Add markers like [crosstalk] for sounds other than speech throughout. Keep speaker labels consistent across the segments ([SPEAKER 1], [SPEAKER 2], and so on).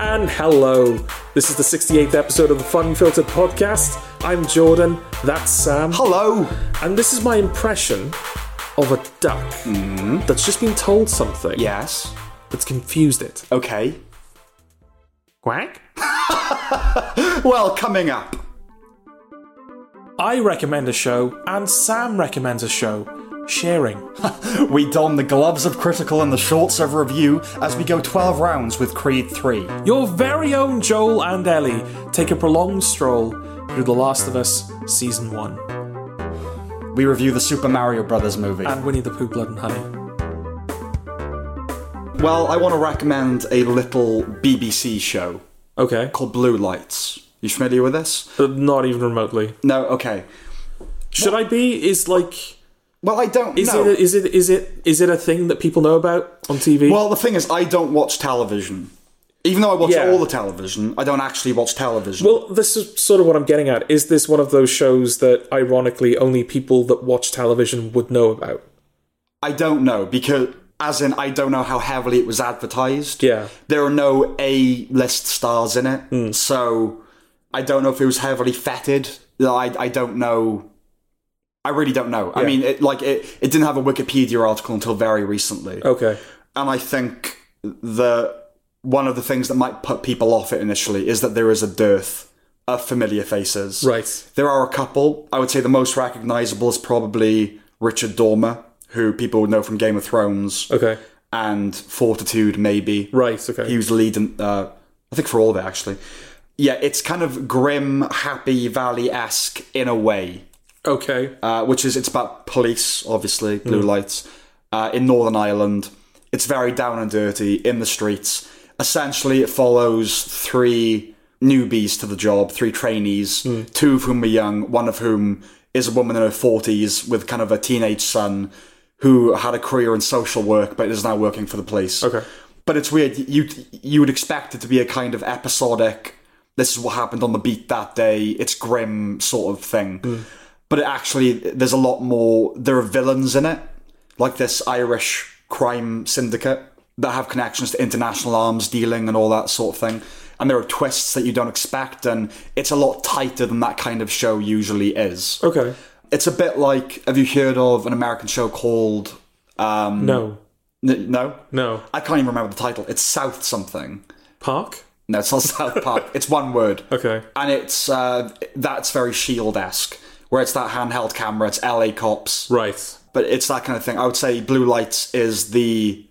[SPEAKER 1] hello. This is the 68th episode of the Fun Filter podcast. I'm Jordan, that's Sam,
[SPEAKER 2] Hello.
[SPEAKER 1] and this is my impression of a duck that's just been told something
[SPEAKER 2] Yes.
[SPEAKER 1] that's confused it.
[SPEAKER 2] Okay.
[SPEAKER 1] Quack?
[SPEAKER 2] Well, coming up.
[SPEAKER 1] I recommend a show, and Sam recommends a show. Sharing.
[SPEAKER 2] We don the gloves of critical and the shorts of review as we go 12 rounds with Creed 3.
[SPEAKER 1] Your very own Joel and Ellie take a prolonged stroll through The Last of Us Season 1
[SPEAKER 2] We review the Super Mario Brothers movie.
[SPEAKER 1] and Winnie the Pooh Blood and Honey.
[SPEAKER 2] well, I want to recommend a little BBC show
[SPEAKER 1] Okay.
[SPEAKER 2] called Blue Lights. You familiar with this?
[SPEAKER 1] Uh, Not even remotely.
[SPEAKER 2] No, okay.
[SPEAKER 1] Should I be? Is like
[SPEAKER 2] Well, I don't
[SPEAKER 1] is
[SPEAKER 2] know.
[SPEAKER 1] it a, is it is it is it a thing that people know about on TV?
[SPEAKER 2] Well, the thing is, I don't watch television. Even though I watch
[SPEAKER 1] Yeah.
[SPEAKER 2] all the television, I don't actually watch television.
[SPEAKER 1] Well, this is sort of what I'm getting at. Is this one of those shows that ironically only people that watch television would know about?
[SPEAKER 2] I don't know because, as in, I don't know how heavily it was advertised.
[SPEAKER 1] Yeah.
[SPEAKER 2] there are no A list stars in it, so I don't know if it was heavily feted. I I don't know. I really don't know. I mean, it like it, it didn't have a Wikipedia article until very recently,
[SPEAKER 1] Okay.
[SPEAKER 2] and I think the one of the things that might put people off it initially is that there is a dearth of familiar faces.
[SPEAKER 1] Right.
[SPEAKER 2] There are a couple. I would say the most recognizable is probably Richard Dormer, who people would know from Game of Thrones
[SPEAKER 1] Okay.
[SPEAKER 2] and Fortitude, maybe.
[SPEAKER 1] Right. Okay.
[SPEAKER 2] He was leading, uh, I think, for all of it, actually. Yeah, it's kind of grim, happy valley esque in a way,
[SPEAKER 1] okay.
[SPEAKER 2] uh, which is it's about police, obviously, blue lights, uh, in Northern Ireland. It's very down and dirty in the streets. Essentially, it follows three newbies to the job, three trainees, two of whom are young, one of whom is a woman in her 40s with kind of a teenage son who had a career in social work but is now working for the police
[SPEAKER 1] Okay.
[SPEAKER 2] but it's weird. You you would expect it to be a kind of episodic. This is what happened on the beat that day. It's grim sort of thing. But it actually, there's a lot more. There are villains in it, like this Irish crime syndicate that have connections to international arms dealing and all that sort of thing. And there are twists that you don't expect, and it's a lot tighter than that kind of show usually is.
[SPEAKER 1] Okay.
[SPEAKER 2] It's a bit like have you heard of an American show called um,
[SPEAKER 1] No.
[SPEAKER 2] N- No?
[SPEAKER 1] No.
[SPEAKER 2] I can't even remember the title. It's South something.
[SPEAKER 1] Park.
[SPEAKER 2] No, it's not [laughs] South Park. It's one word.
[SPEAKER 1] Okay.
[SPEAKER 2] And it's uh, that's very Shield esque, where it's that handheld camera. It's LA cops,
[SPEAKER 1] Right.
[SPEAKER 2] but it's that kind of thing. I would say Blue Lights is the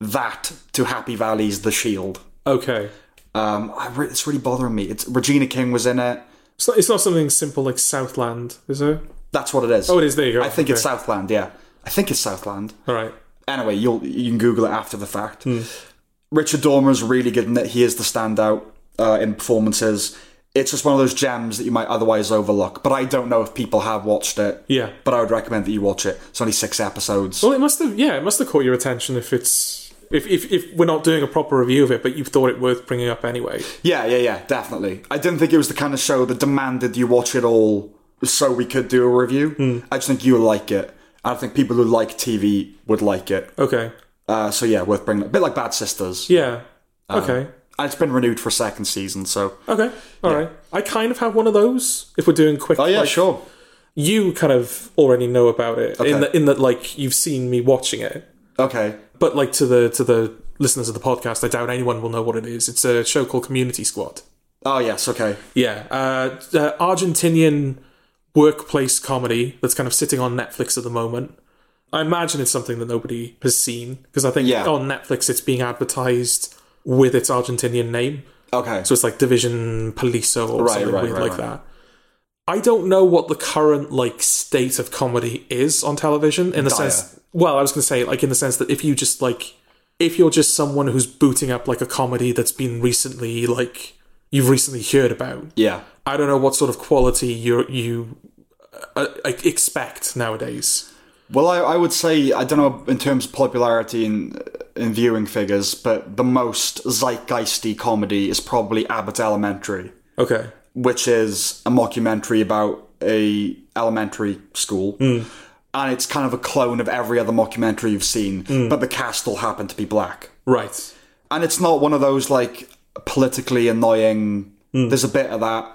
[SPEAKER 2] that to Happy Valley's The Shield.
[SPEAKER 1] Okay.
[SPEAKER 2] Um, I re- it's really bothering me. It's Regina King was in it.
[SPEAKER 1] It's not, it's not something simple like Southland, is it?
[SPEAKER 2] That's what it is.
[SPEAKER 1] Oh, it is. There you go.
[SPEAKER 2] I think it's Southland. Yeah, I think it's Southland.
[SPEAKER 1] All right.
[SPEAKER 2] anyway, you'll you can Google it after the fact.
[SPEAKER 1] Hmm.
[SPEAKER 2] Richard Dormer is really good in it. He is the standout uh, in performances. It's just one of those gems that you might otherwise overlook. But I don't know if people have watched it.
[SPEAKER 1] Yeah.
[SPEAKER 2] But I would recommend that you watch it. It's only six episodes.
[SPEAKER 1] Well, it must have. Yeah, it must have caught your attention if it's if if, if we're not doing a proper review of it, but you thought it worth bringing up anyway.
[SPEAKER 2] Yeah, yeah, yeah, definitely. I didn't think it was the kind of show that demanded you watch it all so we could do a review. I just think you would like it. I think people who like TV would like it.
[SPEAKER 1] Okay.
[SPEAKER 2] Uh, so yeah, worth bringing. A bit like Bad Sisters.
[SPEAKER 1] Yeah.
[SPEAKER 2] Um,
[SPEAKER 1] Okay.
[SPEAKER 2] And it's been renewed for a second season. So
[SPEAKER 1] Okay. All right. I kind of have one of those. If we're doing quick,
[SPEAKER 2] oh yeah,
[SPEAKER 1] like,
[SPEAKER 2] sure.
[SPEAKER 1] You kind of already know about it in
[SPEAKER 2] Okay.
[SPEAKER 1] that in that like you've seen me watching it,
[SPEAKER 2] Okay.
[SPEAKER 1] but like to the to the listeners of the podcast, I doubt anyone will know what it is. It's a show called Community Squad.
[SPEAKER 2] Oh yes, okay.
[SPEAKER 1] Yeah, uh, uh, Argentinian workplace comedy that's kind of sitting on Netflix at the moment. I imagine it's something that nobody has seen because I think
[SPEAKER 2] Yeah.
[SPEAKER 1] on Netflix it's being advertised with its Argentinian name.
[SPEAKER 2] Okay.
[SPEAKER 1] So it's like Division Poliso or
[SPEAKER 2] Right,
[SPEAKER 1] something
[SPEAKER 2] right,
[SPEAKER 1] weird
[SPEAKER 2] right,
[SPEAKER 1] like
[SPEAKER 2] right.
[SPEAKER 1] that. I don't know what the current like state of comedy is on television in the
[SPEAKER 2] Dire.
[SPEAKER 1] sense. Well, I was going to say like in the sense that if you just like if you're just someone who's booting up like a comedy that's been recently like you've recently heard about,
[SPEAKER 2] yeah.
[SPEAKER 1] I don't know what sort of quality you you uh, uh, expect nowadays.
[SPEAKER 2] Well, I, I would say I don't know in terms of popularity and in viewing figures, but the most zeitgeisty comedy is probably Abbott Elementary,
[SPEAKER 1] Okay.
[SPEAKER 2] which is a mockumentary about a elementary school. And it's kind of a clone of every other mockumentary you've seen, but the cast all happen to be black.
[SPEAKER 1] Right.
[SPEAKER 2] And it's not one of those like politically annoying.
[SPEAKER 1] Hmm.
[SPEAKER 2] There's a bit of that,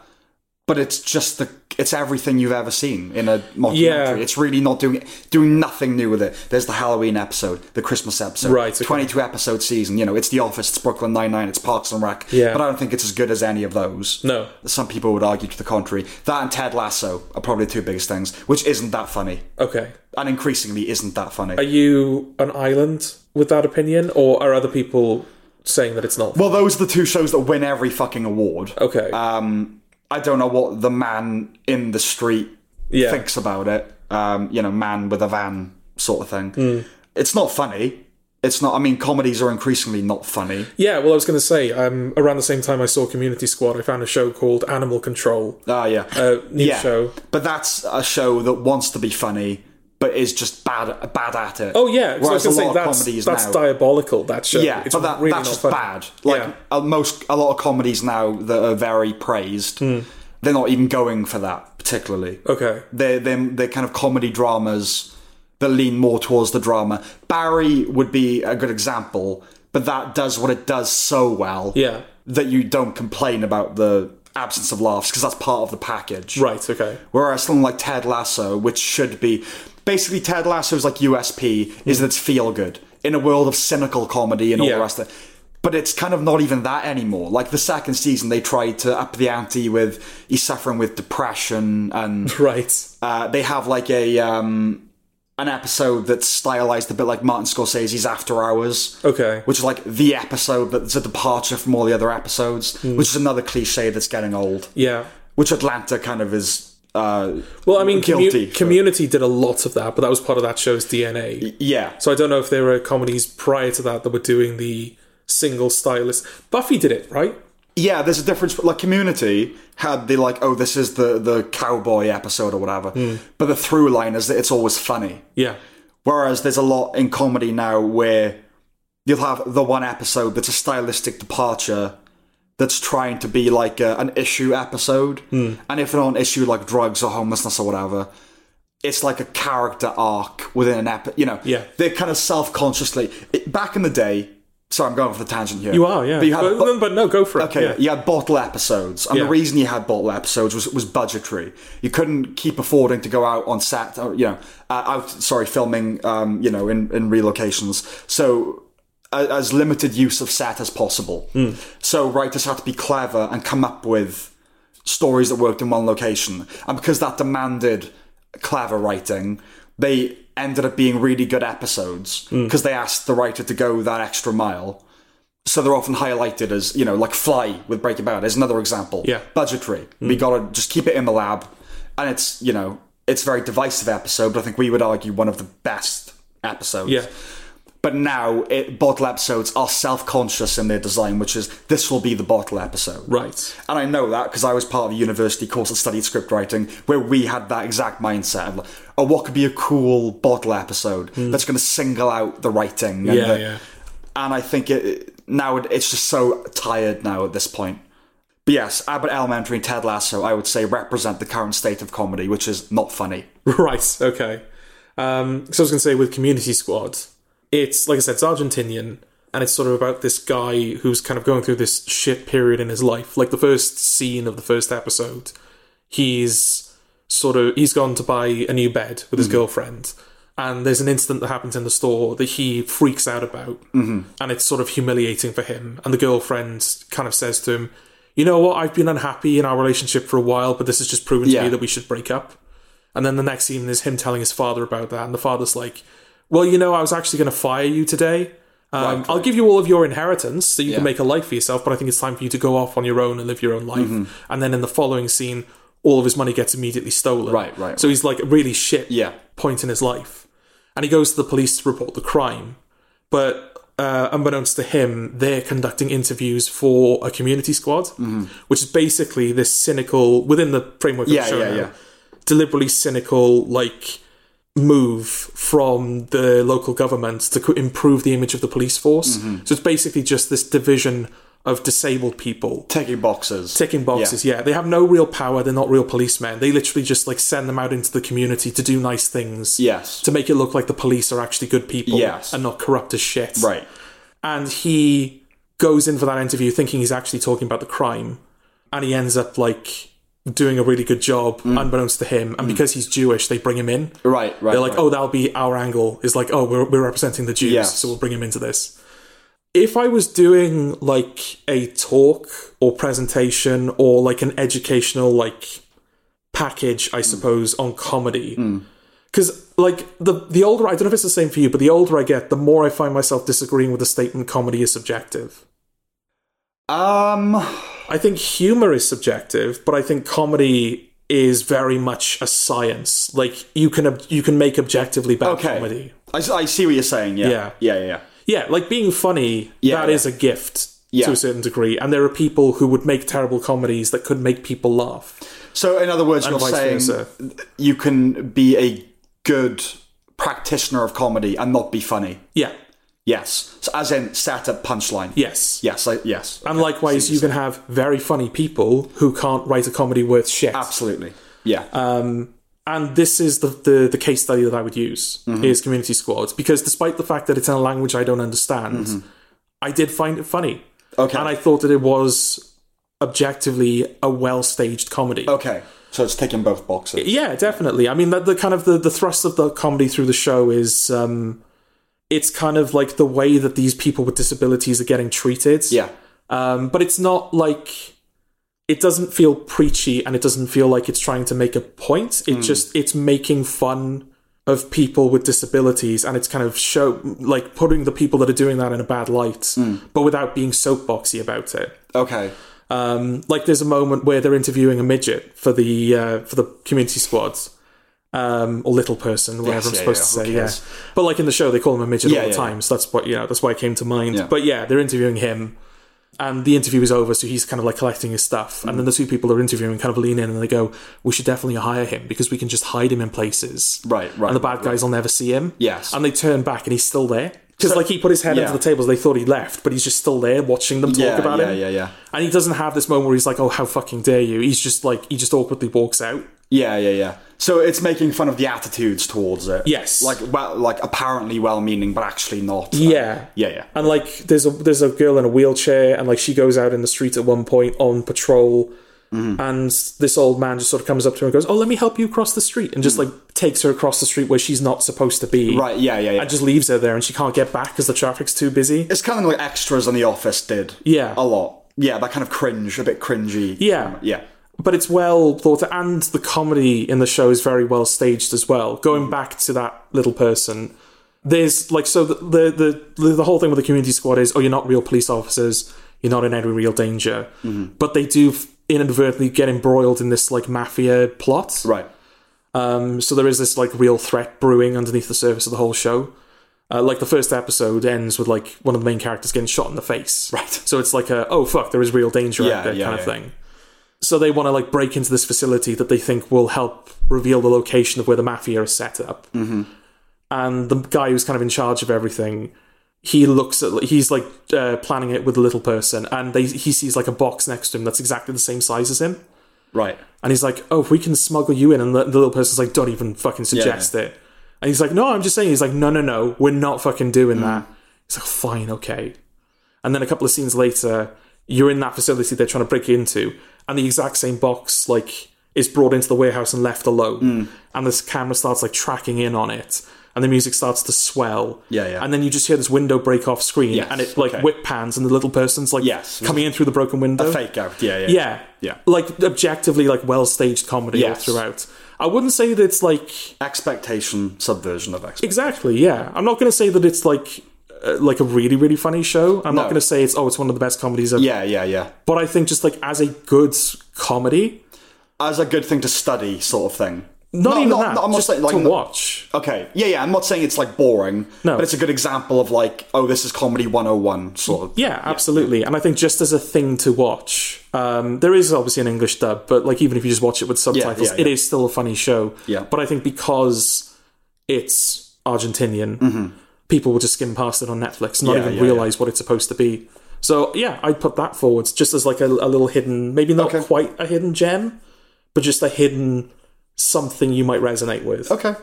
[SPEAKER 2] but it's just the it's everything you've ever seen in a mockumentary.
[SPEAKER 1] Yeah.
[SPEAKER 2] It's really not doing doing nothing new with it. There's the Halloween episode, the Christmas episode,
[SPEAKER 1] Right, okay.
[SPEAKER 2] Twenty two episode season. You know, it's The Office, it's Brooklyn Nine Nine, it's Parks and Rec.
[SPEAKER 1] Yeah.
[SPEAKER 2] but I don't think it's as good as any of those.
[SPEAKER 1] No.
[SPEAKER 2] some people would argue to the contrary. That and Ted Lasso are probably the two biggest things, which isn't that funny,
[SPEAKER 1] Okay.
[SPEAKER 2] and increasingly isn't that funny.
[SPEAKER 1] Are you an island with that opinion, or are other people saying that it's not?
[SPEAKER 2] well, those are the two shows that win every fucking award.
[SPEAKER 1] okay.
[SPEAKER 2] um, I don't know what the man in the street
[SPEAKER 1] Yeah.
[SPEAKER 2] thinks about it. Um, you know, man with a van sort of thing.
[SPEAKER 1] Hmm.
[SPEAKER 2] It's not funny. It's not. I mean, comedies are increasingly not funny.
[SPEAKER 1] yeah. Well, I was going to say um, around the same time I saw Community Squad, I found a show called Animal Control.
[SPEAKER 2] Ah, yeah,
[SPEAKER 1] A new
[SPEAKER 2] yeah.
[SPEAKER 1] uh, show.
[SPEAKER 2] But that's a show that wants to be funny, but is just bad, bad at it.
[SPEAKER 1] Oh yeah, 'cause I was
[SPEAKER 2] Whereas a
[SPEAKER 1] going to
[SPEAKER 2] lot
[SPEAKER 1] say
[SPEAKER 2] of
[SPEAKER 1] that's,
[SPEAKER 2] comedies
[SPEAKER 1] that's
[SPEAKER 2] now.
[SPEAKER 1] diabolical. That show.
[SPEAKER 2] yeah,
[SPEAKER 1] it's
[SPEAKER 2] but that,
[SPEAKER 1] really
[SPEAKER 2] that's
[SPEAKER 1] not
[SPEAKER 2] just
[SPEAKER 1] funny.
[SPEAKER 2] bad. Like
[SPEAKER 1] Yeah.
[SPEAKER 2] uh, most, a lot of comedies now that are very praised,
[SPEAKER 1] Hmm.
[SPEAKER 2] they're not even going for that particularly.
[SPEAKER 1] Okay.
[SPEAKER 2] they're, they're, they're kind of comedy dramas that lean more towards the drama. Barry would be a good example, but that does what it does so well
[SPEAKER 1] Yeah.
[SPEAKER 2] that you don't complain about the absence of laughs because that's part of the package.
[SPEAKER 1] Right. Okay. [laughs]
[SPEAKER 2] Whereas something like Ted Lasso, which should be basically Ted Lasso's like USP, is that it's feel good in a world of cynical comedy and all
[SPEAKER 1] Yeah.
[SPEAKER 2] the rest of it. But it's kind of not even that anymore. Like the second season, they tried to up the ante with he's suffering with depression and
[SPEAKER 1] Right.
[SPEAKER 2] uh, they have like a um, an episode that's stylized a bit like Martin Scorsese's After Hours.
[SPEAKER 1] Okay.
[SPEAKER 2] Which is like the episode that's a departure from all the other episodes, which is another cliche that's getting old.
[SPEAKER 1] Yeah.
[SPEAKER 2] Which Atlanta kind of is. Uh,
[SPEAKER 1] Well, I mean, commu-
[SPEAKER 2] Guilty.
[SPEAKER 1] Community did a lot of that, but that was part of that show's DNA.
[SPEAKER 2] yeah.
[SPEAKER 1] So I don't know if there were comedies prior to that that were doing the single stylist. Buffy did it, right?
[SPEAKER 2] Yeah, there's a difference. Like Community had the like, oh, this is the, the cowboy episode or whatever. But the through line is that it's always funny.
[SPEAKER 1] Yeah.
[SPEAKER 2] Whereas there's a lot in comedy now where you'll have the one episode that's a stylistic departure that's trying to be like a, an issue episode.
[SPEAKER 1] Hmm.
[SPEAKER 2] And if they're on issue like drugs or homelessness or whatever, it's like a character arc within an episode. You know,
[SPEAKER 1] Yeah.
[SPEAKER 2] they're kind of self consciously. Back in the day, sorry, I'm going off the tangent here.
[SPEAKER 1] You are, yeah.
[SPEAKER 2] But you had
[SPEAKER 1] but,
[SPEAKER 2] bu-
[SPEAKER 1] but no, go for it.
[SPEAKER 2] Okay,
[SPEAKER 1] Yeah.
[SPEAKER 2] you had bottle episodes, and
[SPEAKER 1] Yeah.
[SPEAKER 2] the reason you had bottle episodes was was budgetary. You couldn't keep affording to go out on set, or, you know, uh, out sorry, filming, um, you know, in in relocations. So a, as limited use of set as possible.
[SPEAKER 1] Hmm.
[SPEAKER 2] So writers had to be clever and come up with stories that worked in one location, and because that demanded clever writing, they ended up being really good episodes
[SPEAKER 1] Hmm.
[SPEAKER 2] because they asked the writer to go that extra mile so they're often highlighted as you know like fly with breaking bad is another example
[SPEAKER 1] Yeah. Hmm.
[SPEAKER 2] budgetary we gotta just keep it in the lab and it's you know it's a very divisive episode but i think we would argue one of the best episodes
[SPEAKER 1] Yeah.
[SPEAKER 2] but now it, bottle episodes are self-conscious in their design which is this will be the bottle episode
[SPEAKER 1] Right.
[SPEAKER 2] and I know that because I was part of a university course that studied script writing where we had that exact mindset of, like, oh, what could be a cool bottle episode that's going to single out the writing? And
[SPEAKER 1] Hmm. Yeah,
[SPEAKER 2] the-
[SPEAKER 1] yeah.
[SPEAKER 2] And I think it now it- it's just so tired now at this point. But yes, Abbott Elementary and Ted Lasso, I would say, represent the current state of comedy, which is not funny.
[SPEAKER 1] [laughs] Right. Okay. Um, so I was going to say with Community Squad, it's like I said, it's Argentinian, and it's sort of about this guy who's kind of going through this shit period in his life. Like the first scene of the first episode, he's sort of he's gone to buy a new bed with his girlfriend, and there's an incident that happens in the store that he freaks out about, mm-hmm. and it's sort of humiliating for him. And the girlfriend kind of says to him. You know what? I've been unhappy in our relationship for a while, but this has just proven to
[SPEAKER 2] Yeah.
[SPEAKER 1] me that we should break up. And then the next scene is him telling his father about that, and the father's like, "Well, you know, I was actually going to fire you today. Um, I'll give you all of your inheritance so you can
[SPEAKER 2] Yeah.
[SPEAKER 1] make a life for yourself, but I think it's time for you to go off on your own and live your own life."
[SPEAKER 2] Mm-hmm.
[SPEAKER 1] And then in the following scene, all of his money gets immediately stolen.
[SPEAKER 2] Right, right,
[SPEAKER 1] So he's like a really shit
[SPEAKER 2] Yeah.
[SPEAKER 1] point in his life, and he goes to the police to report the crime, but. Uh, unbeknownst to him, they're conducting interviews for a community squad,
[SPEAKER 2] Mm-hmm.
[SPEAKER 1] which is basically this cynical, within the framework of
[SPEAKER 2] Yeah,
[SPEAKER 1] the show
[SPEAKER 2] yeah,
[SPEAKER 1] now,
[SPEAKER 2] yeah.
[SPEAKER 1] deliberately cynical like move from the local government to co- improve the image of the police force.
[SPEAKER 2] Mm-hmm.
[SPEAKER 1] So it's basically just this division of disabled people
[SPEAKER 2] Taking boxes.
[SPEAKER 1] ticking boxes. Yeah. they have no real power. They're not real policemen. They literally just like send them out into the community to do nice things.
[SPEAKER 2] Yes.
[SPEAKER 1] to make it look like the police are actually good people
[SPEAKER 2] Yes.
[SPEAKER 1] and not corrupt as shit.
[SPEAKER 2] Right.
[SPEAKER 1] and he goes in for that interview thinking he's actually talking about the crime, and he ends up like doing a really good job, unbeknownst to him. And because he's Jewish, they bring him in.
[SPEAKER 2] Right, right.
[SPEAKER 1] They're like,
[SPEAKER 2] right.
[SPEAKER 1] oh, that'll be our angle. Is like, oh, we're, we're representing the Jews,
[SPEAKER 2] Yes.
[SPEAKER 1] so we'll bring him into this. If I was doing like a talk or presentation or like an educational like package,
[SPEAKER 2] Hmm.
[SPEAKER 1] I suppose, on comedy, because like the the older I don't know if it's the same for you, but the older I get, the more I find myself disagreeing with the statement comedy is subjective. "Oh,
[SPEAKER 2] Um,
[SPEAKER 1] I think humor is subjective, but I think comedy is very much a science. Like you can ob- you can make objectively bad
[SPEAKER 2] Okay.
[SPEAKER 1] comedy.
[SPEAKER 2] I, s- I see what you're saying. Yeah.
[SPEAKER 1] Yeah.
[SPEAKER 2] Yeah. Yeah. yeah.
[SPEAKER 1] Yeah, like being funny, that is
[SPEAKER 2] Yeah, yeah.
[SPEAKER 1] a gift
[SPEAKER 2] Yeah.
[SPEAKER 1] to a certain degree. And there are people who would make terrible comedies that could make people laugh.
[SPEAKER 2] So, in other words, you're
[SPEAKER 1] vice
[SPEAKER 2] saying
[SPEAKER 1] versa.
[SPEAKER 2] you can be a good practitioner of comedy and not be funny.
[SPEAKER 1] Yeah.
[SPEAKER 2] Yes. So, as in set up punchline.
[SPEAKER 1] Yes.
[SPEAKER 2] Yes. I, yes.
[SPEAKER 1] And likewise, you can have very funny people who can't write a comedy worth shit.
[SPEAKER 2] Absolutely. Yeah.
[SPEAKER 1] Uh, And this is the, the, the case study that I would use
[SPEAKER 2] Mm-hmm.
[SPEAKER 1] is Community Squad because despite the fact that it's in a language I don't understand, I did find it funny.
[SPEAKER 2] Mm-hmm. okay.
[SPEAKER 1] And I thought that it was objectively a well staged comedy.
[SPEAKER 2] okay. So it's taking both boxes.
[SPEAKER 1] Yeah, definitely. I mean, the, the kind of the, the thrust of the comedy through the show is um, it's kind of like the way that these people with disabilities are getting treated.
[SPEAKER 2] Yeah.
[SPEAKER 1] Um, but it's not like it doesn't feel preachy and it doesn't feel like it's trying to make a point. It just it's making fun of people with disabilities and it's kind of show like putting the people that are doing that in a bad light, but without being soapboxy about it.
[SPEAKER 2] Okay.
[SPEAKER 1] Um, like there's a moment where they're interviewing a midget for the uh, for the community squad, um, or little person, whatever I'm
[SPEAKER 2] yeah,
[SPEAKER 1] supposed
[SPEAKER 2] yeah,
[SPEAKER 1] to say.
[SPEAKER 2] who
[SPEAKER 1] Yeah,
[SPEAKER 2] cares?
[SPEAKER 1] but like in the show, they call him a midget all the
[SPEAKER 2] yeah,
[SPEAKER 1] time, so that's what you know. That's why it came to mind.
[SPEAKER 2] Yeah.
[SPEAKER 1] But yeah, they're interviewing him, and the interview is over, so he's kind of like collecting his stuff, and then the two people are interviewing kind of lean in, and they go, "We should definitely hire him because we can just hide him in places,
[SPEAKER 2] Right, right,
[SPEAKER 1] And the bad guys will never see him.
[SPEAKER 2] Yes.
[SPEAKER 1] and they turn back, and he's still there. Because like he put his head
[SPEAKER 2] yeah.
[SPEAKER 1] under the table, so they thought he left, but he's just still there watching them talk
[SPEAKER 2] Yeah,
[SPEAKER 1] about
[SPEAKER 2] yeah,
[SPEAKER 1] him.
[SPEAKER 2] yeah, yeah.
[SPEAKER 1] And he doesn't have this moment where he's like, "Oh, how fucking dare you!" He's just like he just awkwardly walks out.
[SPEAKER 2] Yeah, yeah, yeah. So it's making fun of the attitudes towards it.
[SPEAKER 1] Yes.
[SPEAKER 2] Like well, like apparently well-meaning, but actually not.
[SPEAKER 1] Yeah,
[SPEAKER 2] yeah, yeah.
[SPEAKER 1] And like, there's a there's a girl in a wheelchair, and like she goes out in the street at one point on patrol,
[SPEAKER 2] Mm-hmm.
[SPEAKER 1] and this old man just sort of comes up to her and goes, "Oh, let me help you cross the street," and just like takes her across the street where she's not supposed to be,
[SPEAKER 2] Mm. Right. Yeah, yeah, yeah.
[SPEAKER 1] And just leaves her there, and she can't get back because the traffic's too busy.
[SPEAKER 2] it's kind of like extras on The Office did.
[SPEAKER 1] Yeah.
[SPEAKER 2] A lot. Yeah, that kind of cringe, a bit cringy.
[SPEAKER 1] Yeah.
[SPEAKER 2] Yeah.
[SPEAKER 1] but it's well thought out, and the comedy in the show is very well staged as well. Going back to that little person, there's like so the the the, the whole thing with the community squad is oh you're not real police officers, you're not in any real danger, but they do f- inadvertently get embroiled in this like mafia plot.
[SPEAKER 2] Right.
[SPEAKER 1] Um, so there is this like real threat brewing underneath the surface of the whole show. Uh, like the first episode ends with like one of the main characters getting shot in the face.
[SPEAKER 2] Right.
[SPEAKER 1] So it's like a oh fuck, there is real danger
[SPEAKER 2] Yeah,
[SPEAKER 1] out there
[SPEAKER 2] yeah,
[SPEAKER 1] kind of
[SPEAKER 2] yeah.
[SPEAKER 1] thing. So they want to like break into this facility that they think will help reveal the location of where the mafia is set up.
[SPEAKER 2] Mm-hmm.
[SPEAKER 1] And the guy who's kind of in charge of everything, he looks at he's like uh, planning it with the little person, and they he sees like a box next to him that's exactly the same size as him.
[SPEAKER 2] Right.
[SPEAKER 1] And he's like, "Oh, if we can smuggle you in," and the, the little person's like, "Don't even fucking suggest it." And he's like, "No, I'm just saying." He's like, "No, no, no, we're not fucking doing
[SPEAKER 2] Mm.
[SPEAKER 1] that." He's like, "Fine, okay." And then a couple of scenes later, you're in that facility they're trying to break into, and the exact same box like is brought into the warehouse and left alone.
[SPEAKER 2] Mm.
[SPEAKER 1] And this camera starts like tracking in on it, and the music starts to swell.
[SPEAKER 2] Yeah, yeah.
[SPEAKER 1] And then you just hear this window break off screen,
[SPEAKER 2] Yes,
[SPEAKER 1] and it like
[SPEAKER 2] okay.
[SPEAKER 1] whip pans, and the little person's like
[SPEAKER 2] Yes.
[SPEAKER 1] coming in through the broken window.
[SPEAKER 2] Fake out. Yeah, yeah.
[SPEAKER 1] Yeah.
[SPEAKER 2] Yeah.
[SPEAKER 1] Like objectively like well staged comedy all
[SPEAKER 2] Yes.
[SPEAKER 1] throughout. I wouldn't say that it's like
[SPEAKER 2] Expectation subversion of expectation.
[SPEAKER 1] exactly, yeah. I'm not going to say that it's like uh, like a really really funny show. I'm not
[SPEAKER 2] No.
[SPEAKER 1] going to say it's oh it's one of the best comedies ever.
[SPEAKER 2] Yeah, yeah, yeah.
[SPEAKER 1] But I think just like as a good comedy,
[SPEAKER 2] As a good thing to study sort of thing.
[SPEAKER 1] not
[SPEAKER 2] No,
[SPEAKER 1] even
[SPEAKER 2] no,
[SPEAKER 1] that,
[SPEAKER 2] no, I'm not
[SPEAKER 1] just
[SPEAKER 2] saying, like,
[SPEAKER 1] to
[SPEAKER 2] no-
[SPEAKER 1] watch.
[SPEAKER 2] Okay. Yeah, yeah. I'm not saying it's like boring.
[SPEAKER 1] No.
[SPEAKER 2] But it's a good example of like, oh, this is comedy 101 sort of.
[SPEAKER 1] Yeah, absolutely. And I think just as a thing to watch, um, there is obviously an English dub, but like even if you just watch it with subtitles,
[SPEAKER 2] yeah, yeah.
[SPEAKER 1] it is still a funny show.
[SPEAKER 2] Yeah.
[SPEAKER 1] But I think because it's Argentinian, people will just skim past it on Netflix, and not
[SPEAKER 2] Mm-hmm.
[SPEAKER 1] even
[SPEAKER 2] Yeah, yeah,
[SPEAKER 1] realize what it's supposed to be. So yeah, I'd put that forward just as like a, a little hidden, maybe not
[SPEAKER 2] Okay.
[SPEAKER 1] quite a hidden gem, but just a hidden something you might resonate with.
[SPEAKER 2] Okay.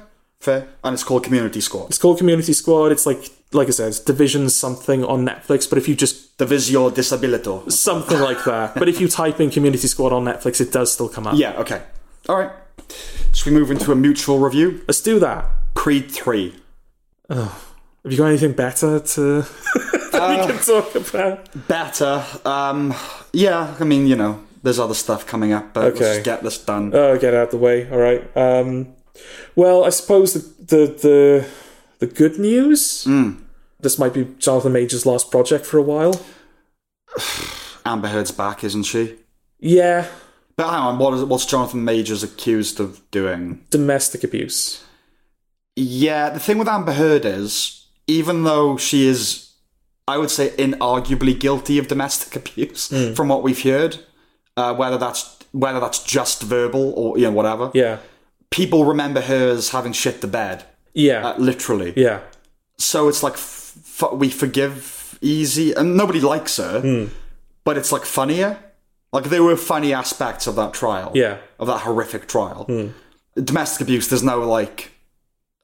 [SPEAKER 2] Fair. And it's called Community Squad.
[SPEAKER 1] It's called Community Squad. It's like like I said, it's Division something on Netflix. But if you just
[SPEAKER 2] Divisio Disabilito.
[SPEAKER 1] something like that, but if you type in Community Squad on Netflix, it does still come up.
[SPEAKER 2] Yeah, okay. All right. So we move into a mutual review.
[SPEAKER 1] Let's do that.
[SPEAKER 2] Creed 3.
[SPEAKER 1] Have you got anything better to [laughs] that we
[SPEAKER 2] Uh.
[SPEAKER 1] can talk about?
[SPEAKER 2] Better. Um, yeah, I mean, you know, there's other stuff coming up, but let's
[SPEAKER 1] Okay.
[SPEAKER 2] just get this done.
[SPEAKER 1] Oh, get out of the way. All right. Um, well, I suppose the the the, the good news.
[SPEAKER 2] Hmm.
[SPEAKER 1] This might be Jonathan Major's last project for a while.
[SPEAKER 2] Amber Heard's back, isn't she?
[SPEAKER 1] Yeah,
[SPEAKER 2] But hang on, what is, what's Jonathan Majors accused of doing?
[SPEAKER 1] domestic abuse.
[SPEAKER 2] Yeah, the thing with Amber Heard is, even though she is, I would say, inarguably guilty of domestic [laughs] abuse,
[SPEAKER 1] Hmm.
[SPEAKER 2] from what we've heard, uh, whether that's whether that's just verbal or you know whatever,
[SPEAKER 1] Yeah,
[SPEAKER 2] people remember her as having shit the bed,
[SPEAKER 1] yeah,
[SPEAKER 2] uh, literally.
[SPEAKER 1] yeah.
[SPEAKER 2] So it's like f- f- we forgive easy, and nobody likes her,
[SPEAKER 1] Hmm.
[SPEAKER 2] but it's like funnier. Like there were funny aspects of that trial,
[SPEAKER 1] Yeah.
[SPEAKER 2] of that horrific trial. Domestic abuse. There's no like,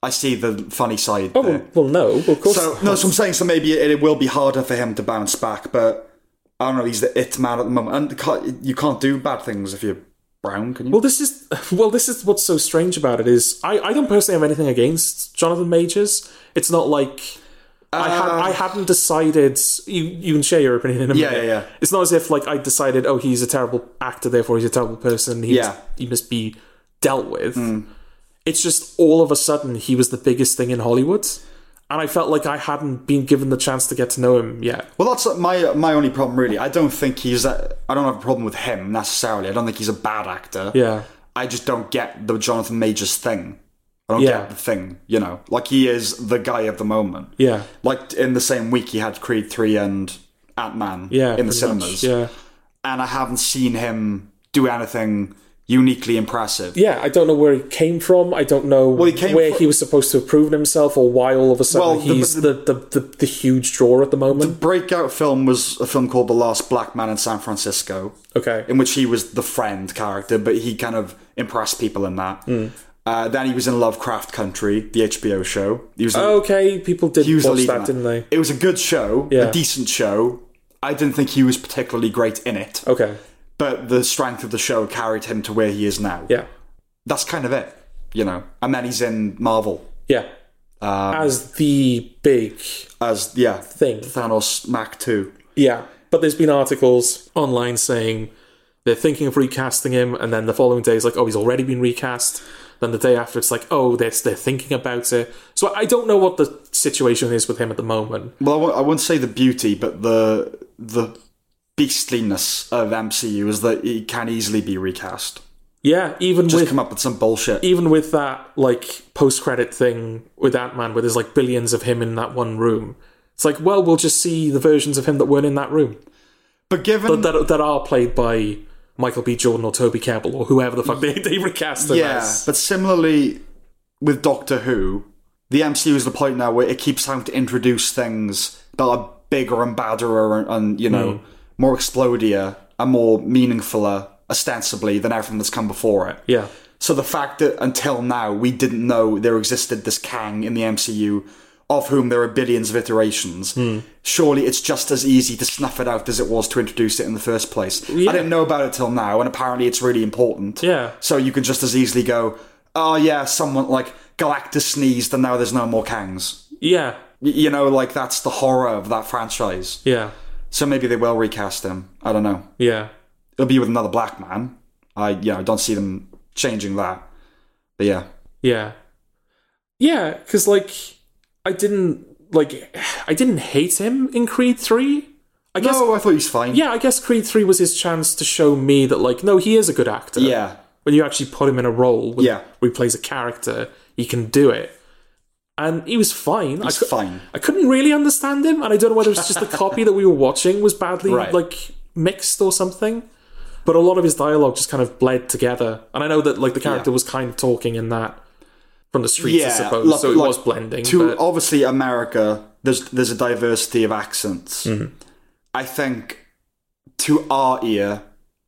[SPEAKER 2] I see the funny side.
[SPEAKER 1] Oh
[SPEAKER 2] there.
[SPEAKER 1] well, well, no. Of course.
[SPEAKER 2] So no, so I'm saying so maybe it, it will be harder for him to bounce back, but I don't know. He's the it man at the moment, and can't, you can't do bad things if you're brown, can you?
[SPEAKER 1] Well, this is well, this is what's so strange about it is I, I don't personally have anything against Jonathan Majors. It's not like I ha- I hadn't decided. You you can share your opinion in a
[SPEAKER 2] Uh. Yeah,
[SPEAKER 1] minute.
[SPEAKER 2] yeah, yeah.
[SPEAKER 1] It's not as if like I decided. Oh, he's a terrible actor, therefore he's a terrible person. He
[SPEAKER 2] Yeah. Hmm.
[SPEAKER 1] must, he must be dealt with. It's just all of a sudden he was the biggest thing in Hollywood, and I felt like I hadn't been given the chance to get to know him yet.
[SPEAKER 2] Well, that's my my only problem, really. I don't think he's. A, I don't have a problem with him necessarily. I don't think he's a bad actor.
[SPEAKER 1] Yeah,
[SPEAKER 2] I just don't get the Jonathan Majors thing. I don't
[SPEAKER 1] Yeah.
[SPEAKER 2] get the thing. You know, like he is the guy of the moment.
[SPEAKER 1] yeah,
[SPEAKER 2] Like in the same week, he had Creed three and Ant Man.
[SPEAKER 1] yeah.
[SPEAKER 2] in the
[SPEAKER 1] pretty much.
[SPEAKER 2] cinemas.
[SPEAKER 1] Yeah.
[SPEAKER 2] and I haven't seen him do anything uniquely impressive.
[SPEAKER 1] yeah, I don't know where he came from. I don't know
[SPEAKER 2] he came
[SPEAKER 1] where
[SPEAKER 2] fro-
[SPEAKER 1] he was supposed to have proven himself or why all of a sudden
[SPEAKER 2] Well, the-
[SPEAKER 1] he's the the, the, the, huge draw at the moment.
[SPEAKER 2] Breakout film was a film called The Last Black Man in San Francisco.
[SPEAKER 1] okay.
[SPEAKER 2] in which he was the friend character, but he kind of impressed people in that.
[SPEAKER 1] Hmm.
[SPEAKER 2] Uh, then he was in Lovecraft Country, the HBO show. He was,
[SPEAKER 1] Okay, people did
[SPEAKER 2] he was the
[SPEAKER 1] watch
[SPEAKER 2] lead in
[SPEAKER 1] Oh, that, didn't they?
[SPEAKER 2] It was a good show,
[SPEAKER 1] Yeah.
[SPEAKER 2] a decent show. I didn't think he was particularly great in it,
[SPEAKER 1] Okay.
[SPEAKER 2] but the strength of the show carried him to where he is now.
[SPEAKER 1] Yeah.
[SPEAKER 2] That's kind of it, you know. And then he's in Marvel
[SPEAKER 1] Yeah.
[SPEAKER 2] Um,
[SPEAKER 1] As the big
[SPEAKER 2] as, yeah,
[SPEAKER 1] thing.
[SPEAKER 2] Thanos Mac 2.
[SPEAKER 1] Yeah. But there's been articles online saying they're thinking of recasting him, and then the following day is like, oh, he's already been recast. Then the day after, it's like, oh, they're, they're thinking about it. So I don't know what the situation is with him at the moment.
[SPEAKER 2] Well, I w- I won't say the beauty, but the the beastliness of MCU is that he can easily be recast.
[SPEAKER 1] Yeah, even
[SPEAKER 2] Just
[SPEAKER 1] with
[SPEAKER 2] come up with some bullshit.
[SPEAKER 1] even with that like post credit thing with Ant Man, where there's like billions of him in that one room, it's like, well, we'll just see the versions of him that weren't in that room
[SPEAKER 2] But given
[SPEAKER 1] that that are played by Michael B. Jordan or Toby Campbell or whoever the fuck they, they recast him
[SPEAKER 2] yeah,
[SPEAKER 1] as.
[SPEAKER 2] but similarly with Doctor Who, the MCU is the point now where it keeps having to introduce things that are bigger and badder and, and you know more explodier and more meaningfuler ostensibly than everything that's come before it.
[SPEAKER 1] Yeah,
[SPEAKER 2] So the fact that until now we didn't know there existed this Kang in the MCU, of whom there are billions of iterations, surely it's just as easy to snuff it out as it was to introduce it in the first place. I didn't know about it till now, and apparently it's really important.
[SPEAKER 1] Yeah.
[SPEAKER 2] So you can just as easily go, oh yeah, someone like Galactus sneezed, and now there's no more Kangs.
[SPEAKER 1] yeah,
[SPEAKER 2] Y- You know, like that's the horror of that franchise.
[SPEAKER 1] yeah,
[SPEAKER 2] So maybe they will recast him. I don't know
[SPEAKER 1] yeah.
[SPEAKER 2] it'll be with another black man. I you know don't see them changing that. But yeah,
[SPEAKER 1] Yeah. Yeah, because like I didn't like I didn't hate him in Creed Three. I guess
[SPEAKER 2] no, I thought he's fine.
[SPEAKER 1] yeah, I guess Creed Three was his chance to show me that like no, he is a good actor.
[SPEAKER 2] yeah,
[SPEAKER 1] when you actually put him in a role where,
[SPEAKER 2] Yeah.
[SPEAKER 1] where he plays a character, he can do it. And he was fine. I,
[SPEAKER 2] he's
[SPEAKER 1] cou-
[SPEAKER 2] fine.
[SPEAKER 1] I couldn't really understand him, and I don't know whether it was
[SPEAKER 2] [laughs]
[SPEAKER 1] just the copy that we were watching was badly
[SPEAKER 2] Right.
[SPEAKER 1] like mixed or something. But a lot of his dialogue just kind of bled together, and I know that like the character was kind of talking in that from the streets, I
[SPEAKER 2] Yeah,
[SPEAKER 1] suppose.
[SPEAKER 2] like-
[SPEAKER 1] so it
[SPEAKER 2] like
[SPEAKER 1] was blending.
[SPEAKER 2] To
[SPEAKER 1] but-
[SPEAKER 2] obviously America, there's there's a
[SPEAKER 1] Mm-hmm.
[SPEAKER 2] diversity of accents. I think to our ear,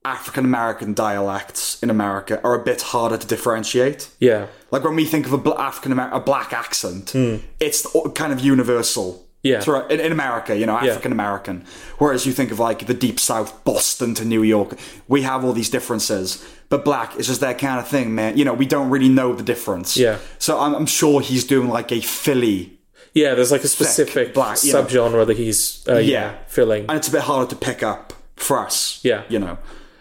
[SPEAKER 2] African American dialects in America are a bit harder to differentiate.
[SPEAKER 1] Yeah.
[SPEAKER 2] Like when we think of a bl- African American, a black accent, it's o- kind of universal.
[SPEAKER 1] Yeah.
[SPEAKER 2] Throughout, in, in America, you know, African American. Whereas you think of like the deep south, Boston to New York, we have all these differences. But black is just that kind of thing, man. You know, we don't really know the difference.
[SPEAKER 1] Yeah.
[SPEAKER 2] So I'm, I'm sure he's doing like a Philly.
[SPEAKER 1] Yeah, there's like a specific
[SPEAKER 2] black, you know.
[SPEAKER 1] subgenre that he's uh, yeah.
[SPEAKER 2] Yeah.
[SPEAKER 1] filling.
[SPEAKER 2] And it's a bit harder to pick up for us.
[SPEAKER 1] Yeah.
[SPEAKER 2] You know.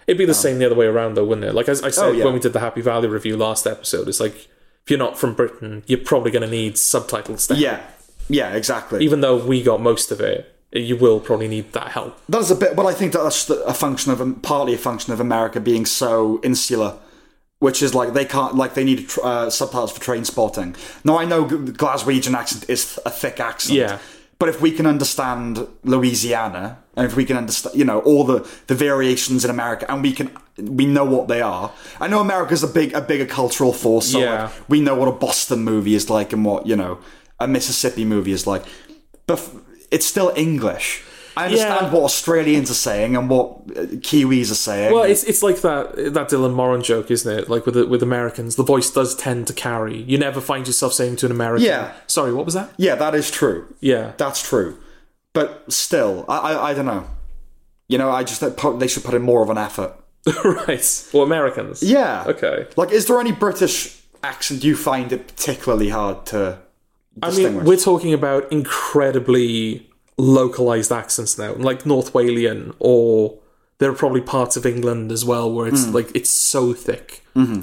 [SPEAKER 1] It'd be the same the other way around, though, wouldn't it? Like as I said
[SPEAKER 2] yeah.
[SPEAKER 1] when we did the Happy Valley review last episode, it's like if you're not from Britain, you're probably going to need subtitles. Then.
[SPEAKER 2] Yeah. Yeah, exactly.
[SPEAKER 1] Even though we got most of it, you will probably need that help.
[SPEAKER 2] That is a bit, but I think that that's the- a function of um, partly a function of America being so insular, which is like they can't like they need tr- uh, subtitles for train spotting. Now I know G- Glaswegian accent is a thick accent,
[SPEAKER 1] Yeah.
[SPEAKER 2] But if we can understand Louisiana, and if we can understand, you know, all the, the variations in America, and we can we know what they are. I know America's a big a bigger cultural force. So
[SPEAKER 1] Yeah.
[SPEAKER 2] like, we know what a Boston movie is like, and what you know a Mississippi movie is like, but f- it's still English. I understand
[SPEAKER 1] Yeah.
[SPEAKER 2] what Australians are saying and what uh, Kiwis are saying.
[SPEAKER 1] Well, it's it's like that that Dylan Moran joke, isn't it? Like with with Americans, the voice does tend to carry. You never find yourself saying to an American,
[SPEAKER 2] Yeah.
[SPEAKER 1] sorry, what was that?"
[SPEAKER 2] yeah, that is true.
[SPEAKER 1] Yeah, [laughs]
[SPEAKER 2] That's true. But still, I I, I don't know. You know, I just they put- they should put in more of an effort.
[SPEAKER 1] right. Well, Americans.
[SPEAKER 2] Yeah.
[SPEAKER 1] Okay.
[SPEAKER 2] Like, is there any British accent you find it particularly hard to
[SPEAKER 1] I mean,
[SPEAKER 2] distinguish?
[SPEAKER 1] we're talking about incredibly localized accents now, like North Walian, or there are probably parts of England as well where
[SPEAKER 2] Hmm.
[SPEAKER 1] it's like it's so thick,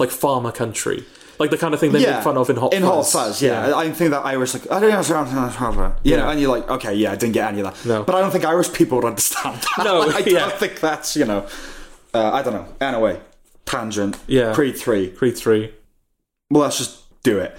[SPEAKER 1] like farmer country, like the kind of thing they make fun of in Hot
[SPEAKER 2] Mm-hmm. in
[SPEAKER 1] Fuzz.
[SPEAKER 2] Hot Fuzz, yeah. I think that Irish, like, I don't know, you know, and you're like, okay, yeah, I didn't get any of that.
[SPEAKER 1] No.
[SPEAKER 2] But I don't think Irish people would understand that.
[SPEAKER 1] No,
[SPEAKER 2] [laughs] I
[SPEAKER 1] yeah.
[SPEAKER 2] don't think that's, you know, uh, I don't know. Anyway, tangent.
[SPEAKER 1] Yeah.
[SPEAKER 2] Creed 3.
[SPEAKER 1] Creed three.
[SPEAKER 2] Well, let's just do it.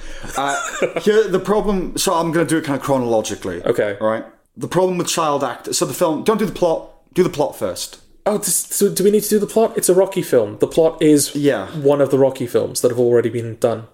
[SPEAKER 1] [laughs]
[SPEAKER 2] Uh, here, the problem, so I'm going to do it kind of chronologically.
[SPEAKER 1] Okay.
[SPEAKER 2] All right. The problem with child actors, so the film, don't do the plot, do the plot first.
[SPEAKER 1] Oh, this, so do we need to do the plot? It's a Rocky film. The plot is
[SPEAKER 2] Yeah.
[SPEAKER 1] one of the Rocky films that have already been done,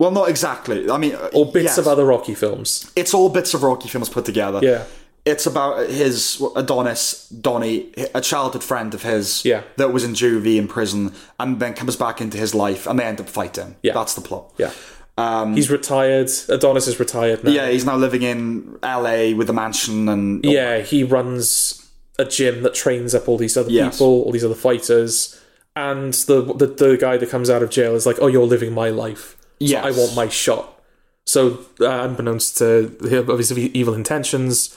[SPEAKER 2] Well, not exactly. I mean, uh,
[SPEAKER 1] or bits of other Rocky films.
[SPEAKER 2] it's all bits of Rocky films put together.
[SPEAKER 1] Yeah,
[SPEAKER 2] It's about his Adonis, Donnie, a childhood friend of his
[SPEAKER 1] Yeah.
[SPEAKER 2] that was in juvie in prison and then comes back into his life and they end up fighting.
[SPEAKER 1] Yeah.
[SPEAKER 2] That's the plot.
[SPEAKER 1] yeah.
[SPEAKER 2] Um,
[SPEAKER 1] He's retired. Adonis is retired now.
[SPEAKER 2] Yeah, he's now living in LA with a mansion and
[SPEAKER 1] Yeah, he runs a gym that trains up all these other
[SPEAKER 2] Yes.
[SPEAKER 1] people, all these other fighters, and the, the the guy that comes out of jail is like, "Oh, you're living my life. Yeah,
[SPEAKER 2] Yes.
[SPEAKER 1] I want my shot." So, uh, unbeknownst to him of his evil intentions,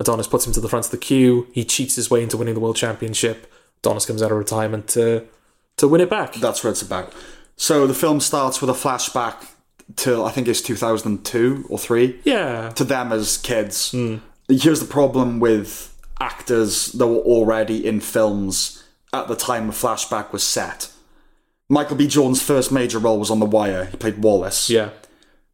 [SPEAKER 1] Adonis puts him to the front of the queue. He cheats his way into winning the world championship. Adonis comes out of retirement to to win it back.
[SPEAKER 2] that's what it's about. So the film starts with a flashback till I think it's 2002 or 3.
[SPEAKER 1] yeah,
[SPEAKER 2] to them as kids.
[SPEAKER 1] Hmm.
[SPEAKER 2] Here's the problem with actors that were already in films at the time the flashback was set. Michael B. Jordan's first major role was on The Wire. He played Wallace.
[SPEAKER 1] yeah,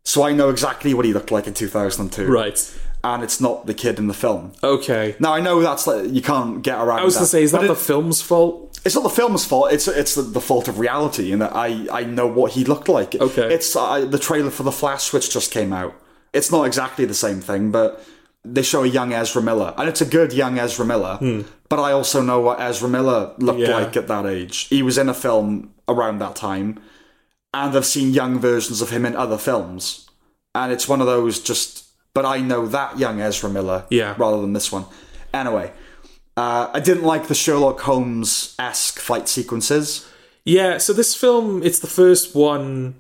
[SPEAKER 2] So I know exactly what he looked like in 2002.
[SPEAKER 1] right.
[SPEAKER 2] And it's not the kid in the film.
[SPEAKER 1] Okay.
[SPEAKER 2] Now I know that's like, you can't get around.
[SPEAKER 1] I was
[SPEAKER 2] that.
[SPEAKER 1] gonna say, is
[SPEAKER 2] But
[SPEAKER 1] that the
[SPEAKER 2] it-
[SPEAKER 1] film's fault?
[SPEAKER 2] it's not the film's fault. It's it's the, the fault of reality, and that I I know what he looked like.
[SPEAKER 1] Okay.
[SPEAKER 2] It's uh, the trailer for the Flash, which just came out. It's not exactly the same thing, but they show a young Ezra Miller, and it's a good young Ezra Miller. But I also know what Ezra Miller looked
[SPEAKER 1] Hmm. Yeah.
[SPEAKER 2] like at that age. He was in a film around that time, and I've seen young versions of him in other films, and it's one of those just. But I know that young Ezra Miller,
[SPEAKER 1] Yeah.
[SPEAKER 2] rather than this one. Anyway. Uh, I didn't like the Sherlock Holmes esque fight sequences.
[SPEAKER 1] Yeah, so this film, it's the first one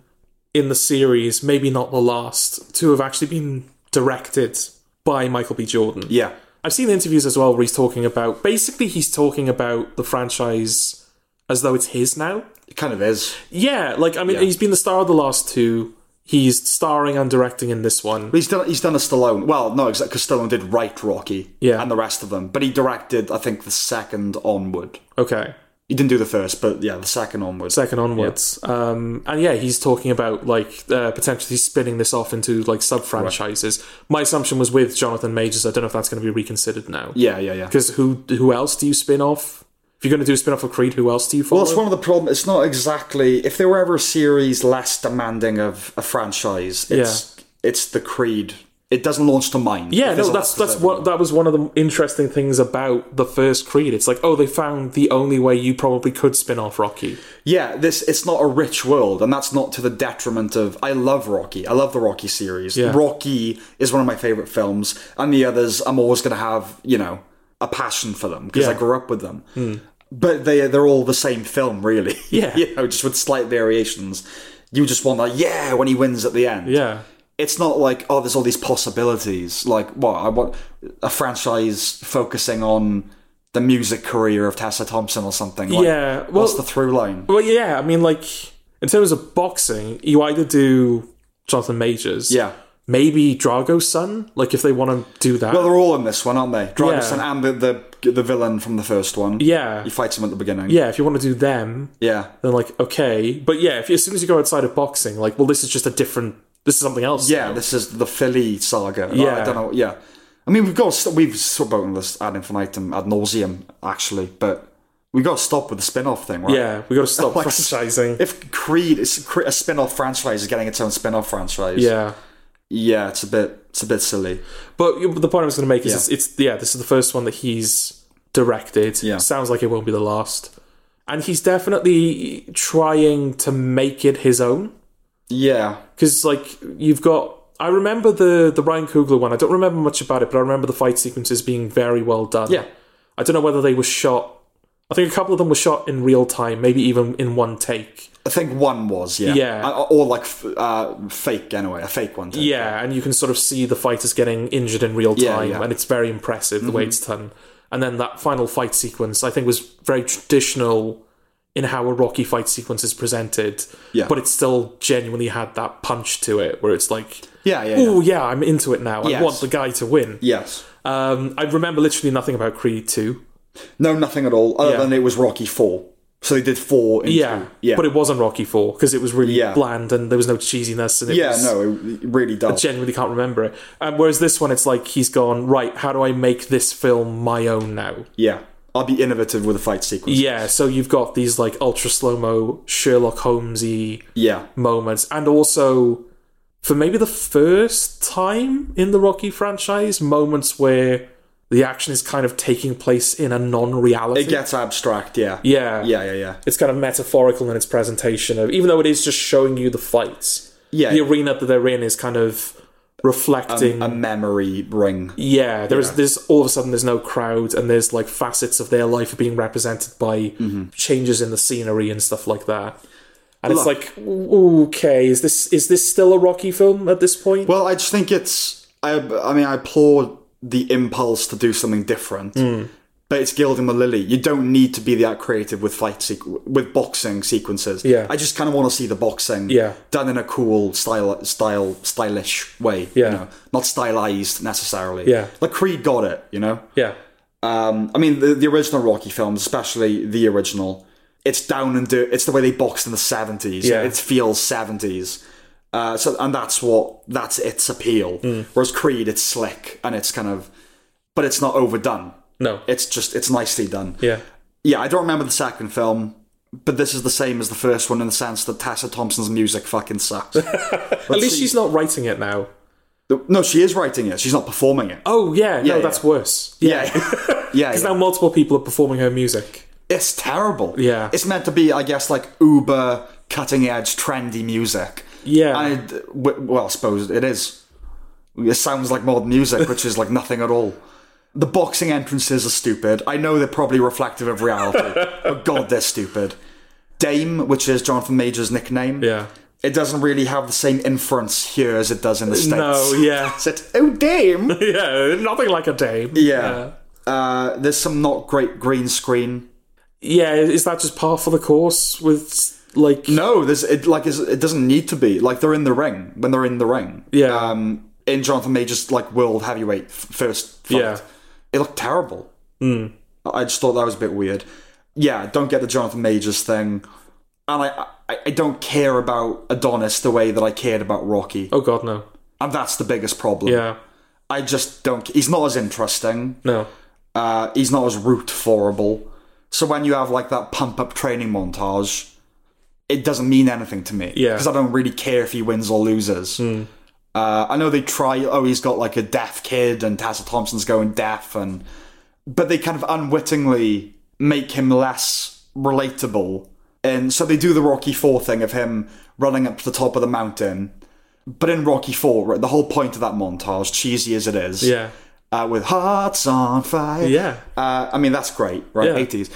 [SPEAKER 1] in the series, maybe not the last, to have actually been directed by Michael B. Jordan.
[SPEAKER 2] Yeah.
[SPEAKER 1] I've seen interviews as well where he's talking about basically he's talking about the franchise as though it's his now.
[SPEAKER 2] It kind of is.
[SPEAKER 1] Yeah, like I mean he's been the star of the last two. He's starring and directing in this one.
[SPEAKER 2] But he's done he's done a Stallone. Well, no, exactly because Stallone did write Rocky
[SPEAKER 1] Yeah.
[SPEAKER 2] and the rest of them. But he directed, I think, the second onward.
[SPEAKER 1] Okay.
[SPEAKER 2] He didn't do the first, but yeah, the second onward.
[SPEAKER 1] Second onwards. Um and yeah, he's talking about like uh, potentially spinning this off into like sub franchises. My assumption was with Jonathan Majors. I don't know if that's going to be reconsidered now.
[SPEAKER 2] yeah, yeah, yeah.
[SPEAKER 1] Because who who else do you spin off? If you're going to do a spin off of Creed, who else do you follow?
[SPEAKER 2] Well, it's one of the problems. It's not exactly. If there were ever a series less demanding of a franchise, it's it's the Creed It doesn't launch to mind.
[SPEAKER 1] Yeah,
[SPEAKER 2] It does
[SPEAKER 1] no,
[SPEAKER 2] a
[SPEAKER 1] that's
[SPEAKER 2] lot to
[SPEAKER 1] that's what that was one of the interesting things about the first Creed. It's like, oh, they found the only way you probably could spin off Rocky.
[SPEAKER 2] Yeah, this it's not a rich world, and that's not to the detriment of. I love Rocky. I love the Rocky series.
[SPEAKER 1] Yeah.
[SPEAKER 2] Rocky is one of my favorite films, and the others I'm always going to have, you know, a passion for them because
[SPEAKER 1] Yeah.
[SPEAKER 2] I
[SPEAKER 1] Hmm.
[SPEAKER 2] grew up with them. But they they're all the same film, really.
[SPEAKER 1] Yeah.
[SPEAKER 2] [laughs] you know, just with slight variations. You just want that, yeah, when he wins at the end.
[SPEAKER 1] Yeah,
[SPEAKER 2] It's not like oh, there's all these possibilities. Like, what I want a franchise focusing on the music career of Tessa Thompson or something. Like,
[SPEAKER 1] yeah. Well,
[SPEAKER 2] What's the through line?
[SPEAKER 1] well, yeah. I mean, like in terms of boxing, you either do Jonathan Majors,
[SPEAKER 2] Yeah.
[SPEAKER 1] maybe Drago's son. Like if they want to do that,
[SPEAKER 2] Well, they're all in this one, aren't they? Dragonson and the, the the villain from the first one.
[SPEAKER 1] yeah,
[SPEAKER 2] He fights him at the beginning.
[SPEAKER 1] yeah. If you want to do them,
[SPEAKER 2] Yeah.
[SPEAKER 1] then like okay, but yeah. If as soon as you go outside of boxing, like well, this is just a different. This is something else.
[SPEAKER 2] Yeah, this is the Philly saga. Yeah. I
[SPEAKER 1] Yeah.
[SPEAKER 2] don't know. Yeah. I mean, we've got to, st- we've spoken this ad infinitum, ad nauseum, actually, but we've got to stop with the spin off thing, right?
[SPEAKER 1] yeah. We got to stop
[SPEAKER 2] [laughs] Like,
[SPEAKER 1] franchising.
[SPEAKER 2] If Creed is Cre- a spin off franchise is getting its own spin off franchise,
[SPEAKER 1] yeah.
[SPEAKER 2] yeah, it's a bit it's a bit silly.
[SPEAKER 1] But the point I was going to make is it's, it's yeah, this is the first one that he's directed.
[SPEAKER 2] Yeah.
[SPEAKER 1] Sounds like it won't be the last. And he's definitely trying to make it his own
[SPEAKER 2] Yeah,
[SPEAKER 1] because like you've got I remember the the Ryan Coogler one. I don't remember much about it, but I remember the fight sequences being very well done.
[SPEAKER 2] Yeah.
[SPEAKER 1] I don't know whether they were shot I think a couple of them were shot in real time, maybe even in one take.
[SPEAKER 2] I think one was yeah,
[SPEAKER 1] Yeah.
[SPEAKER 2] Uh, or like f- uh, fake anyway, a fake one. too.
[SPEAKER 1] Yeah, and you can sort of see the fighters getting injured in real time,
[SPEAKER 2] Yeah, yeah. Mm-hmm.
[SPEAKER 1] and it's very impressive the way it's done. And then that final fight sequence, I think, was very traditional in how a Rocky fight sequence is presented.
[SPEAKER 2] Yeah.
[SPEAKER 1] But it still genuinely had that punch to it, where it's like,
[SPEAKER 2] yeah, yeah, yeah.
[SPEAKER 1] oh yeah, I'm into it now.
[SPEAKER 2] Yes.
[SPEAKER 1] I want the guy to win.
[SPEAKER 2] yes.
[SPEAKER 1] Um, I remember literally nothing about Creed two.
[SPEAKER 2] No, nothing at all. Other
[SPEAKER 1] Yeah.
[SPEAKER 2] than it was Rocky Four. So they did four. In
[SPEAKER 1] Yeah,
[SPEAKER 2] two. yeah,
[SPEAKER 1] But it wasn't Rocky four because it was really
[SPEAKER 2] Yeah.
[SPEAKER 1] bland and there was no cheesiness. And it
[SPEAKER 2] yeah.
[SPEAKER 1] was,
[SPEAKER 2] No, it, it really does.
[SPEAKER 1] genuinely can't remember it. Um, whereas this one, it's like he's gone right. How do I make this film my own now?
[SPEAKER 2] yeah, I'll be innovative with the fight sequence.
[SPEAKER 1] Yeah, so you've got these like ultra slow mo Sherlock Holmesy
[SPEAKER 2] Yeah,
[SPEAKER 1] moments, and also for maybe the first time in the Rocky franchise, moments where the action is kind of taking place in a non-reality.
[SPEAKER 2] it gets abstract. Yeah.
[SPEAKER 1] yeah,
[SPEAKER 2] yeah, yeah, yeah.
[SPEAKER 1] It's kind of metaphorical in its presentation of, even though it is just showing you the fights.
[SPEAKER 2] Yeah. Um,
[SPEAKER 1] the arena that they're in is kind of reflecting
[SPEAKER 2] A memory ring.
[SPEAKER 1] Yeah, there's there's all of a sudden there's no crowd and there's like facets of their life being represented by
[SPEAKER 2] Mm-hmm.
[SPEAKER 1] changes in the scenery and stuff like that. And it's
[SPEAKER 2] Look.
[SPEAKER 1] like, okay, is this is this still a Rocky film at this point?
[SPEAKER 2] Well, I just think it's. I, I mean, I applaud the impulse to do something different.
[SPEAKER 1] Hmm.
[SPEAKER 2] But it's gilding the lily. You don't need to be that creative with fight sequ- with boxing sequences.
[SPEAKER 1] Yeah.
[SPEAKER 2] I just kind of want to see the boxing
[SPEAKER 1] Yeah.
[SPEAKER 2] done in a cool style, style, stylish way.
[SPEAKER 1] Yeah.
[SPEAKER 2] you know? not stylized necessarily.
[SPEAKER 1] Yeah.
[SPEAKER 2] like Creed got it. You know,
[SPEAKER 1] yeah,
[SPEAKER 2] um, I mean, the, the original Rocky films, especially the original, it's down and dirt. It's the way they boxed in the seventies.
[SPEAKER 1] Yeah.
[SPEAKER 2] it feels seventies. Uh, so, and that's what that's its appeal.
[SPEAKER 1] Hmm.
[SPEAKER 2] Whereas Creed, it's slick and it's kind of, but it's not overdone.
[SPEAKER 1] no,
[SPEAKER 2] It's just it's nicely done.
[SPEAKER 1] yeah,
[SPEAKER 2] Yeah, I don't remember the second film, but this is the same as the first one in the sense that Tessa Thompson's music
[SPEAKER 1] [laughs]
[SPEAKER 2] fucking sucks.
[SPEAKER 1] at least she's not writing it now.
[SPEAKER 2] no, she is writing it. She's not performing it.
[SPEAKER 1] Oh yeah, no,
[SPEAKER 2] yeah.
[SPEAKER 1] that's worse. Yeah,
[SPEAKER 2] yeah,
[SPEAKER 1] [laughs]
[SPEAKER 2] [laughs] yeah. yeah.
[SPEAKER 1] now multiple people are performing her music.
[SPEAKER 2] It's terrible.
[SPEAKER 1] Yeah.
[SPEAKER 2] It's meant to be, I guess, like uber cutting edge, trendy music.
[SPEAKER 1] Yeah,
[SPEAKER 2] And it, w- well, I suppose it is. It sounds like modern music, which is like nothing at all. The boxing entrances are stupid. I know they're probably reflective
[SPEAKER 1] [laughs]
[SPEAKER 2] of reality, but god, they're stupid. Dame, which is Jonathan Major's nickname,
[SPEAKER 1] yeah,
[SPEAKER 2] it doesn't really have the same inference here as it does in the States.
[SPEAKER 1] no, yeah,
[SPEAKER 2] It's like, oh, Dame!
[SPEAKER 1] [laughs] yeah, nothing like a dame.
[SPEAKER 2] yeah. Uh, there's some not great green screen.
[SPEAKER 1] yeah. Is that just par for the course with like?
[SPEAKER 2] No, there's it like it's, it doesn't need to be like they're in the ring when they're in the ring.
[SPEAKER 1] Yeah.
[SPEAKER 2] Um, in Jonathan Major's like world heavyweight f- first fight,
[SPEAKER 1] Yeah. Hmm.
[SPEAKER 2] it looked terrible. Mm. I just thought that was a bit weird. Yeah, don't get the Jonathan Majors thing, and I, I I don't care about Adonis the way that I cared about Rocky,
[SPEAKER 1] Oh God, no.
[SPEAKER 2] and that's the biggest problem.
[SPEAKER 1] Yeah,
[SPEAKER 2] I just don't. He's not as interesting.
[SPEAKER 1] no.
[SPEAKER 2] Uh, he's not as root forable. So when you have like that pump up training montage, it doesn't mean anything to me.
[SPEAKER 1] Yeah. Hmm.
[SPEAKER 2] Because I don't really care if he wins or loses. Uh, I know they try. Oh, he's got like a deaf kid, and Tessa Thompson's going deaf, and but they kind of unwittingly make him less relatable. And so they do the Rocky Four thing of him running up to the top of the mountain. But in Rocky Four, right, the whole point of that montage, cheesy as it is,
[SPEAKER 1] Yeah.
[SPEAKER 2] uh, with hearts on fire,
[SPEAKER 1] Yeah.
[SPEAKER 2] uh, I mean, that's great, right?
[SPEAKER 1] Yeah.
[SPEAKER 2] 80s.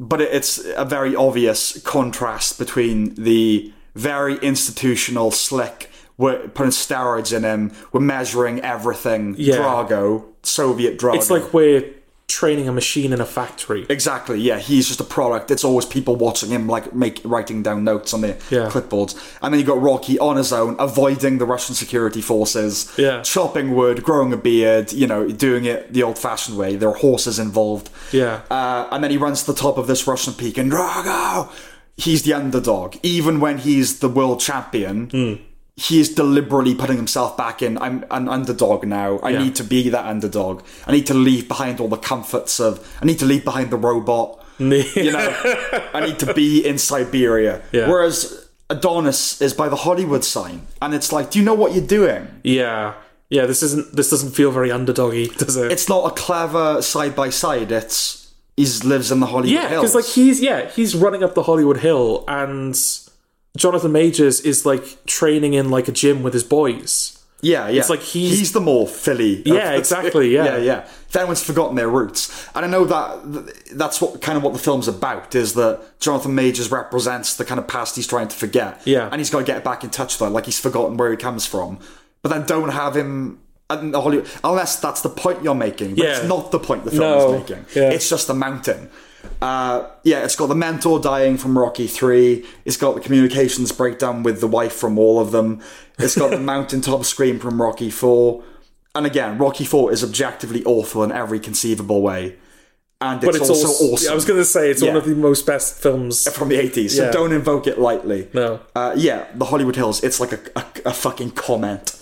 [SPEAKER 2] But it- it's a very obvious contrast between the very institutional, slick, we're putting steroids in him, we're measuring everything,
[SPEAKER 1] Yeah.
[SPEAKER 2] Drago, Soviet Drago.
[SPEAKER 1] It's like we're training a machine in a factory.
[SPEAKER 2] Exactly. Yeah, he's just a product. It's always people watching him, like make writing down notes on their
[SPEAKER 1] Yeah.
[SPEAKER 2] clipboards. And then you got Rocky on his own, avoiding the Russian security forces.
[SPEAKER 1] Yeah.
[SPEAKER 2] chopping wood, growing a beard. You know, doing it the old-fashioned way. There are horses involved.
[SPEAKER 1] Yeah.
[SPEAKER 2] Uh, and then he runs to the top of this Russian peak, and Drago, he's the underdog. Even when he's the world champion,
[SPEAKER 1] Hmm.
[SPEAKER 2] he is deliberately putting himself back in. I'm an underdog now. I need to be that underdog. I need to leave behind all the comforts of. I need to leave behind the robot.
[SPEAKER 1] [laughs]
[SPEAKER 2] You know, I need to be in Siberia.
[SPEAKER 1] Yeah.
[SPEAKER 2] Whereas Adonis is by the Hollywood sign, and it's like, do you know what you're doing?
[SPEAKER 1] yeah. Yeah, this isn't this doesn't feel very underdoggy, does it?
[SPEAKER 2] It's not a clever side by side. It's he lives in the Hollywood
[SPEAKER 1] yeah,
[SPEAKER 2] Hills.
[SPEAKER 1] because like he's yeah, he's running up the Hollywood Hill and Jonathan Majors is like training in like a gym with his boys.
[SPEAKER 2] Yeah, yeah. It's
[SPEAKER 1] like he's-
[SPEAKER 2] the more Philly. of
[SPEAKER 1] Yeah,
[SPEAKER 2] the-
[SPEAKER 1] exactly, yeah.
[SPEAKER 2] [laughs] yeah, yeah. If anyone's forgotten their roots, and I know that th- that's what kind of what the film's about is that Jonathan Majors represents the kind of past he's trying to forget.
[SPEAKER 1] Yeah.
[SPEAKER 2] and he's got to get back in touch with that, like he's forgotten where he comes from. But then don't have him. And the Hollywood, unless that's the point you're making, but it's
[SPEAKER 1] Yeah.
[SPEAKER 2] not the point the film
[SPEAKER 1] No,
[SPEAKER 2] is making.
[SPEAKER 1] yeah.
[SPEAKER 2] It's just a mountain. Uh, yeah, it's got the mentor dying from Rocky Three. It's got the communications breakdown with the wife from all of them. It's
[SPEAKER 1] [laughs]
[SPEAKER 2] got the mountaintop scream from Rocky Four. And again, Rocky Four is objectively awful in every conceivable way, and it's,
[SPEAKER 1] But it's
[SPEAKER 2] also
[SPEAKER 1] also
[SPEAKER 2] awesome
[SPEAKER 1] I was gonna say it's one
[SPEAKER 2] Yeah.
[SPEAKER 1] of the most best films.
[SPEAKER 2] from the eighties. So
[SPEAKER 1] Yeah.
[SPEAKER 2] don't invoke it lightly.
[SPEAKER 1] No.
[SPEAKER 2] Uh, yeah, the Hollywood Hills. It's like a, a, a
[SPEAKER 1] [laughs]
[SPEAKER 2] fucking comment.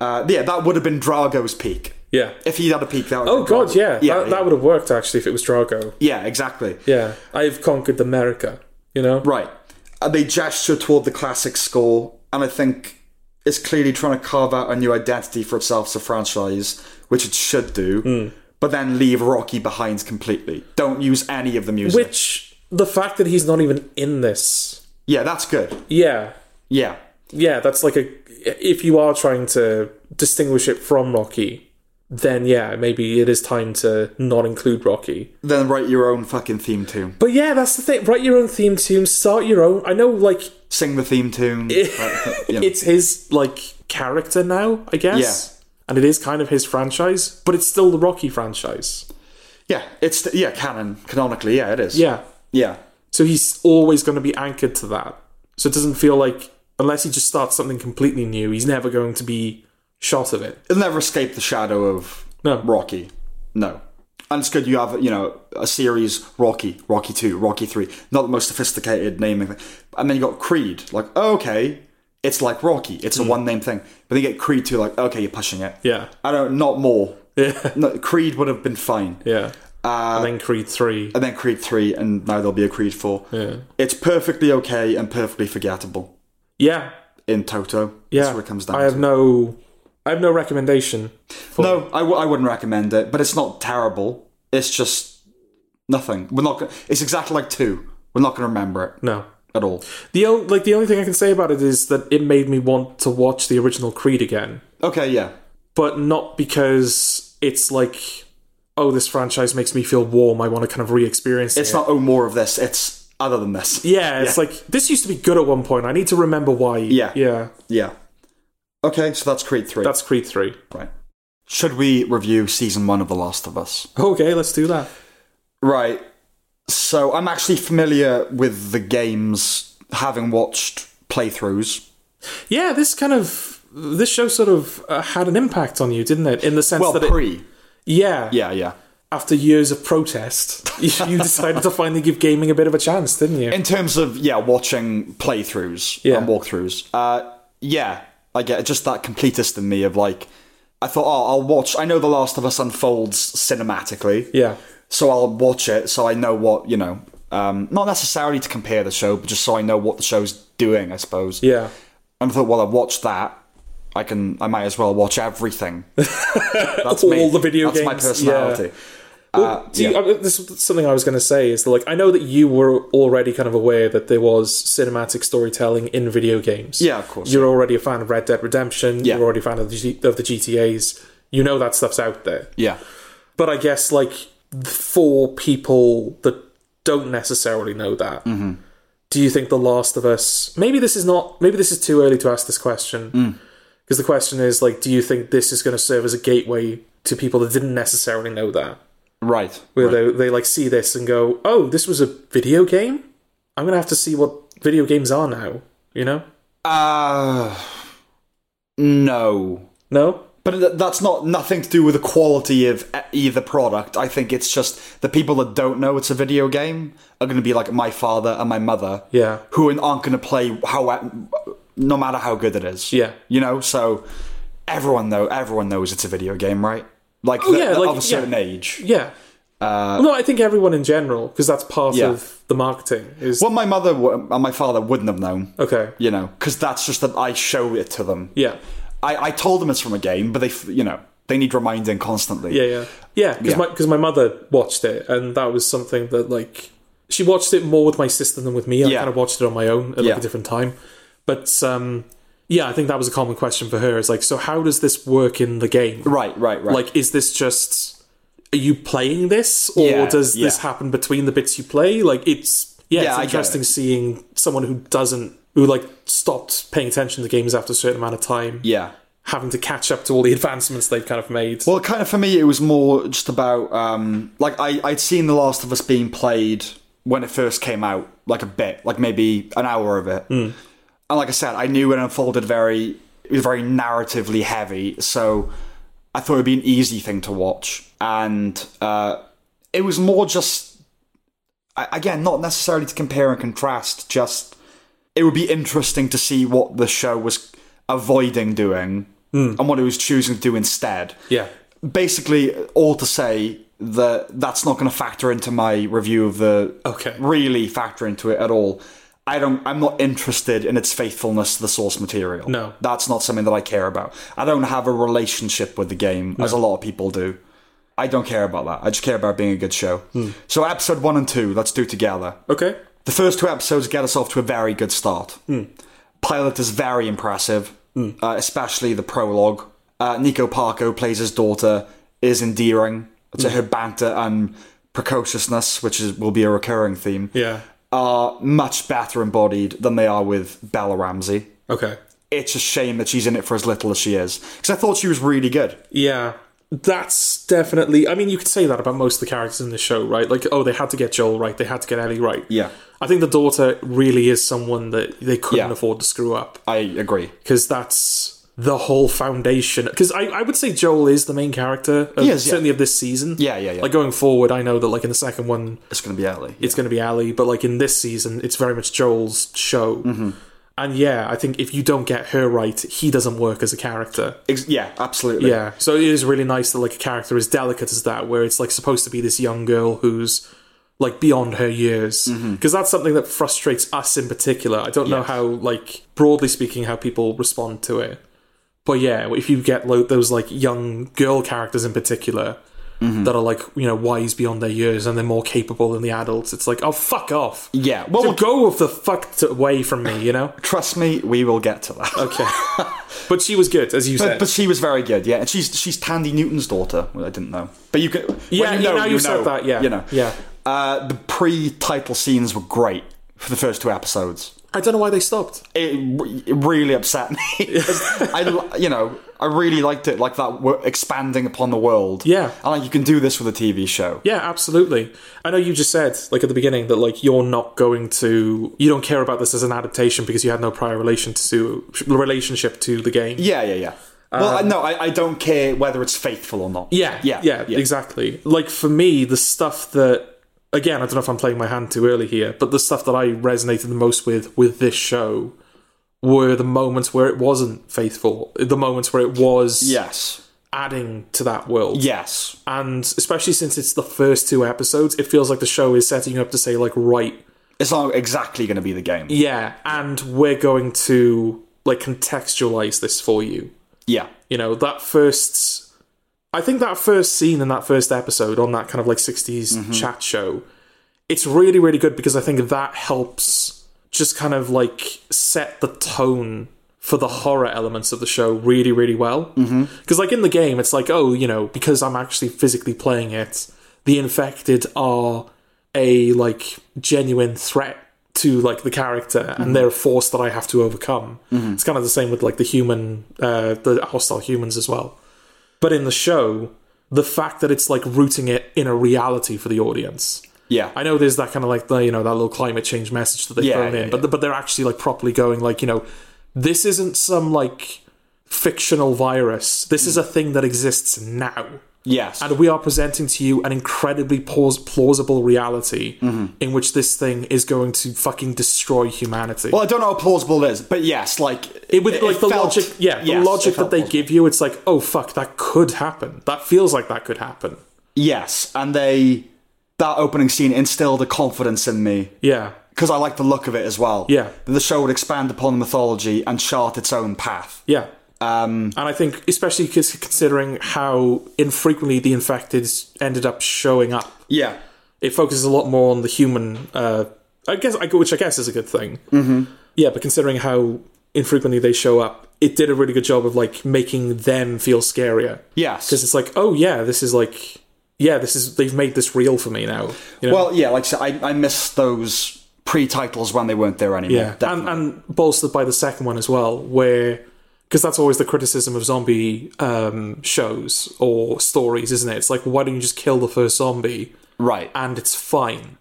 [SPEAKER 2] uh, yeah, that would have been Drago's peak.
[SPEAKER 1] Yeah.
[SPEAKER 2] If he'd had a peak, that would
[SPEAKER 1] Oh god, yeah.
[SPEAKER 2] yeah,
[SPEAKER 1] that, that would have worked actually if it was Drago.
[SPEAKER 2] yeah, exactly.
[SPEAKER 1] Yeah. I've conquered America, you know?
[SPEAKER 2] Right. Uh, they gesture toward the classic score, and I think it's clearly trying to carve out a new identity for itself as a franchise, which it should do, but then leave Rocky behind completely. Don't use any of the music.
[SPEAKER 1] Which the fact that he's not even in this.
[SPEAKER 2] yeah, that's good.
[SPEAKER 1] Yeah.
[SPEAKER 2] Yeah.
[SPEAKER 1] Yeah, that's like a if you are trying to distinguish it from Rocky, then yeah, maybe it is time to not include Rocky.
[SPEAKER 2] Then write your own fucking theme tune.
[SPEAKER 1] But yeah, that's the thing. Write your own theme tune, start your own. I know like
[SPEAKER 2] [coughs] Sing the theme tune. Right, you know.
[SPEAKER 1] it's his like character now, I guess. And it is kind of his franchise, but it's still the Rocky franchise.
[SPEAKER 2] yeah, it's yeah, canon canonically. Yeah, it is.
[SPEAKER 1] Yeah.
[SPEAKER 2] yeah.
[SPEAKER 1] So he's always going to be anchored to that. So it doesn't feel like, unless he just starts something completely new, he's never going to be shot of it.
[SPEAKER 2] It'll never escape the shadow of
[SPEAKER 1] No.
[SPEAKER 2] Rocky. No. And it's good you have, you know, a series Rocky, Rocky 2, Rocky 3. Not the most sophisticated naming. And then you got Creed. Like, oh, okay, it's like Rocky. It's a one name thing. But then you get Creed 2, like, okay, you're pushing it.
[SPEAKER 1] Hmm. Yeah.
[SPEAKER 2] I don't, not more.
[SPEAKER 1] Yeah.
[SPEAKER 2] [laughs] No, Creed would have been fine.
[SPEAKER 1] Yeah.
[SPEAKER 2] Uh,
[SPEAKER 1] and then Creed 3.
[SPEAKER 2] And then Creed 3, and now there'll be a Creed 4.
[SPEAKER 1] Yeah.
[SPEAKER 2] It's perfectly okay and perfectly forgettable
[SPEAKER 1] Yeah.
[SPEAKER 2] in toto.
[SPEAKER 1] Yeah.
[SPEAKER 2] That's what it comes down
[SPEAKER 1] I have no. I have no recommendation.
[SPEAKER 2] No, I, w- I wouldn't recommend it, but it's not terrible. It's just nothing. We're not. Go- it's exactly like two. We're not going to remember it
[SPEAKER 1] No.
[SPEAKER 2] at all.
[SPEAKER 1] The only, like the only thing I can say about it is that it made me want to watch the original Creed again,
[SPEAKER 2] Okay, yeah,
[SPEAKER 1] but not because it's like, oh, this franchise makes me feel warm. I want to kind of re-experience
[SPEAKER 2] it's
[SPEAKER 1] it.
[SPEAKER 2] not. Oh, more of this. It's other than this.
[SPEAKER 1] Yeah, it's like this used to be good at one point. I need to remember why.
[SPEAKER 2] Yeah.
[SPEAKER 1] Yeah.
[SPEAKER 2] Yeah. Okay, so that's Creed three.
[SPEAKER 1] That's Creed 3.
[SPEAKER 2] right. Should we review season one of The Last of Us?
[SPEAKER 1] Okay, let's do that.
[SPEAKER 2] Right. So I'm actually familiar with the games, having watched playthroughs.
[SPEAKER 1] Yeah, this kind of this show sort of uh, had an impact on you, didn't it? In the sense
[SPEAKER 2] Well,
[SPEAKER 1] that it,
[SPEAKER 2] pre.
[SPEAKER 1] yeah,
[SPEAKER 2] yeah, yeah.
[SPEAKER 1] after years of protest, [laughs] you decided to finally give gaming a bit of a chance, didn't you?
[SPEAKER 2] in terms of yeah watching playthroughs
[SPEAKER 1] Yeah.
[SPEAKER 2] and walkthroughs uh yeah i get it. just that completist in me of like i thought oh i'll watch i know the last of us unfolds cinematically
[SPEAKER 1] yeah.
[SPEAKER 2] so i'll watch it so i know what you know um not necessarily to compare the show but just so i know what the show's doing i suppose
[SPEAKER 1] Yeah.
[SPEAKER 2] and i thought well i've watched that I can. I might as well
[SPEAKER 1] [laughs]
[SPEAKER 2] watch everything. That's
[SPEAKER 1] All
[SPEAKER 2] me.
[SPEAKER 1] the video
[SPEAKER 2] That's my
[SPEAKER 1] games, yeah.
[SPEAKER 2] personality. Uh,
[SPEAKER 1] Do you-
[SPEAKER 2] yeah.
[SPEAKER 1] I mean, this is something I was going to say is that, like I know that you were already kind of aware that there was cinematic storytelling in video games.
[SPEAKER 2] Yeah, of course.
[SPEAKER 1] You're already a fan of Red Dead Redemption.
[SPEAKER 2] Yeah.
[SPEAKER 1] You're already a fan of the, G- of the GTA's. You know that stuff's out there.
[SPEAKER 2] yeah.
[SPEAKER 1] But I guess like for people that don't necessarily know that,
[SPEAKER 2] Mm-hmm.
[SPEAKER 1] do you think The Last of Us? Maybe this is not. Maybe this is too early to ask this question
[SPEAKER 2] Mm.
[SPEAKER 1] because the question is like, do you think this is going to serve as a gateway to people that didn't necessarily know that?
[SPEAKER 2] Right.
[SPEAKER 1] where they, they like see this and go, "Oh, this was a video game. I'm gonna have to see what video games are now." You know?
[SPEAKER 2] Uh, no.
[SPEAKER 1] No.
[SPEAKER 2] But th- that's not nothing to do with the quality of e- either product. I think it's just the people that don't know it's a video game are going to be like my father and my mother,
[SPEAKER 1] Yeah.
[SPEAKER 2] who aren't going to play how uh, no matter how good it is.
[SPEAKER 1] Yeah.
[SPEAKER 2] you know. So everyone know everyone knows it's a video game, right? Like, the,
[SPEAKER 1] Oh, yeah,
[SPEAKER 2] the-
[SPEAKER 1] like,
[SPEAKER 2] of a
[SPEAKER 1] yeah.
[SPEAKER 2] certain age.
[SPEAKER 1] Yeah.
[SPEAKER 2] Uh,
[SPEAKER 1] no, I think everyone in general, because that's part of the marketing. Is
[SPEAKER 2] Well, my mother w- and my father wouldn't have known,
[SPEAKER 1] okay.
[SPEAKER 2] you know, because that's just that I show it to them.
[SPEAKER 1] Yeah.
[SPEAKER 2] I, I told them it's from a game, but they, f- you know, they need reminding constantly.
[SPEAKER 1] Yeah. Yeah. Yeah. Because
[SPEAKER 2] Yeah.
[SPEAKER 1] my because my mother watched it, and that was something that like she watched it more with my sister than with me. I
[SPEAKER 2] Yeah.
[SPEAKER 1] kind of watched it on my own at like
[SPEAKER 2] Yeah.
[SPEAKER 1] a different time, but um, yeah, I think that was a common question for her. Is like, so how does this work in the game?
[SPEAKER 2] Right, right, right.
[SPEAKER 1] like is this just are you playing this or
[SPEAKER 2] Yeah,
[SPEAKER 1] does this
[SPEAKER 2] yeah.
[SPEAKER 1] happen between the bits you play like it's yeah,
[SPEAKER 2] Yeah, I
[SPEAKER 1] it's
[SPEAKER 2] get
[SPEAKER 1] interesting
[SPEAKER 2] it.
[SPEAKER 1] seeing someone who doesn't who like stopped paying attention to games after a certain amount of time
[SPEAKER 2] yeah.
[SPEAKER 1] having to catch up to all the [laughs] advancements they've kind of made
[SPEAKER 2] Well, kind of for me, it was more just about um, like I, I'd seen The Last of Us being played when it first came out, like a bit, like maybe an hour of it. And like I said, I knew it unfolded very, it was very narratively heavy, so I thought it would be an easy thing to watch. And uh, it was more just, I- again, not necessarily to compare and contrast, just it would be interesting to see what the show was avoiding doing and what it was choosing to do instead
[SPEAKER 1] yeah
[SPEAKER 2] basically all to say that that's not going to factor into my review of the
[SPEAKER 1] Okay.
[SPEAKER 2] really factor into it at all i don't i'm not interested in its faithfulness to the source material
[SPEAKER 1] No.
[SPEAKER 2] that's not something that i care about i don't have a relationship with the game as a lot of people do i don't care about that i just care about being a good show
[SPEAKER 1] Hmm.
[SPEAKER 2] so episode one and two let's do together
[SPEAKER 1] okay
[SPEAKER 2] the first two episodes get us off to a very good start. Pilot is very impressive, uh, especially the prologue. Uh, Nico Parker, who plays his daughter, is endearing to her banter and precociousness, which is, will be a recurring theme,
[SPEAKER 1] yeah
[SPEAKER 2] are much better embodied than they are with Bella Ramsey.
[SPEAKER 1] okay
[SPEAKER 2] It's a shame that she's in it for as little as she is, because I thought she was really good.
[SPEAKER 1] yeah that's definitely i mean you could say that about most of the characters in the show right like oh they had to get joel right they had to get ellie right
[SPEAKER 2] Yeah.
[SPEAKER 1] i think the daughter really is someone that they couldn't
[SPEAKER 2] Yeah.
[SPEAKER 1] afford to screw up
[SPEAKER 2] I agree.
[SPEAKER 1] because that's the whole foundation. Because I, I would say Joel is the main character, of,
[SPEAKER 2] He is, yeah.
[SPEAKER 1] certainly of this season.
[SPEAKER 2] Yeah, yeah, yeah.
[SPEAKER 1] Like going forward, I know that like in the second one,
[SPEAKER 2] It's going to be Ellie.
[SPEAKER 1] it's going to be Ali, but like in this season, it's very much Joel's show.
[SPEAKER 2] Mm-hmm.
[SPEAKER 1] And yeah, I think if you don't get her right, he doesn't work as a character.
[SPEAKER 2] Ex- yeah, absolutely.
[SPEAKER 1] Yeah, so it is really nice that like a character as delicate as that, where it's like supposed to be this young girl who's like beyond her years, because
[SPEAKER 2] Mm-hmm.
[SPEAKER 1] that's something that frustrates us in particular. I don't know how like broadly speaking how people respond to it, but yeah, if you get lo- those like young girl characters in particular.
[SPEAKER 2] Mm-hmm.
[SPEAKER 1] That are like you know wise beyond their years and they're more capable than the adults. It's like oh fuck off,
[SPEAKER 2] Yeah, well,
[SPEAKER 1] So go of the fuck t- away from me, you know.
[SPEAKER 2] Trust me, we will get to that. [laughs]
[SPEAKER 1] Okay, but she was good as you said.
[SPEAKER 2] But, but she was very good, yeah. And she's she's Tandy Newton's daughter. Well, I didn't know, but you can.
[SPEAKER 1] yeah,
[SPEAKER 2] when
[SPEAKER 1] you
[SPEAKER 2] you know,
[SPEAKER 1] now you,
[SPEAKER 2] you
[SPEAKER 1] said
[SPEAKER 2] know,
[SPEAKER 1] that. Yeah,
[SPEAKER 2] you know.
[SPEAKER 1] yeah.
[SPEAKER 2] Uh, the pre-title scenes were great for the first two episodes.
[SPEAKER 1] I don't know why they stopped.
[SPEAKER 2] It, re- it really upset me. [laughs] I, l- you know, I really liked it, like that wo- expanding upon the world.
[SPEAKER 1] Yeah.
[SPEAKER 2] and like you can do this with a TV show.
[SPEAKER 1] Yeah, absolutely. I know you just said, like at the beginning, that like you're not going to, you don't care about this as an adaptation because you had no prior relation to relationship to the game.
[SPEAKER 2] Yeah, yeah, yeah. well, I- no, I, I don't care whether it's faithful or not.
[SPEAKER 1] Um, yeah,
[SPEAKER 2] yeah,
[SPEAKER 1] yeah, exactly. Like for me, the stuff that, again, I don't know if I'm playing my hand too early here, but the stuff that I resonated the most with with this show were the moments where it wasn't faithful, the moments where it was
[SPEAKER 2] Yes,
[SPEAKER 1] adding to that world.
[SPEAKER 2] yes.
[SPEAKER 1] and especially since it's the first two episodes, it feels like the show is setting you up to say like, right,
[SPEAKER 2] It's not exactly going to be the game.
[SPEAKER 1] yeah, and we're going to like contextualize this for you.
[SPEAKER 2] Yeah.
[SPEAKER 1] You know, that first I think that first scene in that first episode on that kind of like 60s chat show, it's really, really good because I think that helps just kind of like set the tone for the horror elements of the show really, really well. Because, like, in the game, it's like, oh, you know, because I'm actually physically playing it, the infected are a like genuine threat to like the character and they're a force that I have to overcome. It's kind of the same with like the human, uh, the hostile humans as well. But in the show, the fact that it's like rooting it in a reality for the audience.
[SPEAKER 2] Yeah.
[SPEAKER 1] I know there's that kind of like the you know that little climate change message that they
[SPEAKER 2] Yeah,
[SPEAKER 1] throw in,
[SPEAKER 2] yeah,
[SPEAKER 1] but but they're actually like properly going like you know this isn't some like fictional virus. This is a
[SPEAKER 2] Mm.
[SPEAKER 1] thing that exists now.
[SPEAKER 2] yes.
[SPEAKER 1] And we are presenting to you an incredibly paus- plausible reality
[SPEAKER 2] Mm-hmm.
[SPEAKER 1] in which this thing is going to fucking destroy humanity.
[SPEAKER 2] well, I don't know how plausible it is, but yes, like
[SPEAKER 1] it would like the
[SPEAKER 2] felt-
[SPEAKER 1] logic, yeah,
[SPEAKER 2] yes,
[SPEAKER 1] the
[SPEAKER 2] it
[SPEAKER 1] logic that
[SPEAKER 2] felt
[SPEAKER 1] they
[SPEAKER 2] plausible.
[SPEAKER 1] give you. It's like, oh fuck, that could happen. That feels like that could happen.
[SPEAKER 2] Yes, and they that opening scene instilled a confidence in me
[SPEAKER 1] Yeah,
[SPEAKER 2] because I like the look of it as well.
[SPEAKER 1] Yeah.
[SPEAKER 2] that the show would expand upon mythology and chart its own path.
[SPEAKER 1] yeah. Um, and I think, especially 'cause- considering how infrequently the infected ended up showing up
[SPEAKER 2] Yeah,
[SPEAKER 1] it focuses a lot more on the human. Uh, I guess, I- which I guess is a good thing. Mm-hmm. Yeah, but considering how infrequently they show up, it did a really good job of like making them feel scarier.
[SPEAKER 2] yes.
[SPEAKER 1] because it's like, oh yeah, this is like, yeah, this is they've made this real for me now. You know?
[SPEAKER 2] Well, yeah, like I said, I, I miss those pre-titles when they weren't there anymore.
[SPEAKER 1] yeah,
[SPEAKER 2] That-
[SPEAKER 1] and, and bolstered by the second one as well, where because that's always the criticism of zombie um, shows or stories, isn't it? It's like, why don't you just kill the first zombie?
[SPEAKER 2] right.
[SPEAKER 1] and it's fine.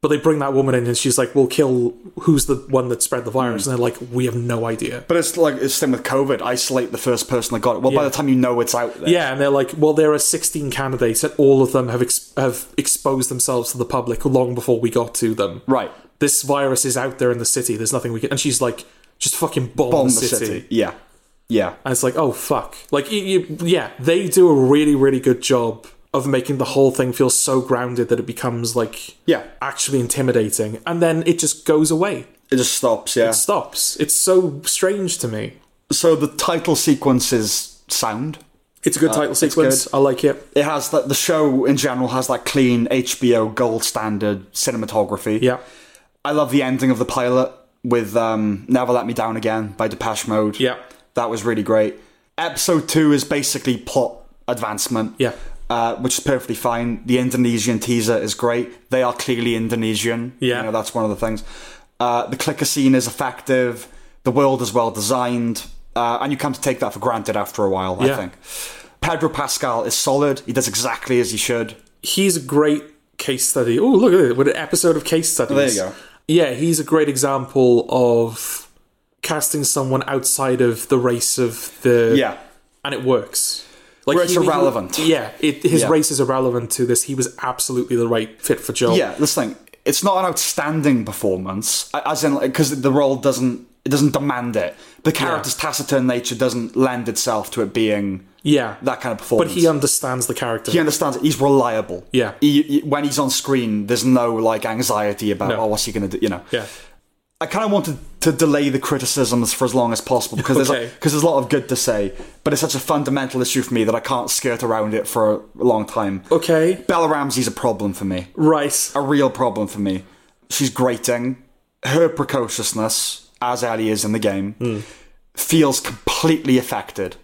[SPEAKER 1] But they bring that woman in and she's like, we'll kill who's the one that spread the virus. And they're like, we have no idea.
[SPEAKER 2] but it's like it's the same with COVID. Isolate the first person that got it. Well, by the time you know it's out there,
[SPEAKER 1] Yeah, and they're like, well, there are 16 candidates and all of them have, ex- have exposed themselves to the public long before we got to them.
[SPEAKER 2] right.
[SPEAKER 1] This virus is out there in the city. There's nothing we can. And she's like, just fucking bomb,
[SPEAKER 2] On
[SPEAKER 1] the,
[SPEAKER 2] the
[SPEAKER 1] city.
[SPEAKER 2] city. Yeah, yeah.
[SPEAKER 1] And it's like, oh, fuck. Like, you, you, yeah, they do a really, really good job of making the whole thing feel so grounded that it becomes like
[SPEAKER 2] Yeah.
[SPEAKER 1] actually intimidating. And then it just goes away.
[SPEAKER 2] It just stops. Yeah.
[SPEAKER 1] stops. It's so strange to me.
[SPEAKER 2] so the title sequence is sound.
[SPEAKER 1] Uh, It's a good title sequence. I like it.
[SPEAKER 2] it has that the show in general has that clean HBO gold standard cinematography.
[SPEAKER 1] Yeah.
[SPEAKER 2] I love the ending of the pilot with um, "Never Let Me Down Again" by Depeche Mode.
[SPEAKER 1] Yeah.
[SPEAKER 2] that was really great. Episode two is basically plot advancement.
[SPEAKER 1] Yeah.
[SPEAKER 2] Uh, which is perfectly fine. The Indonesian teaser is great. They are clearly Indonesian.
[SPEAKER 1] Yeah.
[SPEAKER 2] You know, that's one of the things. Uh, the clicker scene is effective. The world is well designed. Uh, and you come to take that for granted after a while,
[SPEAKER 1] Yeah.
[SPEAKER 2] I think. Pedro Pascal is solid. He does exactly as he should.
[SPEAKER 1] He's a great case study. Oh, look at it. What an episode of case studies.
[SPEAKER 2] There you go.
[SPEAKER 1] Yeah, he's a great example of casting someone outside of the race of the.
[SPEAKER 2] Yeah.
[SPEAKER 1] And it works. Like
[SPEAKER 2] Where it's
[SPEAKER 1] he-
[SPEAKER 2] irrelevant.
[SPEAKER 1] yeah, it, his
[SPEAKER 2] Yeah.
[SPEAKER 1] race is irrelevant to this. He was absolutely the right fit for Joel.
[SPEAKER 2] Yeah, this thing. It's not an outstanding performance, a- as in, because the role doesn't. It doesn't demand it. The character's taciturn nature doesn't lend itself to it being
[SPEAKER 1] yeah.
[SPEAKER 2] that kind of performance.
[SPEAKER 1] but he understands the character.
[SPEAKER 2] he understands it. He's reliable.
[SPEAKER 1] Yeah.
[SPEAKER 2] He, he- when he's on screen, there's no like anxiety about
[SPEAKER 1] No.
[SPEAKER 2] oh, what's he gonna do? You know.
[SPEAKER 1] yeah.
[SPEAKER 2] I kind of wanted to delay the criticisms for as long as possible because
[SPEAKER 1] Okay.
[SPEAKER 2] there's because there's a lot of good to say, but it's such a fundamental issue for me that I can't skirt around it for a long time.
[SPEAKER 1] Okay.
[SPEAKER 2] Bella Ramsey's a problem for me,
[SPEAKER 1] Right.
[SPEAKER 2] a real problem for me. She's grating. Her precociousness, as Ellie is in the game, feels completely affected.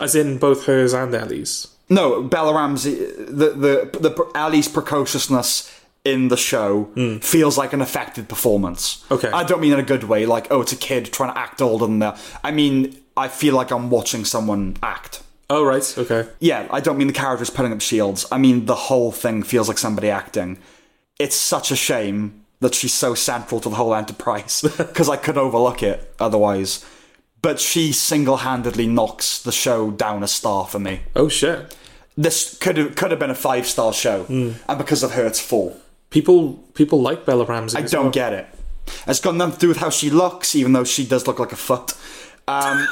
[SPEAKER 1] As in both hers and Ellie's.
[SPEAKER 2] No, Bella Ramsey, the the the Ali's precociousness in the show feels like an affected performance.
[SPEAKER 1] Okay.
[SPEAKER 2] I don't mean in a good way, like oh, it's a kid trying to act older than that. I mean, I feel like I'm watching someone act.
[SPEAKER 1] Oh, right. Okay.
[SPEAKER 2] Yeah, I don't mean the characters putting up shields. I mean the whole thing feels like somebody acting. It's such a shame that she's so central to the whole enterprise [laughs] because I could overlook it otherwise. But she single-handedly knocks the show down a star for me
[SPEAKER 1] Oh, shit.
[SPEAKER 2] this could have could have been a five star show, and because of her, it's four.
[SPEAKER 1] People people like Bella Ramsey. I
[SPEAKER 2] Don't get it. It's got nothing to do with how she looks, even though she does look like a foot. Um,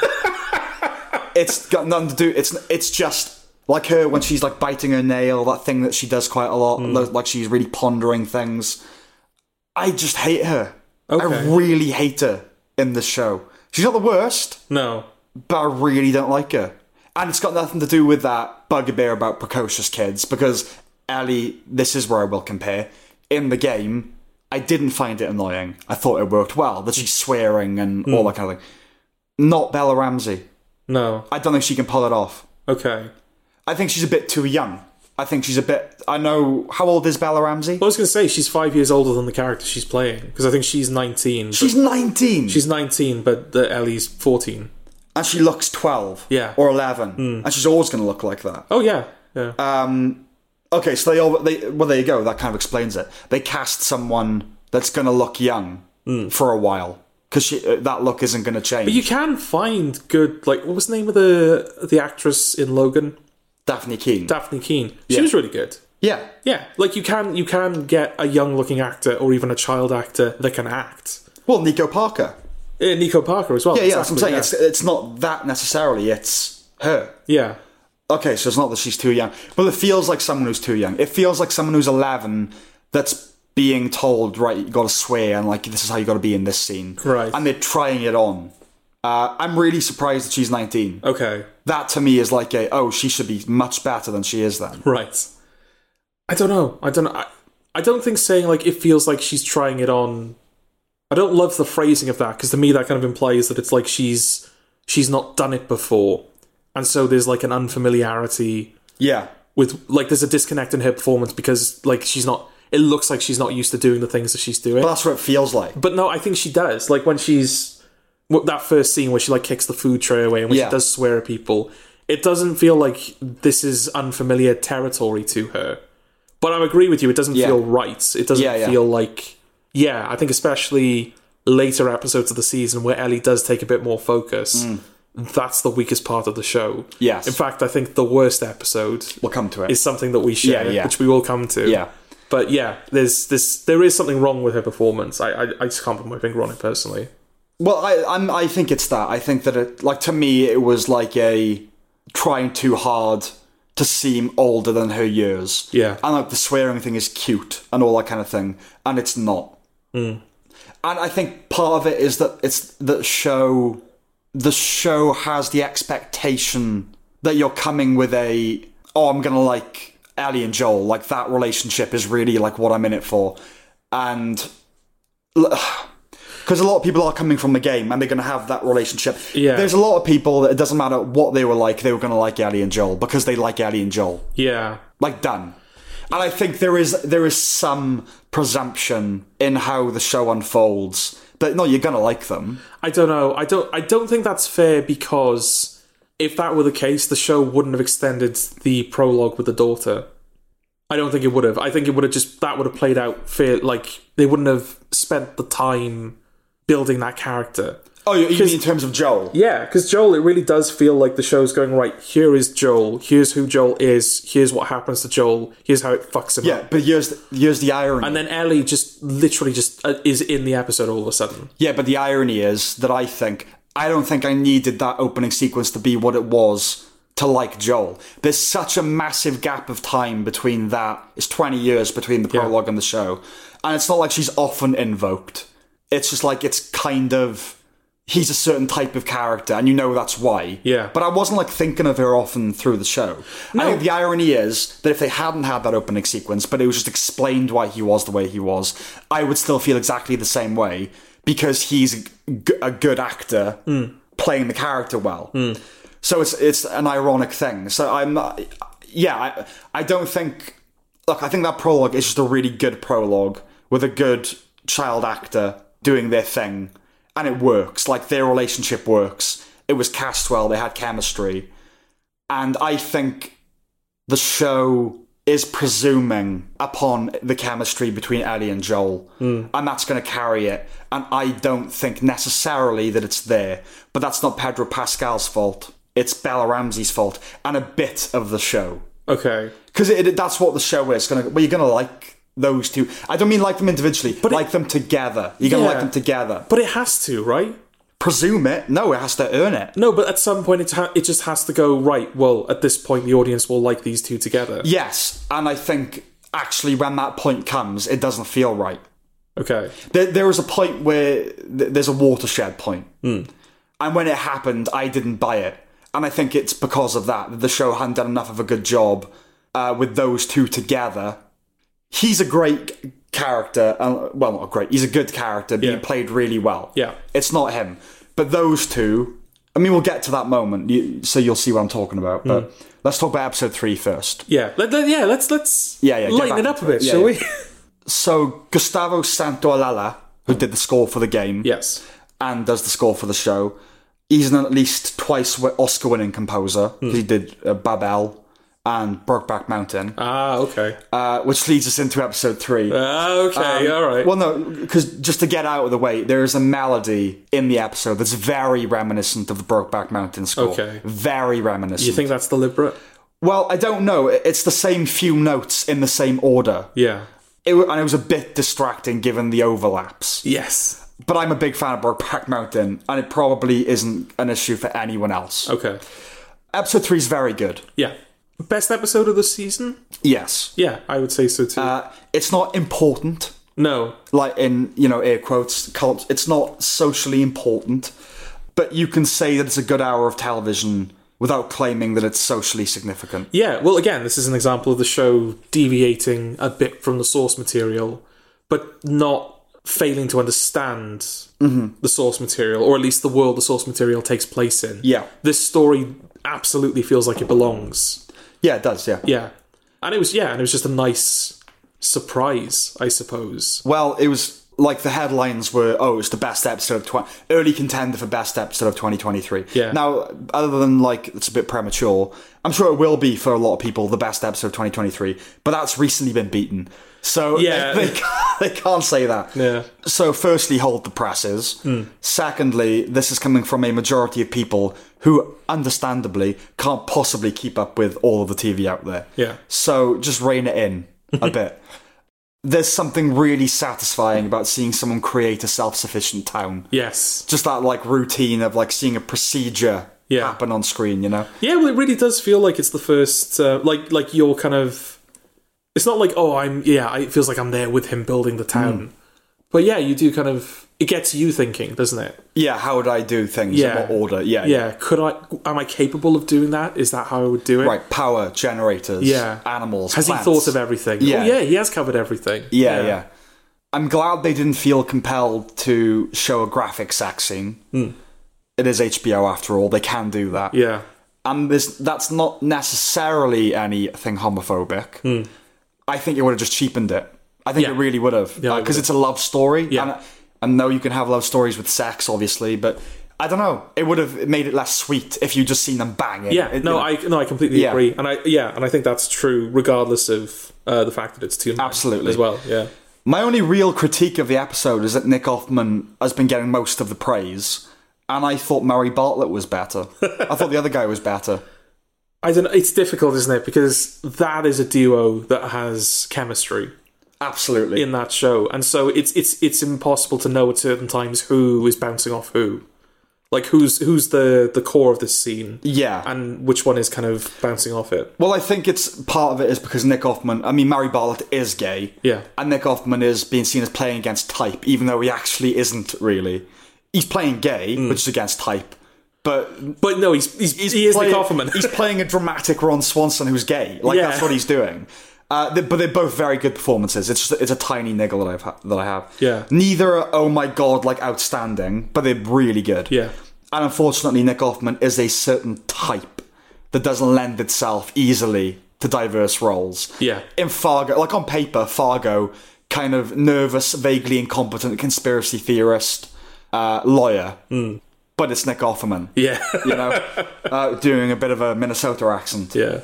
[SPEAKER 2] it's got nothing to do. It's it's just like her when she's like biting her nail, that thing that she does quite a lot, lo- like she's really pondering things. I just hate her.
[SPEAKER 1] Okay.
[SPEAKER 2] I really hate her in this show. She's not the worst,
[SPEAKER 1] No.
[SPEAKER 2] but I really don't like her. And it's got nothing to do with that bugbear about precocious kids, because Ellie, this is where I will compare. In the game, I didn't find it annoying. I thought it worked well, that she's swearing and
[SPEAKER 1] Hmm.
[SPEAKER 2] all that kind of thing. Not Bella Ramsey.
[SPEAKER 1] No.
[SPEAKER 2] I don't think she can pull it off.
[SPEAKER 1] Okay.
[SPEAKER 2] I think she's a bit too young. I think she's a bit. I know. How old is Bella Ramsey?
[SPEAKER 1] I was going to say she's five years older than the character she's playing because I think she's 19. but-
[SPEAKER 2] She's 19.
[SPEAKER 1] she's 19, but the Ellie's 14.
[SPEAKER 2] and she looks 12
[SPEAKER 1] Yeah. Hmm.
[SPEAKER 2] or 11 and she's always going to look like that
[SPEAKER 1] Oh yeah, yeah.
[SPEAKER 2] Uh, okay so they all they well there you go that kind of explains it they cast someone that's going to look young for a while because that look isn't going to change
[SPEAKER 1] Hmm. you can find good like what was the name of the the actress in Logan?
[SPEAKER 2] daphne keane
[SPEAKER 1] Daphne Keane. She was really good.
[SPEAKER 2] yeah
[SPEAKER 1] Yeah, like you can you can get a young looking actor or even a child actor that can act.
[SPEAKER 2] well nico parker
[SPEAKER 1] Uh, Nico Parker as well.
[SPEAKER 2] yeah, yeah that's what i'm saying it's, it's not that necessarily it's her
[SPEAKER 1] yeah.
[SPEAKER 2] okay so it's not that she's too young well it feels like someone who's too young it feels like someone who's 11 that's being told right you gotta swear and like this is how you gotta be in this scene
[SPEAKER 1] Right.
[SPEAKER 2] and they're trying it on uh, i'm really surprised that she's 19
[SPEAKER 1] yeah. Okay.
[SPEAKER 2] that to me is like a oh she should be much better than she is then
[SPEAKER 1] Right. I don't know. I don't. I, I don't think saying like it feels like she's trying it on. I don't love the phrasing of that because to me that kind of implies that it's like she's she's not done it before, and so there's like an unfamiliarity
[SPEAKER 2] yeah
[SPEAKER 1] with like there's a disconnect in her performance because like she's not. It looks like she's not used to doing the things that she's doing.
[SPEAKER 2] but that's what it feels like
[SPEAKER 1] But no, I think she does. Like when she's wh- that first scene where she like kicks the food tray away and when
[SPEAKER 2] Yeah.
[SPEAKER 1] she does swear at people, it doesn't feel like this is unfamiliar territory to her. But I agree with you; it doesn't feel right. It doesn't
[SPEAKER 2] Yeah, yeah.
[SPEAKER 1] feel like yeah. I think especially later episodes of the season where Ellie does take a bit more focus. That's the weakest part of the show.
[SPEAKER 2] Mm. Yes.
[SPEAKER 1] In fact, I think the worst episode
[SPEAKER 2] we'll come to it
[SPEAKER 1] is something that we share,
[SPEAKER 2] Yeah, yeah.
[SPEAKER 1] which we will come to.
[SPEAKER 2] Yeah.
[SPEAKER 1] But yeah, there's this. There is something wrong with her performance. I I, I just can't put my finger on it personally.
[SPEAKER 2] well I, I'm, I think it's that i think that it like to me it was like a trying too hard to seem older than her years
[SPEAKER 1] Yeah.
[SPEAKER 2] and like the swearing thing is cute and all that kind of thing and it's not and i think part of it is that it's the show the show has the expectation that you're coming with a oh i'm gonna like ellie and joel like that relationship is really like what i'm in it for and [sighs] because a lot of people are coming from the game and they're going to have that relationship.
[SPEAKER 1] Yeah.
[SPEAKER 2] There's a lot of people that it doesn't matter what they were like, they were going to like Ellie and Joel because they like Ellie and Joel
[SPEAKER 1] Yeah.
[SPEAKER 2] like done. And I think there is there is some presumption in how the show unfolds that no, you're gonna like them.
[SPEAKER 1] I don't know. I don't. I don't think that's fair because if that were the case, the show wouldn't have extended the prologue with the daughter. I don't think it would have. I think it would have just that would have played out fair. Like they wouldn't have spent the time building that character.
[SPEAKER 2] Oh, you, you mean in terms of Joel?
[SPEAKER 1] Yeah, because Joel, it really does feel like the show's going right. Here is Joel. Here's who Joel is. Here's what happens to Joel. Here's how it fucks him up.
[SPEAKER 2] Yeah, but here's the, here's the irony.
[SPEAKER 1] And then Ellie just literally just uh, is in the episode all of a sudden.
[SPEAKER 2] yeah, but the irony is that I think I don't think I needed that opening sequence to be what it was to like Joel. There's such a massive gap of time between that. It's 20 years between the prologue and the show, and it's not like she's often invoked. It's just like it's kind of he's a certain type of character, and you know that's why.
[SPEAKER 1] Yeah.
[SPEAKER 2] But I wasn't like thinking of her often through the show. I think the irony is that if they hadn't had that opening sequence, but it was just explained why he was the way he was, I would still feel exactly the same way because he's a g- a good actor playing the character well. So it's it's an ironic thing. So I'm not, yeah, I, I don't think look, I think that prologue is just a really good prologue with a good child actor doing their thing, and it works. Like their relationship works. It was cast well. They had chemistry, and I think the show is presuming upon the chemistry between Ellie and Joel, and that's going to carry it. And I don't think necessarily that it's there, but that's not Pedro Pascal's fault. It's Bella Ramsey's fault, and a bit of the show
[SPEAKER 1] Okay.
[SPEAKER 2] because it, it- that's what the show is. Gonna, well, you're gonna like those two. I don't mean like them individually, but like them together. You're gonna like
[SPEAKER 1] Yeah.
[SPEAKER 2] them together.
[SPEAKER 1] But it has to, right?
[SPEAKER 2] Presume it. No, it has to earn it.
[SPEAKER 1] No, but at some point it, ha- it just has to go, right, well, at this point the audience will like these two together.
[SPEAKER 2] Yes, and I think actually when that point comes, it doesn't feel right.
[SPEAKER 1] Okay. Hmm.
[SPEAKER 2] There, there is a point where th- there's a watershed point And when it happened, I didn't buy it. And I think it's because of that that the show hadn't done enough of a good job uh, with those two together. He's a great character. Uh, well, not great. He's a good character, but
[SPEAKER 1] Yeah.
[SPEAKER 2] he played really well.
[SPEAKER 1] Yeah.
[SPEAKER 2] It's not him. But those two, I mean, we'll get to that moment, you, so you'll see what I'm talking about.
[SPEAKER 1] Hmm.
[SPEAKER 2] But let's talk about episode three first.
[SPEAKER 1] Yeah, let, let- yeah. Let's let's
[SPEAKER 2] Yeah, yeah, get
[SPEAKER 1] lighten it
[SPEAKER 2] back
[SPEAKER 1] up a
[SPEAKER 2] into
[SPEAKER 1] bit,
[SPEAKER 2] it. Yeah,
[SPEAKER 1] shall
[SPEAKER 2] yeah.
[SPEAKER 1] we?
[SPEAKER 2] So, Gustavo Santaolalla, who did the score for the game.
[SPEAKER 1] [laughs] yes.
[SPEAKER 2] and does the score for the show. He's an at least twice wi- Oscar-winning composer.
[SPEAKER 1] Hmm.
[SPEAKER 2] He did uh, Babel and Brokeback Mountain,
[SPEAKER 1] Ah, okay.
[SPEAKER 2] uh, which leads us into episode three.
[SPEAKER 1] Ah, okay. all right.
[SPEAKER 2] Well, no, because just to get out of the way, there is a melody in the episode that's very reminiscent of the Brokeback Mountain score.
[SPEAKER 1] Okay.
[SPEAKER 2] Very reminiscent.
[SPEAKER 1] you think that's deliberate?
[SPEAKER 2] well, I don't know. It- It's the same few notes in the same order.
[SPEAKER 1] Yeah.
[SPEAKER 2] It, wa- and it was a bit distracting given the overlaps.
[SPEAKER 1] Yes.
[SPEAKER 2] But I'm a big fan of Brokeback Mountain, and it probably isn't an issue for anyone else.
[SPEAKER 1] Okay.
[SPEAKER 2] Episode three is very good.
[SPEAKER 1] Yeah. Best episode of the season?
[SPEAKER 2] Yes,
[SPEAKER 1] Yeah, I would say so too.
[SPEAKER 2] uh, it's not important,
[SPEAKER 1] no.
[SPEAKER 2] like in you know air quotes. Cult. It's not socially important, but you can say that it's a good hour of television without claiming that it's socially significant.
[SPEAKER 1] Yeah, well, again, this is an example of the show deviating a bit from the source material, but not failing to understand the source material, or at least the world the source material takes place in.
[SPEAKER 2] Yeah.
[SPEAKER 1] This story absolutely feels like it belongs.
[SPEAKER 2] Yeah, it does. Yeah.
[SPEAKER 1] Yeah. And it was, yeah, and it was just a nice surprise, I suppose.
[SPEAKER 2] Well, it was like the headlines were, "Oh, it's the best episode of 20, early contender for best episode of 2023."
[SPEAKER 1] Yeah.
[SPEAKER 2] Now, other than like it's a bit premature, I'm sure it will be for a lot of people the best episode of 2023, but that's recently been beaten. So
[SPEAKER 1] Yeah.
[SPEAKER 2] they, they, can't, they can't say that.
[SPEAKER 1] Yeah.
[SPEAKER 2] So, firstly, hold the presses.
[SPEAKER 1] Hmm.
[SPEAKER 2] Secondly, this is coming from a majority of people who, understandably, can't possibly keep up with all of the TV out there.
[SPEAKER 1] Yeah.
[SPEAKER 2] So just rein it in
[SPEAKER 1] [laughs]
[SPEAKER 2] a bit. There's something really satisfying about seeing someone create a self-sufficient town.
[SPEAKER 1] Yes.
[SPEAKER 2] Just that like routine of like seeing a procedure
[SPEAKER 1] Yeah.
[SPEAKER 2] happen on screen, you know?
[SPEAKER 1] Yeah, well, it really does feel like it's the first, uh, like, like your kind of. It's not like oh, I'm yeah. I- It feels like I'm there with him building the
[SPEAKER 2] Hmm.
[SPEAKER 1] town, but yeah, you do kind of. It gets you thinking, doesn't it?
[SPEAKER 2] Yeah, how would I do things?
[SPEAKER 1] Yeah.
[SPEAKER 2] In what order? Yeah.
[SPEAKER 1] Yeah. Could I? Am I capable of doing that? Is that how I would do it?
[SPEAKER 2] Right, power, generators,
[SPEAKER 1] Yeah.
[SPEAKER 2] animals.
[SPEAKER 1] Has
[SPEAKER 2] plants.
[SPEAKER 1] he thought of everything?
[SPEAKER 2] Yeah.
[SPEAKER 1] Oh, yeah. He has covered everything.
[SPEAKER 2] Yeah, yeah, I'm glad they didn't feel compelled to show a graphic sex scene. It is HBO after all, they can do that.
[SPEAKER 1] Hmm. Yeah.
[SPEAKER 2] and there's, that's not necessarily anything homophobic. I think it would have just cheapened it. I think it
[SPEAKER 1] Hmm. Yeah.
[SPEAKER 2] really would have
[SPEAKER 1] I
[SPEAKER 2] because
[SPEAKER 1] would
[SPEAKER 2] it's a love story.
[SPEAKER 1] Yeah.
[SPEAKER 2] and I know you can have love stories with sex, obviously, but I don't know. It would have made it less sweet if you just seen them banging.
[SPEAKER 1] Yeah.
[SPEAKER 2] It-
[SPEAKER 1] no,
[SPEAKER 2] you know,
[SPEAKER 1] I no, I completely
[SPEAKER 2] Yeah.
[SPEAKER 1] agree, and I yeah, and I think that's true regardless of uh, the fact that it's two
[SPEAKER 2] Absolutely.
[SPEAKER 1] as well. Yeah.
[SPEAKER 2] My only real critique of the episode is that Nick Offerman has been getting most of the praise, and I thought Murray Bartlett was better. I thought the other guy was better.
[SPEAKER 1] I don't. know, It's difficult, isn't it? Because that is a duo that has chemistry.
[SPEAKER 2] Absolutely.
[SPEAKER 1] in that show, and so it's it's it's impossible to know at certain times who is bouncing off who, like who's who's the the core of this scene,
[SPEAKER 2] yeah.
[SPEAKER 1] and which one is kind of bouncing off it.
[SPEAKER 2] Well, I think it's part of it is because Nick Offman. I mean, Mary Bartlett is gay.
[SPEAKER 1] Yeah.
[SPEAKER 2] And Nick Offman is being seen as playing against type, even though he actually isn't really. He's playing gay,
[SPEAKER 1] Mm.
[SPEAKER 2] which is against type. But
[SPEAKER 1] But no, he's he's, he is
[SPEAKER 2] playing,
[SPEAKER 1] Nick Offerman.
[SPEAKER 2] he's playing a dramatic Ron Swanson who's gay. Like
[SPEAKER 1] Yeah.
[SPEAKER 2] that's what he's doing. Uh, they- but they're both very good performances. It's just it's a tiny niggle that I've ha- that I have.
[SPEAKER 1] Yeah.
[SPEAKER 2] Neither are oh my god like outstanding, but they're really good.
[SPEAKER 1] [laughs] Yeah.
[SPEAKER 2] And unfortunately, Nick Offman is a certain type that doesn't lend itself easily to diverse roles.
[SPEAKER 1] Yeah.
[SPEAKER 2] In Fargo, like on paper, Fargo, kind of nervous, vaguely incompetent conspiracy theorist, uh, lawyer.
[SPEAKER 1] Hmm.
[SPEAKER 2] But it's Nick Offerman
[SPEAKER 1] yeah,
[SPEAKER 2] you know, uh, doing a bit of a Minnesota accent.
[SPEAKER 1] [laughs] yeah,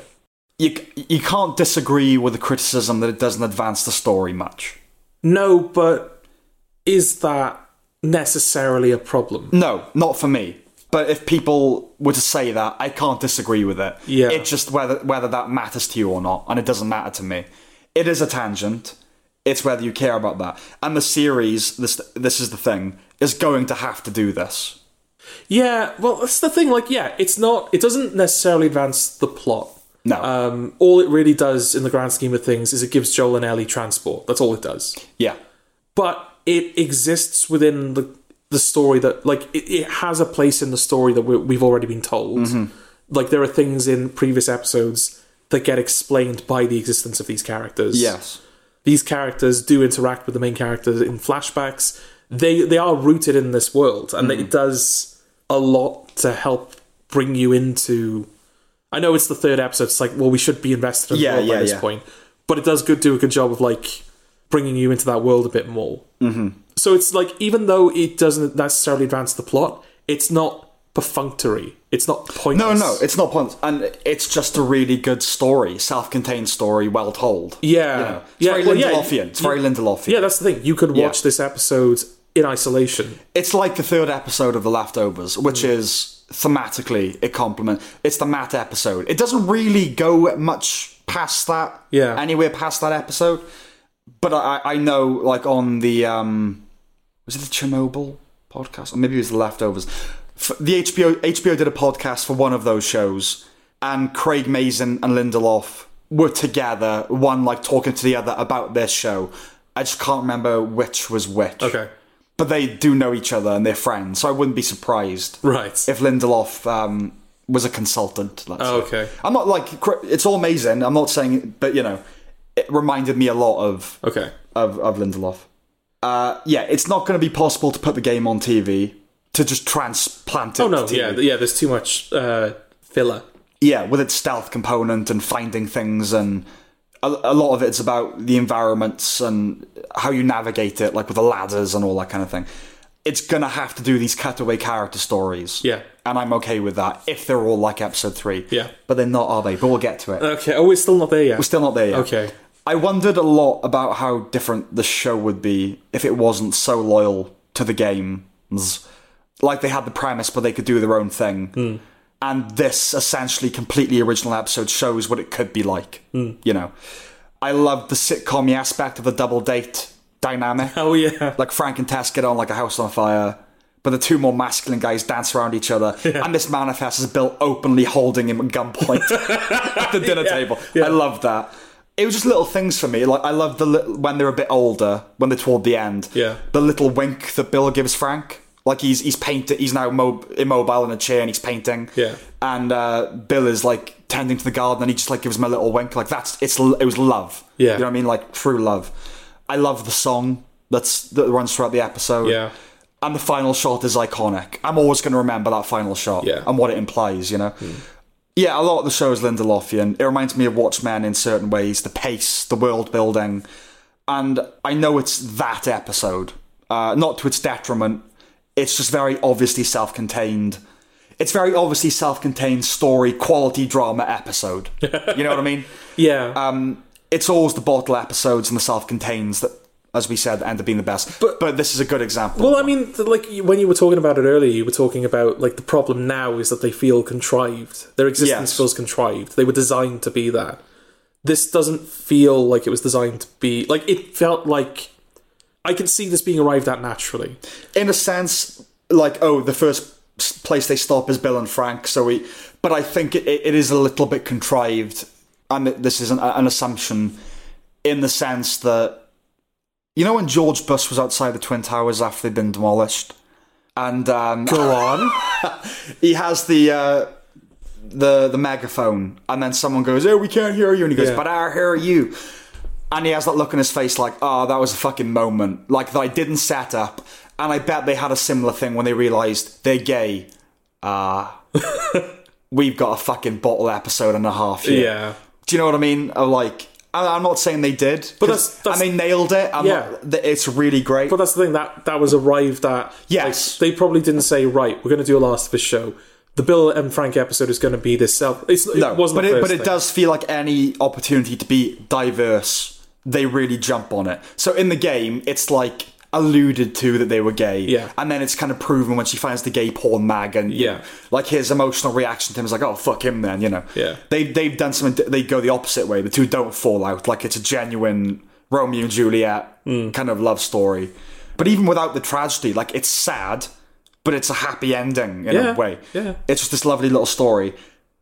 [SPEAKER 2] You you can't disagree with the criticism that it doesn't advance the story much.
[SPEAKER 1] no, but is that necessarily a problem?
[SPEAKER 2] No, not for me. But if people were to say that, I can't disagree with it.
[SPEAKER 1] Yeah.
[SPEAKER 2] It's just whether whether that matters to you or not, and it doesn't matter to me. It is a tangent. It's whether you care about that. And the series, this this is the thing, is going to have to do this.
[SPEAKER 1] Yeah, well, that's the thing. Like, yeah, it's not. It doesn't necessarily advance the plot.
[SPEAKER 2] No.
[SPEAKER 1] Um, all it really does, in the grand scheme of things, is it gives Joel and Ellie transport. That's all it does.
[SPEAKER 2] yeah.
[SPEAKER 1] but it exists within the the story that like it, it has a place in the story that we we've already been told. Like there are things in previous episodes that get explained by the existence of these characters.
[SPEAKER 2] Yes.
[SPEAKER 1] these characters do interact with the main characters in flashbacks. They they are rooted in this world,
[SPEAKER 2] Mm.
[SPEAKER 1] and it does a lot to help bring you into. I know it's the third episode. It's like, well, we should be invested in
[SPEAKER 2] Yeah,
[SPEAKER 1] the world
[SPEAKER 2] yeah,
[SPEAKER 1] by this
[SPEAKER 2] yeah.
[SPEAKER 1] point, but it does good do a good job of like bringing you into that world a bit more. Mm-hmm. So it's like even though it doesn't necessarily advance the plot, it's not perfunctory. It's not
[SPEAKER 2] No,
[SPEAKER 1] pointless.
[SPEAKER 2] no, it's not puns, and it's just a really good story, self-contained story, well told.
[SPEAKER 1] yeah,
[SPEAKER 2] You know, it's
[SPEAKER 1] yeah,
[SPEAKER 2] very
[SPEAKER 1] well, yeah,
[SPEAKER 2] Lindelofian. it's very Lindelofian.
[SPEAKER 1] yeah. That's the thing. You could watch
[SPEAKER 2] Yeah.
[SPEAKER 1] this episode in isolation.
[SPEAKER 2] it's like the third episode of The Leftovers,
[SPEAKER 1] Mm.
[SPEAKER 2] which is thematically it complement. It's the Matt episode. It doesn't really go much past that.
[SPEAKER 1] Yeah.
[SPEAKER 2] Anywhere past that episode, but I, I know like on the um, was it the Chernobyl podcast or maybe it was The Leftovers. F the HBO HBO did a podcast for one of those shows, and Craig Mazin and Lindelof were together, one like talking to the other about this show. I just can't remember which was which.
[SPEAKER 1] Okay.
[SPEAKER 2] But they do know each other and they're friends, so I wouldn't be surprised
[SPEAKER 1] Right.
[SPEAKER 2] if Lindelof um, was a consultant. Let's
[SPEAKER 1] Oh,
[SPEAKER 2] say.
[SPEAKER 1] okay.
[SPEAKER 2] I'm not like cr- it's all amazing. I'm not saying, but you know, it reminded me a lot of
[SPEAKER 1] okay.
[SPEAKER 2] of, of Lindelof. Uh, yeah, it's not going to be possible to put the game on TV to just transplant it.
[SPEAKER 1] Oh no,
[SPEAKER 2] to TV.
[SPEAKER 1] yeah, yeah. There's too much uh, filler.
[SPEAKER 2] yeah, with its stealth component and finding things, and a, a lot of it's about the environments and how you navigate it, like with the ladders and all that kind of thing. It's gonna have to do these cutaway character stories.
[SPEAKER 1] Yeah.
[SPEAKER 2] And I'm okay with that if they're all like episode three.
[SPEAKER 1] Yeah.
[SPEAKER 2] But they're not, are they? But we'll get to it.
[SPEAKER 1] Okay. Oh, we're still not there yet.
[SPEAKER 2] We're still not there yet.
[SPEAKER 1] okay.
[SPEAKER 2] I wondered a lot about how different the show would be if it wasn't so loyal to the games. Like they had the premise, but they could do their own thing. And this essentially completely original episode shows what it could be like. You know, I loved the sitcom aspect of the double date dynamic.
[SPEAKER 1] Oh yeah.
[SPEAKER 2] Like Frank and Tess get on like a house on fire, but the two more masculine guys dance around
[SPEAKER 1] [laughs]
[SPEAKER 2] each other, and this manifest is Bill openly holding him
[SPEAKER 1] [laughs]
[SPEAKER 2] at gunpoint at the dinner table. I love that. It was just little things for me. Like I love the li- when they're a bit older, when they're toward the end.
[SPEAKER 1] Yeah.
[SPEAKER 2] The little wink that Bill gives Frank, like he's he's painted. He's now mo- immobile in a chair and he's painting.
[SPEAKER 1] Yeah.
[SPEAKER 2] And uh, Bill is like tending to the garden, and he just like gives him a little wink. Like that's it's l- it was love.
[SPEAKER 1] Yeah.
[SPEAKER 2] You know what I mean? Like true love. I love the song that's that runs throughout the episode.
[SPEAKER 1] Yeah.
[SPEAKER 2] And the final shot is iconic. I'm always going to remember that final shot
[SPEAKER 1] Yeah. Hmm.
[SPEAKER 2] and what it implies, you know? Yeah, a lot of the show is Lindelofian. It reminds me of Watchmen in certain ways the pace, the world building. And I know it's that episode, uh, not to its detriment. It's just very obviously self contained. It's very obviously self contained story, quality drama
[SPEAKER 1] [laughs]
[SPEAKER 2] episode. you know what I mean?
[SPEAKER 1] Yeah.
[SPEAKER 2] um, it's always the bottle episodes and the self-contains that, as we said, end up being the best. But, but this is a good example.
[SPEAKER 1] well, I mean, th- like you- when you were talking about it earlier, you were talking about like the problem now is that they feel contrived. Their existence
[SPEAKER 2] Yes.
[SPEAKER 1] feels contrived. They were designed to be that. This doesn't feel like it was designed to be. Like it felt like I can see this being arrived at naturally.
[SPEAKER 2] in a sense, like oh, the first s- place they stop is Bill and Frank. So we, but I think it, it is a little bit contrived, and it- this is an, an assumption in the sense that you know when George Bush was outside the Twin Towers after they'd been demolished, and um, [laughs] go on, he has the. Uh, the the megaphone and then someone goes oh we can't hear you and he goes
[SPEAKER 1] Yeah.
[SPEAKER 2] but I hear you and he has that look on his face like, oh, that was a fucking moment. Like, that I didn't set up. And I bet they had a similar thing when they realised they're gay. [laughs] Ah. we've got a fucking bottle episode and a half here.
[SPEAKER 1] Yeah.
[SPEAKER 2] Do you know what I mean? Or Like, I- I'm not saying they did. But
[SPEAKER 1] that's- that's-
[SPEAKER 2] And they nailed it. I'm
[SPEAKER 1] Yeah.
[SPEAKER 2] not- th- it's really great.
[SPEAKER 1] But that's the thing that that was arrived at.
[SPEAKER 2] Yes.
[SPEAKER 1] like, they probably didn't say right. We're going to do a Last of Us show. The Bill and Frank episode is going to be this self. It's, it
[SPEAKER 2] no,
[SPEAKER 1] wasn't.
[SPEAKER 2] but,
[SPEAKER 1] the
[SPEAKER 2] it,
[SPEAKER 1] first
[SPEAKER 2] but it
[SPEAKER 1] thing.
[SPEAKER 2] does feel like any opportunity to be diverse, they really jump on it. So in the game, it's like alluded to that they were gay.
[SPEAKER 1] Yeah.
[SPEAKER 2] And then it's kind of proven when she finds the gay porn mag and
[SPEAKER 1] Yeah.
[SPEAKER 2] like his emotional reaction to him is like, oh fuck him then, you know.
[SPEAKER 1] Yeah.
[SPEAKER 2] They they've done something they go the opposite way. The two don't fall out. Like it's a genuine Romeo and Juliet
[SPEAKER 1] Hmm.
[SPEAKER 2] kind of love story. But even without the tragedy, like it's sad, but it's a happy ending in
[SPEAKER 1] Yeah.
[SPEAKER 2] a way.
[SPEAKER 1] Yeah.
[SPEAKER 2] It's just this lovely little story.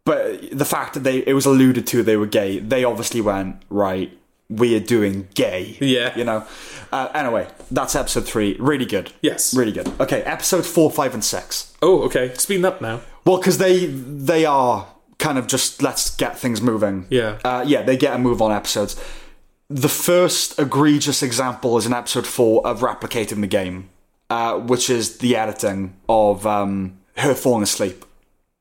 [SPEAKER 2] But the fact that they it was alluded to they were gay, they obviously went, right, we're doing gay.
[SPEAKER 1] Yeah.
[SPEAKER 2] You know? Uh, anyway, that's episode three. Really good.
[SPEAKER 1] Yes.
[SPEAKER 2] Really good. Okay, episode four, five, and six.
[SPEAKER 1] Oh, okay. Speeding up now.
[SPEAKER 2] Well, because they they are kind of just let's get things moving.
[SPEAKER 1] Yeah.
[SPEAKER 2] Uh, yeah, they get a move on episodes. The first egregious example is in episode four of replicating the game, uh, which is the editing of um, her falling asleep.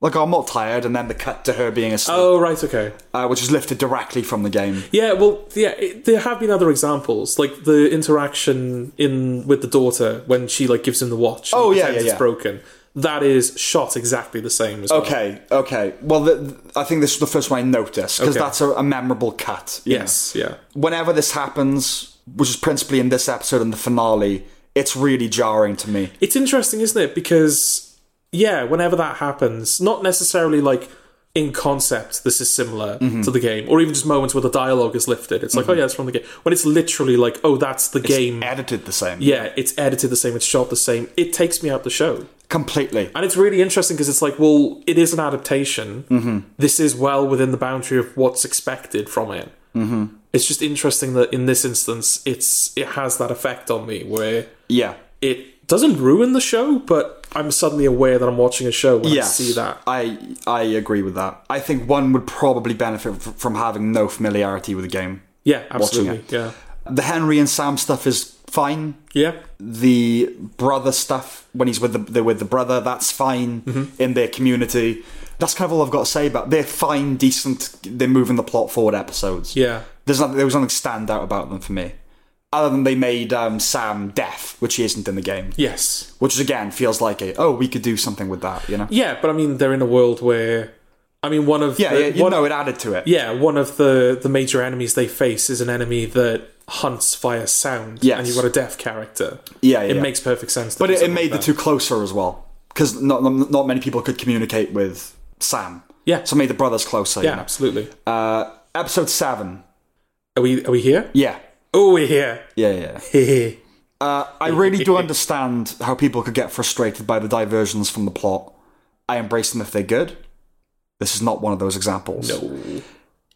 [SPEAKER 2] Like, I'm not tired, and then the cut to her being asleep,
[SPEAKER 1] Oh, right. Okay.
[SPEAKER 2] uh, which is lifted directly from the game.
[SPEAKER 1] Yeah. Well, yeah. It, there have been other examples, like the interaction in with the daughter when she like gives him the watch. and
[SPEAKER 2] Oh,
[SPEAKER 1] he
[SPEAKER 2] yeah,
[SPEAKER 1] pretends
[SPEAKER 2] yeah,
[SPEAKER 1] It's
[SPEAKER 2] yeah.
[SPEAKER 1] broken. That is shot exactly the same as well.
[SPEAKER 2] Okay, okay. Well, th I think this is the first one I noticed because
[SPEAKER 1] Okay.
[SPEAKER 2] that's a, a memorable cut. you
[SPEAKER 1] Yes. Yeah.
[SPEAKER 2] know. Whenever this happens, which is principally in this episode and the finale, it's really jarring to me.
[SPEAKER 1] It's interesting, isn't it? Because yeah, whenever that happens, not necessarily like in concept this is similar to the game, or even just moments where the dialogue is lifted. It's like, oh yeah, it's from the game. When it's literally like, oh, that's the game.
[SPEAKER 2] Edited the same.
[SPEAKER 1] yeah, it's edited the same, it's shot the same. It takes me out the show.
[SPEAKER 2] Completely.
[SPEAKER 1] And it's really interesting because it's like, well, it is an adaptation. Mm-hmm. This is well within the boundary of what's expected from it. Mm-hmm. It's just interesting that in this instance, it's it has that effect on me where
[SPEAKER 2] Yeah.
[SPEAKER 1] it doesn't ruin the show, but I'm suddenly aware that I'm watching a show when
[SPEAKER 2] Yes.
[SPEAKER 1] I see that.
[SPEAKER 2] I I agree with that. I think one would probably benefit f- from having no familiarity with the game.
[SPEAKER 1] Yeah, absolutely. Yeah,
[SPEAKER 2] The Henry and Sam stuff is fine.
[SPEAKER 1] yeah,
[SPEAKER 2] the brother stuff when he's with the they're with the brother that's fine
[SPEAKER 1] Mm-hmm.
[SPEAKER 2] in their community that's kind of all i've got to say about they're fine decent they're moving the plot forward episodes
[SPEAKER 1] yeah.
[SPEAKER 2] there's nothing there was nothing standout about them for me other than they made um, sam deaf which he isn't in the game
[SPEAKER 1] Yes,
[SPEAKER 2] which again feels like a oh we could do something with that you know
[SPEAKER 1] yeah. But I mean, they're in a world where, I mean, one of
[SPEAKER 2] yeah,
[SPEAKER 1] the,
[SPEAKER 2] yeah you
[SPEAKER 1] one,
[SPEAKER 2] know it added to it
[SPEAKER 1] yeah, one of the the major enemies they face is an enemy that hunts via sound.
[SPEAKER 2] Yes.
[SPEAKER 1] and you've got a deaf character.
[SPEAKER 2] Yeah, yeah,
[SPEAKER 1] it
[SPEAKER 2] yeah.
[SPEAKER 1] makes perfect sense.
[SPEAKER 2] but it, it made the two closer as well because not, not not many people could communicate with sam
[SPEAKER 1] Yeah.
[SPEAKER 2] so it made the brothers closer
[SPEAKER 1] Yeah,
[SPEAKER 2] you know?
[SPEAKER 1] absolutely.
[SPEAKER 2] uh, episode 7
[SPEAKER 1] Are we are we here?
[SPEAKER 2] yeah
[SPEAKER 1] Oh, we're here. [laughs]
[SPEAKER 2] yeah yeah
[SPEAKER 1] Hehe.
[SPEAKER 2] Uh, I really do understand how people could get frustrated by the diversions from the plot. I embrace them if they're good. This is not one of those examples.
[SPEAKER 1] no,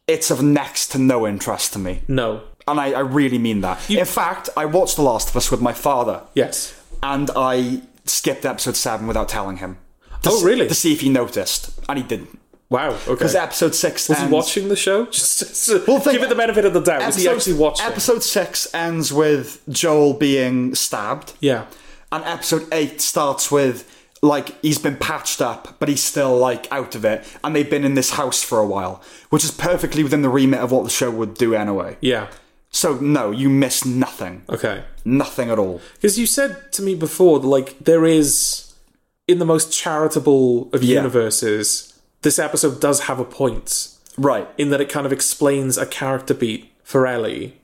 [SPEAKER 2] It's of next to no interest to me.
[SPEAKER 1] no.
[SPEAKER 2] And I, I really mean that. In fact, I watched The Last of Us with my father,
[SPEAKER 1] Yes.
[SPEAKER 2] and I skipped episode 7 without telling him. To
[SPEAKER 1] Oh,
[SPEAKER 2] s-
[SPEAKER 1] really?
[SPEAKER 2] To see if he noticed. And he didn't.
[SPEAKER 1] Wow. Okay.
[SPEAKER 2] Because episode 6
[SPEAKER 1] Is he
[SPEAKER 2] ends-
[SPEAKER 1] watching the show? [laughs] Just, just-
[SPEAKER 2] Well, think-
[SPEAKER 1] give it the benefit of the doubt. Is he actually watching?
[SPEAKER 2] episode 6 ends with Joel being stabbed.
[SPEAKER 1] yeah.
[SPEAKER 2] and episode 8 starts with like he's been patched up but he's still like out of it and they've been in this house for a while which is perfectly within the remit of what the show would do anyway
[SPEAKER 1] Yeah.
[SPEAKER 2] so no you miss nothing
[SPEAKER 1] Okay.
[SPEAKER 2] nothing at all
[SPEAKER 1] Because you said to me before, that, like there is in the most charitable of
[SPEAKER 2] Yeah.
[SPEAKER 1] universes, this episode does have a point
[SPEAKER 2] right
[SPEAKER 1] in that it kind of explains a character beat for Ellie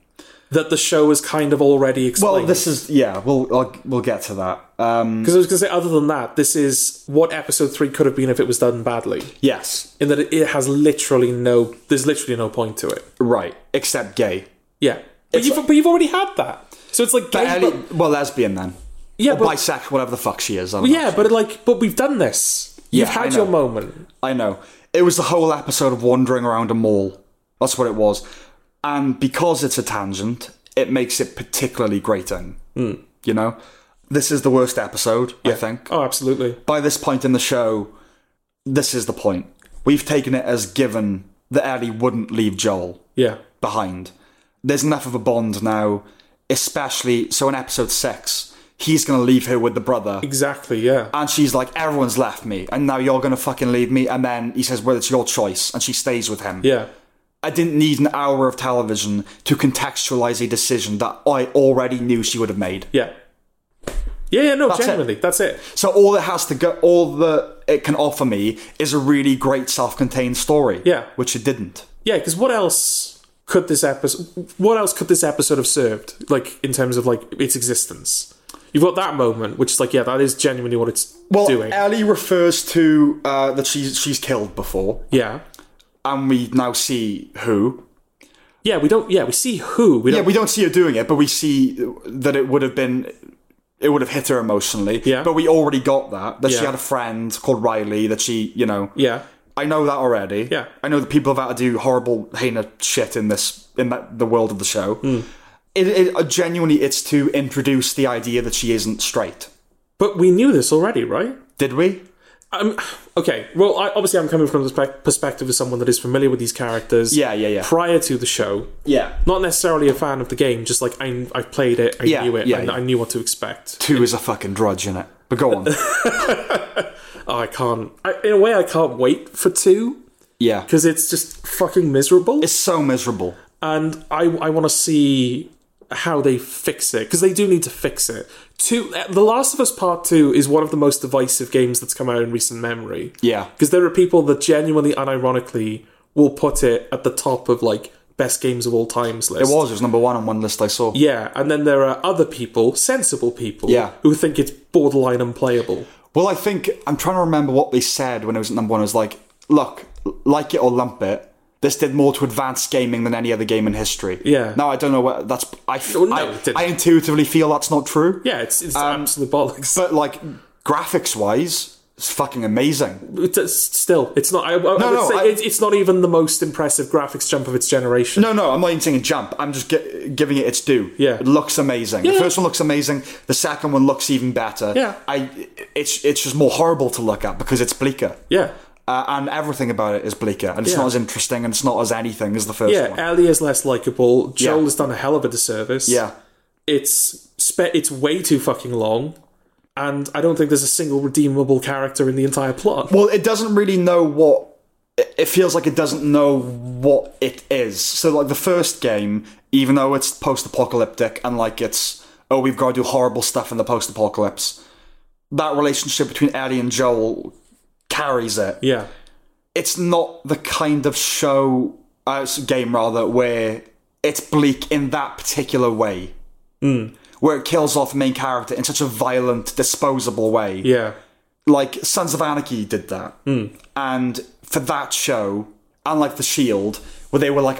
[SPEAKER 1] that the show has kind of already explained.
[SPEAKER 2] well this is yeah we'll I'll, we'll get to that um
[SPEAKER 1] because I was going to say, other than that, this is what episode three could have been if it was done badly.
[SPEAKER 2] yes
[SPEAKER 1] In that it, it has literally no, there's literally no point to it.
[SPEAKER 2] right except gay
[SPEAKER 1] Yeah, but you've, but you've already had that, so it's like, gay,
[SPEAKER 2] Ellie,
[SPEAKER 1] but-
[SPEAKER 2] well lesbian then
[SPEAKER 1] yeah,
[SPEAKER 2] or
[SPEAKER 1] but
[SPEAKER 2] bisexual whatever the fuck she is I don't know.
[SPEAKER 1] Yeah, but like, but we've done this. You've
[SPEAKER 2] Yeah, I
[SPEAKER 1] had
[SPEAKER 2] know.
[SPEAKER 1] your moment.
[SPEAKER 2] I know. It was the whole episode of wandering around a mall. That's what it was. And because it's a tangent, it makes it particularly grating. You know? This is the worst episode, I think.
[SPEAKER 1] Oh, absolutely.
[SPEAKER 2] By this point in the show, this is the point. We've taken it as given that Ellie wouldn't leave Joel
[SPEAKER 1] Yeah,
[SPEAKER 2] behind. There's enough of a bond now, especially so in episode six, he's gonna leave her with the brother.
[SPEAKER 1] exactly. Yeah,
[SPEAKER 2] And she's like, everyone's left me, and now you're gonna fucking leave me. And then he says, well, it's your choice, and she stays with him.
[SPEAKER 1] yeah,
[SPEAKER 2] I didn't need an hour of television to contextualize a decision that I already knew she would have made.
[SPEAKER 1] yeah, yeah. yeah no,
[SPEAKER 2] it.
[SPEAKER 1] genuinely, that's it.
[SPEAKER 2] So all it has to go, all that it can offer me is a really great self-contained story.
[SPEAKER 1] Yeah.
[SPEAKER 2] which it didn't.
[SPEAKER 1] Yeah, because what else could this episode? What else could this episode have served? Like in terms of like its existence. You've got that moment, which is like, yeah, that is genuinely what it's
[SPEAKER 2] Well, e-
[SPEAKER 1] doing.
[SPEAKER 2] Ellie refers to uh, that she's she's killed before,
[SPEAKER 1] yeah,
[SPEAKER 2] and we now see who.
[SPEAKER 1] yeah. We don't. Yeah, we see who. We
[SPEAKER 2] Yeah,
[SPEAKER 1] don't.
[SPEAKER 2] we don't see her doing it, but we see that it would have been it would have hit her emotionally.
[SPEAKER 1] Yeah.
[SPEAKER 2] But we already got that that
[SPEAKER 1] Yeah.
[SPEAKER 2] she had a friend called Riley that she, you know,
[SPEAKER 1] Yeah,
[SPEAKER 2] I know that already.
[SPEAKER 1] Yeah.
[SPEAKER 2] I know that people have had to do horrible, heinous shit in this in that, the world of the show.
[SPEAKER 1] Hmm.
[SPEAKER 2] It, it uh, genuinely it's to introduce the idea that she isn't straight.
[SPEAKER 1] But we knew this already, right?
[SPEAKER 2] Did we?
[SPEAKER 1] Um, okay. Well, I, obviously, I'm coming from the spe- perspective of someone that is familiar with these characters.
[SPEAKER 2] Yeah, yeah, yeah.
[SPEAKER 1] Prior to the show,
[SPEAKER 2] Yeah.
[SPEAKER 1] not necessarily a fan of the game, just like I, I played it, I
[SPEAKER 2] Yeah,
[SPEAKER 1] knew it,
[SPEAKER 2] yeah,
[SPEAKER 1] I,
[SPEAKER 2] yeah.
[SPEAKER 1] I knew what to expect.
[SPEAKER 2] Two is a fucking drudge in it. But
[SPEAKER 1] [laughs]
[SPEAKER 2] go on.
[SPEAKER 1] Oh, I can't. I, in a way, I can't wait for two
[SPEAKER 2] yeah.
[SPEAKER 1] because it's just fucking miserable,
[SPEAKER 2] It's so miserable.
[SPEAKER 1] and I I want to see how they fix it because they do need to fix it. Two, uh, The Last of Us Part Two is one of the most divisive games that's come out in recent memory.
[SPEAKER 2] Yeah.
[SPEAKER 1] because there are people that genuinely and ironically will put it at the top of like best games of all times list.
[SPEAKER 2] It was. It was number one on one list I saw.
[SPEAKER 1] Yeah, and then there are other people, sensible people,
[SPEAKER 2] Yeah.
[SPEAKER 1] who think it's borderline unplayable.
[SPEAKER 2] Well, I think I'm trying to remember what they said when it was at number one. It was like, look, like it or lump it. This did more to advance gaming than any other game in history.
[SPEAKER 1] Yeah.
[SPEAKER 2] Now I don't know what that's. I f-
[SPEAKER 1] No, no,
[SPEAKER 2] I-
[SPEAKER 1] it didn't.
[SPEAKER 2] I intuitively feel that's not true.
[SPEAKER 1] Yeah, it's it's
[SPEAKER 2] Um,
[SPEAKER 1] absolute bollocks.
[SPEAKER 2] But like graphics wise, it's fucking amazing.
[SPEAKER 1] It's, it's still, it's not. I, I, I would
[SPEAKER 2] no,
[SPEAKER 1] say
[SPEAKER 2] I-
[SPEAKER 1] it's, it's not even the most impressive graphics jump of its generation.
[SPEAKER 2] No, no, I'm not even saying jump. I'm just gi- giving it its due.
[SPEAKER 1] Yeah.
[SPEAKER 2] It looks amazing. The
[SPEAKER 1] Yeah.
[SPEAKER 2] first one looks amazing. The second one looks even better.
[SPEAKER 1] Yeah.
[SPEAKER 2] I. It's it's just more horrible to look at because it's bleaker.
[SPEAKER 1] Yeah,
[SPEAKER 2] Uh, and everything about it is bleaker, and it's
[SPEAKER 1] Yeah.
[SPEAKER 2] not as interesting, and it's not as anything as the first
[SPEAKER 1] yeah.
[SPEAKER 2] one.
[SPEAKER 1] Ellie is less likable. Joel
[SPEAKER 2] Yeah.
[SPEAKER 1] has done a hell of a disservice.
[SPEAKER 2] Yeah,
[SPEAKER 1] it's spe- it's way too fucking long, and I don't think there's a single redeemable character in the entire plot.
[SPEAKER 2] Well, it doesn't really know what. it- It feels like it doesn't know what it is. So, like the first game, even though it's post-apocalyptic and like it's oh we've got to do horrible stuff in the post-apocalypse, that relationship between Ellie and Joel carries it.
[SPEAKER 1] Yeah,
[SPEAKER 2] It's not the kind of show, uh, s- game rather, where it's bleak in that particular way,
[SPEAKER 1] Hmm.
[SPEAKER 2] where it kills off the main character in such a violent, disposable way
[SPEAKER 1] yeah, Hmm.
[SPEAKER 2] like Sons of Anarchy did that, and for that show, unlike The Shield, where they were like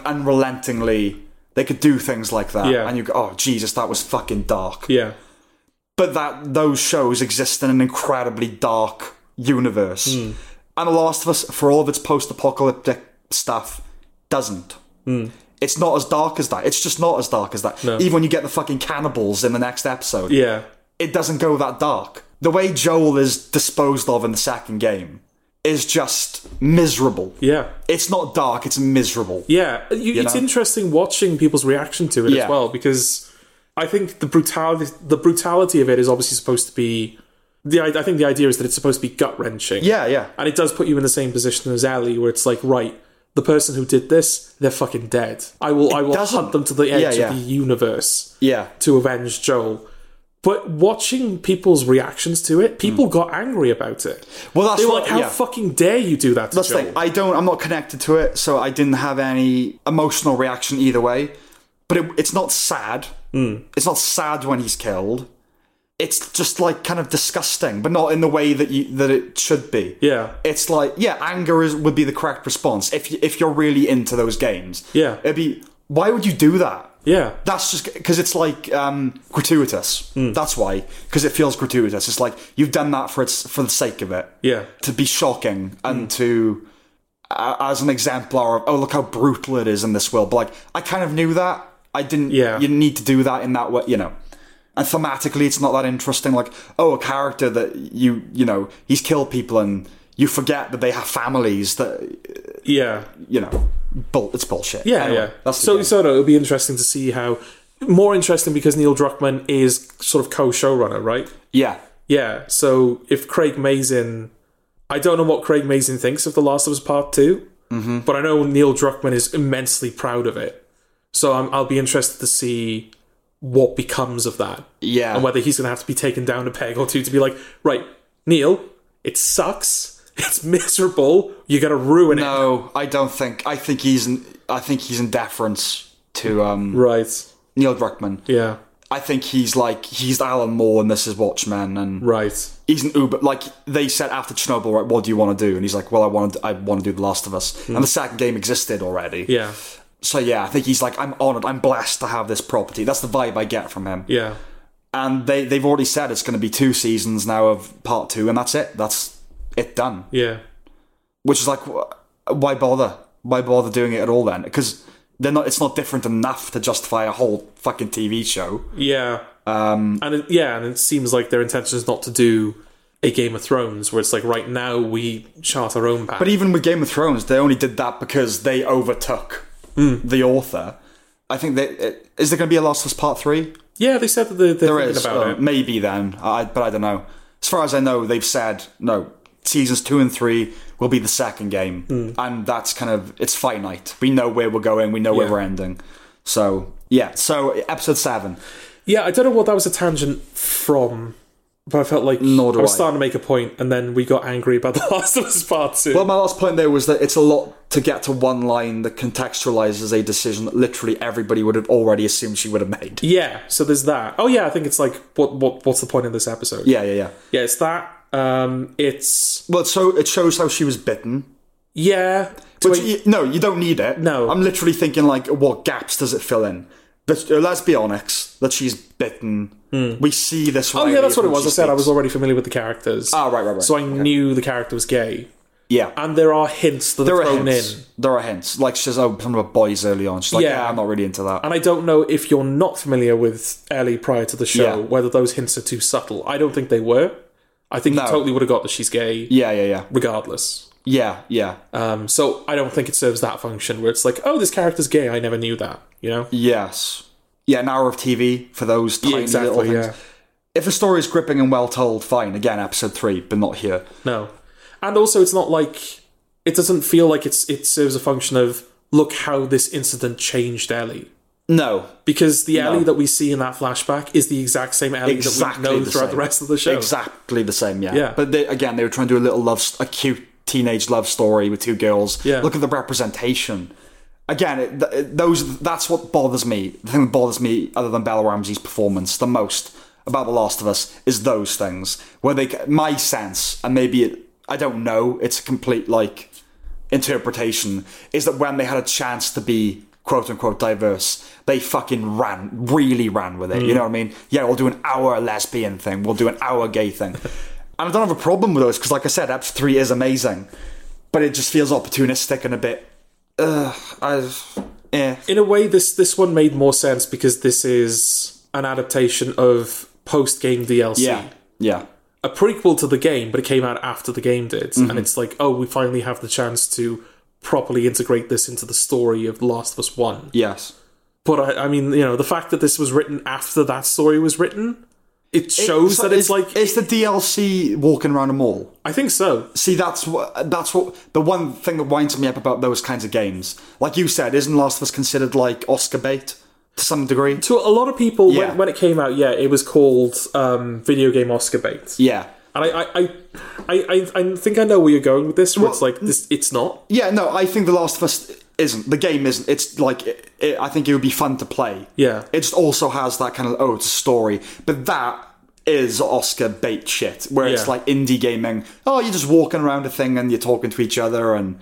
[SPEAKER 2] unrelentingly, they could do things like that,
[SPEAKER 1] Yeah.
[SPEAKER 2] and you go, oh Jesus, that was fucking dark.
[SPEAKER 1] yeah,
[SPEAKER 2] But that those shows exist in an incredibly dark universe,
[SPEAKER 1] Hmm.
[SPEAKER 2] and The Last of Us, for all of its post-apocalyptic stuff, doesn't.
[SPEAKER 1] Hmm.
[SPEAKER 2] It's not as dark as that. It's just not as dark as that. Even when you get the fucking cannibals in the next episode,
[SPEAKER 1] yeah,
[SPEAKER 2] it doesn't go that dark. The way Joel is disposed of in the second game is just miserable.
[SPEAKER 1] yeah.
[SPEAKER 2] It's not dark, it's miserable.
[SPEAKER 1] Yeah, you, it's
[SPEAKER 2] know?
[SPEAKER 1] interesting watching people's reaction to it
[SPEAKER 2] Yeah.
[SPEAKER 1] as well because I think the brutality the brutality of it is obviously supposed to be the I I think the idea is that it's supposed to be gut wrenching.
[SPEAKER 2] Yeah, yeah.
[SPEAKER 1] and it does put you in the same position as Ali, where it's like right. The person who did this, they're fucking dead. I will, I will
[SPEAKER 2] doesn't-
[SPEAKER 1] hunt them to the edge
[SPEAKER 2] yeah.
[SPEAKER 1] of the universe
[SPEAKER 2] Yeah.
[SPEAKER 1] to avenge Joel. But watching people's reactions to it, people got angry about it.
[SPEAKER 2] Well, that's
[SPEAKER 1] They were
[SPEAKER 2] what-
[SPEAKER 1] like, "How
[SPEAKER 2] Hmm. yeah.
[SPEAKER 1] fucking dare you do that to
[SPEAKER 2] That's the
[SPEAKER 1] Joel?"
[SPEAKER 2] thing. I don't I'm not connected to it, so I didn't have any emotional reaction either way. But it, it's not sad.
[SPEAKER 1] Hmm.
[SPEAKER 2] It's not sad when he's killed. It's just like kind of disgusting, but not in the way that you that it should be.
[SPEAKER 1] yeah,
[SPEAKER 2] it's like yeah, anger is, would be the correct response if you- if you're really into those games.
[SPEAKER 1] Yeah.
[SPEAKER 2] it'd be why would you do that?
[SPEAKER 1] yeah,
[SPEAKER 2] That's just because it's like um, gratuitous.
[SPEAKER 1] Hmm.
[SPEAKER 2] That's why because it feels gratuitous. It's like you've done that for its for the sake of it
[SPEAKER 1] yeah,
[SPEAKER 2] to be shocking and
[SPEAKER 1] Mm.
[SPEAKER 2] to uh, as an exemplar of oh look how brutal it is in this world. But like I kind of knew that. I didn't.
[SPEAKER 1] Yeah.
[SPEAKER 2] you need to do that in that way. You know. And thematically, it's not that interesting. Like, oh, a character that you you know he's killed people, and you forget that they have families. That
[SPEAKER 1] yeah.
[SPEAKER 2] you know, bull, it's bullshit.
[SPEAKER 1] Yeah,
[SPEAKER 2] Anyway,
[SPEAKER 1] yeah.
[SPEAKER 2] That's
[SPEAKER 1] so, so no, it'll be interesting to see how. More interesting because Neil Druckmann is sort of co-showrunner, right?
[SPEAKER 2] yeah,
[SPEAKER 1] Yeah. So if Craig Mazin, I don't know what Craig Mazin thinks of The Last of Us Part 2
[SPEAKER 2] Mm-hmm.
[SPEAKER 1] but I know Neil Druckmann is immensely proud of it. So I'm, I'll be interested to see what becomes of that
[SPEAKER 2] yeah.
[SPEAKER 1] and whether he's going to have to be taken down a peg or two to be like, right, Neil, it sucks, it's miserable, you're going to ruin it.
[SPEAKER 2] no, I don't think. I think he's. In, I think he's in deference to um,
[SPEAKER 1] Right.
[SPEAKER 2] Neil Druckmann.
[SPEAKER 1] Yeah.
[SPEAKER 2] I think he's like he's Alan Moore and this is Watchmen, and
[SPEAKER 1] Right.
[SPEAKER 2] he's an Uber. Like they said after Chernobyl, right? What do you want to do? And he's like, well, I want to. I want to do The Last of Us, and the second game existed already.
[SPEAKER 1] Hmm. Yeah.
[SPEAKER 2] So yeah, I think he's like, I'm honored. I'm blessed to have this property. That's the vibe I get from him.
[SPEAKER 1] Yeah.
[SPEAKER 2] And they they've already said it's going to be two seasons now of part two, and that's it. That's it done.
[SPEAKER 1] Yeah.
[SPEAKER 2] Which is like, wh- why bother? Why bother doing it at all then? Because they're not. It's not different enough to justify a whole fucking TV show.
[SPEAKER 1] Yeah. Um, and it, yeah, and it seems like their intention is not to do a Game of Thrones where it's like right now we chart our own path.
[SPEAKER 2] But even with Game of Thrones, they only did that because they overtook
[SPEAKER 1] Hmm.
[SPEAKER 2] the author. I think that uh, is there going to be a Last of Us Part Three?
[SPEAKER 1] yeah, they said that they're, they're
[SPEAKER 2] There
[SPEAKER 1] thinking
[SPEAKER 2] is.
[SPEAKER 1] about
[SPEAKER 2] uh,
[SPEAKER 1] it.
[SPEAKER 2] Maybe then, I, but I don't know. As far as I know, they've said no. Seasons two and three will be the second game,
[SPEAKER 1] Hmm.
[SPEAKER 2] and that's kind of it's finite. We know where we're going. We know where
[SPEAKER 1] Yeah.
[SPEAKER 2] we're ending. So yeah. So episode seven.
[SPEAKER 1] Yeah, I don't know what that was a tangent from, but I felt like
[SPEAKER 2] Nor do
[SPEAKER 1] I was
[SPEAKER 2] I.
[SPEAKER 1] starting to make a point, and then we got angry about the [laughs] Last of Us Part Two.
[SPEAKER 2] Well, my last point there was that it's a lot to get to one line that contextualizes a decision that literally everybody would have already assumed she would have made.
[SPEAKER 1] yeah, so there's that. Oh yeah, I think it's like what what what's the point of this episode?
[SPEAKER 2] Yeah, yeah, yeah.
[SPEAKER 1] yeah it's that. Um, it's
[SPEAKER 2] Well, so it shows how she was bitten.
[SPEAKER 1] yeah. Do
[SPEAKER 2] But
[SPEAKER 1] I-
[SPEAKER 2] you, no, you don't need it.
[SPEAKER 1] No.
[SPEAKER 2] I'm literally thinking like, what gaps does it fill in? That, uh, let's be honest. That she's bitten. We see this.
[SPEAKER 1] Hmm. Oh yeah, that's what it was. I said I was already familiar with the characters.
[SPEAKER 2] Ah, right, right, right.
[SPEAKER 1] So I knew the character was gay,
[SPEAKER 2] yeah.
[SPEAKER 1] and there are hints that
[SPEAKER 2] there
[SPEAKER 1] are
[SPEAKER 2] are
[SPEAKER 1] thrown
[SPEAKER 2] hints.
[SPEAKER 1] in.
[SPEAKER 2] There are hints. Like she says, oh, something about boys early on. She's like,
[SPEAKER 1] Yeah.
[SPEAKER 2] yeah, I'm not really into that.
[SPEAKER 1] And I don't know if you're not familiar with Ellie prior to the show,
[SPEAKER 2] Yeah.
[SPEAKER 1] whether those hints are too subtle. I don't think they were. I think
[SPEAKER 2] No.
[SPEAKER 1] you totally would have got that she's gay,
[SPEAKER 2] yeah, yeah, yeah,
[SPEAKER 1] regardless.
[SPEAKER 2] yeah, yeah,
[SPEAKER 1] Um, so I don't think it serves that function where it's like, oh, this character's gay. I never knew that. You know?
[SPEAKER 2] yes, yeah. An hour of TV for those tiny little
[SPEAKER 1] exactly.
[SPEAKER 2] things.
[SPEAKER 1] Yeah.
[SPEAKER 2] If a story is gripping and well told, fine. Again, episode three, but not here.
[SPEAKER 1] No. And also, it's not like it doesn't feel like it's it serves a function of look how this incident changed Ellie.
[SPEAKER 2] No,
[SPEAKER 1] Because the Ellie that we see in that flashback is the exact same Ellie
[SPEAKER 2] exactly
[SPEAKER 1] that we know
[SPEAKER 2] the
[SPEAKER 1] throughout
[SPEAKER 2] same.
[SPEAKER 1] the rest of the show.
[SPEAKER 2] Exactly the same, yeah.
[SPEAKER 1] Yeah.
[SPEAKER 2] But they, again, they were trying to do a little love, st- a cute teenage love story with two girls.
[SPEAKER 1] Yeah.
[SPEAKER 2] Look at the representation. Again, it, th- it- those that's what bothers me. The thing that bothers me, other than Bella Ramsey's performance, the most about The Last of Us is those things where they, c- my sense, and maybe it, I don't know, it's a complete like interpretation is that when they had a chance to be quote unquote diverse, they fucking ran, really ran with it. You know what I mean? Yeah, we'll do an hour lesbian thing, we'll do an hour gay thing. and I don't have a problem with those because, like I said, episode 3 is amazing, but it just feels opportunistic and a bit. Ugh, I. Eh.
[SPEAKER 1] in a way this this one made more sense because this is an adaptation of post game DLC.
[SPEAKER 2] Yeah. Yeah.
[SPEAKER 1] A prequel to the game, but it came out after the game did.
[SPEAKER 2] Mm-hmm.
[SPEAKER 1] And it's like, oh, we finally have the chance to properly integrate this into the story of The Last of Us 1.
[SPEAKER 2] Yes.
[SPEAKER 1] But I, I mean, you know, the fact that this was written after that story was written, it shows that it's
[SPEAKER 2] is-
[SPEAKER 1] like
[SPEAKER 2] Is the DLC walking around a mall?
[SPEAKER 1] I think so.
[SPEAKER 2] See, that's what that's what the one thing that winds me up about those kinds of games. Like you said, isn't Last of Us considered like Oscar bait to some degree?
[SPEAKER 1] To a lot of people,
[SPEAKER 2] Yeah.
[SPEAKER 1] when, when it came out, yeah, it was called um, video game Oscar bait.
[SPEAKER 2] Yeah,
[SPEAKER 1] And I, I, I, I, I, I think I know where you're going with this. Where it's like this, it's not.
[SPEAKER 2] yeah. No, I think the Last of Us isn't. The game isn't. It's like it, it, I think it would be fun to play.
[SPEAKER 1] Yeah.
[SPEAKER 2] It just also has that kind of oh, it's a story, but that is Oscar bait shit, where
[SPEAKER 1] Yeah.
[SPEAKER 2] it's like indie gaming. Oh, you're just walking around a thing and you're talking to each other, and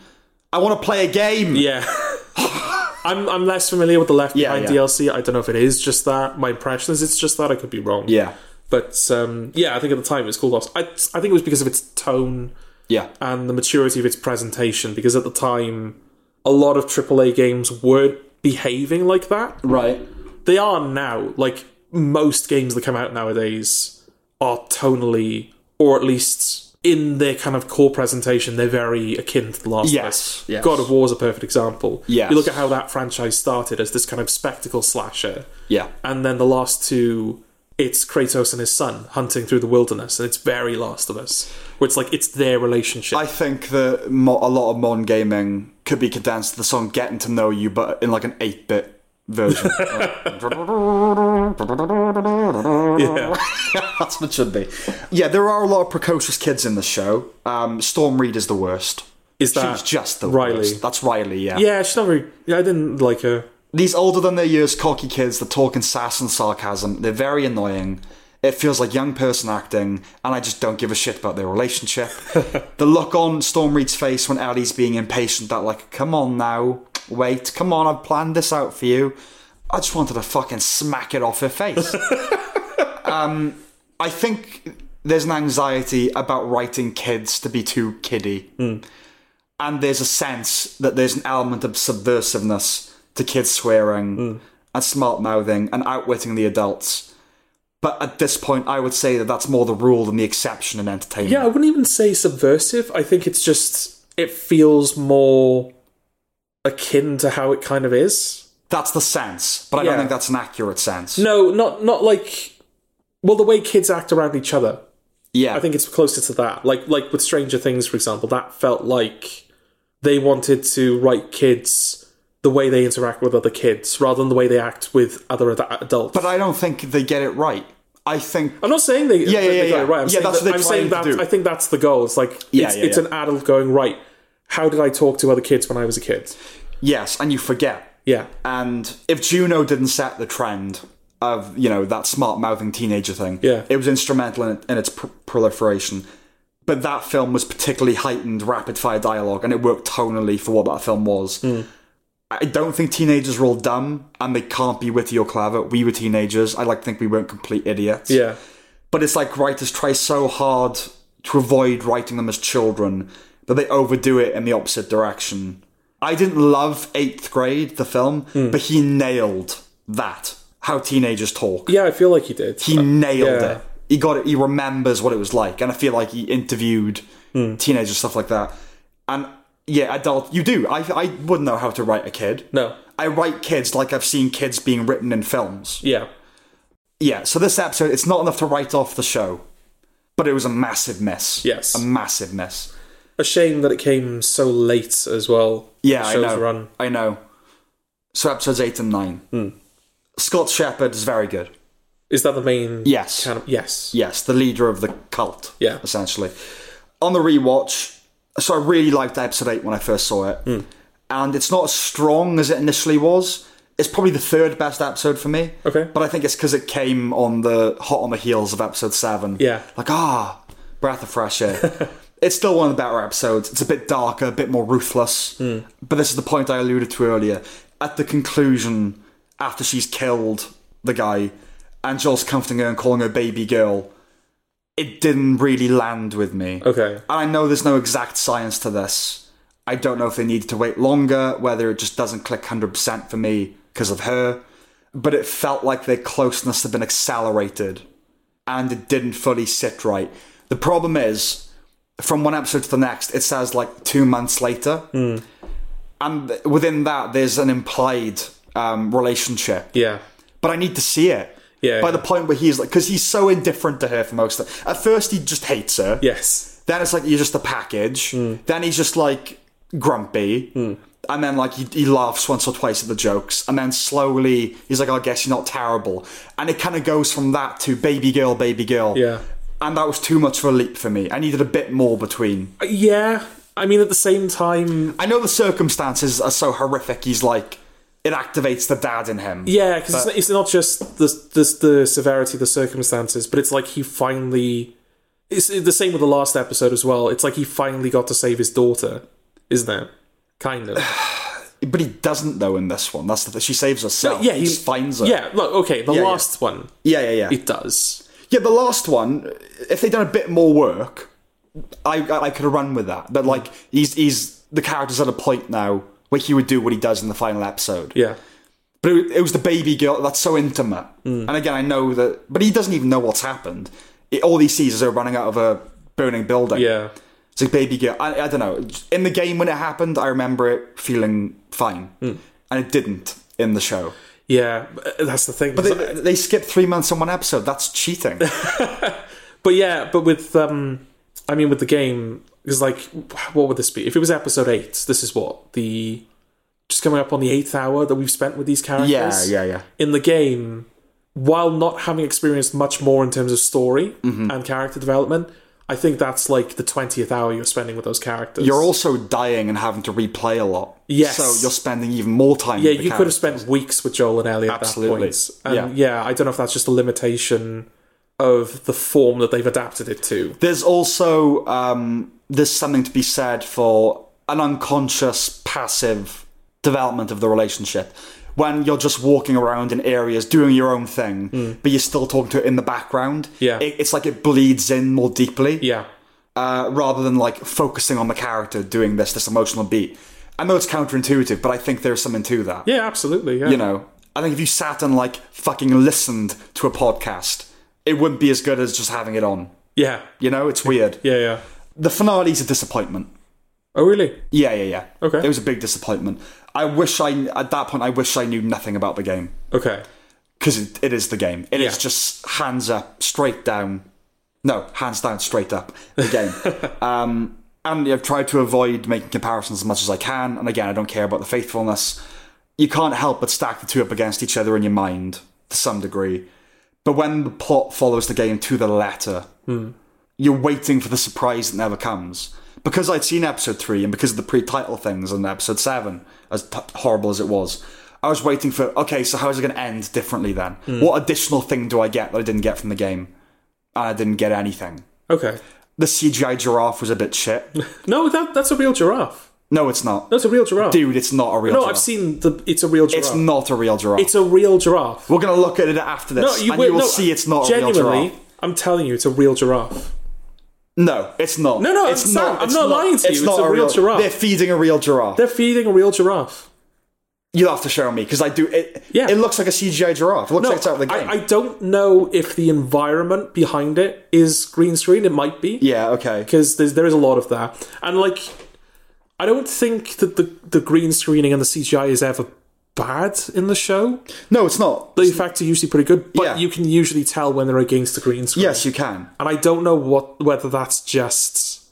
[SPEAKER 2] I want to play a game.
[SPEAKER 1] Yeah. [laughs] I'm I'm less familiar with the Left Behind
[SPEAKER 2] yeah.
[SPEAKER 1] DLC. I don't know if it is just that. My impression is it's just that. I could be wrong.
[SPEAKER 2] yeah,
[SPEAKER 1] But um, yeah, I think at the time it was called Os- I, I think it was because of its tone
[SPEAKER 2] yeah.
[SPEAKER 1] and the maturity of its presentation. Because at the time, a lot of AAA games were behaving like that.
[SPEAKER 2] Right.
[SPEAKER 1] They are now. Like most games that come out nowadays are tonally, or at least in their kind of core presentation, they're very akin to The Last of
[SPEAKER 2] Yes,
[SPEAKER 1] Us.
[SPEAKER 2] yes.
[SPEAKER 1] God of War is a perfect example.
[SPEAKER 2] Yes.
[SPEAKER 1] You look at how that franchise started as this kind of spectacle slasher.
[SPEAKER 2] Yeah.
[SPEAKER 1] And then the last two, it's Kratos and his son hunting through the wilderness, and it's very Last of Us, where it's like it's their relationship.
[SPEAKER 2] I think that mo- a lot of modern gaming could be condensed to the song "Getting to Know You," but in like an eight-bit
[SPEAKER 1] [laughs]
[SPEAKER 2] version.
[SPEAKER 1] yeah.
[SPEAKER 2] That's what it should be. Yeah, there are a lot of precocious kids in the show. Um, Storm Reed is the worst.
[SPEAKER 1] Is that
[SPEAKER 2] She's just the
[SPEAKER 1] Riley?
[SPEAKER 2] worst. That's Riley. Yeah.
[SPEAKER 1] Yeah, she's not very. Yeah, I didn't like her.
[SPEAKER 2] These older than their years cocky kids that talk in sass and sarcasm. They're very annoying. It feels like young person acting, and I just don't give a shit about
[SPEAKER 1] [laughs]
[SPEAKER 2] their relationship. the look on Storm Reed's face when Ellie's being impatient, that like, come on now, wait, come on, I've planned this out for you. I just wanted to fucking smack it off her face. um, I
[SPEAKER 1] Hmm.
[SPEAKER 2] think there's an anxiety about writing kids to be too kiddie. and there's a sense that there's an element of subversiveness to kids swearing
[SPEAKER 1] Hmm.
[SPEAKER 2] and smart mouthing and outwitting the adults. But at this point, I would say that that's more the rule than the exception in entertainment.
[SPEAKER 1] Yeah, I wouldn't even say subversive. I think it's just it feels more akin to how it kind of is.
[SPEAKER 2] That's the sense, but I
[SPEAKER 1] Yeah.
[SPEAKER 2] don't think that's an accurate sense.
[SPEAKER 1] No, not not like well the way kids act around each other.
[SPEAKER 2] yeah,
[SPEAKER 1] I think it's closer to that. Like like with Stranger Things, for example, that felt like they wanted to write kids the way they interact with other kids rather than the way they act with other ad- adults.
[SPEAKER 2] but I don't think they get it right. I think
[SPEAKER 1] I'm not saying they, yeah,
[SPEAKER 2] yeah,
[SPEAKER 1] they got
[SPEAKER 2] yeah.
[SPEAKER 1] it right. I'm
[SPEAKER 2] Yeah,
[SPEAKER 1] saying,
[SPEAKER 2] that's
[SPEAKER 1] that,
[SPEAKER 2] what
[SPEAKER 1] I'm
[SPEAKER 2] they're
[SPEAKER 1] saying
[SPEAKER 2] trying
[SPEAKER 1] that
[SPEAKER 2] to do.
[SPEAKER 1] I think that's the goal. It's like it's,
[SPEAKER 2] yeah,
[SPEAKER 1] it's
[SPEAKER 2] yeah.
[SPEAKER 1] an adult going right. How did I talk to other kids when I was a kid?
[SPEAKER 2] yes, and you forget.
[SPEAKER 1] Yeah,
[SPEAKER 2] And if Juno didn't set the trend of, you know, that smart mouthing teenager thing,
[SPEAKER 1] Yeah.
[SPEAKER 2] it was instrumental in, in its pr- proliferation. But that film was particularly heightened rapid fire dialogue and it worked tonally for what that film was. I don't think teenagers are all dumb and they can't be witty or clever. We were teenagers. I like to think we weren't complete idiots.
[SPEAKER 1] yeah,
[SPEAKER 2] But it's like writers try so hard to avoid writing them as children that they overdo it in the opposite direction. I didn't love Eighth Grade, the film,
[SPEAKER 1] Hmm.
[SPEAKER 2] but he nailed that. How teenagers talk.
[SPEAKER 1] yeah. I feel like he did.
[SPEAKER 2] He nailed
[SPEAKER 1] yeah.
[SPEAKER 2] it. He got it. He remembers what it was like, and I feel like he interviewed
[SPEAKER 1] Hmm.
[SPEAKER 2] teenagers stuff like that. And yeah, adult, you do. I I wouldn't know how to write a kid.
[SPEAKER 1] no,
[SPEAKER 2] I write kids like I've seen kids being written in films.
[SPEAKER 1] yeah,
[SPEAKER 2] Yeah, so this episode, it's not enough to write off the show, but it was a massive miss.
[SPEAKER 1] Yes.
[SPEAKER 2] A massive miss.
[SPEAKER 1] a shame that it came so late as well.
[SPEAKER 2] Yeah,
[SPEAKER 1] The
[SPEAKER 2] I
[SPEAKER 1] show's
[SPEAKER 2] know.
[SPEAKER 1] Run. Hmm.
[SPEAKER 2] I know. So episodes 8 and 9. Scott Shepherd is very good.
[SPEAKER 1] Is that the main?
[SPEAKER 2] Yes.
[SPEAKER 1] Kind of- yes.
[SPEAKER 2] Yes, the leader of the cult.
[SPEAKER 1] Yeah.
[SPEAKER 2] Essentially. On the rewatch, so I really liked episode 8 when I first saw it.
[SPEAKER 1] Hmm.
[SPEAKER 2] And it's not as strong as it initially was. It's probably the third best episode for me.
[SPEAKER 1] Okay.
[SPEAKER 2] But I think it's because it came on the hot on the heels of episode 7.
[SPEAKER 1] Yeah.
[SPEAKER 2] Like, ah, breath of fresh air. it's still one of the better episodes. It's a bit darker, a bit more ruthless. But this is the point I alluded to earlier. At the conclusion, after she's killed the guy, and Joel's comforting her and calling her baby girl, it didn't really land with me.
[SPEAKER 1] Okay.
[SPEAKER 2] And I know there's no exact science to this. I don't know if they needed to wait longer, whether it just doesn't click 100% for me because of her, but it felt like their closeness had been accelerated and it didn't fully sit right. The problem is, from one episode to the next, it says like two months later. And within that, there's an implied um, relationship
[SPEAKER 1] Yeah.
[SPEAKER 2] but I need to see it.
[SPEAKER 1] Yeah.
[SPEAKER 2] By the point where he's like, because he's so indifferent to her for most of At first, he just hates her.
[SPEAKER 1] Yes.
[SPEAKER 2] Then it's like, you're just a package.
[SPEAKER 1] Hmm.
[SPEAKER 2] Then he's just like grumpy. And then, like, he, he laughs once or twice at the jokes. And then slowly, he's like, I guess you're not terrible. And it kind of goes from that to baby girl, baby girl.
[SPEAKER 1] Yeah.
[SPEAKER 2] And that was too much of a leap for me. I needed a bit more between.
[SPEAKER 1] Uh, Yeah. I mean, at the same time,
[SPEAKER 2] I know the circumstances are so horrific. He's like, it activates the dad in him.
[SPEAKER 1] yeah, because it's, it's not just the, the the severity of the circumstances, but it's like he finally. It's the same with the last episode as well. It's like he finally got to save his daughter, isn't it? Kind
[SPEAKER 2] [sighs]
[SPEAKER 1] of.
[SPEAKER 2] But he doesn't though in this one. That's the th- she saves herself.
[SPEAKER 1] yeah,
[SPEAKER 2] he, just finds her.
[SPEAKER 1] Yeah, look, okay, the
[SPEAKER 2] yeah.
[SPEAKER 1] last one,
[SPEAKER 2] yeah, yeah, yeah.
[SPEAKER 1] it does.
[SPEAKER 2] Yeah, the last one. If they'd done a bit more work, I I, I could have run with that. But like, he's he's the character's at a point now where he would do what he does in the final episode.
[SPEAKER 1] Yeah.
[SPEAKER 2] But it, it was the baby girl that's so intimate. And again, I know that, but he doesn't even know what's happened. It, all he sees is her running out of a burning building.
[SPEAKER 1] Yeah.
[SPEAKER 2] It's like baby girl. I, I don't know. In the game when it happened, I remember it feeling fine, and it didn't in the show.
[SPEAKER 1] Yeah, but, uh, that's the thing. But,
[SPEAKER 2] They, they skip three months on one episode. That's [laughs] cheating.
[SPEAKER 1] yeah, but with um, I mean with the game, because like, what would this be? If it was episode eight, this is what the just coming up on the eighth hour that we've spent with these characters.
[SPEAKER 2] yeah, yeah, yeah.
[SPEAKER 1] In the game, while not having experienced much more in terms of story and character development, I think that's like the twentieth hour you're spending with those characters.
[SPEAKER 2] You're also dying and having to replay a lot.
[SPEAKER 1] Yes.
[SPEAKER 2] So you're spending even more time.
[SPEAKER 1] Yeah, you could have spent weeks with Joel and Ellie at
[SPEAKER 2] Absolutely.
[SPEAKER 1] that point. And yeah. I don't know if that's just a limitation of the form that they've adapted it to.
[SPEAKER 2] There's also um, there's something to be said for an unconscious, passive development of the relationship. When you're just walking around in areas doing your own thing, but you're still talking to it in the background.
[SPEAKER 1] Hmm. Yeah.
[SPEAKER 2] It, it's like it bleeds in more deeply.
[SPEAKER 1] Yeah.
[SPEAKER 2] uh, rather than like focusing on the character doing this this emotional beat. I know it's counterintuitive, but I think there's something to that.
[SPEAKER 1] Yeah, absolutely. Yeah.
[SPEAKER 2] You know, I think if you sat and like fucking listened to a podcast, it wouldn't be as good as just having it on.
[SPEAKER 1] yeah.
[SPEAKER 2] You know, it's weird.
[SPEAKER 1] Yeah, yeah.
[SPEAKER 2] The finale's a disappointment.
[SPEAKER 1] Oh, really?
[SPEAKER 2] Yeah, yeah, yeah.
[SPEAKER 1] Okay.
[SPEAKER 2] It was a big disappointment. I wish I, at that point, I wish I knew nothing about the game.
[SPEAKER 1] Okay.
[SPEAKER 2] Because it, it is the game. It is
[SPEAKER 1] Yeah.
[SPEAKER 2] just hands up, straight down. No, hands down, straight up, the game. um, and I've tried to avoid making comparisons as much as I can. And again, I don't care about the faithfulness. You can't help but stack the two up against each other in your mind to some degree. But when the plot follows the game to the letter, you're waiting for the surprise that never comes. Because I'd seen episode three, and because of the pre-title things in episode seven, as t- horrible as it was, I was waiting for okay, so how is it going to end differently then?
[SPEAKER 1] Hmm.
[SPEAKER 2] What additional thing do I get that I didn't get from the game? And I didn't get anything.
[SPEAKER 1] Okay.
[SPEAKER 2] The CGI giraffe was a bit shit.
[SPEAKER 1] No, that that's a real giraffe.
[SPEAKER 2] No, it's not,
[SPEAKER 1] That's a real giraffe.
[SPEAKER 2] dude. It's not a real.
[SPEAKER 1] no,
[SPEAKER 2] giraffe.
[SPEAKER 1] I've seen the. It's a real giraffe.
[SPEAKER 2] It's not a real giraffe.
[SPEAKER 1] It's a real giraffe.
[SPEAKER 2] We're gonna look at it after this,
[SPEAKER 1] No, you
[SPEAKER 2] and
[SPEAKER 1] will,
[SPEAKER 2] you will
[SPEAKER 1] no,
[SPEAKER 2] see it's not a real
[SPEAKER 1] genuinely,
[SPEAKER 2] giraffe.
[SPEAKER 1] I'm telling you, it's a real giraffe.
[SPEAKER 2] No, it's not.
[SPEAKER 1] No, no,
[SPEAKER 2] it's
[SPEAKER 1] I'm sorry. I'm not lying to you. It's a real giraffe.
[SPEAKER 2] They're feeding a real giraffe.
[SPEAKER 1] They're feeding a real giraffe.
[SPEAKER 2] You'll have to show me because I do. It,
[SPEAKER 1] Yeah.
[SPEAKER 2] it looks like a CGI giraffe. It looks
[SPEAKER 1] No,
[SPEAKER 2] like it's out of the game.
[SPEAKER 1] I, I don't know if the environment behind it is green screen. It might be.
[SPEAKER 2] yeah, okay.
[SPEAKER 1] because there's there is a lot of that, and like I don't think that the the green screening and the CGI is ever bad in the show.
[SPEAKER 2] No, it's not.
[SPEAKER 1] The effects are usually pretty good, but
[SPEAKER 2] Yeah.
[SPEAKER 1] you can usually tell when they're against the green screen.
[SPEAKER 2] yes, you can.
[SPEAKER 1] and I don't know what whether that's just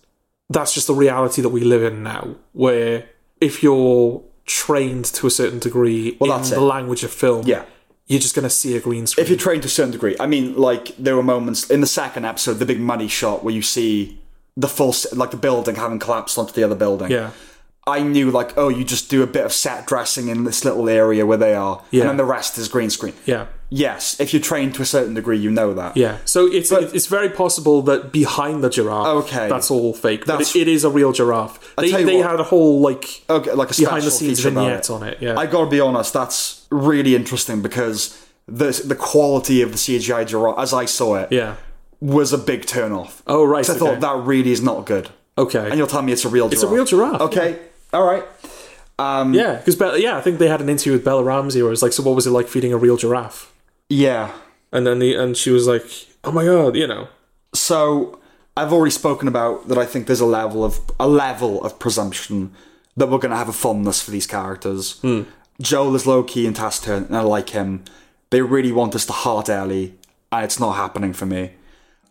[SPEAKER 1] that's just the reality that we live in now, where if you're trained to a certain degree in
[SPEAKER 2] that's
[SPEAKER 1] the
[SPEAKER 2] it.
[SPEAKER 1] language of film,
[SPEAKER 2] Yeah.
[SPEAKER 1] you're just gonna see a green screen.
[SPEAKER 2] If you're trained to a certain degree, I mean, like there were moments in the second episode, the big money shot where you see the full, s- like the building having collapsed onto the other building.
[SPEAKER 1] yeah,
[SPEAKER 2] I knew like, oh, you just do a bit of set dressing in this little area where they are, and then the rest is green screen.
[SPEAKER 1] yeah.
[SPEAKER 2] Yes, if you're trained to a certain degree, you know that.
[SPEAKER 1] Yeah, so it's it's very possible that behind the giraffe,
[SPEAKER 2] Okay.
[SPEAKER 1] that's all fake. But
[SPEAKER 2] That's-
[SPEAKER 1] it, it is a real giraffe. They,
[SPEAKER 2] tell you
[SPEAKER 1] they
[SPEAKER 2] what- Oh,
[SPEAKER 1] had a whole like
[SPEAKER 2] Okay, like a special
[SPEAKER 1] behind the scenes
[SPEAKER 2] feature about
[SPEAKER 1] vignette
[SPEAKER 2] it.
[SPEAKER 1] on it. Yeah,
[SPEAKER 2] I gotta be honest, that's really interesting because the the quality of the CGI giraffe, as I saw it,
[SPEAKER 1] yeah.
[SPEAKER 2] was a big turn off.
[SPEAKER 1] Oh right,
[SPEAKER 2] I
[SPEAKER 1] okay.
[SPEAKER 2] thought that really is not good.
[SPEAKER 1] okay.
[SPEAKER 2] And you'll tell me it's a real giraffe.
[SPEAKER 1] it's a real giraffe.
[SPEAKER 2] Okay, all right. Um,
[SPEAKER 1] Yeah, because Bella, yeah, I think they had an interview with Bella Ramsey where it was like, so what was it like feeding a real giraffe?
[SPEAKER 2] yeah.
[SPEAKER 1] And then the and she was like, oh my god, you know,
[SPEAKER 2] So I've already spoken about that. I think there's a level of a level of presumption that we're going to have a fondness for these characters.
[SPEAKER 1] Hmm.
[SPEAKER 2] Joel is low key and taciturn, and I like him. They really want us to heart Ellie, and it's not happening for me.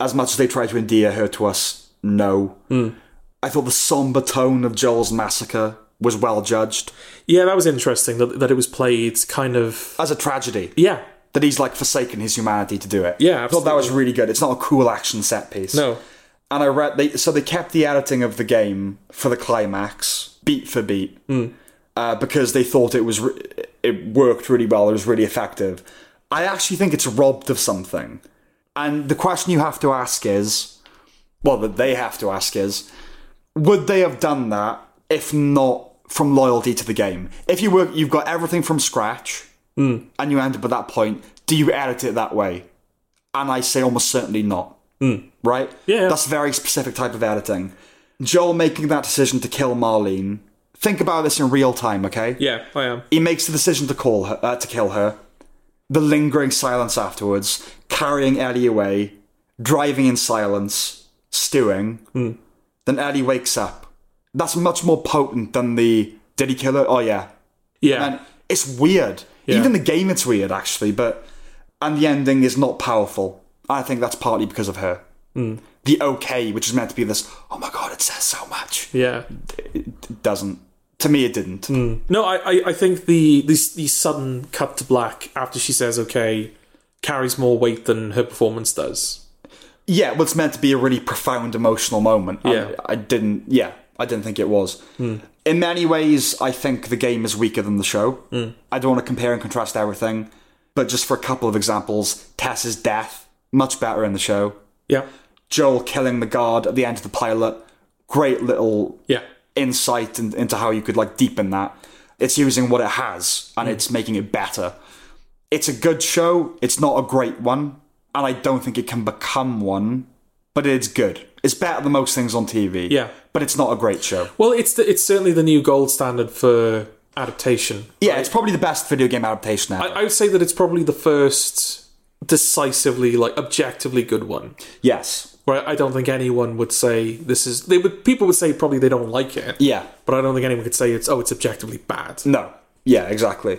[SPEAKER 2] As much as they try to endear her to us, no.
[SPEAKER 1] Hmm.
[SPEAKER 2] I thought the somber tone of Joel's massacre was well judged
[SPEAKER 1] yeah, that was interesting that that it was played kind of
[SPEAKER 2] as a tragedy.
[SPEAKER 1] yeah,
[SPEAKER 2] That he's like forsaken his humanity to do it.
[SPEAKER 1] Yeah,
[SPEAKER 2] I thought that was really good. It's not a cool action set piece.
[SPEAKER 1] no,
[SPEAKER 2] and I read they so they kept the editing of the game for the climax beat for beat uh, because they thought it was re- it worked really well. It was really effective. I actually think it's robbed of something, and the question you have to ask is, well, that they have to ask is, would they have done that if not from loyalty to the game? If you work, you've got everything from scratch,
[SPEAKER 1] Hmm.
[SPEAKER 2] and you end up at that point. Do you edit it that way? And I say almost certainly not. Right?
[SPEAKER 1] Hmm. Yeah.
[SPEAKER 2] That's a very specific type of editing. Joel making that decision to kill Marlene. Think about this in real time, okay?
[SPEAKER 1] yeah, I am.
[SPEAKER 2] He makes the decision to call her, uh, to kill her. The lingering silence afterwards, carrying Ellie away, driving in silence, stewing. Then Ellie wakes up. That's much more potent than the did he kill her? Oh yeah,
[SPEAKER 1] Yeah,
[SPEAKER 2] and it's weird. Even the game, it's weird actually. But and the ending is not powerful. I think that's partly because of her. The okay, which is meant to be this. Oh my god, it says so much.
[SPEAKER 1] yeah.
[SPEAKER 2] It doesn't. To me, it didn't.
[SPEAKER 1] No, I, I, I think the, the the sudden cut to black after she says okay carries more weight than her performance does.
[SPEAKER 2] Yeah, well, it's meant to be a really profound emotional moment. and
[SPEAKER 1] Yeah. Hmm.
[SPEAKER 2] I, didn't. Yeah, I didn't think it was. In many ways, I think the game is weaker than the show.
[SPEAKER 1] Hmm.
[SPEAKER 2] I don't want to compare and contrast everything, but just for a couple of examples, Tess's death much better in the show.
[SPEAKER 1] Yeah,
[SPEAKER 2] Joel killing the guard at the end of the pilot. Great little
[SPEAKER 1] yeah,
[SPEAKER 2] insight in, into how you could like deepen that. It's using what it has and
[SPEAKER 1] Hmm.
[SPEAKER 2] it's making it better. It's a good show. It's not a great one, and I don't think it can become one, but it's good. It's better than most things on TV.
[SPEAKER 1] Yeah.
[SPEAKER 2] But it's not a great show.
[SPEAKER 1] Well, it's the, it's certainly the new gold standard for adaptation.
[SPEAKER 2] Yeah, it's probably the best video game adaptation ever.
[SPEAKER 1] I, I would say that it's probably the first decisively, like objectively good one.
[SPEAKER 2] yes.
[SPEAKER 1] Where I don't think anyone would say this is. They would people would say probably they don't like it.
[SPEAKER 2] Yeah.
[SPEAKER 1] But I don't think anyone could say it's oh it's objectively bad.
[SPEAKER 2] No. Yeah, exactly.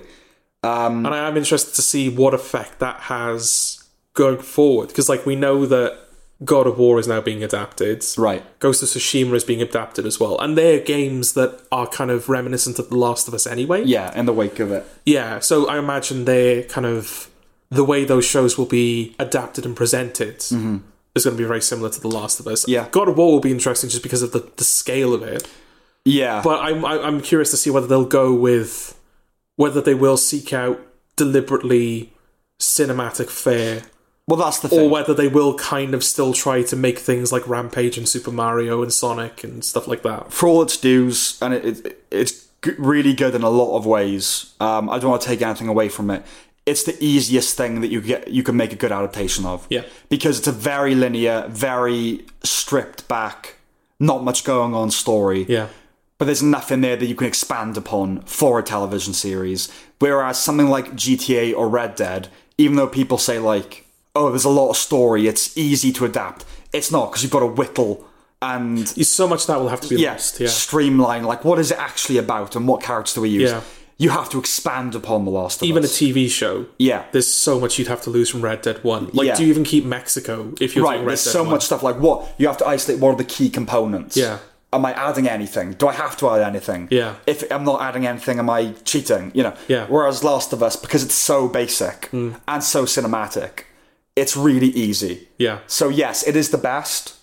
[SPEAKER 1] And I am interested to see what effect that has going forward because like we know that God of War is now being adapted.
[SPEAKER 2] Right.
[SPEAKER 1] Ghost of Tsushima is being adapted as well, and they're games that are kind of reminiscent of The Last of Us anyway.
[SPEAKER 2] Yeah, in the wake of it.
[SPEAKER 1] Yeah, so I imagine they're kind of the way those shows will be adapted and presented is going to be very similar to The Last of Us.
[SPEAKER 2] Mm-hmm. Yeah.
[SPEAKER 1] God of War will be interesting just because of the, the scale of it.
[SPEAKER 2] Yeah.
[SPEAKER 1] But I'm I- I'm curious to see whether they'll go with whether they will seek out deliberately cinematic fare
[SPEAKER 2] well, that's the
[SPEAKER 1] or
[SPEAKER 2] thing.
[SPEAKER 1] whether they will kind of still try to make things like Rampage and Super Mario and Sonic and stuff like that.
[SPEAKER 2] for all its dues, and it, it, it's g- really good in a lot of ways. Um, I don't want to take anything away from it. It's the easiest thing that you get you can make a good adaptation of.
[SPEAKER 1] Yeah.
[SPEAKER 2] because it's a very linear, very stripped back, not much going on story.
[SPEAKER 1] Yeah.
[SPEAKER 2] But there's nothing there that you can expand upon for a television series. Whereas something like GTA or Red Dead, even though people say like, "Oh, there's a lot of story, it's easy to adapt," it's not because you've got to whittle and
[SPEAKER 1] So much of that will have to be lost. Yeah.
[SPEAKER 2] streamline. Like, what is it actually about, and what characters do we use?
[SPEAKER 1] Yeah.
[SPEAKER 2] You have to expand upon the Last of
[SPEAKER 1] Even a
[SPEAKER 2] Us.
[SPEAKER 1] TV show.
[SPEAKER 2] yeah,
[SPEAKER 1] there's so much you'd have to lose from Red Dead One. Like,
[SPEAKER 2] Yeah.
[SPEAKER 1] do you even keep Mexico if you're
[SPEAKER 2] right.
[SPEAKER 1] doing Red
[SPEAKER 2] There's
[SPEAKER 1] Dead
[SPEAKER 2] so
[SPEAKER 1] 1?
[SPEAKER 2] much stuff. Like, what you have to isolate. What are the key components?
[SPEAKER 1] Yeah.
[SPEAKER 2] Am I adding anything? Do I have to add anything?
[SPEAKER 1] Yeah.
[SPEAKER 2] If I'm not adding anything, am I cheating? You know.
[SPEAKER 1] Yeah. Mm.
[SPEAKER 2] Whereas Last of Us, because it's so basic and so cinematic, it's really easy.
[SPEAKER 1] Yeah,
[SPEAKER 2] So yes, it is the best,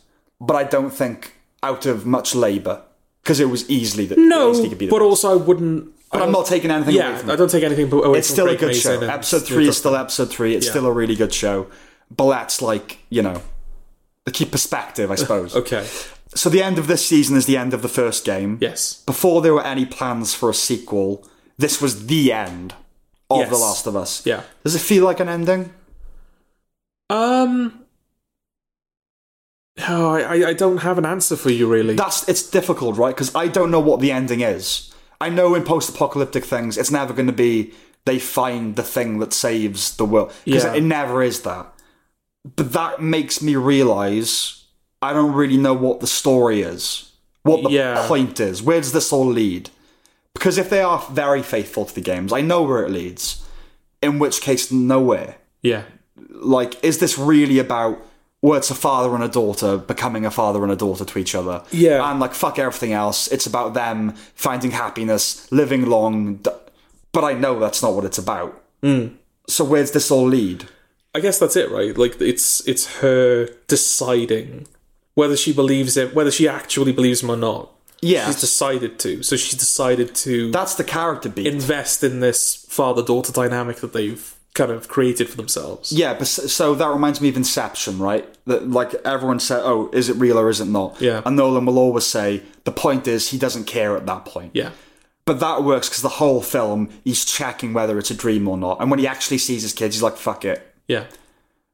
[SPEAKER 2] but I don't think out of much labour because it was easily the
[SPEAKER 1] no, but
[SPEAKER 2] easily could be the
[SPEAKER 1] also I wouldn't.
[SPEAKER 2] But I'm not taking anything away
[SPEAKER 1] Yeah,
[SPEAKER 2] from it.
[SPEAKER 1] I don't take anything away
[SPEAKER 2] It's
[SPEAKER 1] from
[SPEAKER 2] still a
[SPEAKER 1] Craig
[SPEAKER 2] good
[SPEAKER 1] Mason
[SPEAKER 2] show.
[SPEAKER 1] and-
[SPEAKER 2] Episode three is still episode three. It's still a really good show. But that's like, you know, the key perspective, I suppose.
[SPEAKER 1] [laughs] Okay.
[SPEAKER 2] So the end of this season is the end of the first game.
[SPEAKER 1] Yes.
[SPEAKER 2] Before there were any plans for a sequel, this was the end of
[SPEAKER 1] Yes.
[SPEAKER 2] The Last of Us.
[SPEAKER 1] Yeah.
[SPEAKER 2] Does it feel like an ending?
[SPEAKER 1] Um. Oh, I I- I don't have an answer for you really.
[SPEAKER 2] That's it's difficult, right? Because I don't know what the ending is. I know in post-apocalyptic things, it's never going to be they find the thing that saves the world because
[SPEAKER 1] Yeah.
[SPEAKER 2] it never is that. But that makes me realize I don't really know what the story is, what the
[SPEAKER 1] Yeah.
[SPEAKER 2] point is. Where does this all lead? Because if they are very faithful to the games, I know where it leads. In which case, nowhere
[SPEAKER 1] yeah.
[SPEAKER 2] like is this really about well it's a father and a daughter becoming a father and a daughter to each other
[SPEAKER 1] Yeah.
[SPEAKER 2] and like fuck everything else it's about them finding happiness living long d- but i know that's not what it's about
[SPEAKER 1] Hmm.
[SPEAKER 2] so where's this all lead
[SPEAKER 1] I guess that's it, right? Like it's it's her deciding whether she believes it, whether she actually believes him or not.
[SPEAKER 2] yeah
[SPEAKER 1] She's decided to. So she's decided to
[SPEAKER 2] that's the character beat
[SPEAKER 1] invest in this father daughter dynamic that they've kind of created for themselves.
[SPEAKER 2] yeah, but s- so that reminds me of Inception, right? That like everyone said, "Oh, is it real or is it not?"
[SPEAKER 1] Yeah.
[SPEAKER 2] and Nolan will always say, "The point is, he doesn't care at that point."
[SPEAKER 1] Yeah.
[SPEAKER 2] But that works because the whole film, he's checking whether it's a dream or not. And when he actually sees his kids, he's like, fuck it.
[SPEAKER 1] Yeah.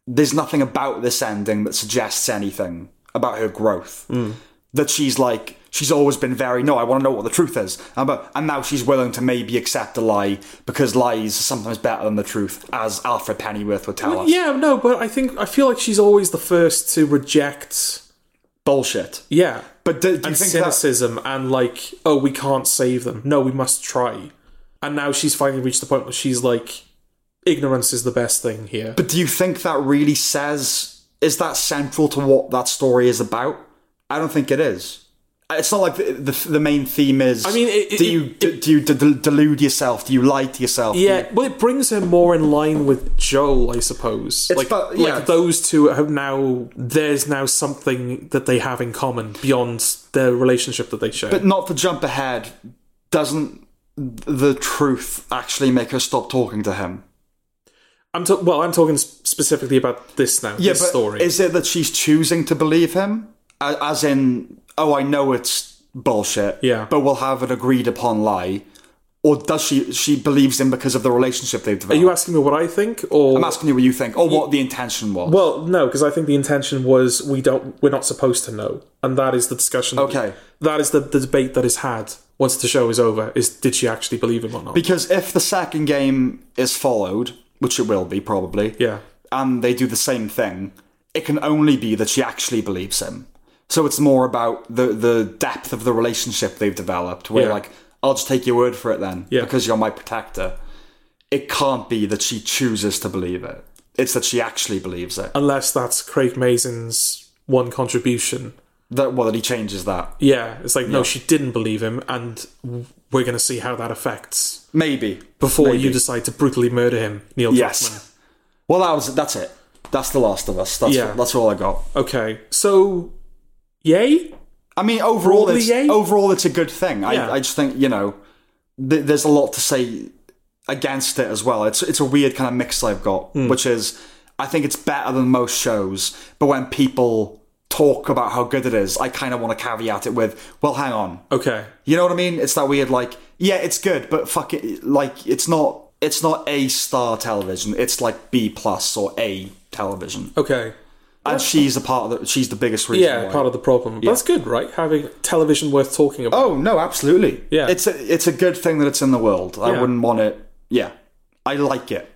[SPEAKER 2] There's nothing about this ending that suggests anything about her growth.
[SPEAKER 1] Mm.
[SPEAKER 2] That she's like, she's always been very, no, I want to know what the truth is. And, but, and now she's willing to maybe accept a lie because lies are sometimes better than the truth, as Alfred Pennyworth would tell us.
[SPEAKER 1] Yeah, no, but I think I feel like she's always the first to reject
[SPEAKER 2] Bullshit.
[SPEAKER 1] yeah,
[SPEAKER 2] But do, do you think that,
[SPEAKER 1] cynicism and like, oh, we can't save them. No, we must try. And now she's finally reached the point where she's like ignorance is the best thing here.
[SPEAKER 2] But do you think that really says is that central to what that story is about? I don't think it is. It's not like the the, the main theme is. I
[SPEAKER 1] mean, it-
[SPEAKER 2] do
[SPEAKER 1] it-
[SPEAKER 2] you do, do you del- delude yourself? Do you lie to yourself? Do you-
[SPEAKER 1] yeah, well, it brings her more in line with Joel, I suppose. like,
[SPEAKER 2] about- yeah.
[SPEAKER 1] like those two have now. There's now something that they have in common beyond their relationship that they share.
[SPEAKER 2] not to jump ahead. Doesn't the truth actually make her stop talking to him?
[SPEAKER 1] I'm ta- well. I'm talking s- specifically about this now. this
[SPEAKER 2] but
[SPEAKER 1] story.
[SPEAKER 2] Is it that she's choosing to believe him? A- As in, oh, I know it's bullshit.
[SPEAKER 1] Yeah.
[SPEAKER 2] But we'll have an agreed upon lie. or does she? She believes him because of the relationship they've
[SPEAKER 1] Are
[SPEAKER 2] developed.
[SPEAKER 1] you asking me what I think, or
[SPEAKER 2] I'm asking you what you think, or what the intention was.
[SPEAKER 1] Well, no, because I think the intention was we don't we're not supposed to know, and that is the discussion.
[SPEAKER 2] Okay.
[SPEAKER 1] that is the, the debate that is had once the show is over: is did she actually believe him or not?
[SPEAKER 2] because if the second game is followed, which it will be probably,
[SPEAKER 1] yeah,
[SPEAKER 2] and they do the same thing, it can only be that she actually believes him. So it's more about the the depth of the relationship they've developed. Where
[SPEAKER 1] Yeah.
[SPEAKER 2] like, I'll just take your word for it then,
[SPEAKER 1] Yeah.
[SPEAKER 2] because you're my protector. It can't be that she chooses to believe it. It's that she actually believes it.
[SPEAKER 1] unless that's Craig Mason's one contribution.
[SPEAKER 2] That well, that he changes that.
[SPEAKER 1] Yeah, it's like no, she didn't believe him, and we're going to see how that affects
[SPEAKER 2] Maybe
[SPEAKER 1] before
[SPEAKER 2] Maybe.
[SPEAKER 1] you decide to brutally murder him, Neil. Druckmann.
[SPEAKER 2] Yes. Well, that was that's it. That's the Last of Us. That's
[SPEAKER 1] Yeah.
[SPEAKER 2] that's all I got.
[SPEAKER 1] Okay, so yay.
[SPEAKER 2] I mean, overall,
[SPEAKER 1] Broadly,
[SPEAKER 2] it's,
[SPEAKER 1] yay?
[SPEAKER 2] overall, it's a good thing.
[SPEAKER 1] Yeah.
[SPEAKER 2] I, I just think you know, th- there's a lot to say against it as well. It's it's a weird kind of mix I've got,
[SPEAKER 1] Hmm.
[SPEAKER 2] which is I think it's better than most shows, but when people talk about how good it is, I kind of want to caveat it with, well, hang on,
[SPEAKER 1] Okay,
[SPEAKER 2] you know what I mean? It's that weird, like, yeah, it's good, but fuck it, like, it's not. It's not A star television. It's like B plus or A television,
[SPEAKER 1] okay.
[SPEAKER 2] and she's a part of the. She's the biggest reason.
[SPEAKER 1] Yeah,
[SPEAKER 2] why.
[SPEAKER 1] part of the problem. But That's good, right? Having television worth talking about.
[SPEAKER 2] Oh no, absolutely.
[SPEAKER 1] Yeah.
[SPEAKER 2] it's a it's a good thing that it's in the world. I
[SPEAKER 1] Yeah.
[SPEAKER 2] wouldn't want it. Yeah, I like it.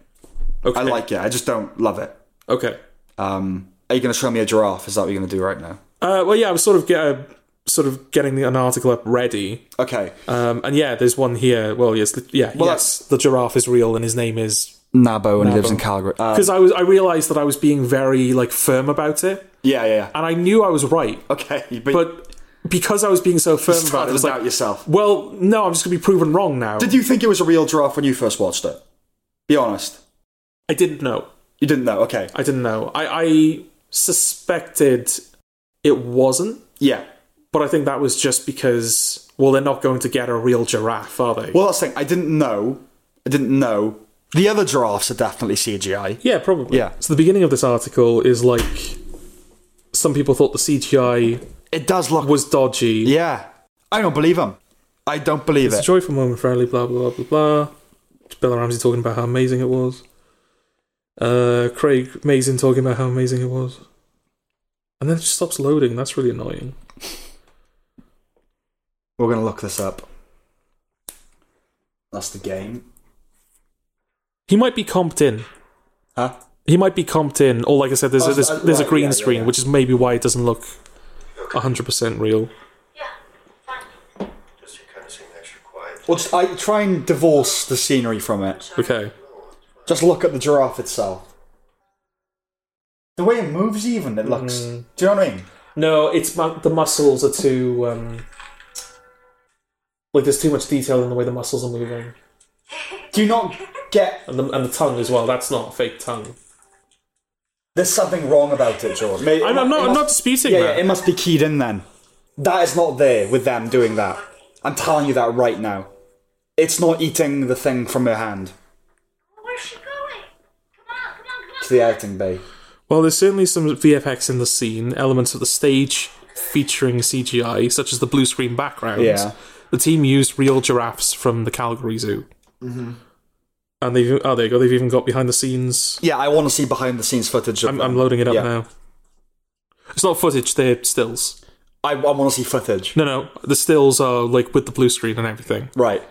[SPEAKER 1] okay.
[SPEAKER 2] Oh, I like it. I just don't love it.
[SPEAKER 1] Okay.
[SPEAKER 2] Um, are you going to show me a giraffe? Is that what you're going to do right now?
[SPEAKER 1] Uh, well, yeah, I was sort of get, uh, sort of getting an article up ready,
[SPEAKER 2] Okay,
[SPEAKER 1] um, and yeah, there's one here. Well, yes, the, yeah, yes, the giraffe is real, and his name is
[SPEAKER 2] Nabo and he lives in Calgary. Uh,
[SPEAKER 1] because I was I realized that I was being very like firm about it,
[SPEAKER 2] yeah, yeah. yeah.
[SPEAKER 1] and I knew I was right,
[SPEAKER 2] Okay, [laughs] but,
[SPEAKER 1] but um, because I was being so firm about it, it
[SPEAKER 2] started
[SPEAKER 1] was
[SPEAKER 2] to
[SPEAKER 1] like, [laughs]
[SPEAKER 2] doubt yourself.
[SPEAKER 1] well, no, I'm just gonna be proven wrong now.
[SPEAKER 2] Did you think it was a real giraffe when you first watched it? Be honest.
[SPEAKER 1] I didn't know.
[SPEAKER 2] You didn't know. Okay.
[SPEAKER 1] I didn't know. I, I suspected it wasn't.
[SPEAKER 2] Yeah.
[SPEAKER 1] But I think that was just because, well, they're not going to get a real giraffe, are they?
[SPEAKER 2] Well, that's the thing. I didn't know. I didn't know. The other giraffes are definitely CGI.
[SPEAKER 1] yeah, probably.
[SPEAKER 2] Yeah.
[SPEAKER 1] So the beginning of this article is like some people thought the CGI
[SPEAKER 2] It does look.
[SPEAKER 1] was dodgy.
[SPEAKER 2] yeah. I don't believe him. I don't believe
[SPEAKER 1] It's a
[SPEAKER 2] it.
[SPEAKER 1] joyful moment for Ellie, blah, blah, blah, blah, blah. Bella Ramsey talking about how amazing it was. Uh, Craig Mazin talking about how amazing it was. And then it just stops loading. That's really annoying.
[SPEAKER 2] We're going to look this up. That's the game.
[SPEAKER 1] He might be comped in.
[SPEAKER 2] Huh?
[SPEAKER 1] He might be comped in, or like I said, there's
[SPEAKER 2] Oh,
[SPEAKER 1] a, there's,
[SPEAKER 2] uh,
[SPEAKER 1] there's a
[SPEAKER 2] right,
[SPEAKER 1] green
[SPEAKER 2] yeah, yeah,
[SPEAKER 1] screen,
[SPEAKER 2] yeah.
[SPEAKER 1] which is maybe why it doesn't look 100% real.
[SPEAKER 3] Yeah, fine.
[SPEAKER 4] Does you kind of seem extra quiet?
[SPEAKER 2] Well, just, I try and divorce the scenery from it.
[SPEAKER 1] Okay.
[SPEAKER 2] Just look at the giraffe itself. The way it moves, even it looks.
[SPEAKER 1] Hmm.
[SPEAKER 2] Do you know what I mean?
[SPEAKER 1] No, it's mu- the muscles are too um, like there's too much detail in the way the muscles are moving,
[SPEAKER 2] Do you not get?
[SPEAKER 1] and the, and the tongue as well. That's not a fake tongue.
[SPEAKER 2] There's something wrong about it, George. May-
[SPEAKER 1] I'm,
[SPEAKER 2] it
[SPEAKER 1] I'm not.
[SPEAKER 2] must-
[SPEAKER 1] I'm not disputing
[SPEAKER 2] Yeah, yeah,
[SPEAKER 1] that.
[SPEAKER 2] it must be keyed in then. That is not there with them doing that. I'm telling you that right now. It's not eating the thing from her hand
[SPEAKER 3] Where's she going? Come on, come on, come on.
[SPEAKER 2] to the outing bay.
[SPEAKER 1] well, there's certainly some VFX in the scene, elements of the stage featuring CGI, such as the blue screen background.
[SPEAKER 2] Yeah.
[SPEAKER 1] The team used real giraffes from the Calgary Zoo. Mm-hmm. And they've oh there you go. They've even got behind the scenes.
[SPEAKER 2] Yeah, I want to see behind the scenes footage. Of
[SPEAKER 1] I'm,
[SPEAKER 2] them.
[SPEAKER 1] I'm loading it up
[SPEAKER 2] Yeah.
[SPEAKER 1] now. It's not footage. They're stills.
[SPEAKER 2] I, I want to see footage.
[SPEAKER 1] No, no. The stills are like with the blue screen and everything.
[SPEAKER 2] Right.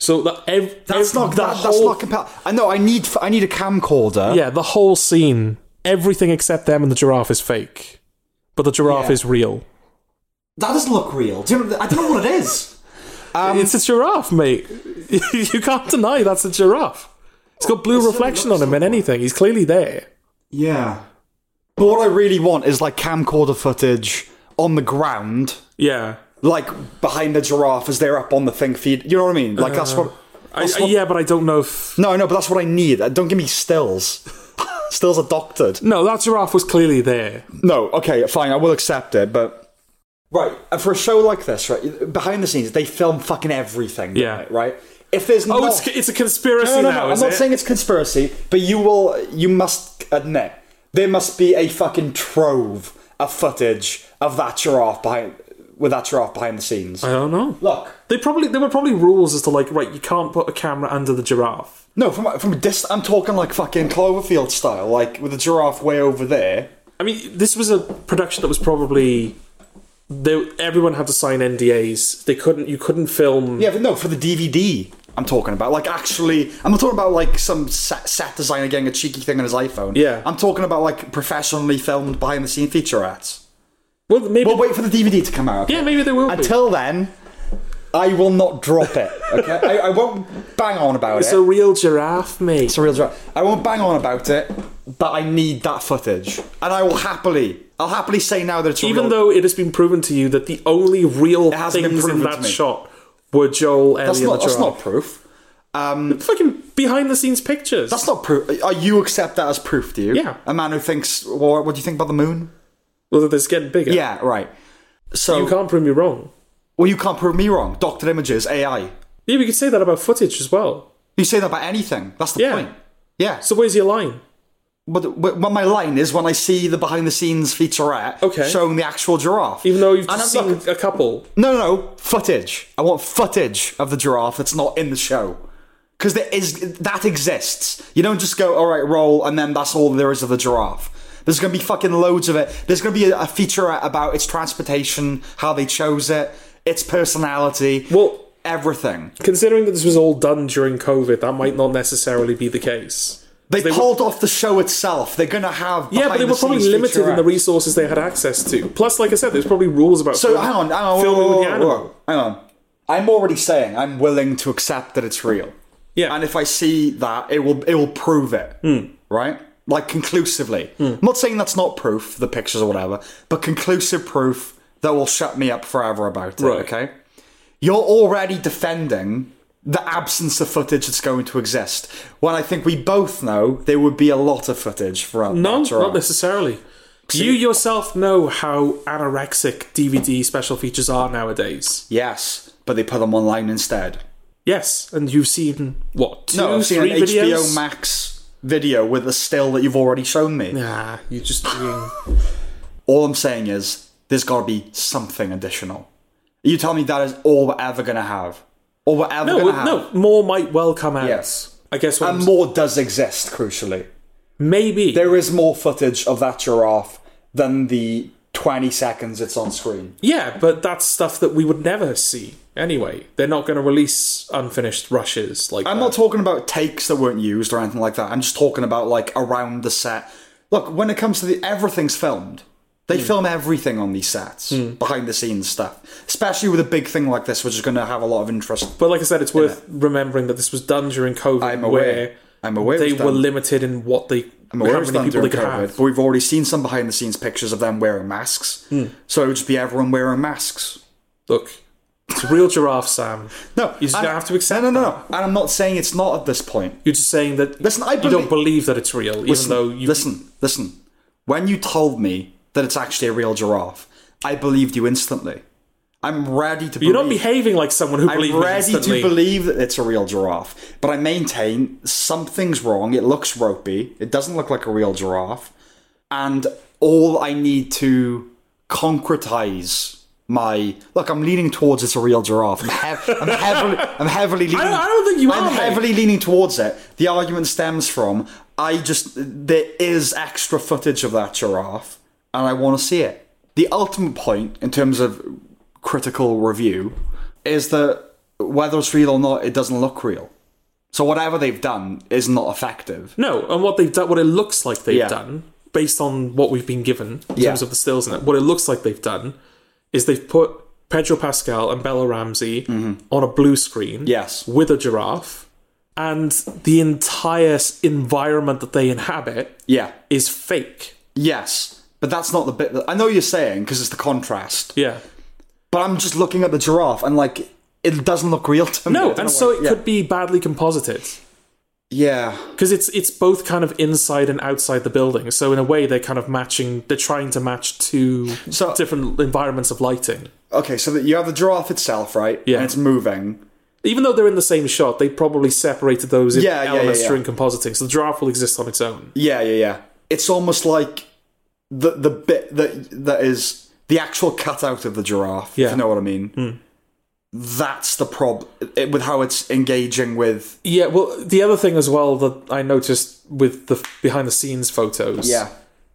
[SPEAKER 1] So that ev-
[SPEAKER 2] That's
[SPEAKER 1] ev-
[SPEAKER 2] not
[SPEAKER 1] the
[SPEAKER 2] that, that's
[SPEAKER 1] whole,
[SPEAKER 2] not compel. I know. I need I need a camcorder.
[SPEAKER 1] yeah the whole scene, everything except them and the giraffe is fake, but the giraffe
[SPEAKER 2] Yeah.
[SPEAKER 1] is real.
[SPEAKER 2] That doesn't look real. Do you know, I don't know what it is. Um,
[SPEAKER 1] It's a giraffe, mate. [laughs] you can't deny that's a giraffe. It's got blue reflection on him and anything. He's clearly there.
[SPEAKER 2] yeah. But what I really want is like camcorder footage on the ground,
[SPEAKER 1] Yeah,
[SPEAKER 2] like behind the giraffe as they're up on the thing feed. You know what I mean? Like that's what.
[SPEAKER 1] I,
[SPEAKER 2] that's
[SPEAKER 1] I-
[SPEAKER 2] what-
[SPEAKER 1] yeah, but I don't know if
[SPEAKER 2] No, no, but that's what I need. Uh, Don't give me stills. [laughs] stills are doctored.
[SPEAKER 1] no that giraffe was clearly there.
[SPEAKER 2] No, okay, fine. I will accept it, but. Right, and for a show like this, right, behind the scenes, they film fucking everything.
[SPEAKER 1] Yeah.
[SPEAKER 2] Right? If there's
[SPEAKER 1] Oh,
[SPEAKER 2] not.
[SPEAKER 1] it's it's a conspiracy
[SPEAKER 2] No, no,
[SPEAKER 1] now.
[SPEAKER 2] no. I'm
[SPEAKER 1] is
[SPEAKER 2] not
[SPEAKER 1] it?
[SPEAKER 2] saying it's conspiracy, but you will, you must admit there must be a fucking trove of footage of that giraffe behind with that giraffe behind the scenes?
[SPEAKER 1] I don't know.
[SPEAKER 2] Look,
[SPEAKER 1] They probably there were probably rules as to like right, you can't put a camera under the giraffe.
[SPEAKER 2] no, from from a distance, I'm talking like fucking Cloverfield style, like with the giraffe way over there.
[SPEAKER 1] I mean, this was a production that was probably they, everyone had to sign NDAs. They couldn't you couldn't film.
[SPEAKER 2] Yeah, but no, for the DVD, I'm talking about. Like, actually, I'm not talking about like some set, set designer getting a cheeky thing on his iPhone.
[SPEAKER 1] Yeah.
[SPEAKER 2] I'm talking about like professionally filmed behind the scene featurettes.
[SPEAKER 1] Well, maybe
[SPEAKER 2] We'll wait for the DVD to come out.
[SPEAKER 1] yeah, maybe they will. be.
[SPEAKER 2] Until then, I will not drop it. Okay, I, I won't bang on about
[SPEAKER 1] it's
[SPEAKER 2] it.
[SPEAKER 1] a real giraffe, mate.
[SPEAKER 2] it's a real drop. I won't bang on about it, but I need that footage, and I will happily, I'll happily say now that it's a
[SPEAKER 1] Even
[SPEAKER 2] real-
[SPEAKER 1] though it has been proven to you that the only real
[SPEAKER 2] hasn't been
[SPEAKER 1] things in
[SPEAKER 2] proven to
[SPEAKER 1] that
[SPEAKER 2] me.
[SPEAKER 1] shot were Joel, Ellie,
[SPEAKER 2] that's
[SPEAKER 1] and the
[SPEAKER 2] not, that's
[SPEAKER 1] giraffe.
[SPEAKER 2] not proof.
[SPEAKER 1] fucking behind the scenes pictures.
[SPEAKER 2] That's not proof. Are you accept that as proof? Do you?
[SPEAKER 1] Yeah.
[SPEAKER 2] A man who thinks, well, what do you think about the moon?
[SPEAKER 1] well, it's getting bigger.
[SPEAKER 2] Yeah, right. So,
[SPEAKER 1] you can't prove me wrong.
[SPEAKER 2] well, you can't prove me wrong. Doctored images, AI.
[SPEAKER 1] Yeah, we could say that about footage as well.
[SPEAKER 2] You say that about anything. That's the
[SPEAKER 1] Yeah.
[SPEAKER 2] point. Yeah.
[SPEAKER 1] So where's your line?
[SPEAKER 2] But but when my line is when I see the behind the scenes featurette
[SPEAKER 1] Okay.
[SPEAKER 2] showing the actual giraffe.
[SPEAKER 1] Even though you've
[SPEAKER 2] And
[SPEAKER 1] just
[SPEAKER 2] I'm
[SPEAKER 1] seen
[SPEAKER 2] not-
[SPEAKER 1] a couple.
[SPEAKER 2] No, no, no, footage. I want footage of the giraffe that's not in the show. Because there is that exists. You don't just go, all right, roll, and then that's all there is of the giraffe. There's going to be fucking loads of it. There's going to be a, a featurette about its transportation, how they chose it, its personality,
[SPEAKER 1] Well-
[SPEAKER 2] everything.
[SPEAKER 1] Considering that this was all done during COVID, that might not necessarily be the case.
[SPEAKER 2] They,
[SPEAKER 1] They were-
[SPEAKER 2] pulled off the show itself. They're going to have
[SPEAKER 1] Yeah, but they were probably
[SPEAKER 2] behind-the-scenes
[SPEAKER 1] limited in the
[SPEAKER 2] featurette.
[SPEAKER 1] resources they had access to. Plus, like I said, there's probably rules about
[SPEAKER 2] So
[SPEAKER 1] film-
[SPEAKER 2] hang on, hang on,
[SPEAKER 1] filming
[SPEAKER 2] whoa, whoa,
[SPEAKER 1] with the
[SPEAKER 2] whoa,
[SPEAKER 1] animal.
[SPEAKER 2] whoa, hang on. I'm already saying I'm willing to accept that it's real.
[SPEAKER 1] Yeah.
[SPEAKER 2] and if I see that, it will it will prove it,
[SPEAKER 1] Hmm.
[SPEAKER 2] right? Like conclusively. I'm not saying that's not proof, the pictures or whatever, but conclusive proof that will shut me up forever about it.
[SPEAKER 1] Right.
[SPEAKER 2] Okay, you're already defending the absence of footage that's going to exist. When I think we both know there would be a lot of footage from
[SPEAKER 1] no, not necessarily. You yourself know how anorexic DVD special features are nowadays.
[SPEAKER 2] Yes, but they put them online instead.
[SPEAKER 1] Yes, and you've seen what two,
[SPEAKER 2] No, I've seen an
[SPEAKER 1] three videos?
[SPEAKER 2] HBO Max video with a still that you've already shown me.
[SPEAKER 1] Nah, you're just being.
[SPEAKER 2] All I'm saying is there's got to be something additional. You tell me that is all we're ever going to have, or we're ever
[SPEAKER 1] No,
[SPEAKER 2] going to have.
[SPEAKER 1] no, more might well come out.
[SPEAKER 2] Yes.
[SPEAKER 1] I guess what I'm-
[SPEAKER 2] And more does exist. Crucially,
[SPEAKER 1] maybe
[SPEAKER 2] there is more footage of that giraffe than the 20 seconds it's on screen.
[SPEAKER 1] Yeah, but that's stuff that we would never see anyway. They're not going to release unfinished rushes like
[SPEAKER 2] I'm
[SPEAKER 1] that.
[SPEAKER 2] not talking about takes that weren't used or anything like that. I'm just talking about like around the set. Look, when it comes to the everything's filmed. They
[SPEAKER 1] Hmm.
[SPEAKER 2] film everything on these sets, behind the scenes stuff, especially with a big thing like this, which is going to have a lot of interest.
[SPEAKER 1] but like I said, it's worth remembering that this was done during COVID,
[SPEAKER 2] I'm
[SPEAKER 1] where
[SPEAKER 2] aware. I'm aware.
[SPEAKER 1] they
[SPEAKER 2] it was
[SPEAKER 1] were
[SPEAKER 2] done.
[SPEAKER 1] limited in what they
[SPEAKER 2] I'm aware
[SPEAKER 1] how
[SPEAKER 2] it was
[SPEAKER 1] many
[SPEAKER 2] done
[SPEAKER 1] people they
[SPEAKER 2] during
[SPEAKER 1] could
[SPEAKER 2] COVID,
[SPEAKER 1] have.
[SPEAKER 2] but we've already seen some behind the scenes pictures of them wearing masks.
[SPEAKER 1] Hmm.
[SPEAKER 2] So it would just be everyone wearing masks.
[SPEAKER 1] Look, it's a real giraffe, Sam.
[SPEAKER 2] No,
[SPEAKER 1] You just
[SPEAKER 2] and-
[SPEAKER 1] have to accept
[SPEAKER 2] No, no, no, no. And I'm not saying it's not at this point.
[SPEAKER 1] You're just saying that
[SPEAKER 2] Listen, I
[SPEAKER 1] you don't believe
[SPEAKER 2] believe-
[SPEAKER 1] that it's real, even
[SPEAKER 2] Listen,
[SPEAKER 1] though you
[SPEAKER 2] listen, listen. When you told me that it's actually a real giraffe, I believed you instantly. I'm ready to.
[SPEAKER 1] you're not
[SPEAKER 2] believe.
[SPEAKER 1] behaving like someone who believes
[SPEAKER 2] I'm ready
[SPEAKER 1] instantly.
[SPEAKER 2] to believe that it's a real giraffe, but I maintain something's wrong. It looks ropey. It doesn't look like a real giraffe, and all I need to concretize my look. I'm leaning towards it's a real giraffe. I'm, hev-
[SPEAKER 1] [laughs]
[SPEAKER 2] I'm heavily, I'm heavily leaning.
[SPEAKER 1] I don't think you
[SPEAKER 2] I'm
[SPEAKER 1] are, mate.
[SPEAKER 2] heavily leaning towards it. The argument stems from I just there is extra footage of that giraffe, and I want to see it. The ultimate point in terms of critical review is that whether it's real or not, it doesn't look real. So whatever they've done is not effective.
[SPEAKER 1] No, and what they've done, what it looks like they've
[SPEAKER 2] Yeah.
[SPEAKER 1] done, based on what we've been given in
[SPEAKER 2] Yeah.
[SPEAKER 1] terms of the stills and it, what it looks like they've done is they've put Pedro Pascal and Bella Ramsey
[SPEAKER 2] Mm-hmm.
[SPEAKER 1] on a blue screen,
[SPEAKER 2] Yes.
[SPEAKER 1] with a giraffe, and the entire s- environment that they inhabit
[SPEAKER 2] Yeah.
[SPEAKER 1] is fake.
[SPEAKER 2] Yes. But that's not the bit that I know you're saying because it's the contrast.
[SPEAKER 1] Yeah.
[SPEAKER 2] But I'm just looking at the giraffe and like it doesn't look real to me. I
[SPEAKER 1] No,
[SPEAKER 2] don't know
[SPEAKER 1] and so
[SPEAKER 2] why-
[SPEAKER 1] it
[SPEAKER 2] yeah.
[SPEAKER 1] could be badly composited
[SPEAKER 2] Yeah.
[SPEAKER 1] because it's it's both kind of inside and outside the building. So in a way, they're kind of matching. They're trying to match two
[SPEAKER 2] So-
[SPEAKER 1] different environments of lighting.
[SPEAKER 2] Okay, so that you have the giraffe itself, right? Yeah. And it's moving.
[SPEAKER 1] even though they're in the same shot, they probably separated those
[SPEAKER 2] Yeah, yeah,
[SPEAKER 1] elements
[SPEAKER 2] yeah, yeah.
[SPEAKER 1] during compositing. So the giraffe will exist on its own.
[SPEAKER 2] Yeah, yeah, yeah. It's almost like the the bit that that is the actual cutout of the giraffe, if
[SPEAKER 1] Yeah. Hmm.
[SPEAKER 2] you know what I mean. That's the problem with how it's engaging with.
[SPEAKER 1] Yeah, well, the other thing as well that I noticed with the behind the scenes photos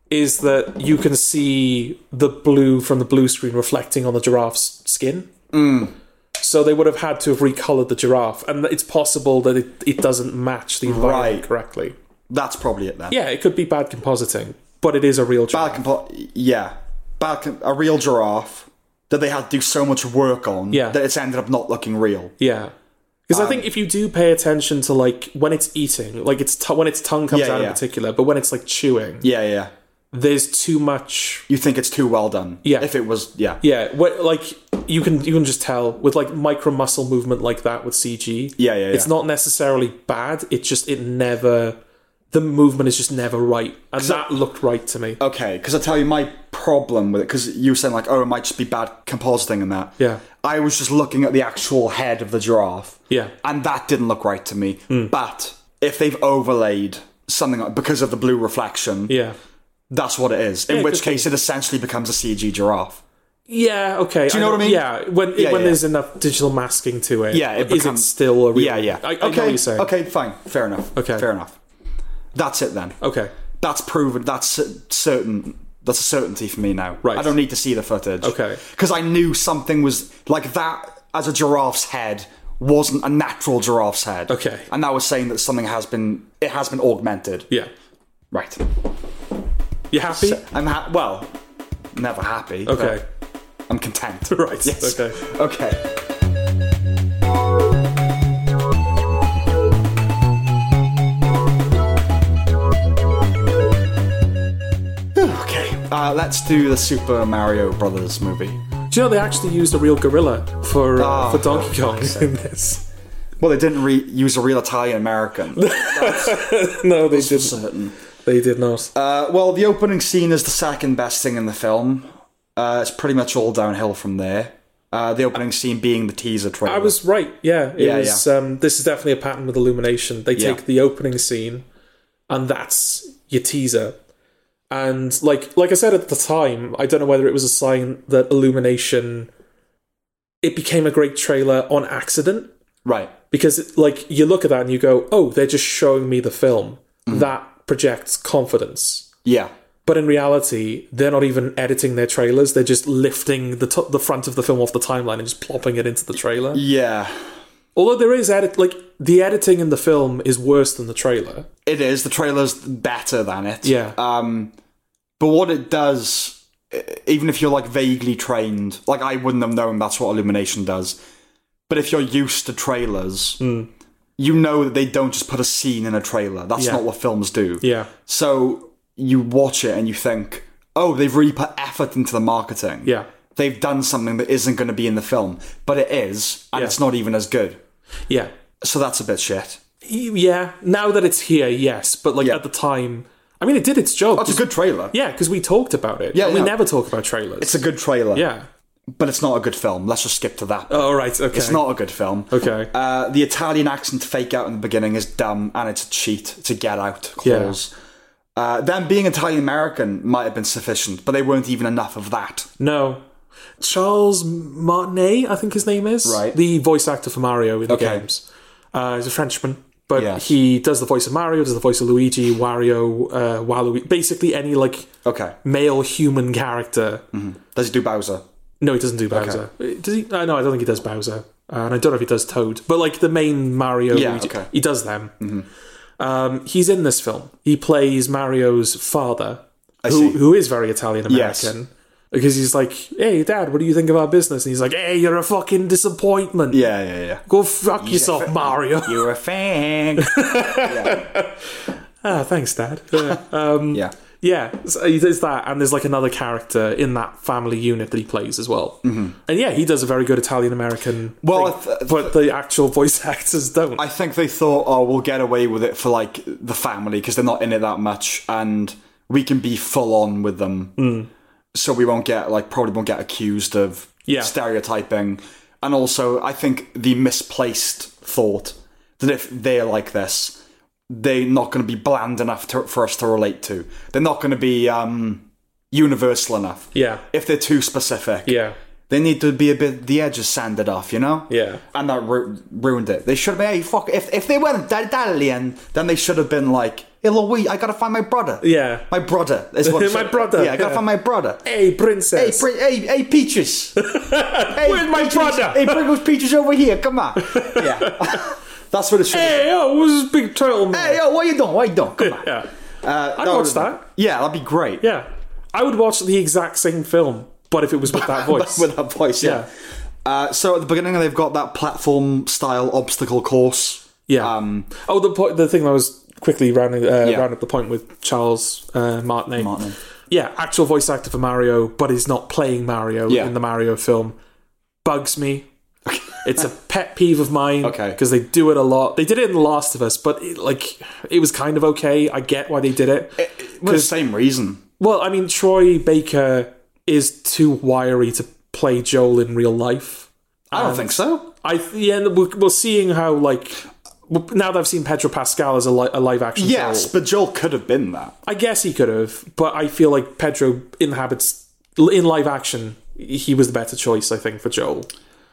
[SPEAKER 1] is that you can see the blue from the blue screen reflecting on the giraffe's skin.
[SPEAKER 2] Mm.
[SPEAKER 1] So they would have had to have recolored the giraffe, and it's possible that it, it doesn't match the environment
[SPEAKER 2] Right.
[SPEAKER 1] correctly.
[SPEAKER 2] That's probably it then.
[SPEAKER 1] Yeah, it could be bad compositing, but it is a real
[SPEAKER 2] Bad
[SPEAKER 1] giraffe.
[SPEAKER 2] compo- yeah. Bad com- a real giraffe that they had to do so much work on
[SPEAKER 1] Yeah.
[SPEAKER 2] that it's ended up not looking real.
[SPEAKER 1] Yeah. Because I think
[SPEAKER 2] Um,
[SPEAKER 1] if you do pay attention to like when it's eating, like it's t- when its tongue comes
[SPEAKER 2] Yeah,
[SPEAKER 1] out in
[SPEAKER 2] yeah.
[SPEAKER 1] particular, but when it's like chewing,
[SPEAKER 2] Yeah, yeah.
[SPEAKER 1] there's too much
[SPEAKER 2] You think it's too well done.
[SPEAKER 1] Yeah.
[SPEAKER 2] If it was, yeah.
[SPEAKER 1] Yeah, what, like you can you can just tell with like micro muscle movement like that with CG.
[SPEAKER 2] Yeah, yeah, yeah.
[SPEAKER 1] It's not necessarily bad. It's just it never the movement is just never right, and that looked right to me.
[SPEAKER 2] Okay, because I tell you my problem with it, because you were saying like, oh, it might just be bad compositing and that.
[SPEAKER 1] Yeah.
[SPEAKER 2] I was just looking at the actual head of the giraffe.
[SPEAKER 1] Yeah. Mm.
[SPEAKER 2] And that didn't look right to me. But if they've overlaid something like, because of the blue reflection,
[SPEAKER 1] yeah,
[SPEAKER 2] that's what it is. In
[SPEAKER 1] it
[SPEAKER 2] which
[SPEAKER 1] could be.
[SPEAKER 2] case, it essentially becomes a CG giraffe.
[SPEAKER 1] yeah. Okay, do
[SPEAKER 2] you know what I mean?
[SPEAKER 1] Yeah, when
[SPEAKER 2] Yeah,
[SPEAKER 1] when
[SPEAKER 2] yeah.
[SPEAKER 1] there's enough digital masking to it,
[SPEAKER 2] Yeah, it
[SPEAKER 1] is it
[SPEAKER 2] becomes-
[SPEAKER 1] still a real?
[SPEAKER 2] Yeah, yeah.
[SPEAKER 1] I, I
[SPEAKER 2] okay.
[SPEAKER 1] know what you're saying.
[SPEAKER 2] Okay, fine. Fair enough.
[SPEAKER 1] Okay.
[SPEAKER 2] Fair enough. That's it then.
[SPEAKER 1] okay,
[SPEAKER 2] That's proven. That's c- certain. That's a certainty for me now.
[SPEAKER 1] Right.
[SPEAKER 2] I don't need to see the footage.
[SPEAKER 1] Okay.
[SPEAKER 2] Because I knew something was like that as a giraffe's head wasn't a natural giraffe's head.
[SPEAKER 1] Okay.
[SPEAKER 2] And that was saying that something has been it has been augmented.
[SPEAKER 1] yeah.
[SPEAKER 2] Right.
[SPEAKER 1] You happy?
[SPEAKER 2] I'm ha- well, never happy. but
[SPEAKER 1] okay,
[SPEAKER 2] I'm content.
[SPEAKER 1] [laughs] right.
[SPEAKER 2] Yes.
[SPEAKER 1] Okay.
[SPEAKER 2] Okay. Okay. Uh, let's do the Super Mario Brothers movie.
[SPEAKER 1] Do you know they actually used a real gorilla for uh,
[SPEAKER 2] Oh,
[SPEAKER 1] for Donkey
[SPEAKER 2] for
[SPEAKER 1] Kong
[SPEAKER 2] fuck's sake.
[SPEAKER 1] in this? [laughs]
[SPEAKER 2] Well, they didn't re- use a real Italian American.
[SPEAKER 1] No, they didn't.
[SPEAKER 2] certain.
[SPEAKER 1] They did not.
[SPEAKER 2] Uh, well, the opening scene is the second best thing in the film. Uh, it's pretty much all downhill from there. Uh, the opening scene being the teaser trailer.
[SPEAKER 1] I was right. Yeah, it
[SPEAKER 2] Yeah,
[SPEAKER 1] was. Um, this is definitely a pattern with Illumination. They
[SPEAKER 2] Yeah.
[SPEAKER 1] take the opening scene, and that's your teaser. And like, like I said at the time, I don't know whether it was a sign that Illumination it became a great trailer on accident
[SPEAKER 2] right.
[SPEAKER 1] because like you look at that and you go, oh, they're just showing me the film.
[SPEAKER 2] Mm.
[SPEAKER 1] That projects confidence.
[SPEAKER 2] Yeah.
[SPEAKER 1] But in reality, they're not even editing their trailers. They're just lifting the top the front of the film off the timeline and just plopping it into the trailer.
[SPEAKER 2] Yeah.
[SPEAKER 1] Although there is edit, like the editing in the film is worse than the trailer.
[SPEAKER 2] It is. The trailer's better than it.
[SPEAKER 1] Yeah,
[SPEAKER 2] Um, but what it does, e- even if you're like vaguely trained, like I wouldn't have known that's what Illumination does. But if you're used to trailers,
[SPEAKER 1] Hmm.
[SPEAKER 2] you know that they don't just put a scene in a trailer. That's
[SPEAKER 1] Yeah.
[SPEAKER 2] not what films do.
[SPEAKER 1] yeah,
[SPEAKER 2] So you watch it and you think, oh, they've really put effort into the marketing.
[SPEAKER 1] yeah,
[SPEAKER 2] They've done something that isn't going to be in the film, but it is, and
[SPEAKER 1] Yeah.
[SPEAKER 2] it's not even as good.
[SPEAKER 1] yeah,
[SPEAKER 2] So that's a bit shit.
[SPEAKER 1] E- yeah. Now that it's here, yes, but like
[SPEAKER 2] Yeah.
[SPEAKER 1] at the time, I mean, it did its job.
[SPEAKER 2] That's a good trailer.
[SPEAKER 1] yeah, because we talked about it.
[SPEAKER 2] Yeah,
[SPEAKER 1] and we
[SPEAKER 2] yeah.
[SPEAKER 1] never talk about trailers.
[SPEAKER 2] It's a good trailer.
[SPEAKER 1] yeah.
[SPEAKER 2] But it's not a good film. Let's just skip to that.
[SPEAKER 1] Oh right, okay.
[SPEAKER 2] It's not a good film.
[SPEAKER 1] okay.
[SPEAKER 2] Uh, the Italian accent fake out in the beginning is dumb, and it's a cheat. It's a get out clause. Uh, them being Italian American might have been sufficient, but they weren't even enough of that.
[SPEAKER 1] no, Charles Martinet, I think his name is
[SPEAKER 2] Right.
[SPEAKER 1] the voice actor for Mario in the
[SPEAKER 2] Okay.
[SPEAKER 1] games. Uh, he's a Frenchman. But
[SPEAKER 2] Yes.
[SPEAKER 1] he does the voice of Mario, does the voice of Luigi, Wario, uh, Waluigi, basically any like
[SPEAKER 2] Okay.
[SPEAKER 1] male human character
[SPEAKER 2] Does he do Bowser?
[SPEAKER 1] No, he doesn't do Bowser. Does he? Uh, no, I don't think he does Bowser, uh, and I don't know if he does Toad. But like the main Mario,
[SPEAKER 2] Yeah,
[SPEAKER 1] Luigi-
[SPEAKER 2] okay. Mm-hmm.
[SPEAKER 1] he does them. Um, he's in this film. He plays Mario's father, who
[SPEAKER 2] see.
[SPEAKER 1] who is very Italian
[SPEAKER 2] Yes.
[SPEAKER 1] American. Because he's like, "Hey, Dad, what do you think of our business?" And he's like, "Hey, you're a fucking disappointment.
[SPEAKER 2] Yeah, yeah, yeah.
[SPEAKER 1] Go fuck yourself,
[SPEAKER 2] [laughs]
[SPEAKER 1] Mario." [laughs]
[SPEAKER 2] You're a fang.
[SPEAKER 1] ah, thanks, Dad. Uh,
[SPEAKER 2] [laughs]
[SPEAKER 1] um,
[SPEAKER 2] [laughs] yeah.
[SPEAKER 1] Yeah, so he does that, and there's like another character in that family unit that he plays as well. Mm-hmm. And yeah, he does a very good Italian American.
[SPEAKER 2] Well, I th-
[SPEAKER 1] but the actual voice [laughs] actors don't.
[SPEAKER 2] I think they thought, oh, we'll get away with it for like the family because they're not in it that much, and we can be full on with them,
[SPEAKER 1] Mm.
[SPEAKER 2] so we won't get like probably won't get accused of
[SPEAKER 1] Yeah.
[SPEAKER 2] stereotyping, and also I think the misplaced thought that if they're like this, they're not going to be bland enough to, for us to relate to. They're not going to be um, universal enough.
[SPEAKER 1] Yeah.
[SPEAKER 2] If they're too specific,
[SPEAKER 1] Yeah.
[SPEAKER 2] they need to be a bit the edges sanded off, you know.
[SPEAKER 1] Yeah.
[SPEAKER 2] And that ru- ruined it. They should have been hey fuck. If if they weren't that Italian, then they should have been like, hey Louis, I gotta find my brother.
[SPEAKER 1] Yeah.
[SPEAKER 2] My brother is
[SPEAKER 1] [laughs]
[SPEAKER 2] what.
[SPEAKER 1] My brother,
[SPEAKER 2] Yeah, I gotta
[SPEAKER 1] yeah.
[SPEAKER 2] find my brother.
[SPEAKER 1] Hey,
[SPEAKER 2] Hey,
[SPEAKER 1] princess.
[SPEAKER 2] pre- hey, hey,
[SPEAKER 1] [laughs]
[SPEAKER 2] peaches! hey,
[SPEAKER 1] Where's my
[SPEAKER 2] Peaches.
[SPEAKER 1] brother?
[SPEAKER 2] Hey, bring those peaches over here.
[SPEAKER 1] [laughs]
[SPEAKER 2] Come on. Yeah, [laughs] that's what it should. Hey,
[SPEAKER 1] Hey, oh, yo, who's this big turtle man?
[SPEAKER 2] hey yo, what you doing? What you doing? Come on.
[SPEAKER 1] [laughs] Yeah.
[SPEAKER 2] Uh,
[SPEAKER 1] I'd watch
[SPEAKER 2] would-
[SPEAKER 1] that.
[SPEAKER 2] Yeah, that'd be great.
[SPEAKER 1] Yeah. I would watch the exact same film, but if it was with
[SPEAKER 2] [laughs]
[SPEAKER 1] that voice.
[SPEAKER 2] [laughs] with that voice. Yeah. Uh, so at the beginning, they've got that platform style obstacle course.
[SPEAKER 1] yeah.
[SPEAKER 2] Um,
[SPEAKER 1] oh, the point, the thing that was quickly rounding uh,
[SPEAKER 2] Yeah.
[SPEAKER 1] round up the point with Charles uh, Martinet.
[SPEAKER 2] Martinet.
[SPEAKER 1] Yeah, actual voice actor for Mario, but he's not playing Mario
[SPEAKER 2] Yeah.
[SPEAKER 1] in the Mario film. Bugs
[SPEAKER 2] [laughs]
[SPEAKER 1] me. it's a pet peeve of mine.
[SPEAKER 2] Okay.
[SPEAKER 1] Because they do it a lot. They did it in The Last of Us, but it, like it was kind of okay. I get why they did it.
[SPEAKER 2] Eh. For the same reason.
[SPEAKER 1] Well, I mean, Troy Baker is too wiry to play Joel in real life.
[SPEAKER 2] I don't think so.
[SPEAKER 1] I th- yeah, we're, we're seeing how like w- now that I've seen Pedro Pascal as a, li- a live action.
[SPEAKER 2] Yes,
[SPEAKER 1] Joel,
[SPEAKER 2] but Joel could have been that.
[SPEAKER 1] I guess he could have, but I feel like Pedro inhabits in live action. He was the better choice, I think, for Joel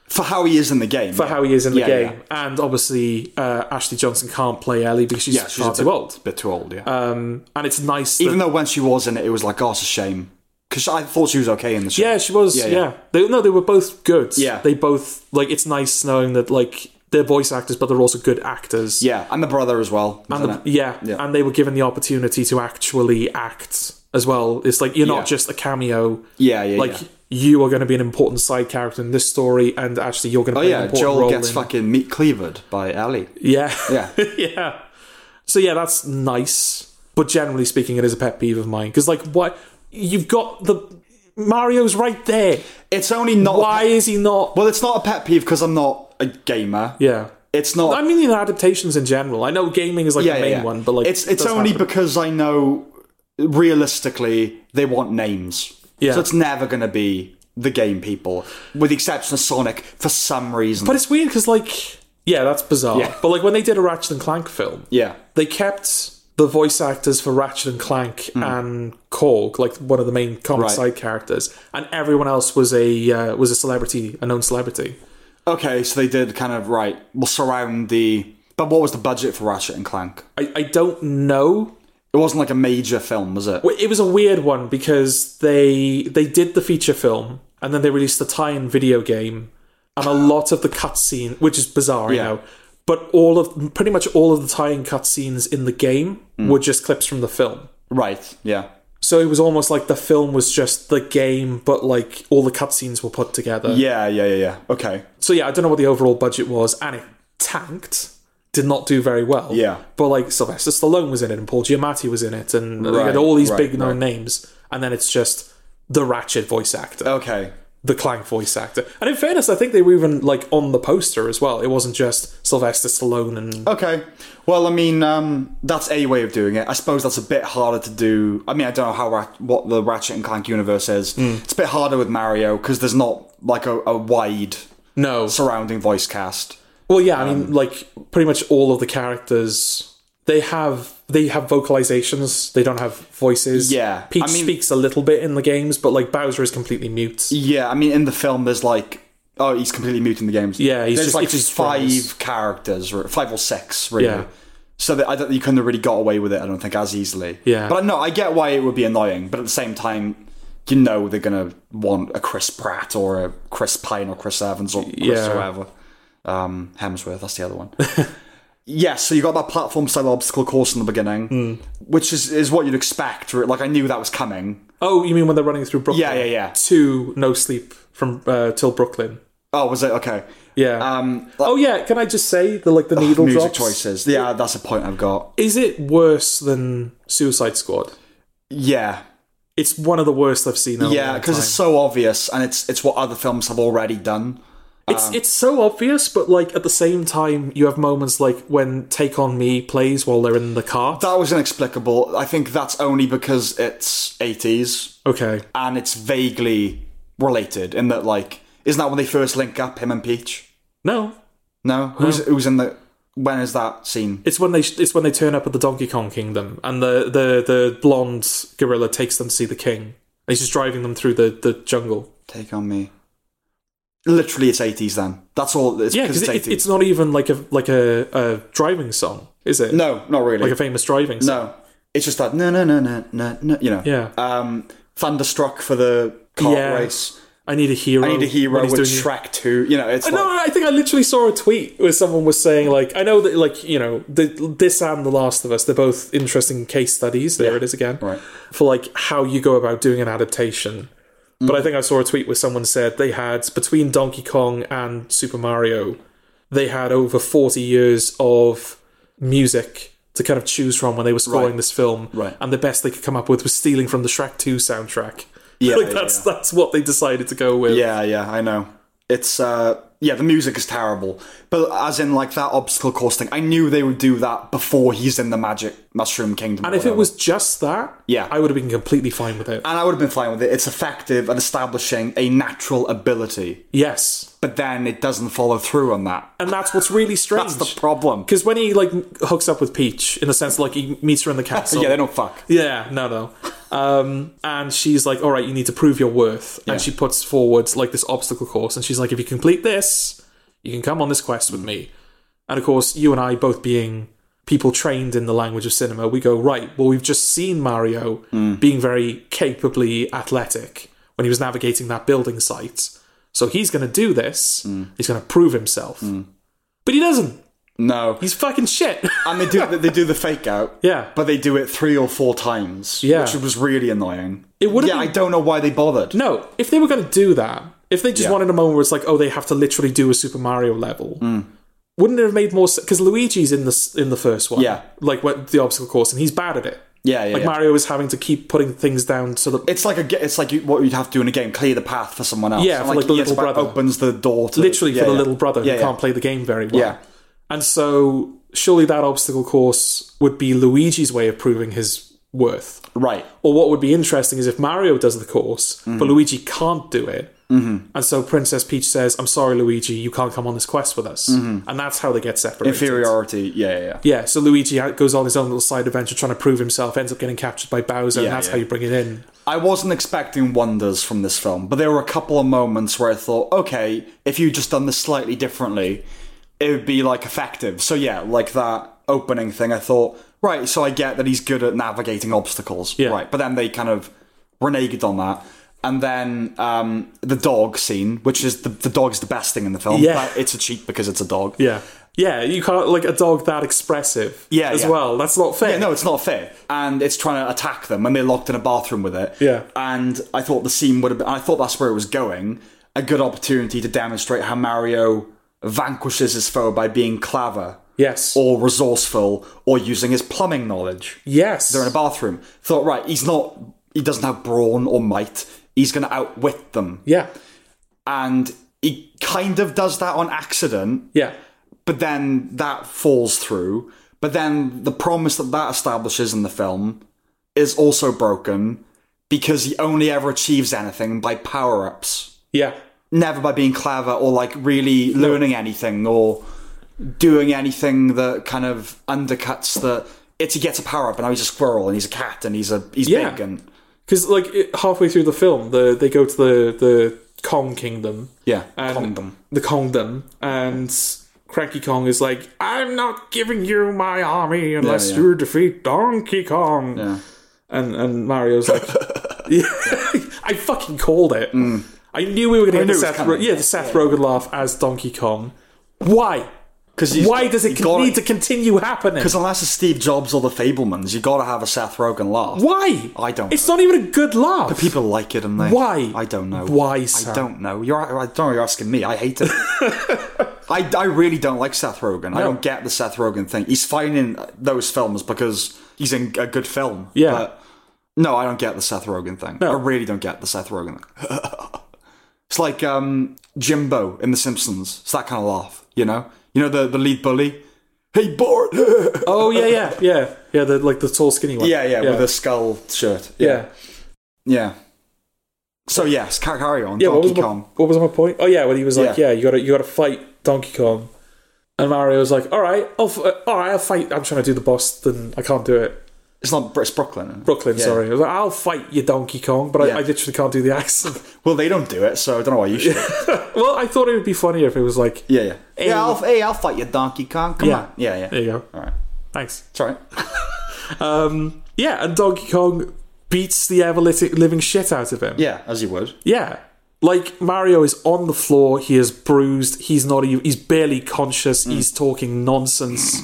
[SPEAKER 2] For how he is in the game.
[SPEAKER 1] for how he is in the
[SPEAKER 2] Yeah,
[SPEAKER 1] game. And obviously, uh, Ashley Johnson can't play Ellie because she's
[SPEAKER 2] Yeah, she's
[SPEAKER 1] far
[SPEAKER 2] a bit,
[SPEAKER 1] too old.
[SPEAKER 2] bit too old, yeah.
[SPEAKER 1] Uh, And it's nice,
[SPEAKER 2] Even
[SPEAKER 1] that,
[SPEAKER 2] though when she was in it, it was like, oh, it's a shame. Because I thought she was okay in the show.
[SPEAKER 1] yeah, she was. Yeah,
[SPEAKER 2] yeah.
[SPEAKER 1] They, no, they were both good.
[SPEAKER 2] Yeah.
[SPEAKER 1] they both like. It's nice knowing that like they're voice actors, but they're also good actors.
[SPEAKER 2] Yeah, and the brother as well.
[SPEAKER 1] And
[SPEAKER 2] wasn't
[SPEAKER 1] the-
[SPEAKER 2] it?
[SPEAKER 1] yeah,
[SPEAKER 2] Yeah.
[SPEAKER 1] and they were given the opportunity to actually act as well. It's like you're
[SPEAKER 2] Yeah.
[SPEAKER 1] not just a cameo.
[SPEAKER 2] Yeah, yeah,
[SPEAKER 1] Like
[SPEAKER 2] yeah.
[SPEAKER 1] you are going to be an important side character in this story, and actually you're going to
[SPEAKER 2] Oh,
[SPEAKER 1] play an
[SPEAKER 2] yeah,
[SPEAKER 1] important
[SPEAKER 2] Joel
[SPEAKER 1] role.
[SPEAKER 2] gets
[SPEAKER 1] in-
[SPEAKER 2] fucking meat cleavered by Ellie.
[SPEAKER 1] yeah,
[SPEAKER 2] Yeah.
[SPEAKER 1] [laughs] yeah. So yeah, that's nice. But generally speaking, it is a pet peeve of mine because like what you've got the Mario's right there.
[SPEAKER 2] [laughs] It's only not.
[SPEAKER 1] Why is he not?
[SPEAKER 2] Well, it's not a pet peeve because I'm not a gamer.
[SPEAKER 1] Yeah.
[SPEAKER 2] It's not.
[SPEAKER 1] I mean, in adaptations in general. I know gaming is like the main one, but like
[SPEAKER 2] it's it's
[SPEAKER 1] does
[SPEAKER 2] only
[SPEAKER 1] happen.
[SPEAKER 2] because I know realistically they want names.
[SPEAKER 1] Yeah.
[SPEAKER 2] So it's never gonna be the game people, with the exception of Sonic for some reason.
[SPEAKER 1] But it's weird because, like, yeah, that's bizarre.
[SPEAKER 2] Yeah.
[SPEAKER 1] But like when they did a Ratchet and Clank film,
[SPEAKER 2] yeah,
[SPEAKER 1] they kept the voice actors for Ratchet and Clank and Korg, like one of the main comic
[SPEAKER 2] Hmm. Right.
[SPEAKER 1] side characters, and everyone else was a uh, was a celebrity, a known celebrity.
[SPEAKER 2] okay, so they did kind of right. We'll surround the. But what was the budget for Ratchet and Clank?
[SPEAKER 1] I, I don't know.
[SPEAKER 2] It wasn't like a major film, was it?
[SPEAKER 1] It was a weird one because they they did the feature film and then they released the tie-in video game and a lot of the cutscene, which is bizarre,
[SPEAKER 2] Yeah.
[SPEAKER 1] I know. But all of pretty much all of the tie-in cutscenes in the game
[SPEAKER 2] Hmm.
[SPEAKER 1] were just clips from the film.
[SPEAKER 2] Right. Yeah.
[SPEAKER 1] So it was almost like the film was just the game, but like all the cutscenes were put together.
[SPEAKER 2] Yeah. Yeah. Yeah. Yeah. Okay.
[SPEAKER 1] So yeah, I don't know what the overall budget was, and it tanked. Did not do very well.
[SPEAKER 2] Yeah.
[SPEAKER 1] But like Sylvester Stallone was in it, and Paul Giamatti was in it, and they
[SPEAKER 2] Right,
[SPEAKER 1] had all these
[SPEAKER 2] right,
[SPEAKER 1] big known
[SPEAKER 2] right.
[SPEAKER 1] names, and then it's just the Ratchet voice actor,
[SPEAKER 2] Okay.
[SPEAKER 1] the Clank voice actor, and in fairness, I think they were even like on the poster as well. It wasn't just Sylvester Stallone and
[SPEAKER 2] Okay. Well, I mean, um, that's a way of doing it. I suppose that's a bit harder to do. I mean, I don't know how ra- what the Ratchet and Clank universe is. It's a bit harder with Mario because there's not like a, a wide
[SPEAKER 1] no.
[SPEAKER 2] surrounding voice cast.
[SPEAKER 1] Well, yeah, I
[SPEAKER 2] Um,
[SPEAKER 1] mean, like pretty much all of the characters, they have they have vocalizations. They don't have voices.
[SPEAKER 2] Yeah,
[SPEAKER 1] Peach
[SPEAKER 2] I mean-
[SPEAKER 1] speaks a little bit in the games, but like Bowser is completely mute.
[SPEAKER 2] Yeah, I mean, in the film, there's like oh, he's completely mute in the games.
[SPEAKER 1] Yeah, he's
[SPEAKER 2] there's
[SPEAKER 1] just-
[SPEAKER 2] like
[SPEAKER 1] it's just
[SPEAKER 2] five
[SPEAKER 1] drums.
[SPEAKER 2] characters, or five or six, really.
[SPEAKER 1] Yeah.
[SPEAKER 2] So that I don't, you couldn't have really got away with it. I don't think as easily.
[SPEAKER 1] Yeah.
[SPEAKER 2] But no, I get why it would be annoying, but at the same time. You know they're gonna want a Chris Pratt or a Chris Pine or Chris Evans or Chris
[SPEAKER 1] Yeah.
[SPEAKER 2] whoever. Um, Hemsworth, that's the other one. [laughs] Yes, so you got that platform style obstacle course in the beginning,
[SPEAKER 1] Hmm.
[SPEAKER 2] which is, is what you'd expect. re- Like I knew that was coming.
[SPEAKER 1] Oh, you mean when they're running through Brooklyn?
[SPEAKER 2] Yeah, yeah, yeah.
[SPEAKER 1] To No Sleep from uh, till Brooklyn.
[SPEAKER 2] Oh, was it okay?
[SPEAKER 1] Yeah.
[SPEAKER 2] Um,
[SPEAKER 1] oh yeah. Can I just say the like the needle
[SPEAKER 2] music
[SPEAKER 1] drops?
[SPEAKER 2] choices. Yeah, that's a point I've got.
[SPEAKER 1] Is it worse than Suicide Squad?
[SPEAKER 2] Yeah,
[SPEAKER 1] It's one of the worst I've seen. in a
[SPEAKER 2] yeah,
[SPEAKER 1] long
[SPEAKER 2] because it's
[SPEAKER 1] time.
[SPEAKER 2] so obvious, and it's it's what other films have already done. uh,
[SPEAKER 1] It's it's so obvious, but like at the same time, you have moments like when "Take on Me" plays while they're in the car.
[SPEAKER 2] That was inexplicable. I think that's only because it's eighties
[SPEAKER 1] okay,
[SPEAKER 2] and it's vaguely related in that like isn't that when they first link up him and Peach?
[SPEAKER 1] no,
[SPEAKER 2] No, who's who's in the when is that scene?
[SPEAKER 1] it's when they it's when they turn up at the Donkey Kong Kingdom and the the the blonde gorilla takes them to see the king. And he's just driving them through the, the jungle.
[SPEAKER 2] Take on me. Literally, it's eighties. Then that's all. It's
[SPEAKER 1] Yeah,
[SPEAKER 2] because
[SPEAKER 1] because
[SPEAKER 2] it's
[SPEAKER 1] it,
[SPEAKER 2] eighties.
[SPEAKER 1] it's not even like a like a, a driving song, is it?
[SPEAKER 2] no, not really.
[SPEAKER 1] like a famous driving song.
[SPEAKER 2] no, it's just that no, no, no, no, no, no. You know.
[SPEAKER 1] Yeah.
[SPEAKER 2] Um, thunderstruck for the cart
[SPEAKER 1] Yeah.
[SPEAKER 2] race.
[SPEAKER 1] I need a hero.
[SPEAKER 2] I need a hero
[SPEAKER 1] when he's
[SPEAKER 2] with
[SPEAKER 1] doing-
[SPEAKER 2] Shrek Two. You know, it's
[SPEAKER 1] No,
[SPEAKER 2] like,
[SPEAKER 1] no, I think I literally saw a tweet where someone was saying like, I know that like you know the, this and The Last of Us, they're both interesting case studies. There it is again,
[SPEAKER 2] Right.
[SPEAKER 1] For like how you go about doing an adaptation. But
[SPEAKER 2] Mm.
[SPEAKER 1] I think I saw a tweet where someone said they had between Donkey Kong and Super Mario, they had over forty years of music to kind of choose from when they were scoring
[SPEAKER 2] Right.
[SPEAKER 1] this film,
[SPEAKER 2] Right.
[SPEAKER 1] and the best they could come up with was stealing from the Shrek Two soundtrack. [laughs]
[SPEAKER 2] Yeah,
[SPEAKER 1] like
[SPEAKER 2] yeah,
[SPEAKER 1] that's
[SPEAKER 2] yeah.
[SPEAKER 1] that's what they decided to go with.
[SPEAKER 2] yeah, yeah. I know. It's uh, yeah. The music is terrible, but as in like that obstacle course thing. I knew they would do that before he's in the Magic Mushroom Kingdom.
[SPEAKER 1] And if it was just that,
[SPEAKER 2] Yeah.
[SPEAKER 1] I would have been completely fine with it.
[SPEAKER 2] and I would have been fine with it. It's effective at establishing a natural ability,
[SPEAKER 1] yes,
[SPEAKER 2] but then it doesn't follow through on that.
[SPEAKER 1] and that's what's really strange.
[SPEAKER 2] That's the problem.
[SPEAKER 1] Because when he like hooks up with Peach, in the sense like he meets
[SPEAKER 2] [laughs]
[SPEAKER 1] her in the castle.
[SPEAKER 2] yeah, they don't fuck.
[SPEAKER 1] Yeah, no, no. Um, and she's like, "All right, you need to prove your worth." And she puts forward like this obstacle course, and she's like, "If you complete this, you can come on this quest with me." And of course, you and I both being people trained in the language of cinema, we go, "Right, well, we've just seen Mario being very capably athletic when he was navigating that building site, so he's going to do this. He's going to prove himself." But he doesn't.
[SPEAKER 2] No,
[SPEAKER 1] He's fucking shit. [laughs]
[SPEAKER 2] and they do they do the fake out.
[SPEAKER 1] Yeah.
[SPEAKER 2] but they do it three or four times.
[SPEAKER 1] Yeah.
[SPEAKER 2] which was really annoying.
[SPEAKER 1] It would have
[SPEAKER 2] yeah,
[SPEAKER 1] been
[SPEAKER 2] I don't know why they bothered.
[SPEAKER 1] No, if they were going to do that, if they just
[SPEAKER 2] Yeah.
[SPEAKER 1] wanted a moment where it's like, oh, they have to literally do a Super Mario level,
[SPEAKER 2] Mm.
[SPEAKER 1] wouldn't it have made more sense? Because Luigi's in the s- in the first one,
[SPEAKER 2] Yeah.
[SPEAKER 1] like what the obstacle course, and he's bad at it.
[SPEAKER 2] Yeah, yeah.
[SPEAKER 1] Like
[SPEAKER 2] yeah.
[SPEAKER 1] Mario is having to keep putting things down so that
[SPEAKER 2] it's like a ge- it's like you, what you'd have to do in a game: clear the path for someone else.
[SPEAKER 1] Yeah,
[SPEAKER 2] And
[SPEAKER 1] for like the
[SPEAKER 2] yes,
[SPEAKER 1] little
[SPEAKER 2] but
[SPEAKER 1] brother.
[SPEAKER 2] opens the door to
[SPEAKER 1] literally
[SPEAKER 2] yeah,
[SPEAKER 1] for the
[SPEAKER 2] yeah.
[SPEAKER 1] little brother who
[SPEAKER 2] Yeah, yeah.
[SPEAKER 1] can't play the game very well.
[SPEAKER 2] Yeah.
[SPEAKER 1] And so surely that obstacle course would be Luigi's way of proving his worth.
[SPEAKER 2] Right,
[SPEAKER 1] Or what would be interesting is if Mario does the course,
[SPEAKER 2] Mm-hmm.
[SPEAKER 1] but Luigi can't do it. Mm-hmm. And so Princess Peach says, I'm sorry, Luigi, you can't come on this quest with us. And that's how they get separated.
[SPEAKER 2] Mm-hmm. inferiority. Yeah, yeah, yeah.
[SPEAKER 1] Yeah, so Luigi out- goes on his own little side adventure trying to prove himself, ends up getting captured by Bowser,
[SPEAKER 2] Yeah,
[SPEAKER 1] and that's
[SPEAKER 2] yeah.
[SPEAKER 1] how you bring it in.
[SPEAKER 2] I wasn't expecting wonders from this film, but there were a couple of moments where I thought, okay, if you just done this slightly differently, it would be like effective. So yeah, like that opening thing, I thought, right, so I get that he's good at navigating obstacles.
[SPEAKER 1] Yeah.
[SPEAKER 2] Right. But then they kind of reneged on that. And then um, the dog scene, which is the, the dog is the best thing in the film.
[SPEAKER 1] Yeah.
[SPEAKER 2] But it's a cheat because it's a dog.
[SPEAKER 1] Yeah. Yeah, you can't, like, a dog that expressive
[SPEAKER 2] Yeah,
[SPEAKER 1] as
[SPEAKER 2] yeah.
[SPEAKER 1] well. That's not fair.
[SPEAKER 2] Yeah, no, it's not fair. And it's trying to attack them, and they're locked in a bathroom with it.
[SPEAKER 1] Yeah.
[SPEAKER 2] And I thought the scene would have been, I thought that's where it was going. A good opportunity to demonstrate how Mario vanquishes his foe by being clever,
[SPEAKER 1] Yes.
[SPEAKER 2] or resourceful, or using his plumbing knowledge
[SPEAKER 1] yes.
[SPEAKER 2] in a bathroom. Thought, right, he's not, he doesn't have brawn or might. He's going to outwit them.
[SPEAKER 1] yeah.
[SPEAKER 2] And he kind of does that on accident
[SPEAKER 1] Yeah.
[SPEAKER 2] but then that falls through. But then the promise that that establishes in the film is also broken because he only ever achieves anything by power ups,
[SPEAKER 1] Yeah.
[SPEAKER 2] never by being clever or like really learning anything or doing anything that kind of undercuts the. It's he gets a power up and now he's a squirrel and he's a cat and he's a he's
[SPEAKER 1] Yeah.
[SPEAKER 2] big and
[SPEAKER 1] Because, like, it, halfway through the film, the, they go to the, the Kong Kingdom.
[SPEAKER 2] yeah,
[SPEAKER 1] and
[SPEAKER 2] condom.
[SPEAKER 1] the kingdom and Cranky Kong is like, I'm not giving you my army unless
[SPEAKER 2] yeah.
[SPEAKER 1] you defeat Donkey Kong.
[SPEAKER 2] Yeah.
[SPEAKER 1] And and Mario's
[SPEAKER 2] [laughs]
[SPEAKER 1] like, [laughs] Yeah, I fucking called it. I knew we were going to get the
[SPEAKER 2] Mm. knew it was
[SPEAKER 1] Seth, Ro-
[SPEAKER 2] coming.
[SPEAKER 1] yeah, the Seth Rogen laugh as Donkey Kong. Why?
[SPEAKER 2] Because
[SPEAKER 1] Why does it con- need to continue happening?
[SPEAKER 2] Because unless it's Steve Jobs or the Fablemans, you got to have a Seth Rogen laugh.
[SPEAKER 1] Why?
[SPEAKER 2] I don't
[SPEAKER 1] It's not even a good laugh.
[SPEAKER 2] But people like it, and they
[SPEAKER 1] Why?
[SPEAKER 2] I don't know.
[SPEAKER 1] Why,
[SPEAKER 2] I
[SPEAKER 1] Sam?
[SPEAKER 2] don't know. You're I don't know. You're asking me. I
[SPEAKER 1] [laughs]
[SPEAKER 2] hate it. I, I really don't like Seth Rogen. I don't get the Seth Rogen thing. He's fine in those films because he's in a good film.
[SPEAKER 1] Yeah.
[SPEAKER 2] But no, I don't get the Seth Rogen thing.
[SPEAKER 1] No.
[SPEAKER 2] I really don't get the Seth Rogen thing. [laughs] it's like um, Jimbo in The Simpsons. It's that kind of laugh, you know? You know the, the lead bully? Hey, [laughs] Bart!
[SPEAKER 1] oh yeah, yeah, yeah, yeah. The like the tall, skinny one.
[SPEAKER 2] yeah, yeah,
[SPEAKER 1] yeah.
[SPEAKER 2] with a skull shirt.
[SPEAKER 1] yeah.
[SPEAKER 2] Yeah. So, yes, ca- carry on.
[SPEAKER 1] Yeah, what
[SPEAKER 2] Donkey
[SPEAKER 1] was, my,
[SPEAKER 2] Kong.
[SPEAKER 1] what was my point? Oh yeah, when he was like, yeah,
[SPEAKER 2] Yeah.
[SPEAKER 1] you got to you got to fight Donkey Kong, and Mario was like, all right, I'll f- uh, all right, I'll fight. I'm trying to do the boss, then I can't do it.
[SPEAKER 2] It's not Br- it's Brooklyn.
[SPEAKER 1] Brooklyn,
[SPEAKER 2] Yeah.
[SPEAKER 1] sorry. I was like, I'll fight you, Donkey Kong, but
[SPEAKER 2] Yeah.
[SPEAKER 1] I, I literally can't do the [laughs] accent.
[SPEAKER 2] Well, they don't do it, so I don't know why you should.
[SPEAKER 1] well, I thought it would be funnier if it was like,
[SPEAKER 2] yeah, yeah.
[SPEAKER 1] Hey.
[SPEAKER 2] Yeah, I'll, hey, I'll fight you, Donkey Kong. Come
[SPEAKER 1] Yeah.
[SPEAKER 2] on. Yeah, yeah.
[SPEAKER 1] there you go.
[SPEAKER 2] All right.
[SPEAKER 1] Thanks.
[SPEAKER 2] It's all right.
[SPEAKER 1] Um, yeah, and Donkey Kong beats the ever lit- living shit out of him.
[SPEAKER 2] Yeah, as you would.
[SPEAKER 1] Yeah. Like Mario is on the floor, he is bruised, he's not even he's barely conscious, he's talking nonsense.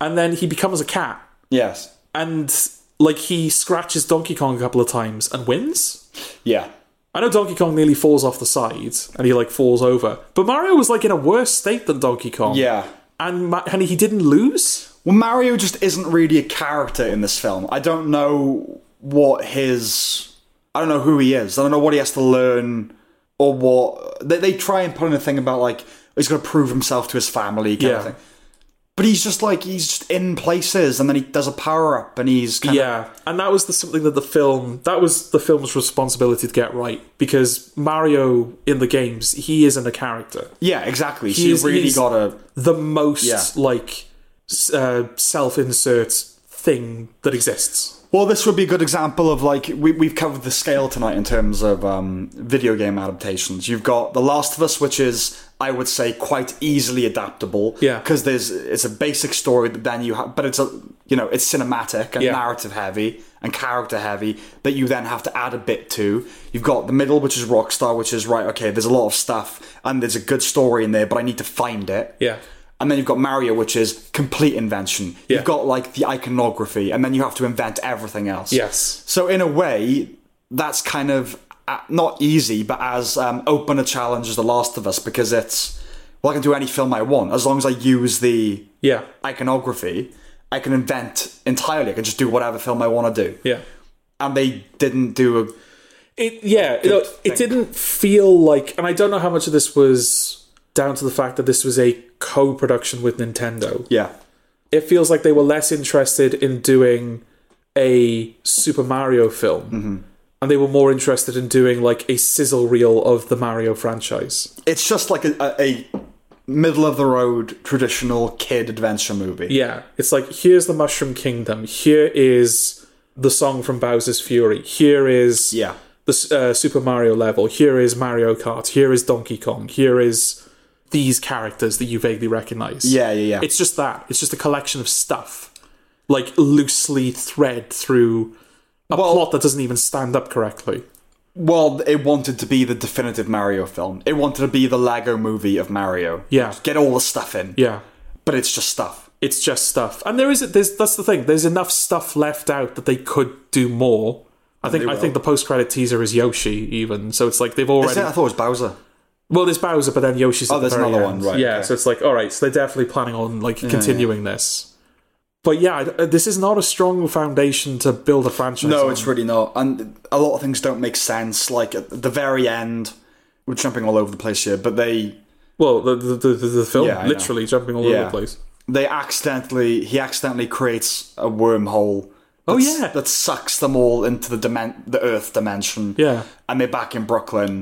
[SPEAKER 1] And then he becomes a cat
[SPEAKER 2] Yes.
[SPEAKER 1] and like he scratches Donkey Kong a couple of times and wins.
[SPEAKER 2] Yeah.
[SPEAKER 1] I know Donkey Kong nearly falls off the side and he like falls over. But Mario was like in a worse state than Donkey Kong.
[SPEAKER 2] Yeah.
[SPEAKER 1] And Ma- and he didn't lose?
[SPEAKER 2] Well, Mario just isn't really a character in this film. I don't know what his. I don't know who he is. I don't know what he has to learn or what. They, they try and put in a thing about, like, he's going to prove himself to his family kind of
[SPEAKER 1] Yeah.
[SPEAKER 2] thing. But he's just like, he's just in places and then he does a power up and he's kind of.
[SPEAKER 1] Yeah, and that was the something that the film that was the film's responsibility to get right because Mario in the games he isn't a character.
[SPEAKER 2] Yeah, exactly. So
[SPEAKER 1] He's-
[SPEAKER 2] you really
[SPEAKER 1] he's-
[SPEAKER 2] got to.
[SPEAKER 1] The most
[SPEAKER 2] Yeah.
[SPEAKER 1] like s- uh, self-insert thing that exists.
[SPEAKER 2] Well, this would be a good example of like we, we've covered the scale tonight in terms of um, video game adaptations. You've got The Last of Us, which is I would say quite easily adaptable.
[SPEAKER 1] Yeah.
[SPEAKER 2] because there's it's a basic story, but then you have, but it's a you know it's cinematic and
[SPEAKER 1] Yeah.
[SPEAKER 2] narrative heavy and character heavy that you then have to add a bit to. You've got the middle, which is Rockstar, which is right. Okay, there's a lot of stuff and there's a good story in there, but I need to find it.
[SPEAKER 1] Yeah.
[SPEAKER 2] And then you've got Mario, which is complete invention.
[SPEAKER 1] Yeah.
[SPEAKER 2] You've got like the iconography, and then you have to invent everything else.
[SPEAKER 1] Yes.
[SPEAKER 2] So in a way, that's kind of uh, not easy, but as um, open a challenge as The Last of Us because it's well, I can do any film I want as long as I use the
[SPEAKER 1] Yeah,
[SPEAKER 2] iconography. I can invent entirely. I can just do whatever film I want to do.
[SPEAKER 1] yeah.
[SPEAKER 2] And they didn't do a
[SPEAKER 1] It yeah, you know, it didn't feel like, and I don't know how much of this was down to the fact that this was a co-production with Nintendo.
[SPEAKER 2] yeah,
[SPEAKER 1] It feels like they were less interested in doing a Super Mario film.
[SPEAKER 2] Mm-hmm.
[SPEAKER 1] And they were more interested in doing like a sizzle reel of the Mario franchise.
[SPEAKER 2] it's just like a, a, a middle of the road traditional kid adventure movie.
[SPEAKER 1] Yeah, it's like here's the Mushroom Kingdom. Here is the song from Bowser's Fury. Here is
[SPEAKER 2] Yeah.
[SPEAKER 1] the uh, Super Mario level. Here is Mario Kart. Here is Donkey Kong. Here is these characters that you vaguely recognize.
[SPEAKER 2] Yeah, yeah, yeah.
[SPEAKER 1] It's just that. It's just a collection of stuff, like loosely thread through a plot that doesn't even stand up correctly.
[SPEAKER 2] Well, it wanted to be the definitive Mario film. It wanted to be the Lego movie of Mario.
[SPEAKER 1] Yeah.
[SPEAKER 2] Get all the stuff in.
[SPEAKER 1] Yeah.
[SPEAKER 2] But it's just stuff.
[SPEAKER 1] It's just stuff, and there is there's that's the thing. There's enough stuff left out that they could do more. I think I
[SPEAKER 2] will.
[SPEAKER 1] think the post credit teaser is Yoshi, even so. It's like they've already
[SPEAKER 2] I thought it was Bowser.
[SPEAKER 1] Well, there's Bowser, but then Yoshi's. Oh, at the
[SPEAKER 2] there's
[SPEAKER 1] very
[SPEAKER 2] another
[SPEAKER 1] end.
[SPEAKER 2] one, right,
[SPEAKER 1] Yeah,
[SPEAKER 2] okay.
[SPEAKER 1] so it's like, all right, so they're definitely planning on like continuing this. But yeah, I- uh, this is not a strong foundation to build a franchise.
[SPEAKER 2] No,
[SPEAKER 1] on.
[SPEAKER 2] it's really not. And a lot of things don't make sense. Like at the very end, we're jumping all over the place here, but they
[SPEAKER 1] well, the the, the, the- the film
[SPEAKER 2] Yeah, I know.
[SPEAKER 1] literally jumping all over
[SPEAKER 2] Yeah.
[SPEAKER 1] the place.
[SPEAKER 2] they accidentally he accidentally creates a wormhole.
[SPEAKER 1] Oh,
[SPEAKER 2] that's-
[SPEAKER 1] yeah.
[SPEAKER 2] that sucks them all into the dimen- the Earth dimension.
[SPEAKER 1] Yeah.
[SPEAKER 2] and they're back in Brooklyn.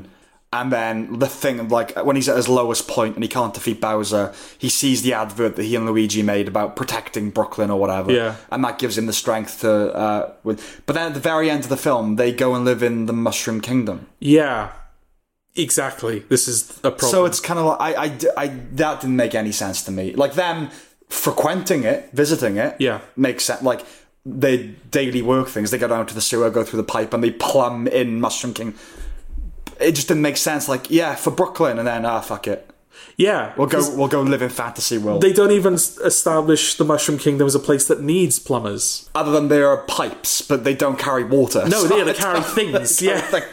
[SPEAKER 2] And then the thing, like when he's at his lowest point and he can't defeat Bowser, he sees the advert that he and Luigi made about protecting Brooklyn or whatever.
[SPEAKER 1] Yeah.
[SPEAKER 2] and that gives him the strength to. Uh, win. But then at the very end of the film, they go and live in the Mushroom Kingdom.
[SPEAKER 1] Yeah, exactly. This is a problem.
[SPEAKER 2] So it's kind of like I, I d- I- that didn't make any sense to me. Like them frequenting it, visiting it,
[SPEAKER 1] Yeah.
[SPEAKER 2] makes sense. Like their daily work things, they go down to the sewer, go through the pipe, and they plumb in Mushroom King. It just didn't make sense. Like yeah, for Brooklyn, and then ah, fuck it,
[SPEAKER 1] yeah.
[SPEAKER 2] we'll go,
[SPEAKER 1] 'cause
[SPEAKER 2] we'll go live in fantasy world.
[SPEAKER 1] They don't even s- establish the Mushroom Kingdom as a place that needs plumbers.
[SPEAKER 2] Other than there are pipes, but they don't carry water.
[SPEAKER 1] No,
[SPEAKER 2] So [laughs]
[SPEAKER 1] yeah, they
[SPEAKER 2] it's-
[SPEAKER 1] carry things. Yeah,
[SPEAKER 2] like,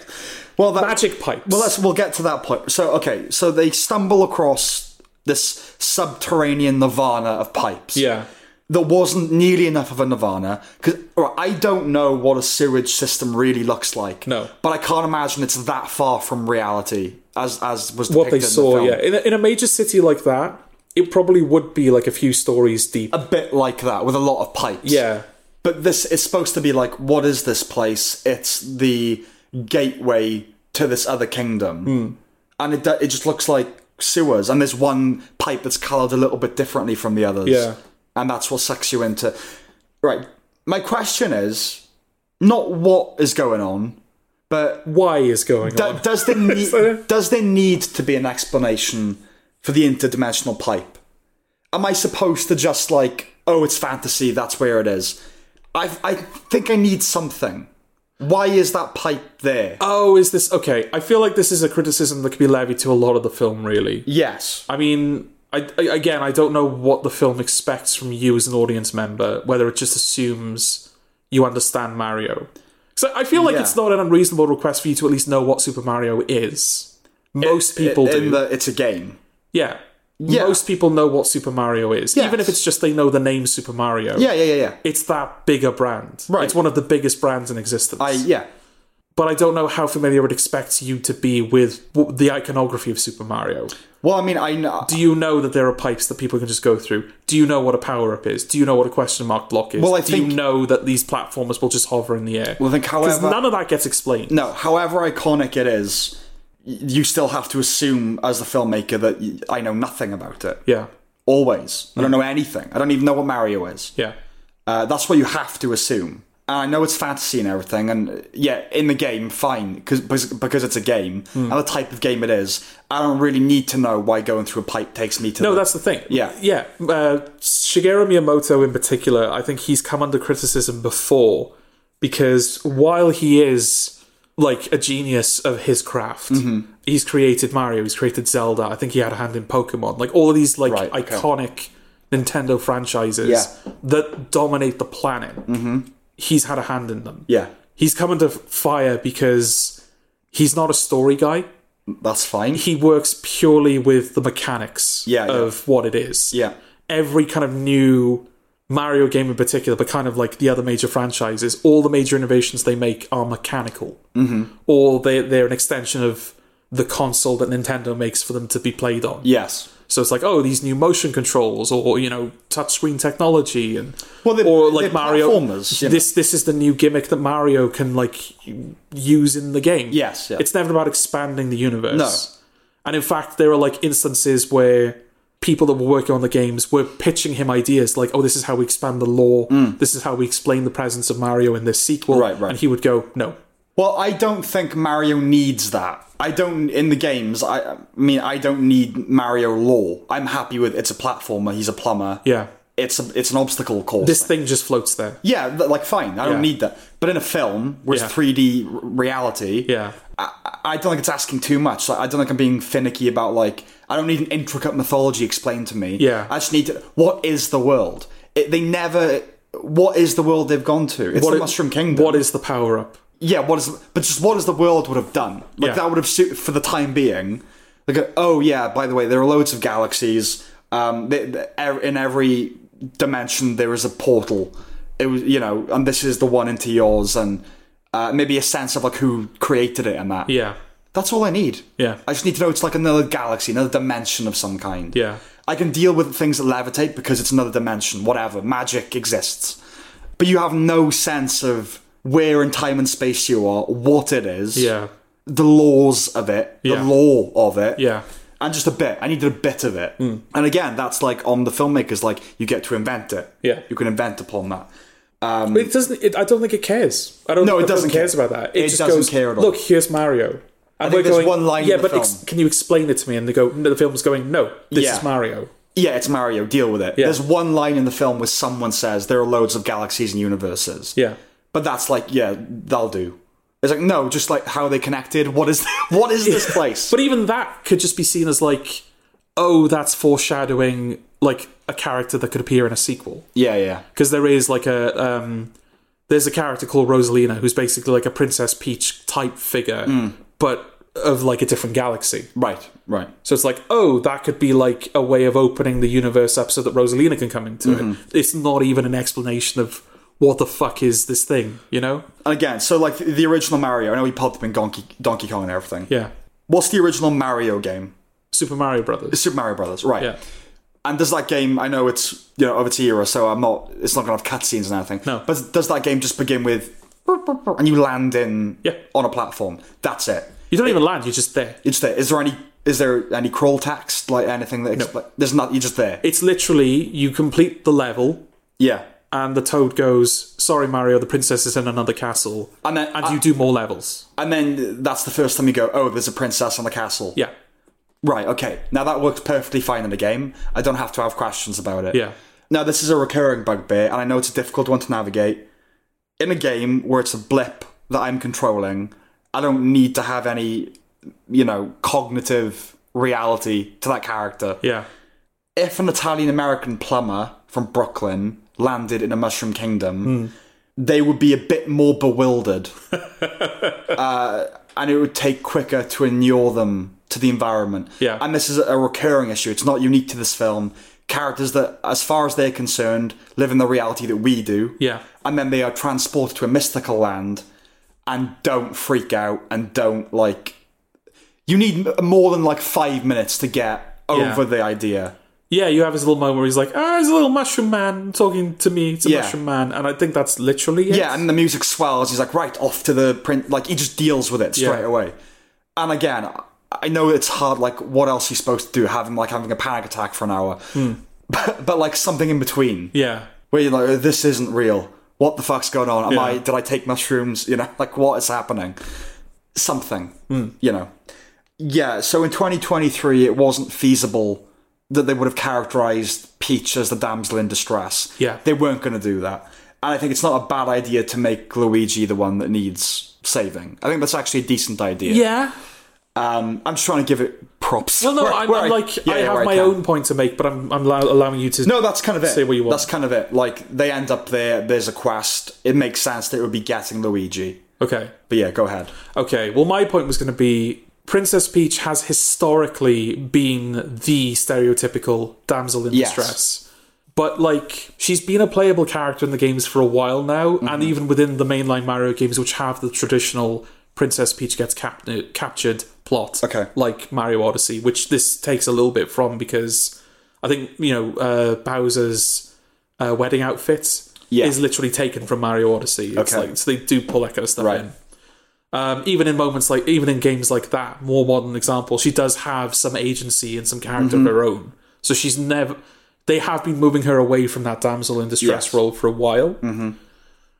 [SPEAKER 2] well, that,
[SPEAKER 1] magic pipes.
[SPEAKER 2] Well, let's we'll get to that point. So, okay, so they stumble across this subterranean nirvana of pipes.
[SPEAKER 1] yeah.
[SPEAKER 2] there wasn't nearly enough of a nirvana because I don't know what a sewage system really looks like.
[SPEAKER 1] No.
[SPEAKER 2] but I can't imagine it's that far from reality as as was
[SPEAKER 1] What they
[SPEAKER 2] depicted in the
[SPEAKER 1] saw,
[SPEAKER 2] film.
[SPEAKER 1] yeah, in a, in a major city like that, it probably would be like a few stories deep.
[SPEAKER 2] a bit like that with a lot of pipes.
[SPEAKER 1] yeah,
[SPEAKER 2] but this is supposed to be like, what is this place? It's the gateway to this other kingdom, and it do- it just looks like sewers. And there's one pipe that's coloured a little bit differently from the others.
[SPEAKER 1] Yeah.
[SPEAKER 2] and that's what sucks you into. Right, my question is not what is going on, but
[SPEAKER 1] Why is going
[SPEAKER 2] do-
[SPEAKER 1] on? [laughs]
[SPEAKER 2] does there
[SPEAKER 1] Sorry.
[SPEAKER 2] need, does there need to be an explanation for the interdimensional pipe? Am I supposed to just like, oh, it's fantasy, that's where it is? I I think I need something. Why is that pipe there?
[SPEAKER 1] Oh, is this okay? I feel like this is a criticism that could be levied to a lot of the film, really.
[SPEAKER 2] yes.
[SPEAKER 1] I mean, I, I- again, I don't know what the film expects from you as an audience member, whether it just assumes you understand Mario. So I feel like
[SPEAKER 2] Yeah.
[SPEAKER 1] it's not an unreasonable request for you to at least know what Super Mario is. Most people
[SPEAKER 2] in
[SPEAKER 1] do.
[SPEAKER 2] the- it's a game.
[SPEAKER 1] yeah. Most people know what Super Mario is, even
[SPEAKER 2] Yes.
[SPEAKER 1] if it's just they know the name Super Mario.
[SPEAKER 2] Yeah, yeah, yeah, yeah.
[SPEAKER 1] It's that bigger brand.
[SPEAKER 2] Right.
[SPEAKER 1] It's one of the biggest brands in existence.
[SPEAKER 2] I, yeah.
[SPEAKER 1] but I don't know how familiar it expects you to be with w- the iconography of Super Mario.
[SPEAKER 2] Well, I mean, I know.
[SPEAKER 1] Do you know that there are pipes that people can just go through? Do you know what a power up is? Do you know what a question mark block is?
[SPEAKER 2] Well, I
[SPEAKER 1] Do
[SPEAKER 2] think-
[SPEAKER 1] you know that these platformers will just hover in the air?
[SPEAKER 2] Well, I think,
[SPEAKER 1] because
[SPEAKER 2] however-
[SPEAKER 1] none of that gets explained.
[SPEAKER 2] No, however iconic it is, y- you still have to assume as the filmmaker that y- I know nothing about it.
[SPEAKER 1] Yeah,
[SPEAKER 2] Always. I don't know anything. I don't even know what Mario is.
[SPEAKER 1] yeah,
[SPEAKER 2] Uh, that's what you have to assume. And I know it's fantasy and everything, and uh, yeah, in the game, fine, cause, bes- because it's a game
[SPEAKER 1] Hmm.
[SPEAKER 2] and the type of game it is. I don't really need to know why going through a pipe takes me to.
[SPEAKER 1] no,
[SPEAKER 2] the-
[SPEAKER 1] that's the thing.
[SPEAKER 2] Yeah.
[SPEAKER 1] yeah. Uh, Shigeru Miyamoto, in particular, I think he's come under criticism before because while he is like a genius of his craft,
[SPEAKER 2] Mm-hmm.
[SPEAKER 1] he's created Mario, he's created Zelda. I think he had a hand in Pokemon. Like all of these like
[SPEAKER 2] Right, okay.
[SPEAKER 1] iconic Nintendo franchises
[SPEAKER 2] Yeah. Mm-hmm.
[SPEAKER 1] that dominate the planet. He's had a hand in them.
[SPEAKER 2] yeah,
[SPEAKER 1] He's come under fire because he's not a story guy.
[SPEAKER 2] that's fine.
[SPEAKER 1] He works purely with the mechanics
[SPEAKER 2] Yeah, yeah.
[SPEAKER 1] of what it is
[SPEAKER 2] yeah,
[SPEAKER 1] every kind of new Mario game in particular, but kind of like the other major franchises, all the major innovations they make are mechanical, mm-hmm. or they they're an extension of the console that Nintendo makes for them to be played on.
[SPEAKER 2] yes.
[SPEAKER 1] So it's like, oh, these new motion controls, or you know, touchscreen technology, and
[SPEAKER 2] Well, they're-
[SPEAKER 1] or like
[SPEAKER 2] they're
[SPEAKER 1] Mario.
[SPEAKER 2] platformers, you know.
[SPEAKER 1] This this is the new gimmick that Mario can like use in the game.
[SPEAKER 2] Yes, yeah.
[SPEAKER 1] it's never about expanding the universe.
[SPEAKER 2] No.
[SPEAKER 1] and in fact, there are like instances where people that were working on the games were pitching him ideas like, oh, this is how we expand the lore. This is how we explain the presence of Mario in this sequel.
[SPEAKER 2] Mm. Right, right.
[SPEAKER 1] And he would go, no,
[SPEAKER 2] Well, I don't think Mario needs that. I don't in the games. I, I mean, I don't need Mario lore. I'm happy with it's a platformer. He's a plumber.
[SPEAKER 1] yeah,
[SPEAKER 2] it's a, it's an obstacle course.
[SPEAKER 1] this thing just floats there.
[SPEAKER 2] yeah, th- like fine. I
[SPEAKER 1] Yeah.
[SPEAKER 2] don't need that. But in a film where
[SPEAKER 1] Yeah.
[SPEAKER 2] it's 3D r- reality,
[SPEAKER 1] Yeah.
[SPEAKER 2] I, I don't think it's asking too much. Like, I don't think I'm being finicky about like I don't need an intricate mythology explained to me.
[SPEAKER 1] Yeah.
[SPEAKER 2] I just need to, what is the world? It, they never. What is the world they've gone to? It's
[SPEAKER 1] What
[SPEAKER 2] the
[SPEAKER 1] i-
[SPEAKER 2] Mushroom Kingdom.
[SPEAKER 1] What is the power up?
[SPEAKER 2] yeah, what is but just what is the world would have done? Like
[SPEAKER 1] Yeah.
[SPEAKER 2] that would have suited for the time being. Like, uh, oh yeah, by the way, there are loads of galaxies. Um, th th- ev- in every dimension there is a portal. It was you know, and this is the one into yours, and uh, maybe a sense of like who created it and that.
[SPEAKER 1] Yeah.
[SPEAKER 2] that's all I need.
[SPEAKER 1] Yeah.
[SPEAKER 2] I just need to know it's like another galaxy, another dimension of some kind.
[SPEAKER 1] Yeah.
[SPEAKER 2] I can deal with things that levitate because it's another dimension, whatever. Magic exists. But you have no sense of where in time and space you are, what it is,
[SPEAKER 1] Yeah.
[SPEAKER 2] the laws of it,
[SPEAKER 1] Yeah.
[SPEAKER 2] the law of it.
[SPEAKER 1] Yeah. Mm.
[SPEAKER 2] And just a bit. I needed a bit of it. And again, that's like on the filmmakers, like you get to invent it.
[SPEAKER 1] Yeah.
[SPEAKER 2] You can invent upon that.
[SPEAKER 1] It doesn't. It, I don't think it cares. I don't.
[SPEAKER 2] No,
[SPEAKER 1] think the
[SPEAKER 2] it
[SPEAKER 1] film
[SPEAKER 2] doesn't
[SPEAKER 1] cares
[SPEAKER 2] care.
[SPEAKER 1] about that. It,
[SPEAKER 2] It
[SPEAKER 1] just
[SPEAKER 2] doesn't
[SPEAKER 1] goes,
[SPEAKER 2] care at all.
[SPEAKER 1] Look, here's Mario. And
[SPEAKER 2] think there's one line in
[SPEAKER 1] Yeah,
[SPEAKER 2] the
[SPEAKER 1] but ex-
[SPEAKER 2] film."
[SPEAKER 1] can you explain it to me? And they go, no, the film's going, no, this
[SPEAKER 2] Yeah.
[SPEAKER 1] is Mario.
[SPEAKER 2] Yeah, it's Mario, deal with it.
[SPEAKER 1] Yeah.
[SPEAKER 2] There's one line in the film where someone says there are loads of galaxies and universes.
[SPEAKER 1] Yeah,
[SPEAKER 2] But that's like, yeah, that'll do. It's like no, just like how they connected. What is [laughs] what is this place?
[SPEAKER 1] but even that could just be seen as like, oh, that's foreshadowing like a character that could appear in a sequel
[SPEAKER 2] yeah, yeah,
[SPEAKER 1] because there is like a um, there's a character called Rosalina who's basically like a Princess Peach type figure,
[SPEAKER 2] Hmm.
[SPEAKER 1] but of like a different galaxy.
[SPEAKER 2] right, right.
[SPEAKER 1] So it's like, oh, that could be like a way of opening the universe up so that Rosalina can come into
[SPEAKER 2] Mm-hmm.
[SPEAKER 1] it. It's not even an explanation of what the fuck is this thing, you know?
[SPEAKER 2] And again, so like the original Mario. I know he popped up in Donkey Donkey Kong and everything.
[SPEAKER 1] Yeah.
[SPEAKER 2] What's the original Mario game?
[SPEAKER 1] Super Mario Brothers.
[SPEAKER 2] Super Mario Brothers, right?
[SPEAKER 1] Yeah.
[SPEAKER 2] And does that game? I know it's you know of its era, so I'm not. It's not gonna have cutscenes and everything.
[SPEAKER 1] No.
[SPEAKER 2] But does that game just begin with and you land in
[SPEAKER 1] Yeah.
[SPEAKER 2] on a platform? That's it.
[SPEAKER 1] You don't even land, you're just there.
[SPEAKER 2] It's there. Is there any? Is there any crawl text like anything that? Expl- There's not. You're just there.
[SPEAKER 1] It's literally you complete the level
[SPEAKER 2] yeah.
[SPEAKER 1] and the toad goes, "Sorry, Mario, the princess is in another castle,"
[SPEAKER 2] And then-
[SPEAKER 1] and you do more levels.
[SPEAKER 2] And then that's the first time you go, oh, there's a princess on the castle.
[SPEAKER 1] Yeah,
[SPEAKER 2] Right, okay. Now that works perfectly fine in the game. I don't have to have questions about it.
[SPEAKER 1] yeah,
[SPEAKER 2] Now, this is a recurring bugbear, and I know it's a difficult one to navigate. In a game where it's a blip that I'm controlling, I don't need to have any, you know, cognitive reality to that character.
[SPEAKER 1] yeah,
[SPEAKER 2] If an Italian American plumber from Brooklyn landed in a Mushroom
[SPEAKER 1] Hmm.
[SPEAKER 2] Kingdom, they would be a bit more bewildered. [laughs] uh, and it would take quicker to inure them to the environment.
[SPEAKER 1] Yeah.
[SPEAKER 2] And this is a recurring issue. It's not unique to this film. Characters that, as far as they're concerned, live in the reality that we do.
[SPEAKER 1] Yeah.
[SPEAKER 2] And then they are transported to a mystical land and don't freak out and don't like. You need m- more than like five minutes to get
[SPEAKER 1] Yeah.
[SPEAKER 2] over the idea.
[SPEAKER 1] yeah. You have his little moment where he's like, "Ah, he's a little mushroom man talking to me. It's a
[SPEAKER 2] Yeah.
[SPEAKER 1] mushroom man," and I think that's literally it.
[SPEAKER 2] Yeah, and the music swells. He's like, right off to the print. Like he just deals with it straight
[SPEAKER 1] Yeah.
[SPEAKER 2] away. And again, I- I know it's hard. Like, what else are you supposed to do? Have him like having a panic attack for an hour, [laughs] but, but like something in between
[SPEAKER 1] yeah,
[SPEAKER 2] where you're like, this isn't real. What the fuck's going on? Am
[SPEAKER 1] Yeah.
[SPEAKER 2] I? Did I take mushrooms? You know, [laughs] like what is happening? Something.
[SPEAKER 1] Hmm.
[SPEAKER 2] You know. Yeah. So in 2023, it wasn't feasible that they would have characterized Peach as the damsel in distress.
[SPEAKER 1] Yeah.
[SPEAKER 2] They weren't going to do that. And I think it's not a bad idea to make Luigi the one that needs saving. I think that's actually a decent idea.
[SPEAKER 1] yeah.
[SPEAKER 2] Um, I'm just trying to give it props.
[SPEAKER 1] Well, no,
[SPEAKER 2] where-
[SPEAKER 1] I'm,
[SPEAKER 2] where
[SPEAKER 1] I'm like,
[SPEAKER 2] yeah,
[SPEAKER 1] I
[SPEAKER 2] yeah,
[SPEAKER 1] have
[SPEAKER 2] where
[SPEAKER 1] my
[SPEAKER 2] can.
[SPEAKER 1] own point to make, but I'm, I'm allow- allowing you to.
[SPEAKER 2] No, that's kind of it.
[SPEAKER 1] Say what you want.
[SPEAKER 2] That's kind of it. Like they end up there. There's a quest. It makes sense that it would be getting Luigi.
[SPEAKER 1] okay.
[SPEAKER 2] But yeah, go ahead.
[SPEAKER 1] Okay, well, my point was going to be Princess Peach has historically been the stereotypical damsel in
[SPEAKER 2] Yes.
[SPEAKER 1] distress. But, like, she's been a playable character in the games for a while now,
[SPEAKER 2] Mm-hmm.
[SPEAKER 1] and even within the mainline Mario games, which have the traditional Princess Peach gets cap- uh, captured plot,
[SPEAKER 2] Okay.
[SPEAKER 1] like Mario Odyssey, which this takes a little bit from because I think, you know, uh, Bowser's uh, wedding outfit
[SPEAKER 2] Yeah.
[SPEAKER 1] is literally taken from Mario Odyssey. It's
[SPEAKER 2] Okay.
[SPEAKER 1] like, so they do pull that kind of stuff
[SPEAKER 2] Right.
[SPEAKER 1] in um, even in moments like even in games like that, more modern example, she does have some agency and some character
[SPEAKER 2] Mm-hmm.
[SPEAKER 1] of her own. So she's never. They have been moving her away from that damsel in distress
[SPEAKER 2] Yes. Mm-hmm.
[SPEAKER 1] role for a while.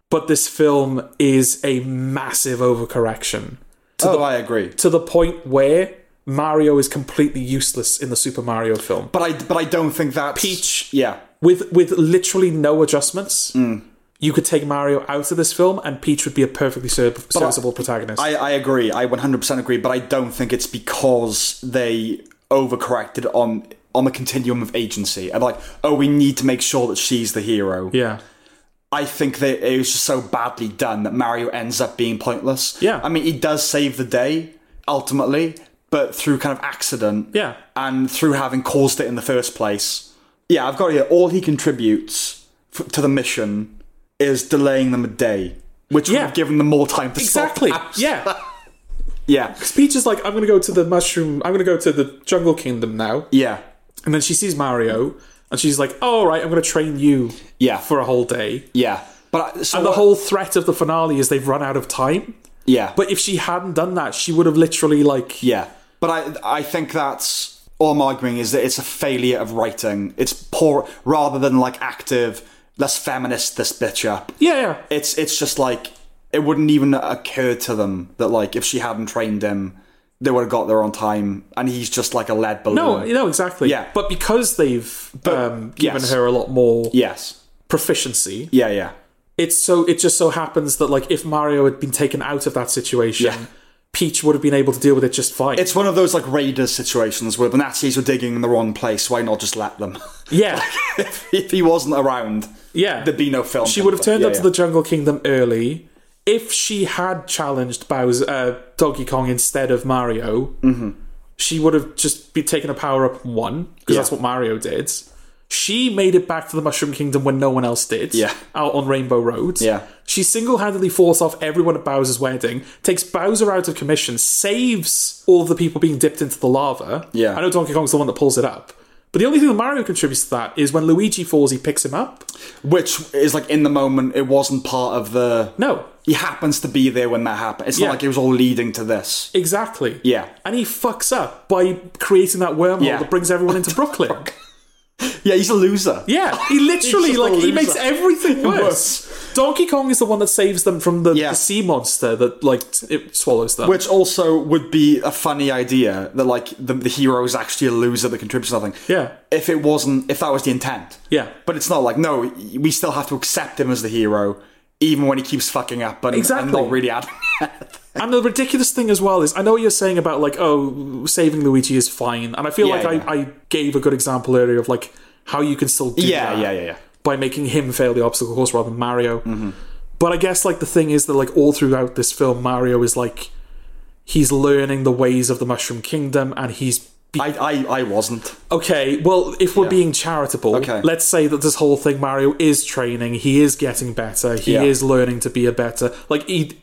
[SPEAKER 1] But this film is a massive overcorrection
[SPEAKER 2] Oh, I agree.
[SPEAKER 1] to the point where Mario is completely useless in the Super Mario film
[SPEAKER 2] But I but I don't think that's
[SPEAKER 1] Peach.
[SPEAKER 2] Yeah, Mm.
[SPEAKER 1] with with literally no adjustments. You could take Mario out of this film, and Peach would be a perfectly ser- serviceable protagonist.
[SPEAKER 2] I I agree. I 100% agree. But I don't think it's because they overcorrected on on the continuum of agency and like oh we need to make sure that she's the hero.
[SPEAKER 1] yeah,
[SPEAKER 2] I think that it was just so badly done that Mario ends up being pointless.
[SPEAKER 1] Yeah.
[SPEAKER 2] I mean, he does save the day ultimately, but through kind of accident.
[SPEAKER 1] Yeah.
[SPEAKER 2] And through having caused it in the first place. Yeah, I've got here all he contributes f- to the mission is delaying them a day, which would
[SPEAKER 1] Yeah.
[SPEAKER 2] have given them more time to stop
[SPEAKER 1] exactly.
[SPEAKER 2] the apps.
[SPEAKER 1] Yeah.
[SPEAKER 2] Yeah.
[SPEAKER 1] Peach is like, I'm gonna go to the mushroom. I'm gonna go to the jungle kingdom now.
[SPEAKER 2] Yeah.
[SPEAKER 1] And then she sees Mario, and she's like, oh, "All right, I'm gonna train you
[SPEAKER 2] Yeah.
[SPEAKER 1] for a whole day."
[SPEAKER 2] yeah. But I- so
[SPEAKER 1] And the whole threat of the finale is they've run out of time.
[SPEAKER 2] yeah.
[SPEAKER 1] But if she hadn't done that, she would have literally like,
[SPEAKER 2] Yeah, but I I think that's all I'm arguing is that it's a failure of writing. It's poor rather than like active. Let's feminist this bitch up.
[SPEAKER 1] yeah, yeah,
[SPEAKER 2] It's it's just like it wouldn't even occur to them that like if she hadn't trained him, they would have got there on time, and he's just like a lead balloon.
[SPEAKER 1] no, no, exactly.
[SPEAKER 2] Mm. Yeah.
[SPEAKER 1] But because they've um, given
[SPEAKER 2] yes.
[SPEAKER 1] her a lot more
[SPEAKER 2] Yes.
[SPEAKER 1] proficiency,
[SPEAKER 2] Yeah. Yeah.
[SPEAKER 1] it's so it just so happens that like if Mario had been taken out of that situation,
[SPEAKER 2] Yeah.
[SPEAKER 1] Peach would have been able to deal with it just fine.
[SPEAKER 2] It's one of those like Raiders situations where the Nazis were digging in the wrong place. Why not just let them?
[SPEAKER 1] yeah,
[SPEAKER 2] [laughs] if, if he wasn't around,
[SPEAKER 1] yeah.
[SPEAKER 2] there'd be no film.
[SPEAKER 1] She would have turned
[SPEAKER 2] Yeah,
[SPEAKER 1] up to
[SPEAKER 2] yeah.
[SPEAKER 1] the Jungle Kingdom early. If she had challenged Bowser, uh, Donkey Kong instead of Mario,
[SPEAKER 2] Mm-hmm.
[SPEAKER 1] she would have just be taken a power up and won because that's what Mario did. She made it back to the Mushroom Kingdom when no one else did.
[SPEAKER 2] Yeah.
[SPEAKER 1] out on Rainbow Road.
[SPEAKER 2] Yeah.
[SPEAKER 1] she single-handedly forced off everyone at Bowser's wedding, takes Bowser out of commission, saves all of the people being dipped into the lava.
[SPEAKER 2] Yeah.
[SPEAKER 1] I know Donkey Kong's the one that pulls it up, but the only thing that Mario contributes to that is when Luigi falls, he picks him up.
[SPEAKER 2] which is like in the moment it wasn't part of the
[SPEAKER 1] No,
[SPEAKER 2] he happens to be there when that happened it's
[SPEAKER 1] Yeah.
[SPEAKER 2] not like it was all leading to this
[SPEAKER 1] Exactly.
[SPEAKER 2] Yeah.
[SPEAKER 1] And he fucks up by creating that wormhole
[SPEAKER 2] Yeah. [laughs]
[SPEAKER 1] that brings everyone into Brooklyn.
[SPEAKER 2] Yeah, he's a loser.
[SPEAKER 1] Yeah,
[SPEAKER 2] [laughs]
[SPEAKER 1] he literally
[SPEAKER 2] He's just a
[SPEAKER 1] like he
[SPEAKER 2] loser.
[SPEAKER 1] makes
[SPEAKER 2] [laughs]
[SPEAKER 1] everything worse. Donkey Kong is the one that saves them from the,
[SPEAKER 2] Yeah.
[SPEAKER 1] the sea monster that like t- it swallows them.
[SPEAKER 2] Which also would be a funny idea that like the, the hero is actually a loser that contributes nothing.
[SPEAKER 1] Yeah.
[SPEAKER 2] If it wasn't, if that was the intent.
[SPEAKER 1] Yeah.
[SPEAKER 2] But it's not like no, we still have to accept him as the hero, even when he keeps fucking up and,
[SPEAKER 1] Exactly.
[SPEAKER 2] and not really [laughs] add.
[SPEAKER 1] and the ridiculous thing as well is I know what you're saying about like oh saving Luigi is fine, and I feel
[SPEAKER 2] Yeah,
[SPEAKER 1] like
[SPEAKER 2] yeah.
[SPEAKER 1] I, I gave a good example earlier of like how you can still do
[SPEAKER 2] yeah,
[SPEAKER 1] that
[SPEAKER 2] yeah, yeah, yeah.
[SPEAKER 1] by making him fail the obstacle course rather than Mario.
[SPEAKER 2] Mm-hmm.
[SPEAKER 1] But I guess like the thing is that like all throughout this film, Mario is like he's learning the ways of the Mushroom Kingdom, and he's
[SPEAKER 2] I, I, I wasn't.
[SPEAKER 1] Okay, well, if we're being charitable,
[SPEAKER 2] Okay.
[SPEAKER 1] let's say that this whole thing, Mario is training, he is getting better, he
[SPEAKER 2] Yeah.
[SPEAKER 1] is learning to be a better. Like, he,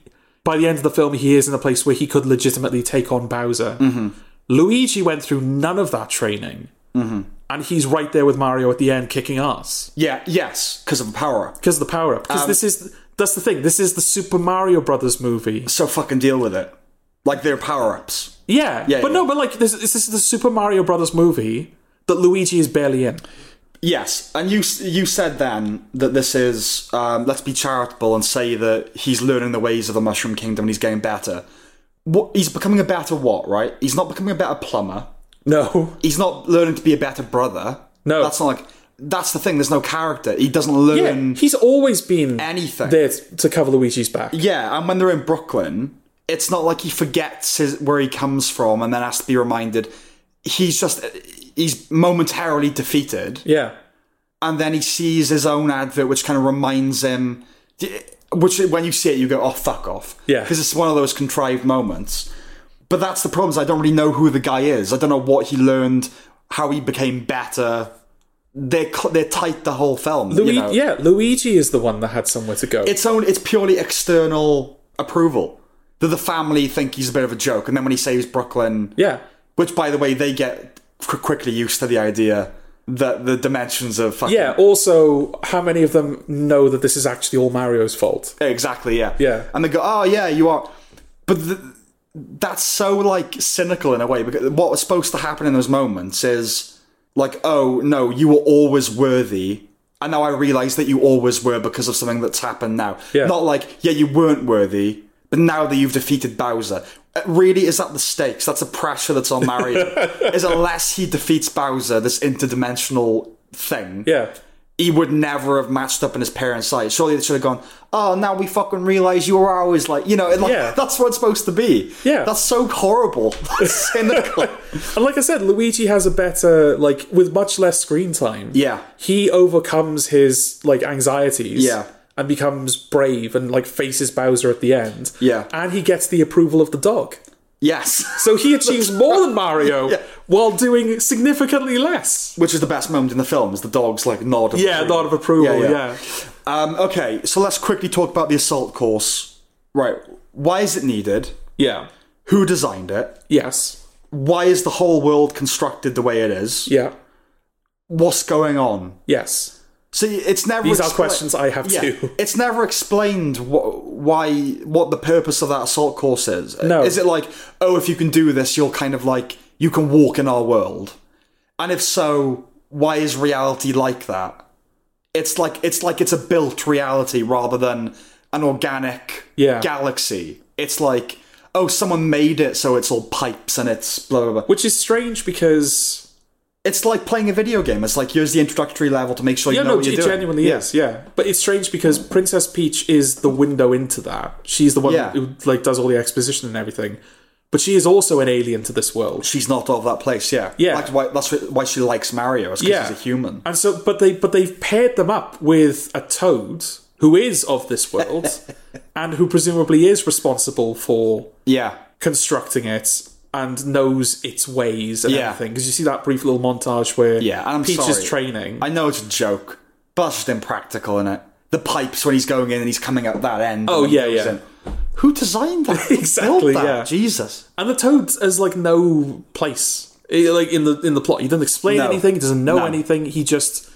[SPEAKER 1] by the end of the film, he is in a place where he could legitimately take on Bowser.
[SPEAKER 2] Mm-hmm.
[SPEAKER 1] Luigi went through none of that training,
[SPEAKER 2] Mm-hmm.
[SPEAKER 1] and he's right there with Mario at the end, kicking ass
[SPEAKER 2] Yeah, yes, because of the power up.
[SPEAKER 1] because of the power up.
[SPEAKER 2] Um,
[SPEAKER 1] Because this is that's the thing. This is the Super Mario Brothers movie.
[SPEAKER 2] So fucking deal with it. Like they're power ups.
[SPEAKER 1] Yeah,
[SPEAKER 2] Yeah,
[SPEAKER 1] but
[SPEAKER 2] yeah.
[SPEAKER 1] no, but like this, this is the Super Mario Brothers movie that Luigi is barely in.
[SPEAKER 2] Yes, and you s- you said then that this is um, let's be charitable and say that he's learning the ways of the Mushroom Kingdom and he's getting better. What he's becoming a better what? Right? He's not becoming a better plumber.
[SPEAKER 1] No,
[SPEAKER 2] He's not learning to be a better brother.
[SPEAKER 1] No.
[SPEAKER 2] that's not like that's the thing. There's no character. He doesn't learn.
[SPEAKER 1] Yeah, he's always been
[SPEAKER 2] Anything.
[SPEAKER 1] there t- to cover Luigi's back.
[SPEAKER 2] Yeah, and when they're in Brooklyn, it's not like he forgets his, where he comes from and then has to be reminded. He's just he's momentarily defeated,
[SPEAKER 1] Yeah,
[SPEAKER 2] and then he sees his own advert, which kind of reminds him. Which, when you see it, you go, "Oh, fuck off!"
[SPEAKER 1] Yeah.
[SPEAKER 2] because it's one of those contrived moments. But that's the problem. Is I don't really know who the guy is. I don't know what he learned, how he became better. They're cl- they're tight the whole film. you
[SPEAKER 1] Lui-
[SPEAKER 2] know?
[SPEAKER 1] yeah. Luigi is the one that had somewhere to go.
[SPEAKER 2] its own it's purely external approval that the family think he's a bit of a joke and then when he saves brooklyn
[SPEAKER 1] yeah,
[SPEAKER 2] which by the way they get qu- quickly used to the idea that the dimensions of fucking
[SPEAKER 1] yeah. Also, how many of them know that this is actually all Mario's fault?
[SPEAKER 2] exactly yeah
[SPEAKER 1] Yeah.
[SPEAKER 2] and they go oh yeah you are but th that's so like cynical in a way because what was supposed to happen in those moments is like oh no you were always worthy and now i realize that you always were because of something that's happened now
[SPEAKER 1] Yeah.
[SPEAKER 2] not like yeah you weren't worthy but now that you've defeated bowser Uh, really is that the stakes that's the pressure that's on mario
[SPEAKER 1] [laughs]
[SPEAKER 2] is unless he defeats bowser this interdimensional thing
[SPEAKER 1] Yeah,
[SPEAKER 2] he would never have matched up in his parents' sight. Surely they should have gone, oh, now we fucking realize you were always like, you know, and like,
[SPEAKER 1] Yeah.
[SPEAKER 2] that's what it's supposed to be.
[SPEAKER 1] Yeah.
[SPEAKER 2] That's so horrible. [laughs] That's
[SPEAKER 1] [laughs]
[SPEAKER 2] cynical.
[SPEAKER 1] and like I said, Luigi has a better like with much less screen time.
[SPEAKER 2] Yeah.
[SPEAKER 1] he overcomes his like anxieties.
[SPEAKER 2] Yeah.
[SPEAKER 1] and becomes brave and like faces Bowser at the end.
[SPEAKER 2] Yeah.
[SPEAKER 1] and he gets the approval of the dog.
[SPEAKER 2] yes.
[SPEAKER 1] So he achieves more than Mario
[SPEAKER 2] [laughs] Yeah.
[SPEAKER 1] while doing significantly less.
[SPEAKER 2] Which is the best moment in the film, is the dog's like nod of
[SPEAKER 1] Yeah,
[SPEAKER 2] approval.
[SPEAKER 1] nod of approval.
[SPEAKER 2] Yeah,
[SPEAKER 1] Yeah,
[SPEAKER 2] yeah. Um, okay, so let's quickly talk about the assault course. Right. Why is it needed?
[SPEAKER 1] Yeah.
[SPEAKER 2] Who designed it?
[SPEAKER 1] Yes.
[SPEAKER 2] Why is the whole world constructed the way it is?
[SPEAKER 1] Yeah.
[SPEAKER 2] What's going on?
[SPEAKER 1] Yes.
[SPEAKER 2] See, it's never.
[SPEAKER 1] These are
[SPEAKER 2] expla-
[SPEAKER 1] questions I have too.
[SPEAKER 2] [laughs] It's never explained wh- why, what the purpose of that assault course is.
[SPEAKER 1] No.
[SPEAKER 2] Is it like, oh, if you can do this, you'll kind of like you can walk in our world, and if so, why is reality like that? It's like it's like it's a built reality rather than an organic
[SPEAKER 1] Yeah.
[SPEAKER 2] galaxy. It's like oh, someone made it, so it's all pipes and it's blah blah blah.
[SPEAKER 1] Which is strange because
[SPEAKER 2] It's like playing a video game. It's like here's the introductory level to make sure
[SPEAKER 1] yeah,
[SPEAKER 2] you know
[SPEAKER 1] no,
[SPEAKER 2] what
[SPEAKER 1] it
[SPEAKER 2] you're doing.
[SPEAKER 1] genuinely
[SPEAKER 2] Yeah.
[SPEAKER 1] is. Yeah, but it's strange because Princess Peach is the window into that. She's the one
[SPEAKER 2] Yeah.
[SPEAKER 1] who like does all the exposition and everything, but she is also an alien to this world.
[SPEAKER 2] she's not of that place. Yeah,
[SPEAKER 1] Yeah.
[SPEAKER 2] Like why, that's wh- why she likes Mario. It's because
[SPEAKER 1] Yeah.
[SPEAKER 2] he's a human.
[SPEAKER 1] And so, but they but they've paired them up with a Toad who is of this
[SPEAKER 2] [laughs]
[SPEAKER 1] world and who presumably is responsible for
[SPEAKER 2] Yeah,
[SPEAKER 1] constructing it and knows its ways and
[SPEAKER 2] Yeah.
[SPEAKER 1] everything. Because you see that brief little montage where
[SPEAKER 2] Yeah, and I'm
[SPEAKER 1] Peach is
[SPEAKER 2] sorry.
[SPEAKER 1] training.
[SPEAKER 2] I know it's a joke, but that's just impractical, is it? The pipes when he's going in and he's coming out that end.
[SPEAKER 1] Oh,
[SPEAKER 2] and he
[SPEAKER 1] yeah,
[SPEAKER 2] goes
[SPEAKER 1] yeah.
[SPEAKER 2] in. Who
[SPEAKER 1] [laughs]
[SPEAKER 2] designed that? Who built
[SPEAKER 1] Exactly,
[SPEAKER 2] that?
[SPEAKER 1] yeah.
[SPEAKER 2] Jesus.
[SPEAKER 1] and the Toad has like no place, eh, like in the in the plot. He doesn't explain
[SPEAKER 2] No.
[SPEAKER 1] anything. He doesn't know
[SPEAKER 2] No.
[SPEAKER 1] anything. He just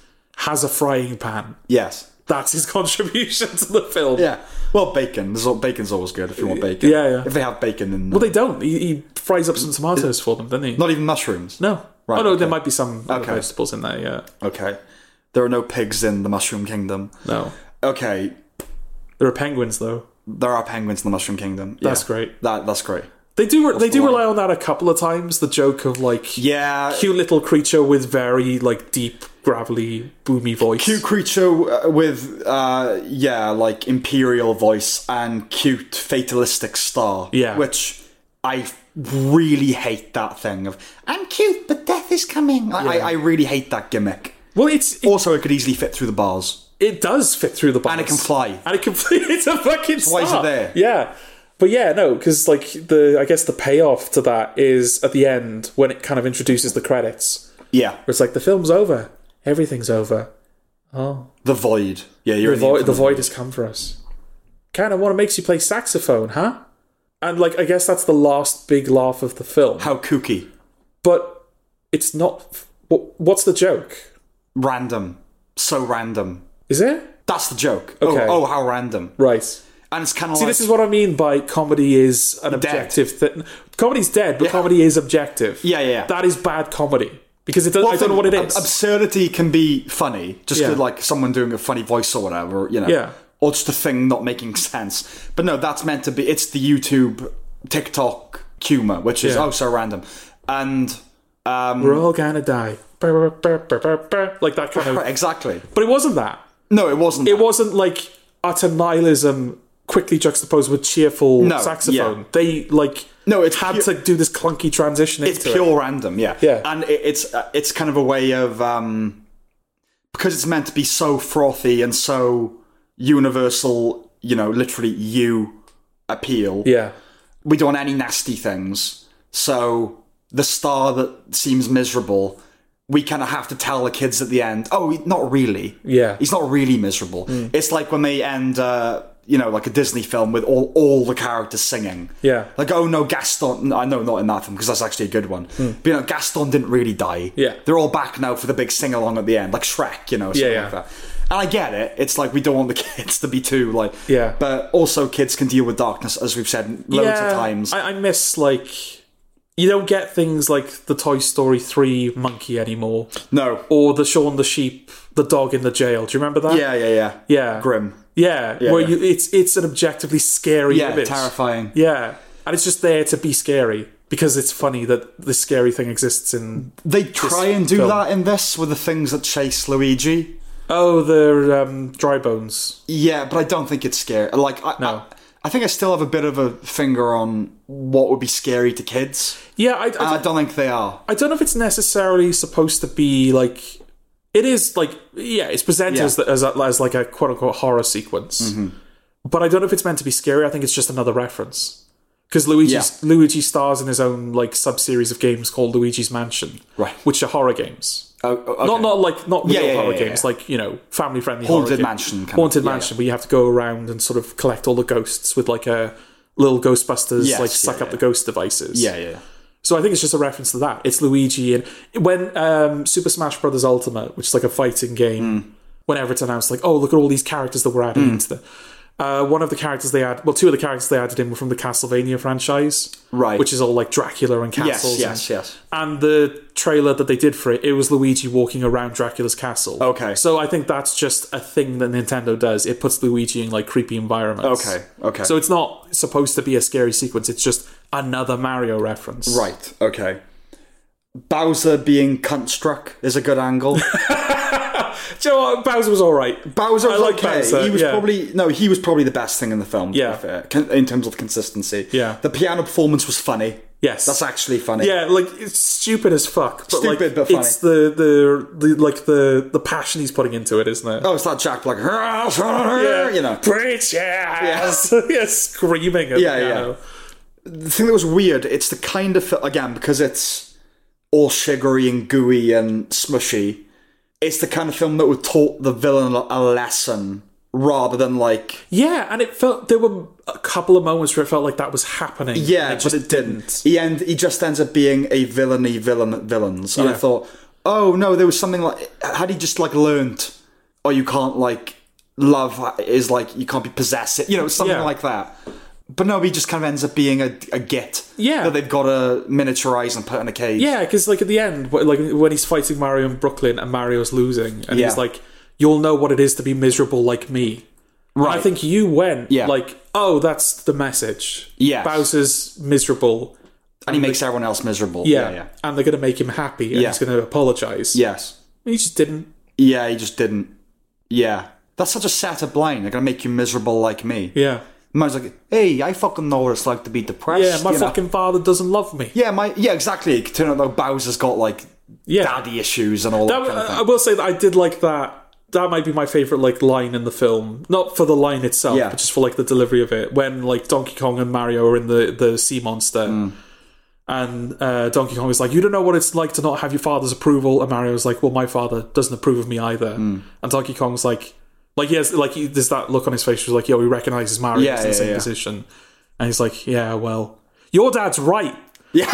[SPEAKER 1] has a frying pan.
[SPEAKER 2] Yes.
[SPEAKER 1] That's his [laughs] contribution to the film.
[SPEAKER 2] Yeah. Well, bacon. There's al- bacon's always good if you want bacon.
[SPEAKER 1] Yeah, yeah.
[SPEAKER 2] If they have bacon, then
[SPEAKER 1] Well, they don't. He, he fries up some tomatoes for them, doesn't he?
[SPEAKER 2] not even mushrooms.
[SPEAKER 1] no.
[SPEAKER 2] Right.
[SPEAKER 1] Oh no,
[SPEAKER 2] okay.
[SPEAKER 1] there might be some other
[SPEAKER 2] Okay.
[SPEAKER 1] vegetables in there. Yeah,
[SPEAKER 2] Okay. There are no pigs in the Mushroom Kingdom.
[SPEAKER 1] no,
[SPEAKER 2] Okay.
[SPEAKER 1] there are penguins though.
[SPEAKER 2] There are penguins in the Mushroom Kingdom. Yeah.
[SPEAKER 1] That's great.
[SPEAKER 2] That that's great.
[SPEAKER 1] They do. they do
[SPEAKER 2] the line?
[SPEAKER 1] rely on that a couple of times. The joke of like
[SPEAKER 2] Yeah.
[SPEAKER 1] cute little creature with very like deep, gravelly, boomy voice.
[SPEAKER 2] cute creature uh, with uh yeah like imperial voice and cute fatalistic star
[SPEAKER 1] Yeah.
[SPEAKER 2] which i really hate that thing of i'm cute but death is coming I, I i really hate that gimmick
[SPEAKER 1] Well, it's it,
[SPEAKER 2] also it could easily fit through the bars
[SPEAKER 1] it does fit through the box
[SPEAKER 2] and it can fly
[SPEAKER 1] and it can fly. [laughs] It's a fucking star.
[SPEAKER 2] why is it there?
[SPEAKER 1] Yeah, but yeah, no, because like the I guess the payoff to that is at the end when it kind of introduces the credits.
[SPEAKER 2] yeah
[SPEAKER 1] Where it's like the film's over, everything's over. Oh.
[SPEAKER 2] the void yeah you're
[SPEAKER 1] The,
[SPEAKER 2] in the
[SPEAKER 1] void, the
[SPEAKER 2] infinite
[SPEAKER 1] void has come for us. Kind of what makes you play saxophone, huh? And like I guess that's the last big laugh of the film,
[SPEAKER 2] how kooky
[SPEAKER 1] but it's not. wh- What's the joke?
[SPEAKER 2] random so random
[SPEAKER 1] Is it
[SPEAKER 2] that's the joke
[SPEAKER 1] Okay.
[SPEAKER 2] oh, oh how random
[SPEAKER 1] right?
[SPEAKER 2] and it's kind of
[SPEAKER 1] See,
[SPEAKER 2] like
[SPEAKER 1] this is what I mean by comedy is an objective thing. Comedy's dead, but comedy is objective.
[SPEAKER 2] Yeah, yeah, yeah.
[SPEAKER 1] That is bad comedy because it does, I
[SPEAKER 2] Well,
[SPEAKER 1] don't know what it
[SPEAKER 2] ab-
[SPEAKER 1] is.
[SPEAKER 2] Absurdity can be funny, just
[SPEAKER 1] Yeah.
[SPEAKER 2] 'cause, like someone doing a funny voice or whatever, you know.
[SPEAKER 1] Yeah.
[SPEAKER 2] Or just a thing not making sense. But no, that's meant to be. It's the YouTube, TikTok humor, which is
[SPEAKER 1] Yeah.
[SPEAKER 2] oh so random, and
[SPEAKER 1] We're all gonna die. Brr, brr, brr, brr, brr. Like that kind
[SPEAKER 2] right,
[SPEAKER 1] of.
[SPEAKER 2] exactly.
[SPEAKER 1] But it wasn't that.
[SPEAKER 2] No, it wasn't.
[SPEAKER 1] It wasn't like utter nihilism quickly juxtaposed with cheerful
[SPEAKER 2] No,
[SPEAKER 1] saxophone.
[SPEAKER 2] yeah.
[SPEAKER 1] They like
[SPEAKER 2] No, it's
[SPEAKER 1] had
[SPEAKER 2] pu-
[SPEAKER 1] to do this clunky transition.
[SPEAKER 2] it's
[SPEAKER 1] into it.
[SPEAKER 2] pure random, yeah.
[SPEAKER 1] Yeah.
[SPEAKER 2] And it, it's uh, it's kind of a way of um, because it's meant to be so frothy and so universal. You know, literally, you appeal.
[SPEAKER 1] Yeah,
[SPEAKER 2] we don't want any nasty things. So the star that seems miserable, we kind of have to tell the kids at the end, oh, he- not really.
[SPEAKER 1] yeah, Hmm.
[SPEAKER 2] He's not really miserable. It's like when they end, uh, you know, like a Disney film with all, all the characters singing.
[SPEAKER 1] Yeah.
[SPEAKER 2] Like, oh no, Gaston. I know, not in that film, because that's actually a good one. But, you know, Gaston didn't really die.
[SPEAKER 1] Hmm. Yeah.
[SPEAKER 2] They're all back now for the big sing along at the end, like Shrek, you know, something
[SPEAKER 1] Yeah,
[SPEAKER 2] like
[SPEAKER 1] yeah.
[SPEAKER 2] that. And I get it. It's like we don't want the [laughs] kids to be too, like.
[SPEAKER 1] Yeah.
[SPEAKER 2] But also, kids can deal with darkness, as we've said loads
[SPEAKER 1] Yeah,
[SPEAKER 2] of times.
[SPEAKER 1] I, I miss like you don't get things like the Toy Story three monkey anymore.
[SPEAKER 2] no.
[SPEAKER 1] or the Shaun the Sheep, the dog in the jail. Do you remember that?
[SPEAKER 2] Yeah, yeah, yeah.
[SPEAKER 1] yeah,
[SPEAKER 2] Grim.
[SPEAKER 1] Yeah, where
[SPEAKER 2] yeah.
[SPEAKER 1] you it's it's an objectively scary
[SPEAKER 2] Yeah,
[SPEAKER 1] image.
[SPEAKER 2] terrifying.
[SPEAKER 1] Yeah, and it's just there to be scary because it's funny that this scary thing exists in
[SPEAKER 2] They try and do
[SPEAKER 1] film.
[SPEAKER 2] that in this with the things that chase Luigi.
[SPEAKER 1] oh the um, dry bones.
[SPEAKER 2] Yeah, but I don't think it's scary. Like, I,
[SPEAKER 1] No.
[SPEAKER 2] I, I think I still have a bit of a finger on what would be scary to kids.
[SPEAKER 1] Yeah, I, I,
[SPEAKER 2] And I
[SPEAKER 1] don't,
[SPEAKER 2] don't think they are.
[SPEAKER 1] I don't know if it's necessarily supposed to be like it is like yeah it's presented
[SPEAKER 2] Yeah. Mm-hmm.
[SPEAKER 1] as, as a- as like a quote unquote horror sequence, but I don't know if it's meant to be scary. I think it's just another reference. because Luigi
[SPEAKER 2] Yeah.
[SPEAKER 1] Luigi stars in his own like sub series of games called Luigi's Mansion,
[SPEAKER 2] Right.
[SPEAKER 1] Which are horror games,
[SPEAKER 2] Oh, okay.
[SPEAKER 1] not not like not real
[SPEAKER 2] Yeah, yeah,
[SPEAKER 1] horror
[SPEAKER 2] yeah, yeah,
[SPEAKER 1] games,
[SPEAKER 2] yeah.
[SPEAKER 1] like you know family friendly
[SPEAKER 2] Haunted Mansion kind of-
[SPEAKER 1] Haunted
[SPEAKER 2] yeah,
[SPEAKER 1] Mansion, where you have to go around and sort of collect all the ghosts with like a little Ghostbusters
[SPEAKER 2] Yes,
[SPEAKER 1] like
[SPEAKER 2] yeah,
[SPEAKER 1] suck up
[SPEAKER 2] yeah.
[SPEAKER 1] the ghost devices.
[SPEAKER 2] Yeah, yeah.
[SPEAKER 1] So I think it's just a reference to that. It's Luigi and when um, Super Smash Brothers Ultimate, which is like a fighting game,
[SPEAKER 2] Hmm.
[SPEAKER 1] whenever it's announced, like oh look at all these characters that we're adding into the. Uh, one of the characters they add, well, two of the characters they added in were from the Castlevania franchise,
[SPEAKER 2] Right.
[SPEAKER 1] Which is all like Dracula and
[SPEAKER 2] Yes,
[SPEAKER 1] castles.
[SPEAKER 2] yes,
[SPEAKER 1] and,
[SPEAKER 2] yes.
[SPEAKER 1] And the trailer that they did for it, it was Luigi walking around Dracula's castle.
[SPEAKER 2] Okay.
[SPEAKER 1] So I think that's just a thing that Nintendo does. It puts Luigi in like creepy environments.
[SPEAKER 2] Okay, okay.
[SPEAKER 1] So it's not supposed to be a scary sequence. It's just another Mario reference.
[SPEAKER 2] Right, okay. Bowser being cuntstruck is a good angle.
[SPEAKER 1] Do you know what? Bowser was all right.
[SPEAKER 2] Bowser
[SPEAKER 1] I
[SPEAKER 2] was
[SPEAKER 1] like
[SPEAKER 2] okay.
[SPEAKER 1] Bowser,
[SPEAKER 2] He was
[SPEAKER 1] yeah.
[SPEAKER 2] probably no, he was probably the best thing in the film. to be
[SPEAKER 1] Yeah.
[SPEAKER 2] fair, con- in terms of consistency.
[SPEAKER 1] Yeah.
[SPEAKER 2] the piano performance was funny.
[SPEAKER 1] Yes.
[SPEAKER 2] that's actually funny.
[SPEAKER 1] yeah, like it's stupid as fuck. But
[SPEAKER 2] Stupid,
[SPEAKER 1] like,
[SPEAKER 2] but funny.
[SPEAKER 1] It's the, the the like the the passion he's putting into it, isn't it?
[SPEAKER 2] Oh, it's that Jack Black. [laughs] You know,
[SPEAKER 1] preachers, yes, [laughs] yeah, screaming. At
[SPEAKER 2] Yeah,
[SPEAKER 1] the
[SPEAKER 2] yeah.
[SPEAKER 1] piano.
[SPEAKER 2] the thing that was weird. It's the kind of fi- again because it's all sugary and gooey and smushy. It's the kind of film that would taught the villain a lesson rather than like
[SPEAKER 1] yeah. And it felt there were a couple of moments where it felt like that was happening.
[SPEAKER 2] Yeah,
[SPEAKER 1] and
[SPEAKER 2] but it didn't. He end. He just ends up being a villainy villain villains. And I
[SPEAKER 1] Yeah.
[SPEAKER 2] thought, oh no, there was something like had he just like learnt, oh you can't like love is like you can't be possessive, you know, something
[SPEAKER 1] Yeah.
[SPEAKER 2] like that. But no, he just kind of ends up being a, a git.
[SPEAKER 1] Yeah.
[SPEAKER 2] That they've got to miniaturize and put in a cage.
[SPEAKER 1] Yeah, because like at the end, wh- like when he's fighting Mario in Brooklyn and Mario's losing, and
[SPEAKER 2] Yeah.
[SPEAKER 1] he's like, "You'll know what it is to be miserable like me."
[SPEAKER 2] Right.
[SPEAKER 1] I think you went
[SPEAKER 2] Yeah.
[SPEAKER 1] like, "Oh, that's the message."
[SPEAKER 2] Yes.
[SPEAKER 1] Bowser's miserable.
[SPEAKER 2] and he makes everyone else miserable.
[SPEAKER 1] Yeah,
[SPEAKER 2] yeah. yeah.
[SPEAKER 1] and they're gonna make him happy, and
[SPEAKER 2] Yeah.
[SPEAKER 1] he's gonna apologize.
[SPEAKER 2] Yes.
[SPEAKER 1] he just didn't.
[SPEAKER 2] Yeah, he just didn't. Yeah. That's such a setup line. They're going to make you miserable like me.
[SPEAKER 1] Yeah,
[SPEAKER 2] Man's like, hey, I fucking know what it's like to be depressed.
[SPEAKER 1] yeah. My
[SPEAKER 2] you know?
[SPEAKER 1] fucking father doesn't love me.
[SPEAKER 2] Yeah, my yeah, exactly. It could turn out that Bowser's got like
[SPEAKER 1] Yeah,
[SPEAKER 2] daddy issues and all that,
[SPEAKER 1] I,
[SPEAKER 2] kind of thing.
[SPEAKER 1] I will say that uh, I did like that. That might be my favorite like line in the film, not for the line itself,
[SPEAKER 2] Yeah.
[SPEAKER 1] but just for like the delivery of it. When like Donkey Kong and Mario are in the the sea monster,
[SPEAKER 2] Mm.
[SPEAKER 1] and uh, Donkey Kong is like, "You don't know what it's like to not have your father's approval," and Mario's like, "Well, my father doesn't approve of me either,"
[SPEAKER 2] Mm.
[SPEAKER 1] and Donkey Kong's like, "Like he has like he, there's that look on his face, who's like, yo, he recognizes Mario's
[SPEAKER 2] Yeah,
[SPEAKER 1] in the
[SPEAKER 2] yeah,
[SPEAKER 1] same
[SPEAKER 2] yeah.
[SPEAKER 1] position," and he's like, "Yeah, well, your dad's right."
[SPEAKER 2] yeah. [laughs]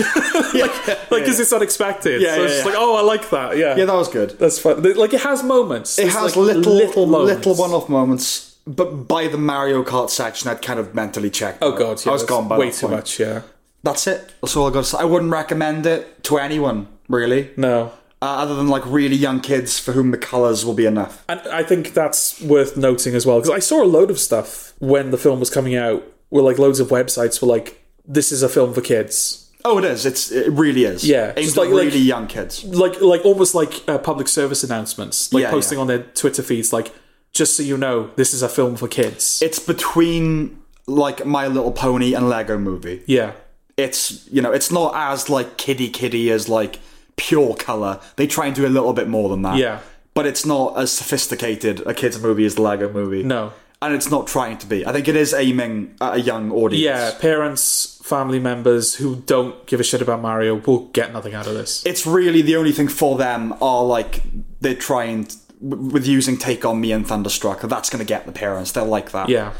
[SPEAKER 2] yeah.
[SPEAKER 1] uh, Like, because it's unexpected.
[SPEAKER 2] Yeah,
[SPEAKER 1] so it's
[SPEAKER 2] yeah,
[SPEAKER 1] just
[SPEAKER 2] yeah.
[SPEAKER 1] like, oh, I like that.
[SPEAKER 2] yeah, that was good.
[SPEAKER 1] That's fun. Th- Like it has moments.
[SPEAKER 2] It
[SPEAKER 1] It's,
[SPEAKER 2] has
[SPEAKER 1] like,
[SPEAKER 2] little little
[SPEAKER 1] moments.
[SPEAKER 2] one-off moments, but by the Mario Kart section, I'd kind of mentally checked.
[SPEAKER 1] Oh god, yeah,
[SPEAKER 2] I was
[SPEAKER 1] that's
[SPEAKER 2] gone by
[SPEAKER 1] way
[SPEAKER 2] that
[SPEAKER 1] too
[SPEAKER 2] point.
[SPEAKER 1] much. Yeah,
[SPEAKER 2] That's it. That's all I got to say. I wouldn't recommend it to anyone really,
[SPEAKER 1] no,
[SPEAKER 2] uh, other than like really young kids for whom the colors will be enough.
[SPEAKER 1] and I think that's worth noting as well because I saw a load of stuff when the film was coming out. Where like loads of websites were like, "This is a film for kids."
[SPEAKER 2] Oh, it is. It's it really is.
[SPEAKER 1] Yeah,
[SPEAKER 2] aimed
[SPEAKER 1] just
[SPEAKER 2] at
[SPEAKER 1] like- like-
[SPEAKER 2] really young kids.
[SPEAKER 1] Like like almost like uh, public service announcements, like
[SPEAKER 2] Yeah,
[SPEAKER 1] posting
[SPEAKER 2] yeah.
[SPEAKER 1] on their Twitter feeds, like. Just so you know, this is a film for kids.
[SPEAKER 2] It's between like My Little Pony and Lego Movie.
[SPEAKER 1] yeah,
[SPEAKER 2] it's you know it's not as like kiddie kiddie as like pure color they try and do a little bit more than that
[SPEAKER 1] Yeah.
[SPEAKER 2] but it's not as sophisticated a kids movie as the lego movie
[SPEAKER 1] no,
[SPEAKER 2] and it's not trying to be i think it is aiming at a young audience
[SPEAKER 1] yeah. Parents, family members who don't give a shit about Mario will get nothing out of this.
[SPEAKER 2] it's really the only thing for them are like they're trying t- w- with using take on me and thunderstruck that's going to get the parents they'll like that
[SPEAKER 1] yeah,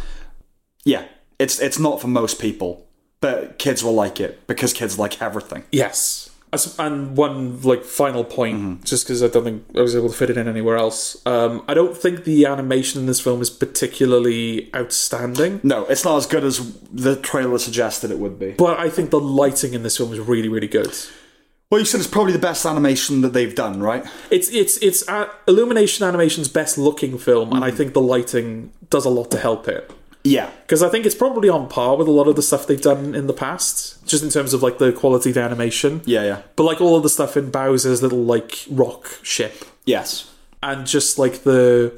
[SPEAKER 2] yeah it's it's not for most people but kids will like it because kids like everything
[SPEAKER 1] Yes. As- And one like final point, just because I don't think I was able to fit it in anywhere else. Um, I don't think the animation in this film is particularly outstanding,
[SPEAKER 2] no it's not as good as the trailer suggested it would be
[SPEAKER 1] but I think the lighting in this film is really, really good.
[SPEAKER 2] Well, you said it's probably the best animation that they've done, right?
[SPEAKER 1] It's it's it's uh, Illumination Animation's best looking film, and I think the lighting does a lot to help it.
[SPEAKER 2] Yeah.
[SPEAKER 1] Because I think it's probably on par with a lot of the stuff they've done in the past, just in terms of like the quality of the animation.
[SPEAKER 2] Yeah, yeah.
[SPEAKER 1] But like all of the stuff in Bowser's little like rock ship
[SPEAKER 2] Yes.
[SPEAKER 1] and just like the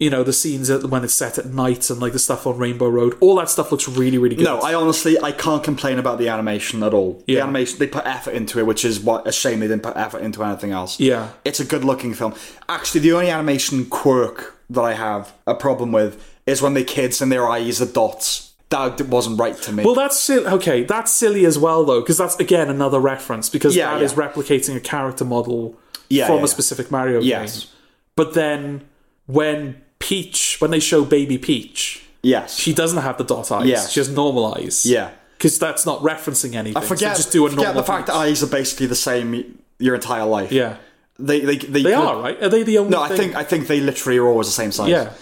[SPEAKER 1] you know the scenes at, when it's set at night and like the stuff on Rainbow Road, all that stuff looks really really good.
[SPEAKER 2] No, I honestly I can't complain about the animation at all.
[SPEAKER 1] Yeah.
[SPEAKER 2] The animation they put effort into it, which is what a shame they didn't put effort into anything else.
[SPEAKER 1] yeah,
[SPEAKER 2] It's a good looking film. Actually, the only animation quirk that I have a problem with is when the kids and their eyes are dots. That wasn't right to me.
[SPEAKER 1] well that's silly. okay. That's silly as well though because that's again another reference because
[SPEAKER 2] Yeah,
[SPEAKER 1] that
[SPEAKER 2] yeah.
[SPEAKER 1] is replicating a character model
[SPEAKER 2] Yeah,
[SPEAKER 1] from
[SPEAKER 2] yeah,
[SPEAKER 1] a
[SPEAKER 2] yeah.
[SPEAKER 1] specific Mario
[SPEAKER 2] Yes.
[SPEAKER 1] game. But then when Peach, when they show Baby Peach,
[SPEAKER 2] yes.
[SPEAKER 1] she doesn't have the dot eyes.
[SPEAKER 2] Yes.
[SPEAKER 1] She has normal eyes.
[SPEAKER 2] yeah.
[SPEAKER 1] because that's not referencing anything.
[SPEAKER 2] I forget,
[SPEAKER 1] so just do a normal
[SPEAKER 2] forget the fact that
[SPEAKER 1] Peach.
[SPEAKER 2] eyes are basically the same your entire life.
[SPEAKER 1] yeah,
[SPEAKER 2] They they they,
[SPEAKER 1] they are right. Are they the only?
[SPEAKER 2] No, I
[SPEAKER 1] thing?
[SPEAKER 2] think I think they literally are always the same size.
[SPEAKER 1] yeah,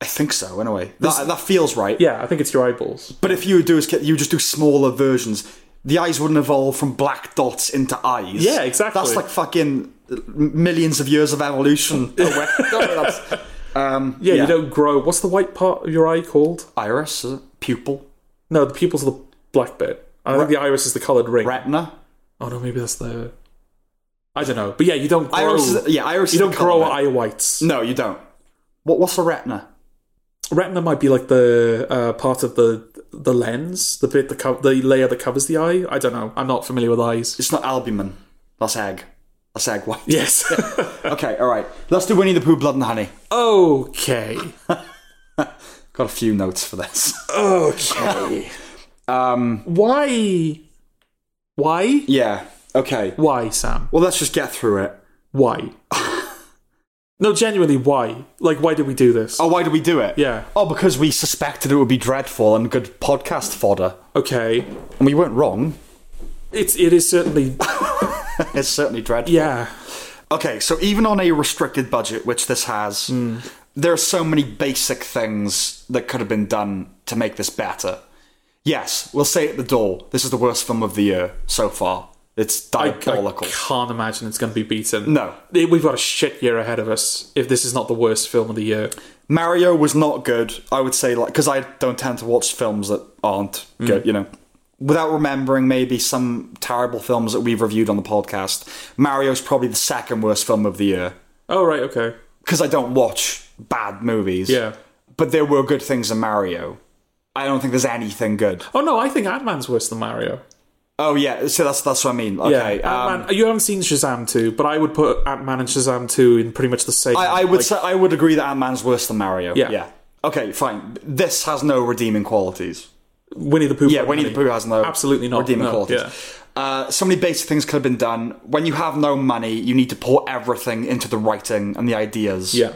[SPEAKER 2] I think so, anyway. That, that feels right.
[SPEAKER 1] yeah. I think it's your eyeballs.
[SPEAKER 2] But if you do is get- you just do smaller versions, the eyes wouldn't evolve from black dots into eyes.
[SPEAKER 1] Yeah, exactly.
[SPEAKER 2] That's like fucking millions of years of
[SPEAKER 1] [laughs]
[SPEAKER 2] evolution. [laughs] away. That's
[SPEAKER 1] Yeah,
[SPEAKER 2] Yeah.
[SPEAKER 1] you don't grow. What's the white part of your eye called?
[SPEAKER 2] iris, is it? pupil,
[SPEAKER 1] No, the pupil's the black bit. I think the iris is the coloured ring.
[SPEAKER 2] retina.
[SPEAKER 1] Oh no, maybe that's the. I don't know, but yeah, you don't grow.
[SPEAKER 2] Iris, is, yeah, iris.
[SPEAKER 1] you
[SPEAKER 2] is
[SPEAKER 1] don't
[SPEAKER 2] the
[SPEAKER 1] grow
[SPEAKER 2] colour.
[SPEAKER 1] eye whites.
[SPEAKER 2] No, you don't. What? What's a retina?
[SPEAKER 1] Retina might be like the uh, part of the the lens, the bit the co- the layer that covers the eye. I don't know. I'm not familiar with
[SPEAKER 2] [laughs]
[SPEAKER 1] eyes.
[SPEAKER 2] It's not albumin. That's egg. That's egg white.
[SPEAKER 1] Yes.
[SPEAKER 2] Okay, all right. Let's do Winnie the Pooh, Blood and Honey.
[SPEAKER 1] okay.
[SPEAKER 2] Got a few notes for this. [laughs]
[SPEAKER 1] Okay. [laughs] um. Why? Why?
[SPEAKER 2] yeah. Okay.
[SPEAKER 1] Why, Sam?
[SPEAKER 2] Well, let's just get through it.
[SPEAKER 1] Why? no, genuinely, why? Like, why did we do this?
[SPEAKER 2] Oh, why did we do it?
[SPEAKER 1] Yeah.
[SPEAKER 2] Oh, because we suspected it would be dreadful and good podcast fodder.
[SPEAKER 1] Okay.
[SPEAKER 2] And we weren't wrong.
[SPEAKER 1] It's it is certainly
[SPEAKER 2] It's certainly dreadful. [laughs]
[SPEAKER 1] yeah.
[SPEAKER 2] Okay, so even on a restricted budget, which this has, there are so many basic things that could have been done to make this better. Yes, we'll say at the door. This is the worst film of the year so far. It's
[SPEAKER 1] I, I
[SPEAKER 2] diabolical.
[SPEAKER 1] can't imagine it's going to be beaten.
[SPEAKER 2] No.
[SPEAKER 1] Eh, We've got a shit year ahead of us if this is not the worst film of the year.
[SPEAKER 2] Mario was not good. I would say like because I don't tend to watch films that aren't
[SPEAKER 1] Mm.
[SPEAKER 2] good. You know, without remembering maybe some terrible films that we've reviewed on the podcast, Mario's probably the second worst film of the year
[SPEAKER 1] Oh, right, okay.
[SPEAKER 2] because I don't watch bad movies.
[SPEAKER 1] Yeah.
[SPEAKER 2] but there were good things in Mario. I don't think there's anything good.
[SPEAKER 1] Oh, no, I think Ant Man's worse than Mario.
[SPEAKER 2] Oh yeah, so that's that's what I mean. Okay,
[SPEAKER 1] yeah,
[SPEAKER 2] um,
[SPEAKER 1] Ant-Man, you haven't seen Shazam 2, but I would put Ant Man and Shazam 2 in pretty much the same.
[SPEAKER 2] I, I would
[SPEAKER 1] like,
[SPEAKER 2] say I would agree that Ant Man's worse than Mario.
[SPEAKER 1] Yeah.
[SPEAKER 2] Okay, fine. This has no redeeming qualities.
[SPEAKER 1] Winnie the Pooh.
[SPEAKER 2] Yeah, Winnie the Pooh has no
[SPEAKER 1] Absolutely not.
[SPEAKER 2] redeeming
[SPEAKER 1] no,
[SPEAKER 2] qualities.
[SPEAKER 1] yeah.
[SPEAKER 2] Uh, so many basic things could have been done. When you have no money, you need to pour everything into the writing and the ideas.
[SPEAKER 1] Yeah.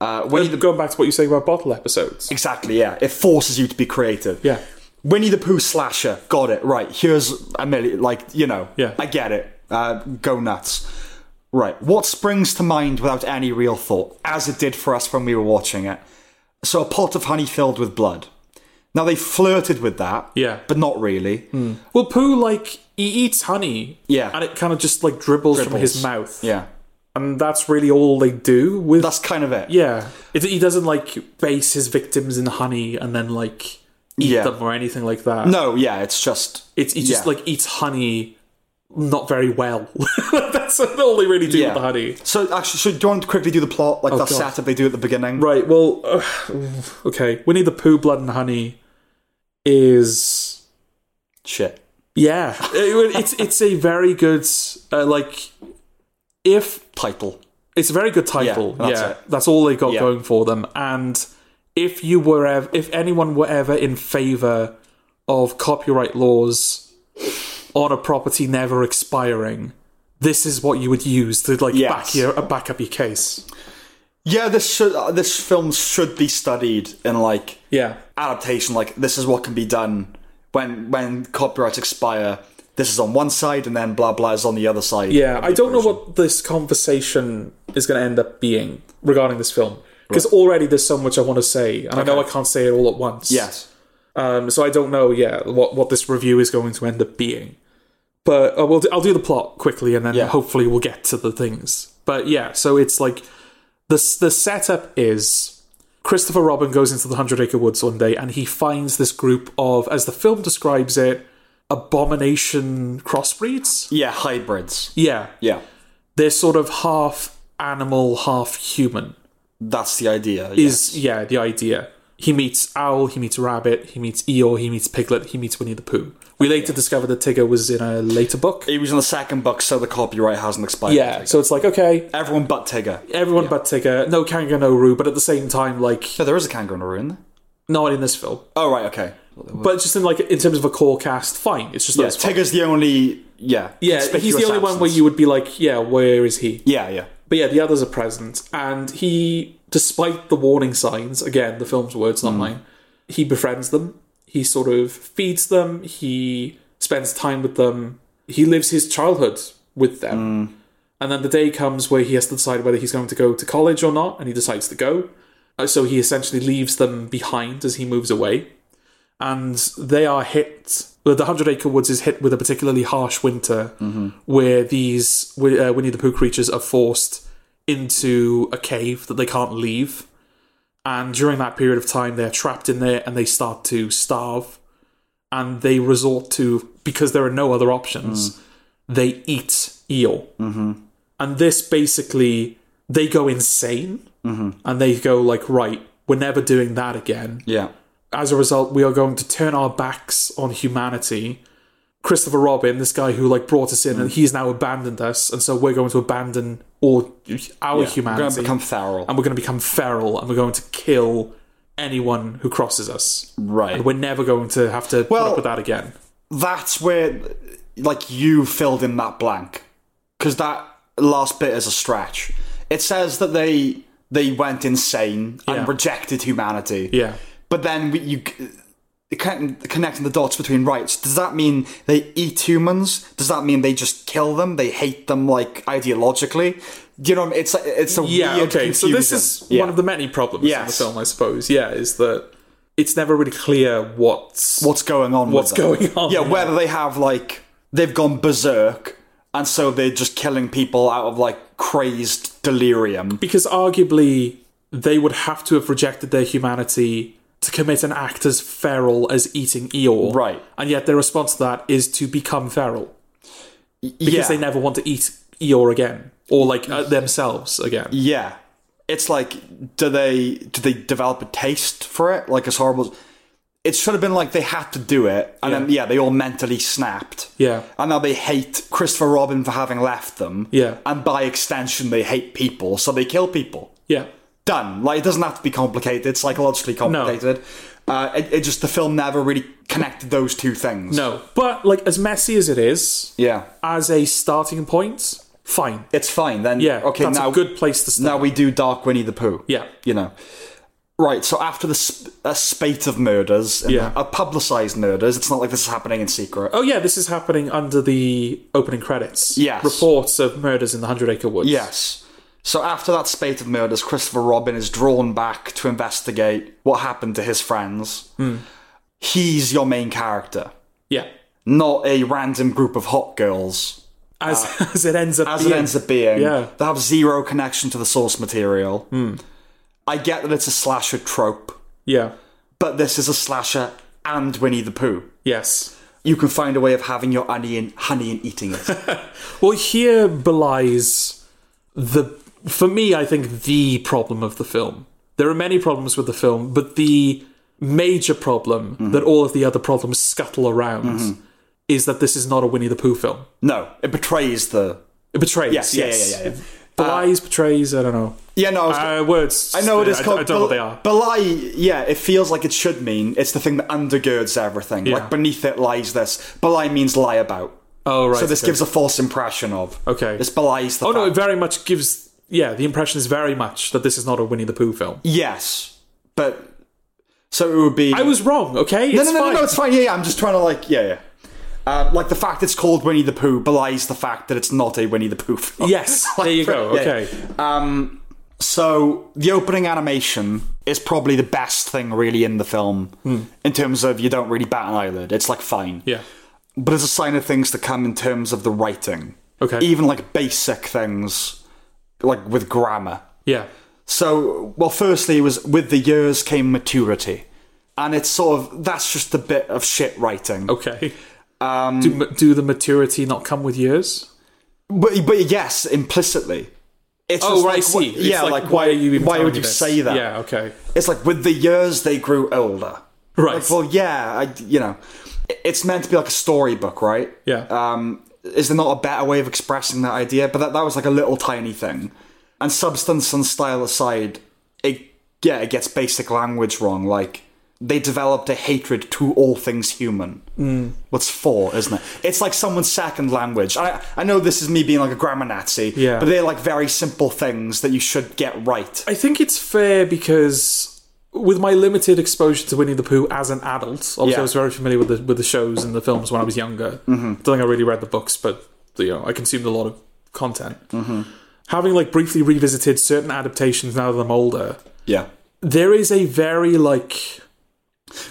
[SPEAKER 2] Uh, Winnie the
[SPEAKER 1] Going back to what you say about bottle episodes.
[SPEAKER 2] exactly. Yeah, it forces you to be creative.
[SPEAKER 1] Yeah.
[SPEAKER 2] Winnie the Pooh slasher. Got it. Right. Here's a million. Like you know.
[SPEAKER 1] Yeah.
[SPEAKER 2] I get it. Uh, go nuts. Right. What springs to mind without any real thought, as it did for us when we were watching it? So a pot of honey filled with blood. Now they flirted with that.
[SPEAKER 1] Yeah. Hmm.
[SPEAKER 2] But not really.
[SPEAKER 1] Well, Pooh, like, he eats honey.
[SPEAKER 2] Yeah.
[SPEAKER 1] And it kind of just, like, dribbles, from
[SPEAKER 2] Dribbles.
[SPEAKER 1] his mouth.
[SPEAKER 2] Yeah.
[SPEAKER 1] And that's really all they do with.
[SPEAKER 2] That's kind of it.
[SPEAKER 1] yeah. It, he doesn't, like, base his victims in honey and then, like, eat
[SPEAKER 2] Yeah.
[SPEAKER 1] them or anything like that.
[SPEAKER 2] No. Yeah. It's just.
[SPEAKER 1] It's, he just,
[SPEAKER 2] Yeah.
[SPEAKER 1] like, eats honey not very well. [laughs] that's all they really do
[SPEAKER 2] Yeah.
[SPEAKER 1] with the honey.
[SPEAKER 2] So actually, so do you want to quickly do the plot like that
[SPEAKER 1] Oh, God.
[SPEAKER 2] setup they do at the beginning?
[SPEAKER 1] Right. Well, uh, okay. Winnie the Pooh, Blood and Honey is
[SPEAKER 2] Shit. [laughs]
[SPEAKER 1] yeah. It- it's it's a very good uh, like if
[SPEAKER 2] Title.
[SPEAKER 1] it's a very good title.
[SPEAKER 2] Yeah,
[SPEAKER 1] Yeah,
[SPEAKER 2] that's
[SPEAKER 1] that's,
[SPEAKER 2] it.
[SPEAKER 1] all they got
[SPEAKER 2] Yeah.
[SPEAKER 1] going for them. And if you were ever, if anyone were ever in favor of copyright laws on a property never expiring. This is what you would use to like
[SPEAKER 2] Yes.
[SPEAKER 1] back your uh, back up your case.
[SPEAKER 2] Yeah. This should. Uh, this film should be studied in like
[SPEAKER 1] Yeah,
[SPEAKER 2] adaptation like this is what can be done when when copyrights expire this is on one side and then blah blah is on the other side
[SPEAKER 1] Yeah, I don't know what this conversation is going to end up being regarding this film because already there's so much I want to say, and I know I can't say it all at once.
[SPEAKER 2] yes
[SPEAKER 1] Um, so I don't know, yeah, what what this review is going to end up being. But uh, we'll do, I'll do the plot quickly, and then
[SPEAKER 2] Yeah.
[SPEAKER 1] hopefully we'll get to the things. But yeah, so it's like the s- the setup is Christopher Robin goes into the Hundred Acre Woods one day, and he finds this group of, as the film describes it, abomination crossbreeds.
[SPEAKER 2] yeah hybrids
[SPEAKER 1] Yeah,
[SPEAKER 2] yeah
[SPEAKER 1] they're sort of half animal, half human.
[SPEAKER 2] that's the idea
[SPEAKER 1] Is yeah, the idea. He meets owl, he meets rabbit, he meets Eeyore, he meets Piglet, he meets Winnie the Pooh. We later discover that Tigger was in a later book.
[SPEAKER 2] he was in the second book so the copyright hasn't expired
[SPEAKER 1] Yeah, so it's like okay,
[SPEAKER 2] everyone but tigger
[SPEAKER 1] everyone but Tigger, no Kangaroo, but at the same time, like
[SPEAKER 2] no there is a kangaroo in there
[SPEAKER 1] not in this film,
[SPEAKER 2] oh right okay
[SPEAKER 1] but just in like in terms of a core cast, fine. It's just
[SPEAKER 2] yeah
[SPEAKER 1] those five.
[SPEAKER 2] tigger's the only yeah
[SPEAKER 1] Yeah, he's
[SPEAKER 2] conspicuous
[SPEAKER 1] the only one where
[SPEAKER 2] absence.
[SPEAKER 1] you would be like, yeah, where is he?
[SPEAKER 2] yeah yeah
[SPEAKER 1] But yeah, the others are present, and he, despite the warning signs, again, the film's words, not mine, he befriends them. He sort of feeds them. He spends time with them. He lives his childhood with them. And then the day comes where he has to decide whether he's going to go to college or not, and he decides to go. Uh, So he essentially leaves them behind as he moves away. And they are hit. The the Hundred Acre Woods is hit with a particularly harsh winter where these Wi- uh, Winnie the Pooh creatures are forced into a cave that they can't leave. And during that period of time, they're trapped in there and they start to starve. And they resort to, because there are no other options, they eat eel. Mm-hmm. And this basically, they go insane and they go, like, right, we're never doing that again
[SPEAKER 2] yeah
[SPEAKER 1] as a result, we are going to turn our backs on humanity. Christopher Robin, this guy who like brought us in,
[SPEAKER 2] Mm.
[SPEAKER 1] and he's now abandoned us, and so we're going to abandon all our
[SPEAKER 2] we're gonna
[SPEAKER 1] humanity, Um,
[SPEAKER 2] become feral
[SPEAKER 1] and we're going to become feral, and we're going to kill anyone who crosses us.
[SPEAKER 2] right
[SPEAKER 1] And we're never going to have to put
[SPEAKER 2] Mm. Well-
[SPEAKER 1] up with that again.
[SPEAKER 2] that's where like you filled in that blank because that last bit is a stretch it says that they they went insane
[SPEAKER 1] Yeah.
[SPEAKER 2] and rejected humanity
[SPEAKER 1] Yeah,
[SPEAKER 2] but then we, you it can- connecting the dots between rights does that mean they eat humans does that mean they just kill them they hate them like ideologically do you know what I mean? it's it's a
[SPEAKER 1] yeah.
[SPEAKER 2] weird
[SPEAKER 1] Okay, so this
[SPEAKER 2] confusion.
[SPEAKER 1] is
[SPEAKER 2] Yeah.
[SPEAKER 1] one of the many problems in the
[SPEAKER 2] Yes.
[SPEAKER 1] film, I suppose. Yeah, is that it's never really clear what's
[SPEAKER 2] what's going on.
[SPEAKER 1] What's
[SPEAKER 2] with them.
[SPEAKER 1] going on,
[SPEAKER 2] Yeah,
[SPEAKER 1] yeah.
[SPEAKER 2] whether they have like they've gone berserk and so they're just killing people out of like crazed delirium.
[SPEAKER 1] because arguably they would have to have rejected their humanity to commit an act as feral as eating Eeyore.
[SPEAKER 2] Right.
[SPEAKER 1] And yet their response to that is to become feral
[SPEAKER 2] yeah.
[SPEAKER 1] because they never want to eat Eeyore again or like uh, themselves again.
[SPEAKER 2] yeah. It's like do they do they develop a taste for it? Like as horrible as- it should have been like they had to do it and then yeah, they all mentally snapped.
[SPEAKER 1] Yeah.
[SPEAKER 2] And now they hate Christopher Robin for having left them.
[SPEAKER 1] Yeah.
[SPEAKER 2] And by extension they hate people, so they kill people.
[SPEAKER 1] Yeah.
[SPEAKER 2] done. Like it doesn't have to be complicated, psychologically complicated. Uh, it, it just the film never really connected those two things.
[SPEAKER 1] No. But like as messy as it is,
[SPEAKER 2] Yeah,
[SPEAKER 1] as a starting point, fine.
[SPEAKER 2] it's fine then.
[SPEAKER 1] Yeah.
[SPEAKER 2] okay.
[SPEAKER 1] That's
[SPEAKER 2] now
[SPEAKER 1] a good place to start.
[SPEAKER 2] Now we do Dark Winnie the Pooh.
[SPEAKER 1] Yeah.
[SPEAKER 2] you know. Right, so after the sp- a spate of murders, and
[SPEAKER 1] Yeah.
[SPEAKER 2] uh, publicized murders, it's not like this is happening in secret.
[SPEAKER 1] Oh yeah, this is happening under the opening credits.
[SPEAKER 2] Yes.
[SPEAKER 1] Reports of murders in the Hundred Acre Woods.
[SPEAKER 2] Yes. So after that spate of murders, Christopher Robin is drawn back to investigate what happened to his friends.
[SPEAKER 1] Hmm.
[SPEAKER 2] He's your main character,
[SPEAKER 1] Yeah.
[SPEAKER 2] not a random group of hot girls.
[SPEAKER 1] As, [laughs] as it ends up
[SPEAKER 2] Ah. as
[SPEAKER 1] being.
[SPEAKER 2] it ends up being.
[SPEAKER 1] Yeah. Hmm.
[SPEAKER 2] They have zero connection to the source material. I get that it's a slasher trope,
[SPEAKER 1] Yeah.
[SPEAKER 2] but this is a slasher and Winnie the Pooh.
[SPEAKER 1] Yes.
[SPEAKER 2] You can find a way of having your honey and honey and
[SPEAKER 1] [laughs]
[SPEAKER 2] eating it.
[SPEAKER 1] Well, here belies the, for me, I think the problem of the film. There are many problems with the film, but the major problem
[SPEAKER 2] Mm-hmm.
[SPEAKER 1] that all of the other problems scuttle around is that this is not a Winnie the Pooh film.
[SPEAKER 2] no, it betrays the.
[SPEAKER 1] It betrays.
[SPEAKER 2] Yes,
[SPEAKER 1] Yes,
[SPEAKER 2] yeah, yeah, yeah, yeah.
[SPEAKER 1] Belies, betrays. I don't know.
[SPEAKER 2] Yeah, no, I, was,
[SPEAKER 1] Uh, words.
[SPEAKER 2] I know what it's
[SPEAKER 1] I,
[SPEAKER 2] called.
[SPEAKER 1] I don't know what they
[SPEAKER 2] bel-
[SPEAKER 1] are.
[SPEAKER 2] Belie, yeah, it feels like it should mean it's the thing that undergirds everything.
[SPEAKER 1] Yeah.
[SPEAKER 2] Like beneath it lies this. Belie means lie about.
[SPEAKER 1] oh right.
[SPEAKER 2] So this
[SPEAKER 1] okay.
[SPEAKER 2] gives a false impression of.
[SPEAKER 1] Okay.
[SPEAKER 2] This belies the.
[SPEAKER 1] Oh no!
[SPEAKER 2] fact.
[SPEAKER 1] It very much gives. Yeah, the impression is very much that this is not a Winnie the Pooh film.
[SPEAKER 2] Yes, but so it would be.
[SPEAKER 1] I was wrong. Okay.
[SPEAKER 2] No, no, no, no, no, it's fine. Yeah, yeah, I'm just trying to like, yeah, yeah. Um, like the fact it's called Winnie the Pooh belies the fact that it's not a Winnie the Pooh film. [laughs]
[SPEAKER 1] Yes. There you go.
[SPEAKER 2] Yeah.
[SPEAKER 1] Okay.
[SPEAKER 2] Um, so the opening animation is probably the best thing really in the film in terms of you don't really bat an eyelid. It's like fine,
[SPEAKER 1] Hmm. Yeah.
[SPEAKER 2] but it's a sign of things to come in terms of the writing.
[SPEAKER 1] Okay.
[SPEAKER 2] even like basic things like with grammar.
[SPEAKER 1] Yeah.
[SPEAKER 2] So, well, firstly, it was with the years came maturity. And it's sort of, that's just a bit of shit writing.
[SPEAKER 1] Okay. do, ma- do the maturity not come with years?
[SPEAKER 2] But, but yes, implicitly. It's
[SPEAKER 1] Oh,
[SPEAKER 2] just
[SPEAKER 1] right, I
[SPEAKER 2] like,
[SPEAKER 1] see.
[SPEAKER 2] wh-
[SPEAKER 1] It's
[SPEAKER 2] yeah,
[SPEAKER 1] like,
[SPEAKER 2] like,
[SPEAKER 1] why are you even
[SPEAKER 2] Why
[SPEAKER 1] telling
[SPEAKER 2] would
[SPEAKER 1] me
[SPEAKER 2] you
[SPEAKER 1] this?
[SPEAKER 2] say that?
[SPEAKER 1] Yeah, okay.
[SPEAKER 2] It's like, with the years, they grew older.
[SPEAKER 1] Right.
[SPEAKER 2] Like, well, yeah, I, you know. It's meant to be like a storybook, right?
[SPEAKER 1] Yeah.
[SPEAKER 2] Um, is there not a better way of expressing that idea? But that, that was like a little tiny thing. And substance and style aside, it yeah, it gets basic language wrong. Like they developed a hatred to all things human.
[SPEAKER 1] Mm.
[SPEAKER 2] What's for, isn't it? It's like someone's second language. I I know this is me being like a grammar Nazi,
[SPEAKER 1] Yeah.
[SPEAKER 2] but they're like very simple things that you should get right.
[SPEAKER 1] I think it's fair because with my limited exposure to Winnie the Pooh as an adult, obviously I
[SPEAKER 2] Yeah.
[SPEAKER 1] was very familiar with the with the shows and the films when I was younger. Don't think I really read the books, but you know, I consumed a lot of content. Having like briefly revisited certain adaptations now that I'm older,
[SPEAKER 2] Yeah.
[SPEAKER 1] there is a very like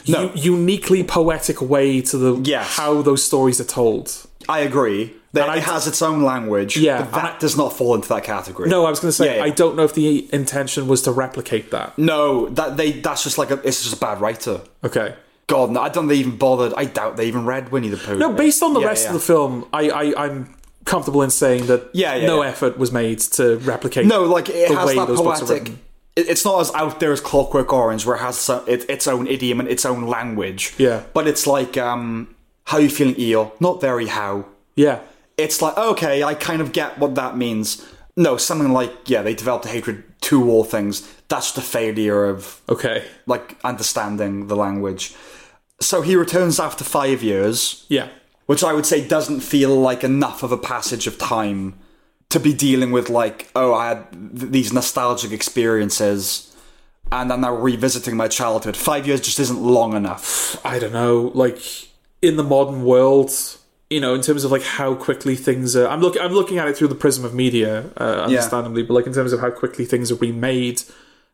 [SPEAKER 2] No.
[SPEAKER 1] u- uniquely poetic way to the
[SPEAKER 2] Yes.
[SPEAKER 1] how those stories are told.
[SPEAKER 2] I agree. That
[SPEAKER 1] And I
[SPEAKER 2] it
[SPEAKER 1] d-
[SPEAKER 2] has its own language.
[SPEAKER 1] Yeah,
[SPEAKER 2] but
[SPEAKER 1] and
[SPEAKER 2] that does not fall into that category.
[SPEAKER 1] No, I was going to say
[SPEAKER 2] Yeah, yeah.
[SPEAKER 1] I don't know if the intention was to replicate that.
[SPEAKER 2] No, that they that's just like a, it's just a bad writer.
[SPEAKER 1] Okay.
[SPEAKER 2] God, no, I don't think they even bothered. I doubt they even read Winnie the Pooh.
[SPEAKER 1] No, based on the
[SPEAKER 2] Yeah,
[SPEAKER 1] rest
[SPEAKER 2] yeah.
[SPEAKER 1] of the film, I, I I'm comfortable in saying that
[SPEAKER 2] Yeah, yeah,
[SPEAKER 1] no
[SPEAKER 2] yeah.
[SPEAKER 1] effort was made to replicate.
[SPEAKER 2] no, like it
[SPEAKER 1] the
[SPEAKER 2] has
[SPEAKER 1] way
[SPEAKER 2] that
[SPEAKER 1] those books are
[SPEAKER 2] poetic.
[SPEAKER 1] written.
[SPEAKER 2] it- It's not as out there as Clockwork Orange, where it has so- it, its own idiom and its own language.
[SPEAKER 1] Yeah.
[SPEAKER 2] but it's like um, how you feeling, Eel? Not very how.
[SPEAKER 1] Yeah.
[SPEAKER 2] It's like okay, I kind of get what that means. No, something like yeah, they developed a hatred to all things. That's the failure of
[SPEAKER 1] Okay.
[SPEAKER 2] like understanding the language. So he returns after five years.
[SPEAKER 1] Yeah.
[SPEAKER 2] which I would say doesn't feel like enough of a passage of time to be dealing with like oh I had th- these nostalgic experiences and I'm now revisiting my childhood. Five years just isn't long enough.
[SPEAKER 1] I don't know. Like in the modern world, you know, in terms of like how quickly things are. I'm looking. I'm looking at it through the prism of media, uh, understandably, but like in terms of how quickly things are remade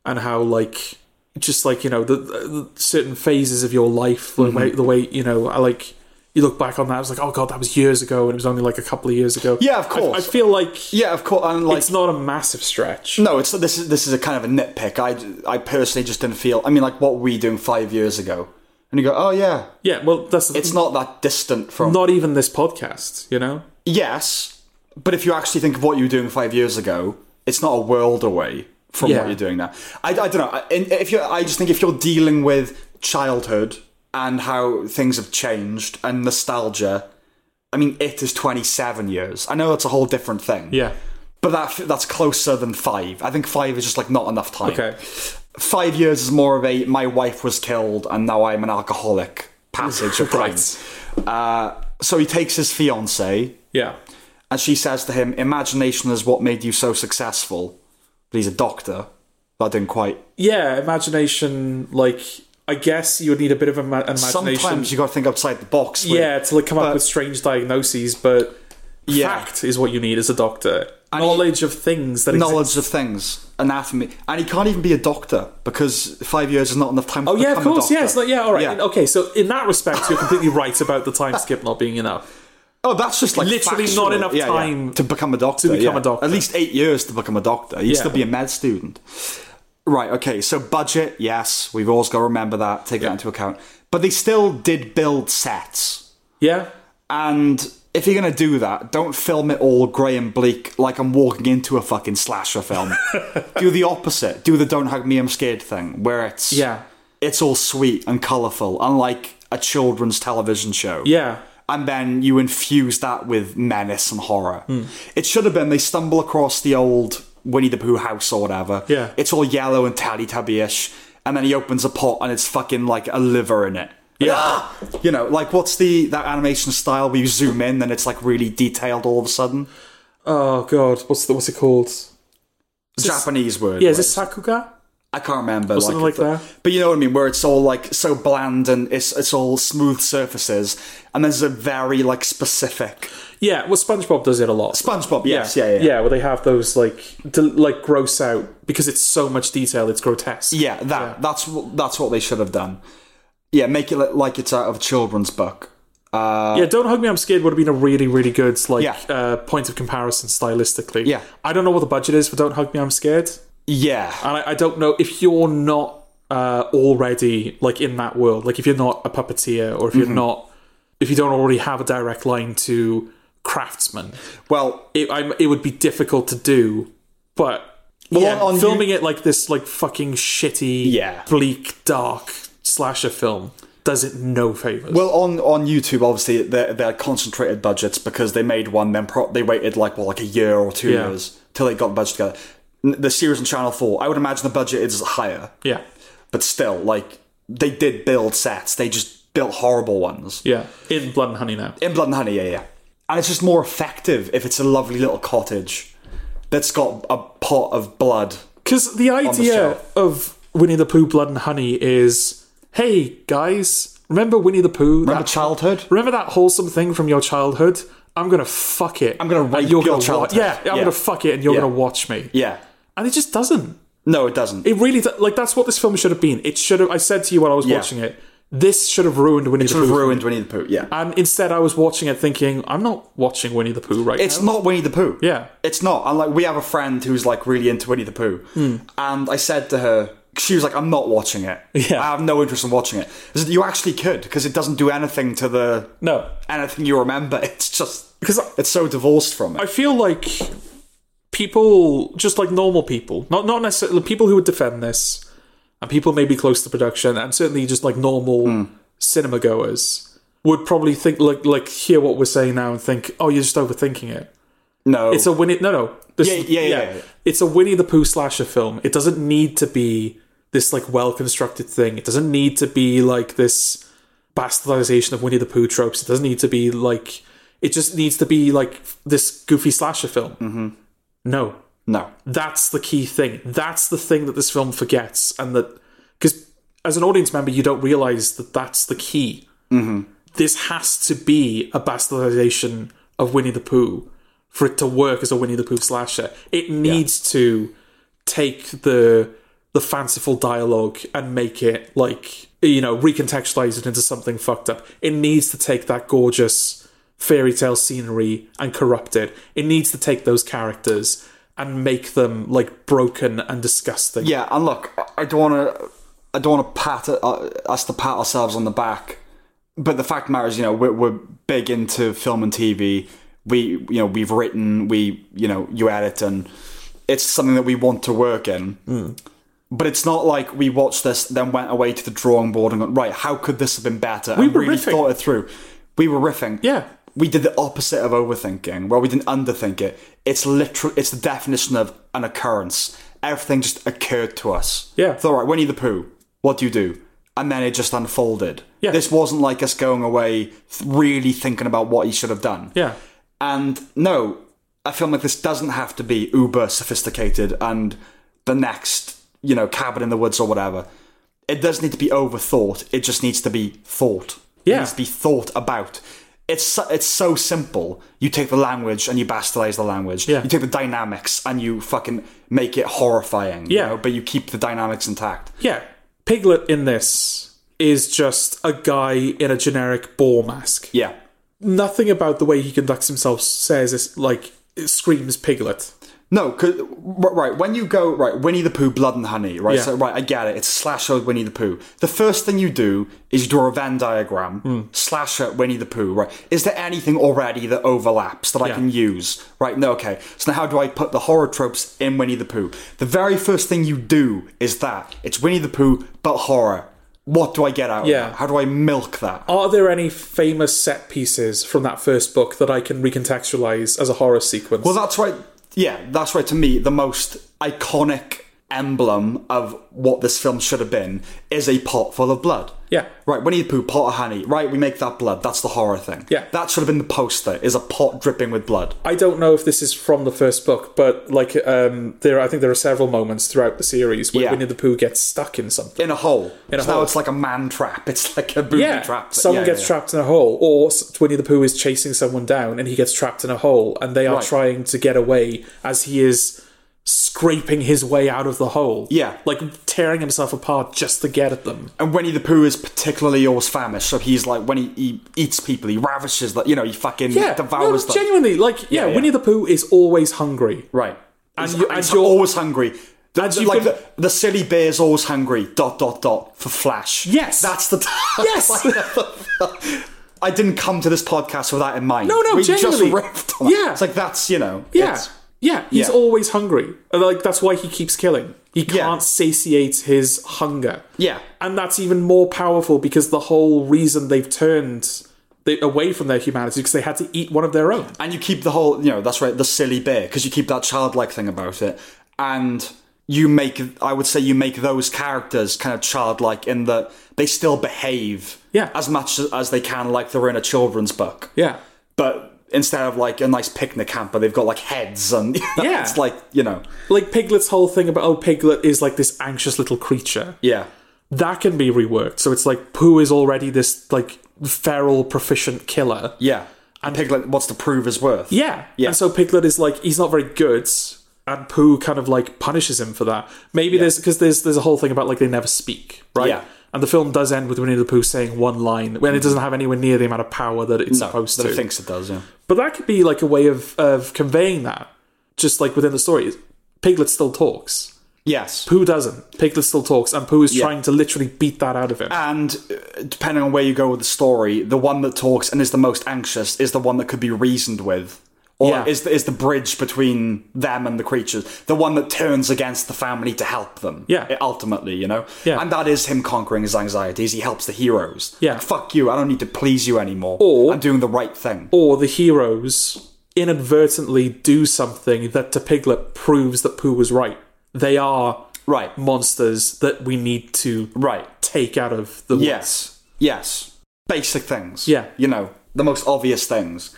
[SPEAKER 1] and how like just like you know the, the certain phases of your life,
[SPEAKER 2] Mm-hmm.
[SPEAKER 1] the way the way you know, I like you look back on that. I was like, oh god, that was years ago, and it was only like a couple of years ago.
[SPEAKER 2] Yeah, of
[SPEAKER 1] I-
[SPEAKER 2] course.
[SPEAKER 1] I, feel like
[SPEAKER 2] Yeah, Mm. of course. And like,
[SPEAKER 1] it's not a massive stretch.
[SPEAKER 2] no, it's this is this is a kind of a nitpick. I I personally just didn't feel. I mean, like, what were we doing five years ago? And you go, oh yeah,
[SPEAKER 1] Yeah, well, that's the
[SPEAKER 2] it's not that distant from.
[SPEAKER 1] not even this podcast, you know.
[SPEAKER 2] Yes, but if you actually think of what you were doing five years ago, it's not a world away from
[SPEAKER 1] Yeah.
[SPEAKER 2] what you're doing now. I, I don't know. I- and If you, I just think if you're dealing with childhood and how things have changed and nostalgia, I mean, it is 27 years. I know that's a whole different thing.
[SPEAKER 1] Yeah.
[SPEAKER 2] But that that's closer than five. I think five is just like not enough time.
[SPEAKER 1] Okay.
[SPEAKER 2] Five years is more of a my wife was killed and now I'm an alcoholic passage of time.
[SPEAKER 1] [laughs] Right.
[SPEAKER 2] Uh, so he takes his fiance
[SPEAKER 1] Yeah.
[SPEAKER 2] and she says to him, "Imagination is what made you so successful." But he's a doctor. That didn't quite.
[SPEAKER 1] Yeah. Imagination, like I guess you would need a bit of ima- imagination.
[SPEAKER 2] Sometimes you got to think outside the box. with-
[SPEAKER 1] yeah, to like come
[SPEAKER 2] but-
[SPEAKER 1] up with strange diagnoses, but
[SPEAKER 2] Yeah.
[SPEAKER 1] fact is what you need as a doctor. knowledge of things that exist.
[SPEAKER 2] knowledge of things, anatomy, and he can't even be a doctor because five years is not enough time.
[SPEAKER 1] Oh yeah, of course, yes, like, yeah, all right,
[SPEAKER 2] Yeah.
[SPEAKER 1] okay. So in that respect, you're [laughs] completely right about the time skip not being enough.
[SPEAKER 2] Oh, that's just like
[SPEAKER 1] Literally not
[SPEAKER 2] factual.
[SPEAKER 1] enough
[SPEAKER 2] Yeah, yeah.
[SPEAKER 1] time
[SPEAKER 2] to become a doctor.
[SPEAKER 1] become
[SPEAKER 2] yeah.
[SPEAKER 1] a doctor.
[SPEAKER 2] At least eight years to become a doctor. You'd
[SPEAKER 1] Yeah.
[SPEAKER 2] still be a med student. Right. Okay. So budget, yes, we've always got to remember that. Take that into account. But they still did build sets.
[SPEAKER 1] Yeah,
[SPEAKER 2] And if you're gonna do that, don't film it all grey and bleak like I'm walking into a fucking slasher film. do the opposite. Do the "Don't hug me, I'm scared" thing, where it's
[SPEAKER 1] Yeah.
[SPEAKER 2] it's all sweet and colourful, unlike a children's television show.
[SPEAKER 1] yeah,
[SPEAKER 2] And then you infuse that with menace and horror.
[SPEAKER 1] Hmm.
[SPEAKER 2] It should have been they stumble across the old Winnie the Pooh house or whatever.
[SPEAKER 1] Yeah.
[SPEAKER 2] It's all yellow and Teletubby ish. And then he opens a pot and it's fucking like a liver in it. Yeah. You know, like what's the that animation style where you zoom in and it's like really detailed all of a sudden?
[SPEAKER 1] Oh god, what's the, what's it called?
[SPEAKER 2] Japanese word.
[SPEAKER 1] Yeah, is
[SPEAKER 2] right?
[SPEAKER 1] this sakuga?
[SPEAKER 2] I can't remember.
[SPEAKER 1] something like that.
[SPEAKER 2] But you know what I mean, where it's all like so bland and it's it's all smooth surfaces, and there's a very like specific
[SPEAKER 1] Yeah, well, SpongeBob does it a lot.
[SPEAKER 2] SpongeBob. Yes, yeah, yeah, yeah.
[SPEAKER 1] yeah. Where they have those like to, like gross out because it's so much detail, it's grotesque.
[SPEAKER 2] Yeah, that that's what that's what they should have done. Yeah, make it li- like it's out of a children's book. Uh,
[SPEAKER 1] yeah. Don't hug me, I'm scared would have been a really really good like
[SPEAKER 2] Yeah.
[SPEAKER 1] uh, point of comparison stylistically.
[SPEAKER 2] Yeah.
[SPEAKER 1] I don't know what the budget is for Don't Hug Me, I'm Scared,
[SPEAKER 2] Yeah,
[SPEAKER 1] and I, I don't know if you're not uh, already like in that world, like if you're not a puppeteer or if
[SPEAKER 2] Mm-hmm.
[SPEAKER 1] you're not if you don't already have a direct line to craftsman,
[SPEAKER 2] well,
[SPEAKER 1] it I'm, it would be difficult to do, but. yeah,
[SPEAKER 2] on- on
[SPEAKER 1] filming it like this, like fucking shitty,
[SPEAKER 2] Yeah.
[SPEAKER 1] bleak, dark slasher film does it no favors.
[SPEAKER 2] well, on on YouTube, obviously they're, they're concentrated budgets because they made one, then pro- they waited like well, like a year or two
[SPEAKER 1] Yeah.
[SPEAKER 2] years till they got the budget together. N- The series on Channel Four, I would imagine the budget is higher,
[SPEAKER 1] yeah,
[SPEAKER 2] but still, like they did build sets, they just built horrible ones.
[SPEAKER 1] yeah. In Blood and Honey now.
[SPEAKER 2] In Blood and Honey, yeah, yeah. And it's just more effective if it's a lovely little cottage that's got a pot of blood.
[SPEAKER 1] Because the idea
[SPEAKER 2] shelf.
[SPEAKER 1] of Winnie the Pooh, Blood and Honey is, hey guys, remember Winnie the Pooh?
[SPEAKER 2] Remember
[SPEAKER 1] that,
[SPEAKER 2] childhood?
[SPEAKER 1] remember that wholesome thing from your childhood? I'm gonna fuck it. I'm
[SPEAKER 2] gonna rape your
[SPEAKER 1] gonna wa-
[SPEAKER 2] childhood.
[SPEAKER 1] yeah, I'm
[SPEAKER 2] Yeah.
[SPEAKER 1] gonna fuck it, and you're
[SPEAKER 2] Yeah.
[SPEAKER 1] gonna watch me.
[SPEAKER 2] Yeah.
[SPEAKER 1] And it just doesn't.
[SPEAKER 2] No, it doesn't.
[SPEAKER 1] It really do- like that's what this film should have been. It should have. I said to you while I was
[SPEAKER 2] Yeah.
[SPEAKER 1] watching it, this should have ruined Winnie the
[SPEAKER 2] Sort
[SPEAKER 1] Pooh.
[SPEAKER 2] of
[SPEAKER 1] for me.
[SPEAKER 2] ruined Winnie the Pooh. Yeah.
[SPEAKER 1] And instead, I was watching it thinking, I'm not watching Winnie the Pooh right
[SPEAKER 2] it's
[SPEAKER 1] now.
[SPEAKER 2] not Winnie the Pooh.
[SPEAKER 1] Yeah.
[SPEAKER 2] It's not. And like we have a friend who's like really into Winnie the Pooh.
[SPEAKER 1] Hmm.
[SPEAKER 2] And I said to her, she was like, I'm not watching it.
[SPEAKER 1] Yeah.
[SPEAKER 2] I have no interest in watching it. I said, you actually could, because it doesn't do anything to the
[SPEAKER 1] No,
[SPEAKER 2] anything you remember. [laughs] It's just
[SPEAKER 1] because
[SPEAKER 2] it's so divorced from it.
[SPEAKER 1] I feel like people, just like normal people, not not necessarily people who would defend this, and people maybe close to production, and certainly just like normal cinema goers would probably think like like hear what we're saying now and think, oh, you're just overthinking it.
[SPEAKER 2] no.
[SPEAKER 1] It's a Winnie. No, no. This,
[SPEAKER 2] Yeah, yeah, yeah, yeah.
[SPEAKER 1] It's a Winnie the Pooh slasher film. It doesn't need to be this like well constructed thing. It doesn't need to be like this bastardization of Winnie the Pooh tropes. It doesn't need to be like. It just needs to be like this goofy slasher film. Mm-hmm. No,
[SPEAKER 2] no.
[SPEAKER 1] that's the key thing. That's the thing that this film forgets, and that because as an audience member, you don't realize that that's the key. Mm-hmm. This has to be a bastardization of Winnie the Pooh for it to work as a Winnie the Pooh slasher. It needs to take the the fanciful dialogue and make it like you know recontextualize it into something fucked up. It needs to take that gorgeous fairy tale scenery and corrupt it. It needs to take those characters and make them like broken and disgusting.
[SPEAKER 2] Yeah, and look, I- I don't want to, I don't want to pat uh, us to pat ourselves on the back, but the fact matters, you know, we're, we're big into film and TV. We, you know, we've written, we, you know, you edit, and it's something that we want to work in.
[SPEAKER 1] Hmm.
[SPEAKER 2] But it's not like we watched this, then went away to the drawing board and went, right, how could this have been better? We and
[SPEAKER 1] were
[SPEAKER 2] really
[SPEAKER 1] riffing.
[SPEAKER 2] thought it through. We were riffing.
[SPEAKER 1] Yeah.
[SPEAKER 2] We did the opposite of overthinking, where we didn't underthink it. It's literal. It's the definition of an occurrence. Everything just occurred to us.
[SPEAKER 1] Yeah.
[SPEAKER 2] It's all right. Winnie the Pooh. What do you do? And then it just unfolded.
[SPEAKER 1] Yeah.
[SPEAKER 2] This wasn't like us going away th- really thinking about what he should have done.
[SPEAKER 1] Yeah.
[SPEAKER 2] And no, a film like this doesn't have to be uber sophisticated and the next, you know, cabin in the woods or whatever. It does need to be overthought. It just needs to be thought. It
[SPEAKER 1] Yeah.
[SPEAKER 2] needs to be thought about. It's so, it's so simple. You take the language and you bastardize the language.
[SPEAKER 1] Yeah.
[SPEAKER 2] You take the dynamics and you fucking make it horrifying. you
[SPEAKER 1] Yeah.
[SPEAKER 2] know, but you keep the dynamics intact.
[SPEAKER 1] Yeah, Piglet in this is just a guy in a generic ball mask.
[SPEAKER 2] Yeah.
[SPEAKER 1] Nothing about the way he conducts himself says it's like it screams Piglet.
[SPEAKER 2] No, 'cause- w- right when you go right Winnie the Pooh, Blood and Honey, right?
[SPEAKER 1] Yeah.
[SPEAKER 2] So right, I get it. It's slash out Winnie the Pooh. The first thing you do is you draw a Venn diagram,
[SPEAKER 1] Hmm.
[SPEAKER 2] slash out Winnie the Pooh, right? Is there anything already that overlaps that I
[SPEAKER 1] Yeah.
[SPEAKER 2] can use? Right? No, okay. So now how do I put the horror tropes in Winnie the Pooh? The very first thing you do is that it's Winnie the Pooh but horror. What do I get out?
[SPEAKER 1] Yeah.
[SPEAKER 2] Of that? How do I milk that?
[SPEAKER 1] Are there any famous set pieces from that first book that I can recontextualize as a horror sequence?
[SPEAKER 2] Well, that's right. Yeah, that's right. To me, the most iconic emblem of what this film should have been is a pot full of blood.
[SPEAKER 1] Yeah.
[SPEAKER 2] Right, Winnie the Pooh, pot of honey. Right, we make that blood. That's the horror thing.
[SPEAKER 1] Yeah.
[SPEAKER 2] That should have been the poster, is a pot dripping with blood.
[SPEAKER 1] I don't know if this is from the first book, but like um, there, I think there are several moments throughout the series where
[SPEAKER 2] Yeah.
[SPEAKER 1] Winnie the Pooh gets stuck in something.
[SPEAKER 2] In a hole.
[SPEAKER 1] In a
[SPEAKER 2] so now
[SPEAKER 1] hole.
[SPEAKER 2] it's like a man trap. It's [laughs] like a booby
[SPEAKER 1] yeah,
[SPEAKER 2] trap.
[SPEAKER 1] someone
[SPEAKER 2] Yeah,
[SPEAKER 1] gets
[SPEAKER 2] yeah, yeah.
[SPEAKER 1] trapped in a hole, or s- Winnie the Pooh is chasing someone down, and he gets trapped in a hole, and they are
[SPEAKER 2] Right.
[SPEAKER 1] trying to get away as he is scraping his way out of the hole.
[SPEAKER 2] Yeah.
[SPEAKER 1] like tearing himself apart just to get at them.
[SPEAKER 2] And Winnie the Pooh is particularly always famished, so he's like, when he, he eats people, he ravishes that, you know, he fucking
[SPEAKER 1] Yeah,
[SPEAKER 2] devours
[SPEAKER 1] no,
[SPEAKER 2] them.
[SPEAKER 1] genuinely, like yeah,
[SPEAKER 2] Yeah, yeah.
[SPEAKER 1] Winnie the Pooh is always hungry.
[SPEAKER 2] Right. And,
[SPEAKER 1] you- and
[SPEAKER 2] you're
[SPEAKER 1] you're-
[SPEAKER 2] always hungry. The,
[SPEAKER 1] And you
[SPEAKER 2] like
[SPEAKER 1] can-
[SPEAKER 2] the, the silly bear's always hungry. Dot dot dot for Flash.
[SPEAKER 1] Yes.
[SPEAKER 2] that's [laughs] the.
[SPEAKER 1] Yes.
[SPEAKER 2] I didn't come to this podcast with that in mind.
[SPEAKER 1] No, no,
[SPEAKER 2] we
[SPEAKER 1] genuinely.
[SPEAKER 2] just riffed on it.
[SPEAKER 1] Yeah.
[SPEAKER 2] it's like that's you know.
[SPEAKER 1] Yeah,
[SPEAKER 2] it's-
[SPEAKER 1] yeah, he's
[SPEAKER 2] yeah.
[SPEAKER 1] always hungry. And, Like that's why he keeps killing. He can't
[SPEAKER 2] Yeah.
[SPEAKER 1] satiate his hunger.
[SPEAKER 2] Yeah.
[SPEAKER 1] and that's even more powerful because the whole reason they've turned they, away from their humanity because they had to eat one of their own.
[SPEAKER 2] and you keep the whole you know that's right the silly bear because you keep that childlike thing about it and you make i would say you make those characters kind of childlike in that they still behave
[SPEAKER 1] Yeah.
[SPEAKER 2] as much as they can like they're in a children's book
[SPEAKER 1] Yeah,
[SPEAKER 2] but instead of like a nice picnic hamper, they've got like heads and [laughs]
[SPEAKER 1] Yeah.
[SPEAKER 2] it's like you know,
[SPEAKER 1] like Piglet's whole thing about oh Piglet is like this anxious little creature
[SPEAKER 2] yeah,
[SPEAKER 1] that can be reworked. So it's like Pooh is already this like feral proficient killer.
[SPEAKER 2] yeah. And Piglet wants to prove his worth.
[SPEAKER 1] Yeah.
[SPEAKER 2] Yeah.
[SPEAKER 1] And so Piglet is like he's not very good, and Pooh kind of like punishes him for that. Maybe there's because there's there's a whole thing about like they never speak, right?
[SPEAKER 2] Yeah. Mm-hmm.
[SPEAKER 1] And the film does end with Winnie the Pooh saying one line when it doesn't have anywhere near the amount of power that it's
[SPEAKER 2] No,
[SPEAKER 1] supposed
[SPEAKER 2] that
[SPEAKER 1] to.
[SPEAKER 2] it thinks it does. Yeah,
[SPEAKER 1] But that could be like a way of of conveying that, just like within the story. Piglet still talks.
[SPEAKER 2] yes.
[SPEAKER 1] Pooh doesn't. Piglet still talks, and Pooh is trying to literally beat that out of him.
[SPEAKER 2] And uh, depending on where you go with the story, the one that talks and is the most anxious is the one that could be reasoned with, or
[SPEAKER 1] Yeah.
[SPEAKER 2] is the, is the bridge between them and the creatures, the one that turns against the family to help them.
[SPEAKER 1] Yeah.
[SPEAKER 2] uh, ultimately, you know.
[SPEAKER 1] Yeah.
[SPEAKER 2] and that is him conquering his anxieties. He helps the heroes.
[SPEAKER 1] Yeah.
[SPEAKER 2] Like, fuck you. I don't need to please you anymore.
[SPEAKER 1] Or-
[SPEAKER 2] I'm doing the right thing.
[SPEAKER 1] or the heroes inadvertently do something that to Piglet proves that Pooh was right. They are
[SPEAKER 2] right.
[SPEAKER 1] monsters that we need to
[SPEAKER 2] Right.
[SPEAKER 1] take out of the woods.
[SPEAKER 2] Yes. Yes. Basic things.
[SPEAKER 1] Yeah.
[SPEAKER 2] You know, the most obvious things.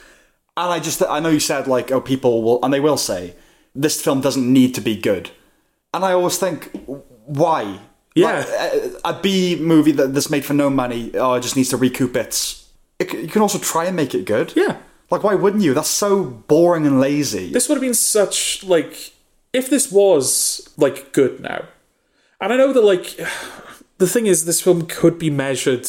[SPEAKER 2] And I just, I know you said, like, oh, people will, and they will say, this film doesn't need to be good. And I always think, why?
[SPEAKER 1] Yeah.
[SPEAKER 2] Like, a, a B movie that, that's made for no money, oh, it just needs to recoup its. It, c- you can also try and make it good.
[SPEAKER 1] Yeah.
[SPEAKER 2] Like, why wouldn't you? That's so boring and lazy.
[SPEAKER 1] This would have been such like if this was like good now. And I know that, like, [sighs] the thing is, this film could be measured.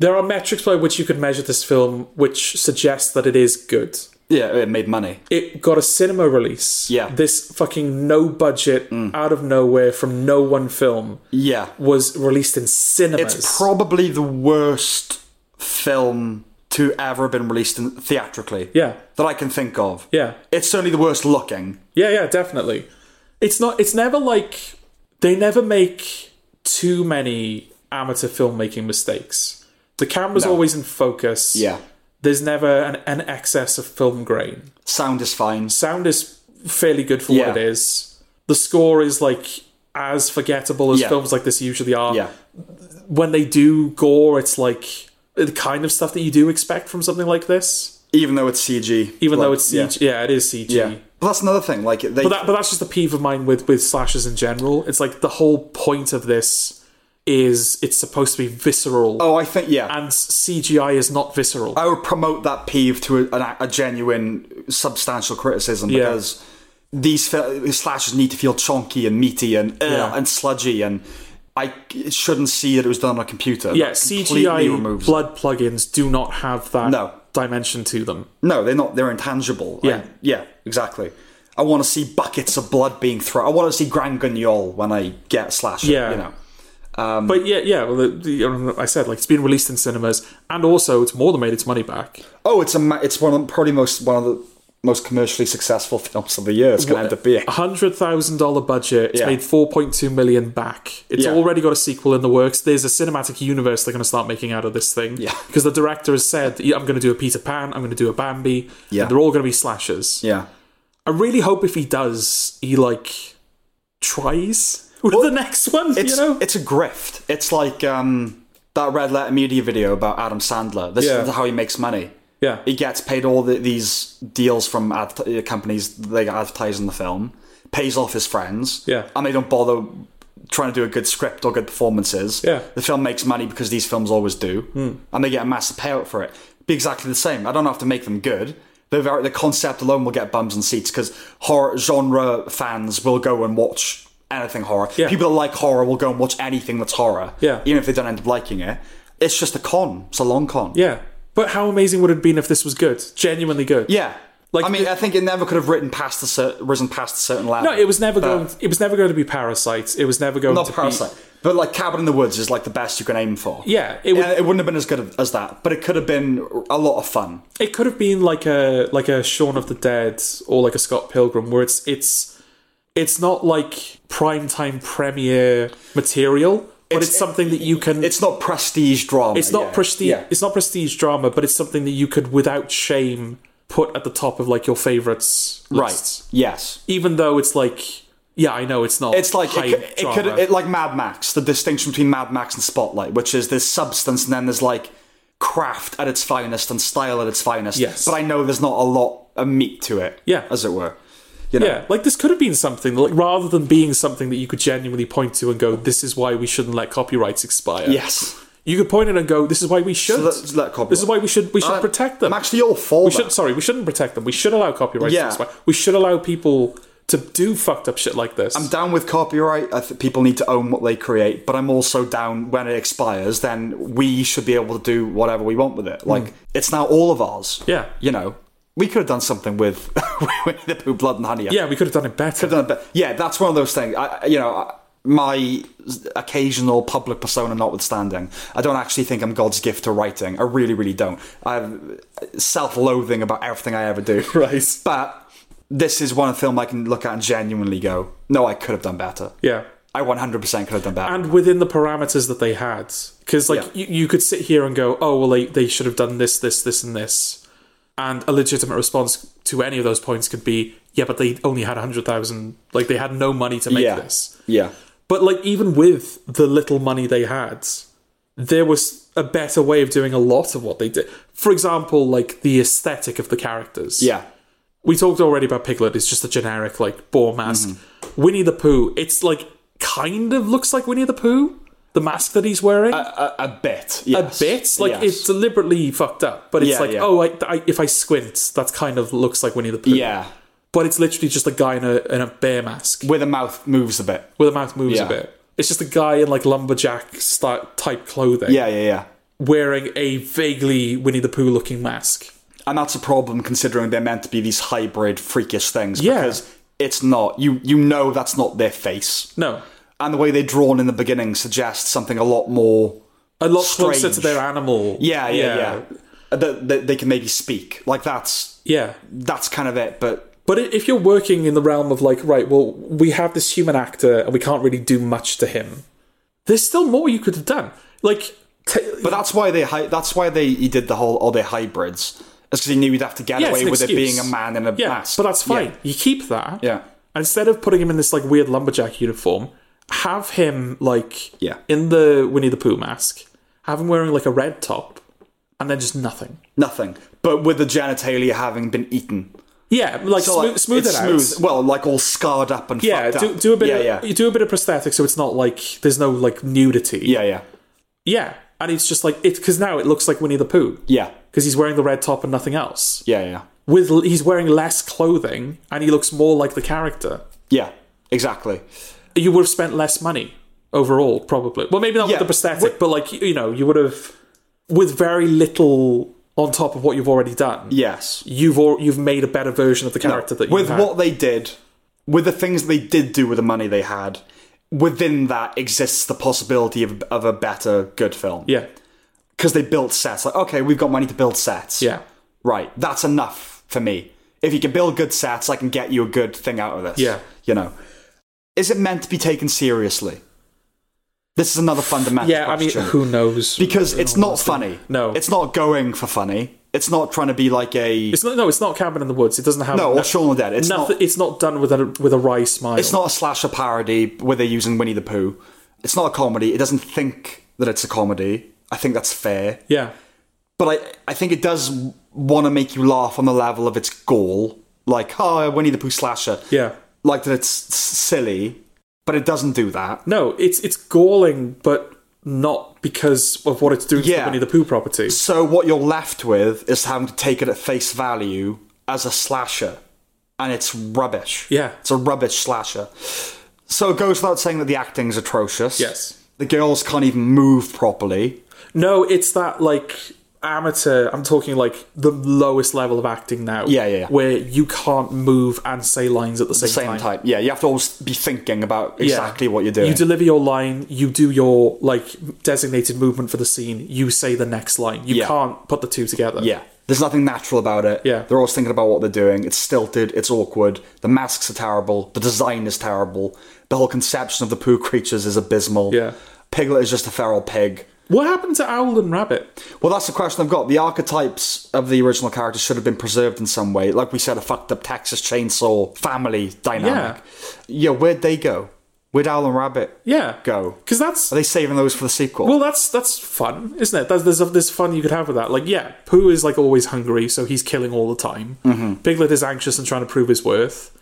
[SPEAKER 1] There are metrics by which you could measure this film, which suggests that it is good.
[SPEAKER 2] Yeah, it made money.
[SPEAKER 1] It got a cinema release.
[SPEAKER 2] Yeah. Mm.
[SPEAKER 1] This fucking no budget, out of nowhere, from no one film
[SPEAKER 2] Yeah.
[SPEAKER 1] was released in cinemas.
[SPEAKER 2] It's probably the worst film to ever have been released in, theatrically.
[SPEAKER 1] yeah,
[SPEAKER 2] That I can think of.
[SPEAKER 1] yeah,
[SPEAKER 2] It's certainly the worst looking.
[SPEAKER 1] yeah, yeah, definitely. It's not. It's never like they never make too many amateur filmmaking mistakes. The camera's always in focus. there's never an, an excess of film grain.
[SPEAKER 2] Sound is fine.
[SPEAKER 1] Sound is fairly good for
[SPEAKER 2] Yeah.
[SPEAKER 1] what it is. The score is like as forgettable as
[SPEAKER 2] Yeah.
[SPEAKER 1] films like this usually are.
[SPEAKER 2] Yeah.
[SPEAKER 1] When they do gore, it's like the kind of stuff that you do expect from something like this.
[SPEAKER 2] Even though it's CG.
[SPEAKER 1] Even though
[SPEAKER 2] Like,
[SPEAKER 1] it's CG, yeah, it is CG.
[SPEAKER 2] Yeah. yeah. But that's another thing. Like they
[SPEAKER 1] But that, but that's just a peeve of mine with with slashes in general. It's like the whole point of this is it's supposed to be visceral,
[SPEAKER 2] Oh, I think yeah.
[SPEAKER 1] and CGI is not visceral.
[SPEAKER 2] I would promote that peeve to a, an, a genuine, substantial criticism because these fil- slashes need to feel chunky and meaty and uh,
[SPEAKER 1] Yeah.
[SPEAKER 2] and sludgy, and I it shouldn't see that it was done on a computer.
[SPEAKER 1] yeah,
[SPEAKER 2] That completely
[SPEAKER 1] CGI blood plugins do not have that
[SPEAKER 2] No.
[SPEAKER 1] dimension to them.
[SPEAKER 2] No, they're not. They're intangible. I-
[SPEAKER 1] Yeah.
[SPEAKER 2] yeah, exactly. I want to see buckets of blood being thrown. I want to see Grand Guignol when I get slashed.
[SPEAKER 1] Yeah.
[SPEAKER 2] you know. Mm.
[SPEAKER 1] But yeah, yeah, well, the, the, um, I said like it's been released in cinemas, and also it's more than made its money back.
[SPEAKER 2] Oh, it's a. ma- It's one of the- probably most one of the most commercially successful [laughs] films of the year. It's going to end up being.
[SPEAKER 1] A hundred thousand dollar budget, it's
[SPEAKER 2] Yeah.
[SPEAKER 1] made four point two million back. It's
[SPEAKER 2] Yeah.
[SPEAKER 1] already got a sequel in the works. There's a cinematic universe they're going to start making out of this thing.
[SPEAKER 2] Yeah.
[SPEAKER 1] because the director has said, "Yeah, "I'm going to do a Peter Pan, I'm going to do a Bambi. and
[SPEAKER 2] Yeah.
[SPEAKER 1] they're all going to be slashers."
[SPEAKER 2] Yeah.
[SPEAKER 1] I really hope if he does, he like tries [laughs] with the next one.
[SPEAKER 2] it's
[SPEAKER 1] you know,
[SPEAKER 2] it's a grift. It's like um, that red letter media video about Adam Sandler. This
[SPEAKER 1] Yeah.
[SPEAKER 2] is how he makes money.
[SPEAKER 1] yeah,
[SPEAKER 2] He gets paid all the, these deals from adver- uh, companies they advertise in the film, pays off his friends,
[SPEAKER 1] Yeah.
[SPEAKER 2] and they don't bother trying to do a good script or good performances.
[SPEAKER 1] Yeah. Hmm.
[SPEAKER 2] The film makes money because these films always do, and they get a massive payout for it. Be exactly the same. I don't have to make them good. The, very, the concept alone will get bums and seats because horror genre fans will go and watch anything horror.
[SPEAKER 1] Yeah.
[SPEAKER 2] People that like horror will go and watch anything that's horror,
[SPEAKER 1] Yeah.
[SPEAKER 2] even if they don't end up liking it. It's just a con. It's a long con.
[SPEAKER 1] yeah. But how amazing would it have been if this was good, genuinely good?
[SPEAKER 2] Yeah.
[SPEAKER 1] Like
[SPEAKER 2] I mean,
[SPEAKER 1] the-
[SPEAKER 2] I think it never could have written past a cer- risen past a certain level.
[SPEAKER 1] No, it was never
[SPEAKER 2] But-
[SPEAKER 1] going. It was never going to be Parasite. It was never going
[SPEAKER 2] not
[SPEAKER 1] to
[SPEAKER 2] Parasite, but like Cabin in the Woods is like the best you can aim for.
[SPEAKER 1] Yeah, it
[SPEAKER 2] it,
[SPEAKER 1] would-
[SPEAKER 2] it wouldn't have been as good as that, but it could have been a lot of fun.
[SPEAKER 1] be. It could have been like a like a Shaun of the Dead or like a Scott Pilgrim, where it's it's it's not like primetime premiere material, but it's,
[SPEAKER 2] It's-
[SPEAKER 1] something that you can.
[SPEAKER 2] It's not prestige drama.
[SPEAKER 1] it's not
[SPEAKER 2] yeah.
[SPEAKER 1] prestige.
[SPEAKER 2] Yeah.
[SPEAKER 1] It's not prestige drama, but it's something that you could, without shame, put at the top of like your favorites.
[SPEAKER 2] right.
[SPEAKER 1] lists.
[SPEAKER 2] Yes,
[SPEAKER 1] Even though it's like, yeah, I know it's not.
[SPEAKER 2] it's like
[SPEAKER 1] high
[SPEAKER 2] it, could- it could
[SPEAKER 1] drama.
[SPEAKER 2] it, like Mad Max. The distinction between Mad Max and Spotlight, which is there's substance and then there's like craft at its finest and style at its finest.
[SPEAKER 1] Yes.
[SPEAKER 2] but I know there's not a lot of meat to it.
[SPEAKER 1] Yeah.
[SPEAKER 2] as it were. You know?
[SPEAKER 1] Yeah, like this could have been something like rather than being something that you could genuinely point to and go, "This is why we shouldn't let copyrights expire."
[SPEAKER 2] Yes.
[SPEAKER 1] you could point it and go, "This is why we should."
[SPEAKER 2] let's let copyright-
[SPEAKER 1] This is why we should we should
[SPEAKER 2] Uh,
[SPEAKER 1] protect them.
[SPEAKER 2] I'm actually all for
[SPEAKER 1] we
[SPEAKER 2] that.
[SPEAKER 1] should sorry, we shouldn't protect them. We should allow copyrights
[SPEAKER 2] Yeah.
[SPEAKER 1] to expire. We should allow people to do fucked up shit like this.
[SPEAKER 2] I'm down with copyright. I think people need to own what they create, but I'm also down when it expires, then we should be able to do whatever we want with it. Like, it's now all of ours.
[SPEAKER 1] Hmm. Yeah.
[SPEAKER 2] You know, we could have done something with [laughs] Winnie the Pooh, Blood and Honey.
[SPEAKER 1] yeah, we could have done it better.
[SPEAKER 2] Done a bit- Yeah, that's one of those things. I, I- you know, I- my occasional public persona notwithstanding, I don't actually think I'm God's gift to writing. I really, really don't. I have self loathing about everything I ever do.
[SPEAKER 1] [laughs] Right.
[SPEAKER 2] But this is one film I can look at and genuinely go, no, I could have done better.
[SPEAKER 1] Yeah.
[SPEAKER 2] I 100% could have done better.
[SPEAKER 1] And within the parameters that they had, because like
[SPEAKER 2] Yeah.
[SPEAKER 1] you, you could sit here and go, "Oh well, they they should have done this, this, this, and this," and a legitimate response to any of those points could be, "Yeah, but they only had a hundred thousand, like they had no money to make
[SPEAKER 2] yeah.
[SPEAKER 1] this."
[SPEAKER 2] Yeah.
[SPEAKER 1] But like even with the little money they had, there was a better way of doing a lot of what they did. For example, like the aesthetic of the characters.
[SPEAKER 2] Yeah.
[SPEAKER 1] We talked already about Piglet, it's just a generic like boar mask.
[SPEAKER 2] Mm-hmm.
[SPEAKER 1] Winnie the Pooh, it's like kind of looks like Winnie the Pooh, the mask that he's wearing.
[SPEAKER 2] A, a, a bit.
[SPEAKER 1] a
[SPEAKER 2] yes.
[SPEAKER 1] bit like
[SPEAKER 2] Yes.
[SPEAKER 1] it's deliberately fucked up, but it's
[SPEAKER 2] Yeah,
[SPEAKER 1] like
[SPEAKER 2] yeah.
[SPEAKER 1] oh, I, I, if I squint, that's kind of looks like Winnie the Pooh.
[SPEAKER 2] Yeah.
[SPEAKER 1] but it's literally just a guy in a in a bear mask
[SPEAKER 2] Where the mouth moves a bit.
[SPEAKER 1] where the mouth moves
[SPEAKER 2] Yeah.
[SPEAKER 1] a bit. It's just a guy in like lumberjack sty type clothing,
[SPEAKER 2] Yeah, yeah, yeah.
[SPEAKER 1] wearing a vaguely Winnie the Pooh looking mask.
[SPEAKER 2] And that's a problem considering they're meant to be these hybrid freakish things.
[SPEAKER 1] Yeah.
[SPEAKER 2] Because it's not. You you know that's not their face.
[SPEAKER 1] No,
[SPEAKER 2] And the way they're drawn in the beginning suggests something a lot more
[SPEAKER 1] a lot closer
[SPEAKER 2] Strange.
[SPEAKER 1] to their animal.
[SPEAKER 2] Yeah, yeah, yeah. That, that they can maybe speak. Like that's
[SPEAKER 1] yeah.
[SPEAKER 2] that's kind of it, but
[SPEAKER 1] But i- if you're working in the realm of like, right, well, we have this human actor and we can't really do much to him. There's still more you could have done. Like, t-
[SPEAKER 2] but that's why they hy- that's why they he did the whole all their hybrids. It's because he knew he'd have to get
[SPEAKER 1] Yeah, it's
[SPEAKER 2] away
[SPEAKER 1] an
[SPEAKER 2] with it
[SPEAKER 1] excuse.
[SPEAKER 2] being a man in a
[SPEAKER 1] yeah,
[SPEAKER 2] mask.
[SPEAKER 1] but that's fine.
[SPEAKER 2] Yeah.
[SPEAKER 1] You keep that.
[SPEAKER 2] Yeah.
[SPEAKER 1] Instead of putting him in this like weird lumberjack uniform, have him like
[SPEAKER 2] Yeah.
[SPEAKER 1] in the Winnie the Pooh mask. Have him wearing like a red top, and then just nothing.
[SPEAKER 2] Nothing. But with the genitalia having been eaten.
[SPEAKER 1] Yeah, like
[SPEAKER 2] So,
[SPEAKER 1] smooth,
[SPEAKER 2] like,
[SPEAKER 1] smooth it
[SPEAKER 2] it's
[SPEAKER 1] out.
[SPEAKER 2] Well, like all scarred up and
[SPEAKER 1] Yeah,
[SPEAKER 2] fucked
[SPEAKER 1] do,
[SPEAKER 2] up.
[SPEAKER 1] do a bit.
[SPEAKER 2] yeah,
[SPEAKER 1] of,
[SPEAKER 2] yeah.
[SPEAKER 1] You do a bit of prosthetics, so it's not like there's no like nudity.
[SPEAKER 2] Yeah, yeah.
[SPEAKER 1] Yeah, and it's just like it because now it looks like Winnie the Pooh
[SPEAKER 2] Yeah.
[SPEAKER 1] because he's wearing the red top and nothing else.
[SPEAKER 2] Yeah, yeah.
[SPEAKER 1] With l- he's wearing less clothing and he looks more like the character.
[SPEAKER 2] Yeah. Exactly.
[SPEAKER 1] You would have spent less money overall, probably. Well, maybe not
[SPEAKER 2] Yeah,
[SPEAKER 1] with the prosthetic,
[SPEAKER 2] with-
[SPEAKER 1] but like you know, you would have with very little on top of what you've already done.
[SPEAKER 2] Yes.
[SPEAKER 1] You've al- you've made a better version of the character that you
[SPEAKER 2] with
[SPEAKER 1] had.
[SPEAKER 2] what they did, with the things they did do with the money they had, within that exists the possibility of, of a better, good film.
[SPEAKER 1] Yeah,
[SPEAKER 2] Because they built sets. Like, okay, we've got money to build sets.
[SPEAKER 1] yeah,
[SPEAKER 2] Right. That's enough for me. If you can build good sets, I can get you a good thing out of this.
[SPEAKER 1] Yeah.
[SPEAKER 2] You know. Is it meant to be taken seriously? This is another fundamental
[SPEAKER 1] yeah. I mean,
[SPEAKER 2] question.
[SPEAKER 1] who knows?
[SPEAKER 2] because it's not funny.
[SPEAKER 1] No.
[SPEAKER 2] It's not going for funny. It's not trying to be like a.
[SPEAKER 1] it's not. No, it's not Cabin in the Woods. It doesn't have
[SPEAKER 2] no, or Shaun of the Dead. It's not.
[SPEAKER 1] nothing. it's not done with a with a wry smile.
[SPEAKER 2] It's not a slasher parody where they're using Winnie the Pooh. It's not a comedy. It doesn't think that it's a comedy. I think that's fair.
[SPEAKER 1] Yeah.
[SPEAKER 2] But I, I think it does want to make you laugh on the level of its gall. Like, oh, Winnie the Pooh slasher.
[SPEAKER 1] Yeah.
[SPEAKER 2] Like that it's s- silly, but it doesn't do that.
[SPEAKER 1] No, it's it's galling, but not because of what it's doing to
[SPEAKER 2] Yeah.
[SPEAKER 1] the Winnie the Pooh property.
[SPEAKER 2] So what you're left with is having to take it at face value as a slasher. And it's rubbish.
[SPEAKER 1] Yeah.
[SPEAKER 2] It's a rubbish slasher. So it goes without saying that the acting's atrocious.
[SPEAKER 1] Yes.
[SPEAKER 2] The girls can't even move properly.
[SPEAKER 1] No, it's that like amateur. I'm talking like the lowest level of acting now.
[SPEAKER 2] Yeah, yeah, yeah.
[SPEAKER 1] Where you can't move and say lines at the same,
[SPEAKER 2] same
[SPEAKER 1] time.
[SPEAKER 2] type. Yeah, you have to always be thinking about
[SPEAKER 1] Yeah.
[SPEAKER 2] exactly what you're doing.
[SPEAKER 1] You deliver your line. You do your like designated movement for the scene. You say the next line. You
[SPEAKER 2] Yeah.
[SPEAKER 1] can't put the two together.
[SPEAKER 2] yeah. There's nothing natural about it.
[SPEAKER 1] Yeah.
[SPEAKER 2] They're always thinking about what they're doing. It's stilted, it's awkward, the masks are terrible, the design is terrible, the whole conception of the poo creatures is abysmal.
[SPEAKER 1] Yeah.
[SPEAKER 2] Piglet is just a feral pig.
[SPEAKER 1] What happened to Owl and Rabbit?
[SPEAKER 2] Well, that's the question I've got. The archetypes of the original characters should have been preserved in some way. Like we said, a fucked up Texas chainsaw family dynamic. Yeah, where'd they go? Where'd Owl and Rabbit
[SPEAKER 1] Yeah.
[SPEAKER 2] go?
[SPEAKER 1] Because that's
[SPEAKER 2] Are they saving those for the sequel?
[SPEAKER 1] Well, that's that's fun, isn't it? There's there's, there's fun you could have with that. Like, yeah, Pooh is like always hungry, so he's killing all the time.
[SPEAKER 2] Mm-hmm.
[SPEAKER 1] Piglet is anxious and trying to prove his worth.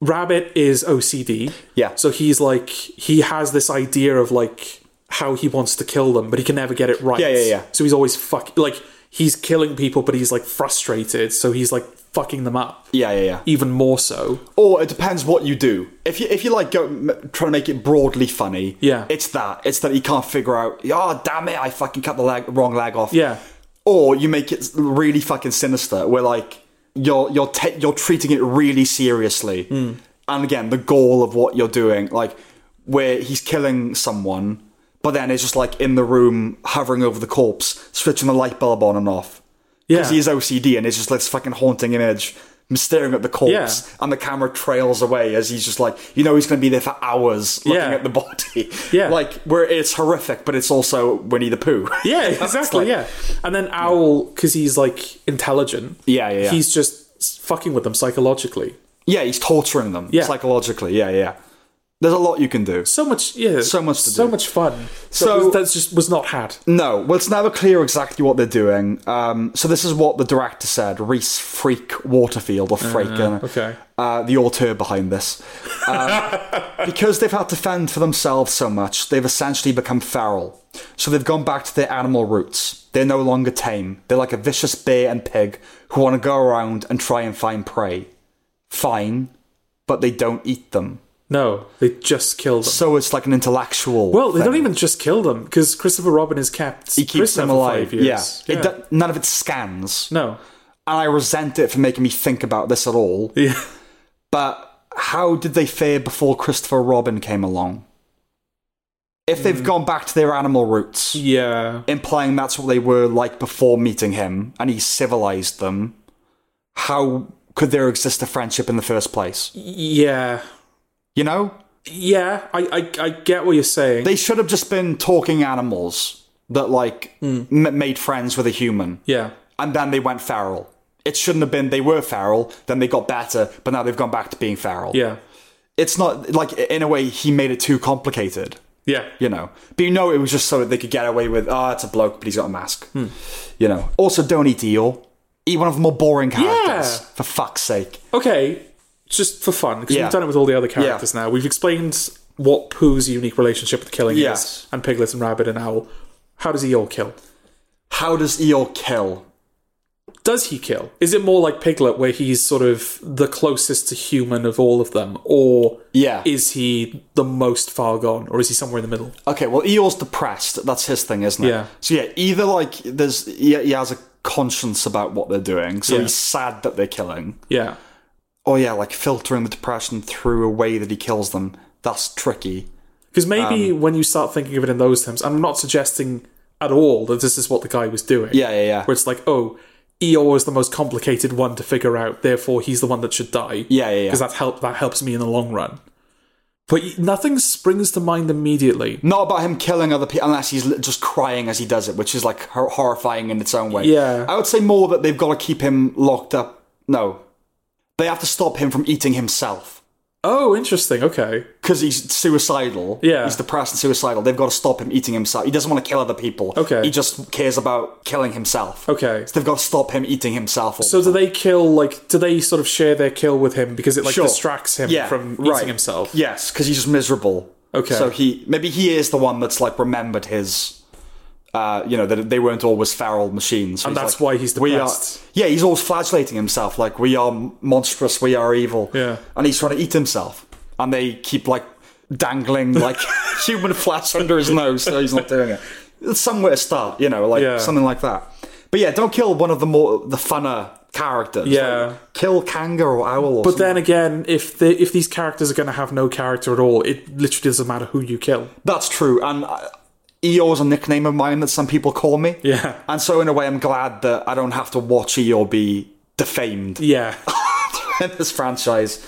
[SPEAKER 1] Rabbit is OCD,
[SPEAKER 2] Yeah.
[SPEAKER 1] so he's like he has this idea of like how he wants to kill them, but he can never get it right.
[SPEAKER 2] Yeah, yeah, yeah.
[SPEAKER 1] So he's always fuck like he's killing people, but he's like frustrated, so he's like fucking them up
[SPEAKER 2] yeah, yeah, yeah.
[SPEAKER 1] even more so.
[SPEAKER 2] Or it depends what you do. If you if you like go m- trying to make it broadly funny,
[SPEAKER 1] Yeah.
[SPEAKER 2] it's that. It's that you can't figure out. Oh damn it! I fucking cut the leg, wrong leg off.
[SPEAKER 1] Yeah.
[SPEAKER 2] Or you make it really fucking sinister, where like you're you're ta you're treating it really seriously.
[SPEAKER 1] Hmm.
[SPEAKER 2] And again, the goal of what you're doing, like where he's killing someone, but then it's just like in the room hovering over the corpse, switching the light bulb on and off
[SPEAKER 1] Yeah,
[SPEAKER 2] because he is OCD and it's just like this fucking haunting image I'm staring at the corpse
[SPEAKER 1] Yeah.
[SPEAKER 2] and the camera trails away as he's just like you know he's going to be there for hours looking
[SPEAKER 1] Yeah.
[SPEAKER 2] at the body
[SPEAKER 1] Yeah.
[SPEAKER 2] [laughs] like where it's horrific but it's also Winnie the Pooh
[SPEAKER 1] [laughs] Yeah,
[SPEAKER 2] It's
[SPEAKER 1] exactly.
[SPEAKER 2] like-
[SPEAKER 1] yeah, and then Owl because he's like intelligent.
[SPEAKER 2] Yeah, yeah, yeah.
[SPEAKER 1] He's just s- fucking with them psychologically.
[SPEAKER 2] yeah he's torturing them
[SPEAKER 1] Yeah.
[SPEAKER 2] psychologically yeah yeah there's a lot you can do
[SPEAKER 1] So much, yeah,
[SPEAKER 2] So much to
[SPEAKER 1] so
[SPEAKER 2] do.
[SPEAKER 1] much fun.
[SPEAKER 2] So-
[SPEAKER 1] So that was- that's just was not had.
[SPEAKER 2] no well it's never clear exactly what they're doing um, so this is what the director said Reese Freak Waterfield or Freak I don't know.
[SPEAKER 1] Okay,
[SPEAKER 2] uh, the auteur behind this.
[SPEAKER 1] [laughs]
[SPEAKER 2] Um, because they've had to fend for themselves so much, they've essentially become feral. So they've gone back to their animal roots. They're no longer tame. They're like a vicious bear and pig who want to go around and try and find prey. fine, but they don't eat them.
[SPEAKER 1] No, they just kill them.
[SPEAKER 2] So it's like an intellectual.
[SPEAKER 1] Well, they don't
[SPEAKER 2] thing.
[SPEAKER 1] even just kill them because Christopher Robin is kept.
[SPEAKER 2] He keeps them alive.
[SPEAKER 1] For five
[SPEAKER 2] Yeah.
[SPEAKER 1] years.
[SPEAKER 2] It do- none of it scans.
[SPEAKER 1] no.
[SPEAKER 2] And I resent it for making me think about this at all.
[SPEAKER 1] Yeah.
[SPEAKER 2] But how did they fare before Christopher Robin came along? If they've gone back to their animal roots,
[SPEAKER 1] Yeah.
[SPEAKER 2] implying that's what they were like before meeting him, and he civilized them, how could there exist a friendship in the first place?
[SPEAKER 1] Yeah.
[SPEAKER 2] You know?
[SPEAKER 1] Yeah. I, I, I get what you're saying.
[SPEAKER 2] They should have just been talking animals that, like, m- made friends with a human.
[SPEAKER 1] yeah.
[SPEAKER 2] and then they went feral. It shouldn't have been they were feral, then they got better, but now they've gone back to being feral.
[SPEAKER 1] Yeah.
[SPEAKER 2] It's not like in a way he made it too complicated,
[SPEAKER 1] Yeah.
[SPEAKER 2] you know. But you know it was just so that they could get away with oh it's a bloke, but he's got a mask.
[SPEAKER 1] Hmm.
[SPEAKER 2] You know. Also don't eat eel. Eat one of the more boring characters.
[SPEAKER 1] Yeah.
[SPEAKER 2] For fuck's sake.
[SPEAKER 1] Okay. Just for fun, because
[SPEAKER 2] Yeah.
[SPEAKER 1] we've done it with all the other characters now. We've explained what Pooh's unique relationship with killing
[SPEAKER 2] Yes.
[SPEAKER 1] is, and Piglet and Rabbit and Owl. How does Eeyore kill?
[SPEAKER 2] How does eel kill?
[SPEAKER 1] Does he kill? Is it more like Piglet, where he's sort of the closest to human of all of them, or
[SPEAKER 2] Yeah.
[SPEAKER 1] is he the most far gone, or is he somewhere in the middle?
[SPEAKER 2] Okay, well, Eeyore's depressed. That's his thing, isn't it?
[SPEAKER 1] Yeah.
[SPEAKER 2] So yeah, either like there's he, he has a conscience about what they're doing, so
[SPEAKER 1] Yeah.
[SPEAKER 2] he's sad that they're killing.
[SPEAKER 1] Yeah,
[SPEAKER 2] oh yeah, like filtering the depression through a way that he kills them. That's tricky.
[SPEAKER 1] because maybe
[SPEAKER 2] Um,
[SPEAKER 1] when you start thinking of it in those terms, I'm not suggesting at all that this is what the guy was doing.
[SPEAKER 2] Yeah, yeah, yeah.
[SPEAKER 1] where it's like, oh, Eeyore is the most complicated one to figure out, therefore he's the one that should die.
[SPEAKER 2] Yeah, yeah, yeah.
[SPEAKER 1] because that help that helps me in the long run. But y- nothing springs to mind immediately.
[SPEAKER 2] Not about him killing other people, unless he's li- just crying as he does it, which is like hor- horrifying in its own way.
[SPEAKER 1] Yeah.
[SPEAKER 2] I would say more that they've got to keep him locked up. No, they have to stop him from eating himself
[SPEAKER 1] Oh, interesting. Okay.
[SPEAKER 2] because he's suicidal.
[SPEAKER 1] Yeah.
[SPEAKER 2] he's depressed and suicidal. They've got to stop him eating himself. He doesn't want to kill other people.
[SPEAKER 1] Okay.
[SPEAKER 2] he just cares about killing himself.
[SPEAKER 1] Okay.
[SPEAKER 2] so they've got to stop him eating himself. all
[SPEAKER 1] So do they kill like do they sort of share their kill with him because it like
[SPEAKER 2] Sure.
[SPEAKER 1] distracts him
[SPEAKER 2] Yeah,
[SPEAKER 1] from eating
[SPEAKER 2] right.
[SPEAKER 1] himself?
[SPEAKER 2] Yes, because he's just miserable.
[SPEAKER 1] Okay.
[SPEAKER 2] So he maybe he is the one that's like remembered his. Uh, you know that they weren't always feral machines, So
[SPEAKER 1] And
[SPEAKER 2] he's
[SPEAKER 1] that's
[SPEAKER 2] like,
[SPEAKER 1] why he's
[SPEAKER 2] We are,
[SPEAKER 1] depressed.
[SPEAKER 2] yeah, he's always flagellating himself, like we are monstrous, we are evil.
[SPEAKER 1] Yeah.
[SPEAKER 2] and he's trying to eat himself, and they keep like
[SPEAKER 1] [laughs]
[SPEAKER 2] dangling like human flesh under his nose, so he's not doing it. It's somewhere to start, you know, like
[SPEAKER 1] Yeah.
[SPEAKER 2] something like that. But yeah, don't kill one of the more the funner characters.
[SPEAKER 1] Yeah.
[SPEAKER 2] Like, kill Kanga or Owl. Or
[SPEAKER 1] But then again, if the if these characters are going to have no character at all, it literally doesn't matter who you kill.
[SPEAKER 2] That's true, and uh, Eeyore's a nickname of mine that some people call me.
[SPEAKER 1] Yeah.
[SPEAKER 2] And so, in a way, I'm glad that I don't have to watch Eeyore be defamed [laughs]
[SPEAKER 1] Yeah.
[SPEAKER 2] in this franchise.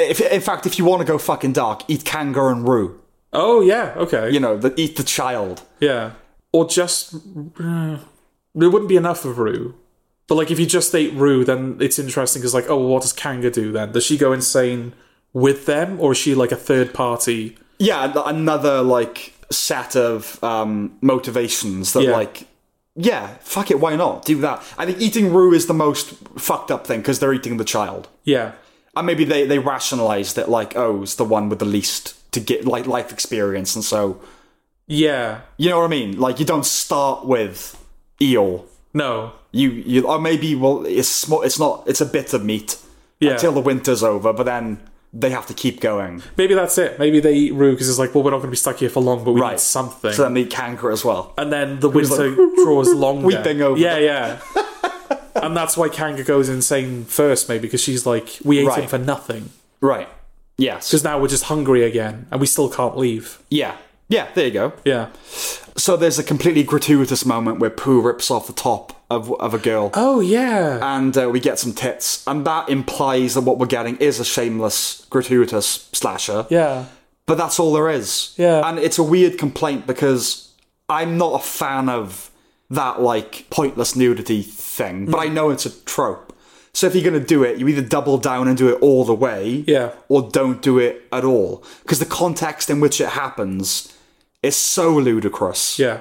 [SPEAKER 2] If, in fact, if you want to go fucking dark, eat Kanga and Roo.
[SPEAKER 1] oh yeah. Okay.
[SPEAKER 2] You know, the, eat the child.
[SPEAKER 1] Yeah. Or just uh, there wouldn't be enough of Rue. But like if you just ate Rue, then it's interesting because like oh, well, what does Kanga do then? Does she go insane with them, or is she like a third party?
[SPEAKER 2] Yeah, and another like set of um, motivations that
[SPEAKER 1] Yeah.
[SPEAKER 2] like. Yeah, fuck it, why not? Do that. I think eating Roo is the most fucked up thing because they're eating the child.
[SPEAKER 1] Yeah.
[SPEAKER 2] and Uh, maybe they they rationalized that like oh it's the one with the least to get like life experience and so
[SPEAKER 1] Yeah.
[SPEAKER 2] you know what i mean like you don't start with eel
[SPEAKER 1] No.
[SPEAKER 2] you you or maybe well it's small it's not it's a bit of meat
[SPEAKER 1] Yeah.
[SPEAKER 2] until the winter's over but then they have to keep going
[SPEAKER 1] Maybe that's it. Maybe they eat Rue because it's like, well, we're not going to be stuck here for long, but we
[SPEAKER 2] Right.
[SPEAKER 1] need something.
[SPEAKER 2] so then they canker as well
[SPEAKER 1] and then the winter
[SPEAKER 2] [laughs]
[SPEAKER 1] draws longer.
[SPEAKER 2] Weeping over
[SPEAKER 1] Yeah, yeah.
[SPEAKER 2] [laughs]
[SPEAKER 1] and that's why Kanga goes insane first, maybe because she's like, we ate him
[SPEAKER 2] Right.
[SPEAKER 1] for nothing
[SPEAKER 2] right yes
[SPEAKER 1] because now we're just hungry again, and we still can't leave.
[SPEAKER 2] yeah yeah there you go
[SPEAKER 1] Yeah.
[SPEAKER 2] so there's a completely gratuitous moment where pooh rips off the top of, of a girl
[SPEAKER 1] Oh yeah.
[SPEAKER 2] and uh, we get some tits, and that implies that what we're getting is a shameless, gratuitous slasher.
[SPEAKER 1] yeah.
[SPEAKER 2] But that's all there is.
[SPEAKER 1] Yeah.
[SPEAKER 2] And it's a weird complaint because I'm not a fan of that like pointless nudity thing, but I
[SPEAKER 1] Mm.
[SPEAKER 2] know it's a trope. So if you're going to do it, you either double down and do it all the way,
[SPEAKER 1] Yeah.
[SPEAKER 2] or don't do it at all because the context in which it happens is so ludicrous.
[SPEAKER 1] Yeah.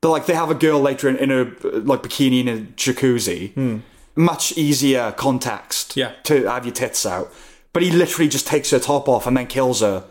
[SPEAKER 2] But like they have a girl later in, in a uh, like bikini in a jacuzzi. Much easier context
[SPEAKER 1] Hmm. Yeah.
[SPEAKER 2] to have your tits out. But he literally just takes her top off and then kills her.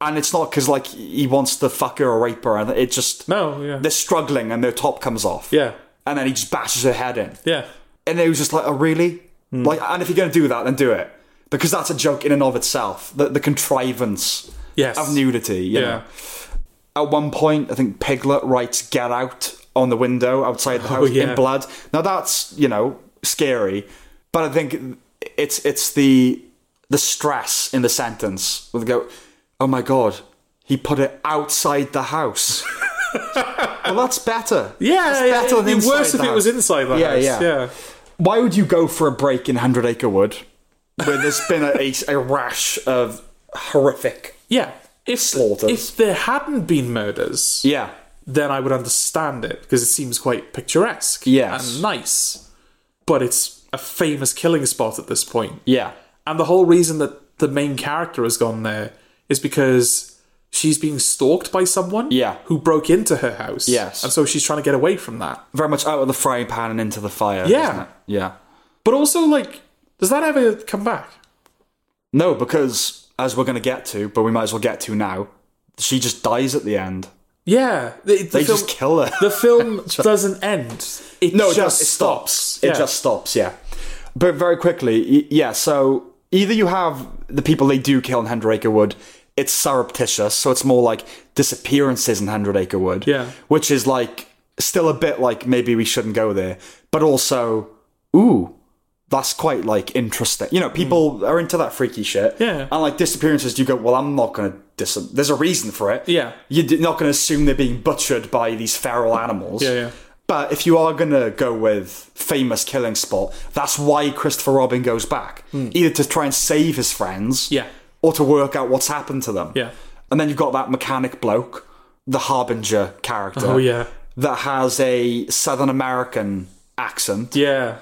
[SPEAKER 2] And it's not because like he wants to fuck her or rape her. And it just
[SPEAKER 1] No. Yeah.
[SPEAKER 2] they're struggling and their top comes off.
[SPEAKER 1] yeah.
[SPEAKER 2] And then he just bashes her head in.
[SPEAKER 1] Yeah. Hmm.
[SPEAKER 2] And it was just like, oh really? Like, and if you're gonna do that, then do it. because that's a joke in and of itself. The the contrivance
[SPEAKER 1] Yes.
[SPEAKER 2] of nudity. you know.
[SPEAKER 1] yeah.
[SPEAKER 2] At one point, I think Piglet writes "Get out" on the window outside the house
[SPEAKER 1] Oh, yeah.
[SPEAKER 2] in blood. Now that's you know scary, but I think it's it's the the stress in the sentence. Where they go, "Oh my god, he put it outside the
[SPEAKER 1] [laughs]
[SPEAKER 2] house." well, that's better.
[SPEAKER 1] Yeah,
[SPEAKER 2] that's
[SPEAKER 1] yeah,
[SPEAKER 2] better
[SPEAKER 1] it'd
[SPEAKER 2] than
[SPEAKER 1] be
[SPEAKER 2] inside
[SPEAKER 1] worse
[SPEAKER 2] the
[SPEAKER 1] if it
[SPEAKER 2] house.
[SPEAKER 1] was inside the
[SPEAKER 2] Yeah,
[SPEAKER 1] house.
[SPEAKER 2] yeah.
[SPEAKER 1] yeah.
[SPEAKER 2] Why would you go for a break in Hundred Acre Wood, where there's been a, a, a rash of horrific?
[SPEAKER 1] Yeah. If
[SPEAKER 2] Slaughters.
[SPEAKER 1] if there hadn't been murders,
[SPEAKER 2] Yeah,
[SPEAKER 1] then I would understand it because it seems quite picturesque
[SPEAKER 2] Yes.
[SPEAKER 1] and nice. But it's a famous killing spot at this point.
[SPEAKER 2] yeah,
[SPEAKER 1] And the whole reason that the main character has gone there is because she's being stalked by someone
[SPEAKER 2] Yeah.
[SPEAKER 1] who broke into her house.
[SPEAKER 2] Yes.
[SPEAKER 1] And so she's trying to get away from that.
[SPEAKER 2] very much out of the frying pan and into the fire.
[SPEAKER 1] Yeah.
[SPEAKER 2] isn't it? yeah.
[SPEAKER 1] But also, like, does that ever come back?
[SPEAKER 2] No, because as we're going to get to, but we might as well get to now. She just dies at the end.
[SPEAKER 1] Yeah. The, the
[SPEAKER 2] They
[SPEAKER 1] film,
[SPEAKER 2] just kill her.
[SPEAKER 1] The
[SPEAKER 2] [laughs]
[SPEAKER 1] film doesn't end. It
[SPEAKER 2] No, it
[SPEAKER 1] just
[SPEAKER 2] just it
[SPEAKER 1] stops.
[SPEAKER 2] stops. It
[SPEAKER 1] Yeah.
[SPEAKER 2] just stops. Yeah, but very quickly, y- yeah. So either you have the people they do kill in Hundred Acre Wood. It's surreptitious, so it's more like disappearances in Hundred Acre Wood.
[SPEAKER 1] Yeah.
[SPEAKER 2] which is like still a bit like maybe we shouldn't go there, but also ooh. That's quite like interesting. You know, people are into that freaky shit.
[SPEAKER 1] Hmm. Yeah.
[SPEAKER 2] And like disappearances, you go, well, I'm not going to dis. There's a reason for it.
[SPEAKER 1] Yeah.
[SPEAKER 2] You're not going to assume they're being butchered by these feral animals.
[SPEAKER 1] Yeah, yeah.
[SPEAKER 2] But if you are gonna go with famous killing spot, that's why Christopher Robin goes back, either to try and save his friends,
[SPEAKER 1] Hmm. Yeah.
[SPEAKER 2] or to work out what's happened to them.
[SPEAKER 1] Yeah.
[SPEAKER 2] And then you've got that mechanic bloke, the harbinger character.
[SPEAKER 1] Oh, yeah.
[SPEAKER 2] That has a Southern American accent
[SPEAKER 1] Yeah.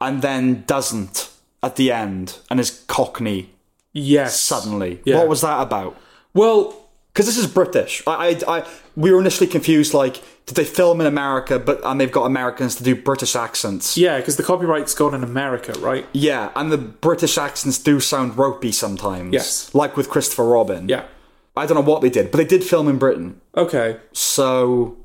[SPEAKER 2] and then doesn't at the end and is Cockney
[SPEAKER 1] Yes.
[SPEAKER 2] suddenly.
[SPEAKER 1] Yeah.
[SPEAKER 2] What was that about?
[SPEAKER 1] Well,
[SPEAKER 2] Because this is British. I, I, I, we were initially confused. Like, did they film in America, but and they've got Americans to do British accents?
[SPEAKER 1] yeah, because the copyright's gone in America, right?
[SPEAKER 2] Yeah, and the British accents do sound ropey sometimes.
[SPEAKER 1] Yes.
[SPEAKER 2] Like with Christopher Robin.
[SPEAKER 1] Yeah.
[SPEAKER 2] I don't know what they did, but they did film in Britain.
[SPEAKER 1] Okay.
[SPEAKER 2] So,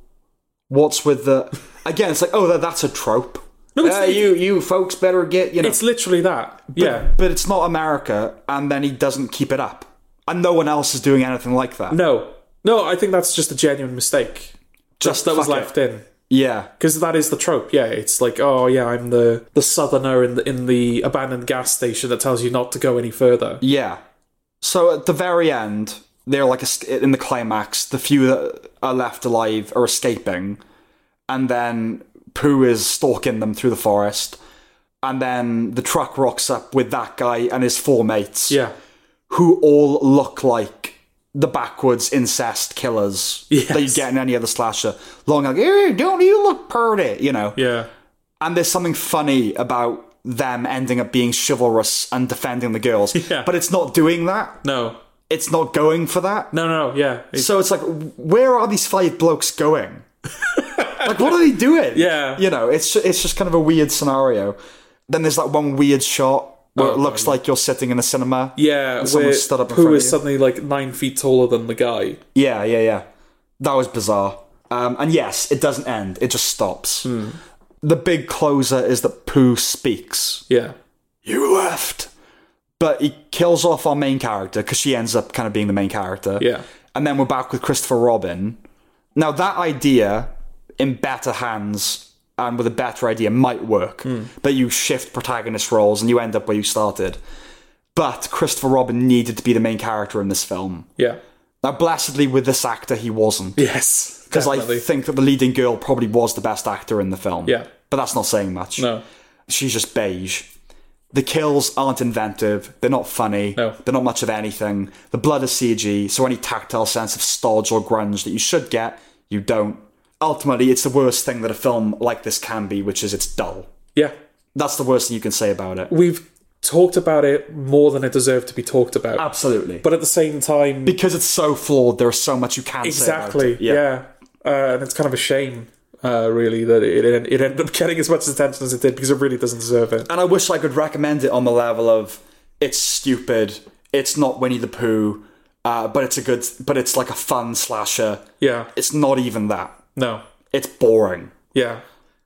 [SPEAKER 2] what's
[SPEAKER 1] [laughs]
[SPEAKER 2] with the. Again, it's like, oh, tha- that's a trope.
[SPEAKER 1] No, it's
[SPEAKER 2] Uh,
[SPEAKER 1] like-
[SPEAKER 2] you, you folks better get, you know.
[SPEAKER 1] It's literally that. yeah.
[SPEAKER 2] But it's not America, and then he doesn't keep it up. And no one else is doing anything like that.
[SPEAKER 1] No. No, I think that's just a genuine mistake. Just that was
[SPEAKER 2] fuck it.
[SPEAKER 1] left in.
[SPEAKER 2] Yeah.
[SPEAKER 1] Because that is the trope, yeah. It's like, oh yeah, I'm the the southerner in the in the abandoned gas station that tells you not to go any further.
[SPEAKER 2] Yeah. So at the very end, they're like es- in the climax. The few that are left alive are escaping, and then Pooh is stalking them through the forest. And then the truck rocks up with that guy and his four mates,
[SPEAKER 1] Yeah,
[SPEAKER 2] who all look like the backwards incest killers that you
[SPEAKER 1] Yes.
[SPEAKER 2] get in any other slasher. Long like, "Eh, don't you look pretty, you know?
[SPEAKER 1] yeah,
[SPEAKER 2] And there's something funny about them ending up being chivalrous and defending the girls,
[SPEAKER 1] [laughs] Yeah.
[SPEAKER 2] but it's not doing that
[SPEAKER 1] no,
[SPEAKER 2] it's not going for that.
[SPEAKER 1] no, no, no, yeah, It's-
[SPEAKER 2] So it's like, where are these five
[SPEAKER 1] [laughs]
[SPEAKER 2] blokes going? like, what are they doing?
[SPEAKER 1] Yeah.
[SPEAKER 2] you know, it's it's just kind of a weird scenario. Then there's that one weird shot where it
[SPEAKER 1] Oh,
[SPEAKER 2] looks like you're sitting in a cinema.
[SPEAKER 1] yeah.
[SPEAKER 2] someone
[SPEAKER 1] Where
[SPEAKER 2] stood up in
[SPEAKER 1] who
[SPEAKER 2] front of
[SPEAKER 1] is
[SPEAKER 2] you.
[SPEAKER 1] suddenly like nine feet taller than the guy?
[SPEAKER 2] yeah, yeah, yeah. That was bizarre. Um, and yes, it doesn't end; it just stops.
[SPEAKER 1] Hmm.
[SPEAKER 2] The big closer is that Pooh speaks.
[SPEAKER 1] Yeah,
[SPEAKER 2] You left, but he kills off our main character because she ends up kind of being the main character.
[SPEAKER 1] yeah,
[SPEAKER 2] and then we're back with Christopher Robin. Now that idea, in better hands and with a better idea, might work.
[SPEAKER 1] Hmm.
[SPEAKER 2] That you shift protagonist roles and you end up where you started. But Christopher Robin needed to be the main character in this film.
[SPEAKER 1] yeah.
[SPEAKER 2] Now, blessedly with this actor, he wasn't.
[SPEAKER 1] Yes,
[SPEAKER 2] Because I
[SPEAKER 1] definitely.
[SPEAKER 2] think that the leading girl probably was the best actor in the film.
[SPEAKER 1] Yeah.
[SPEAKER 2] But that's not saying much.
[SPEAKER 1] no,
[SPEAKER 2] She's just beige. The kills aren't inventive. They're not funny.
[SPEAKER 1] No.
[SPEAKER 2] They're not much of anything. The blood is CG, so any tactile sense of stodge or grunge that you should get, you don't. Ultimately, it's the worst thing that a film like this can be, which is it's dull.
[SPEAKER 1] yeah.
[SPEAKER 2] That's the worst thing you can say about it.
[SPEAKER 1] We've talked about it more than it deserved to be talked about,
[SPEAKER 2] Absolutely. But
[SPEAKER 1] but at the same time,
[SPEAKER 2] because it's so flawed, there is so much you can say.
[SPEAKER 1] exactly,
[SPEAKER 2] about it.
[SPEAKER 1] yeah. Uh, and it's kind of a shame, uh, really, that it it ended up [laughs] getting as much attention as it did because it really doesn't deserve it.
[SPEAKER 2] And I wish I could recommend it on the level of it's stupid, it's not Winnie the Pooh, uh, but it's a good, but it's like a fun slasher.
[SPEAKER 1] Yeah,
[SPEAKER 2] It's not even that.
[SPEAKER 1] no.
[SPEAKER 2] it's boring.
[SPEAKER 1] Yeah.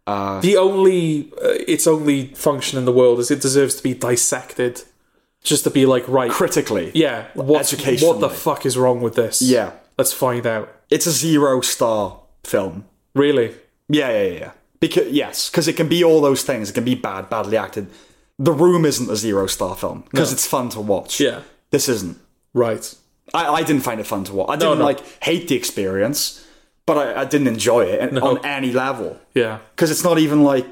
[SPEAKER 1] uh, the only uh, its only function in the world is it deserves to be dissected just to be like right
[SPEAKER 2] critically.
[SPEAKER 1] yeah what's, what the
[SPEAKER 2] educationally.
[SPEAKER 1] fuck is wrong with this
[SPEAKER 2] Yeah.
[SPEAKER 1] let's find out
[SPEAKER 2] It's a zero star film.
[SPEAKER 1] really
[SPEAKER 2] Yeah, yeah, yeah, yeah. Because yes, because it can be all those things. It can be bad, badly acted. The Room isn't a zero star film because it's fun to watch.
[SPEAKER 1] Yeah.
[SPEAKER 2] this isn't.
[SPEAKER 1] right
[SPEAKER 2] I, I didn't find it fun to watch. I didn't
[SPEAKER 1] no.
[SPEAKER 2] like hate the experience, but I, I didn't enjoy it on any level
[SPEAKER 1] yeah
[SPEAKER 2] because it's not even like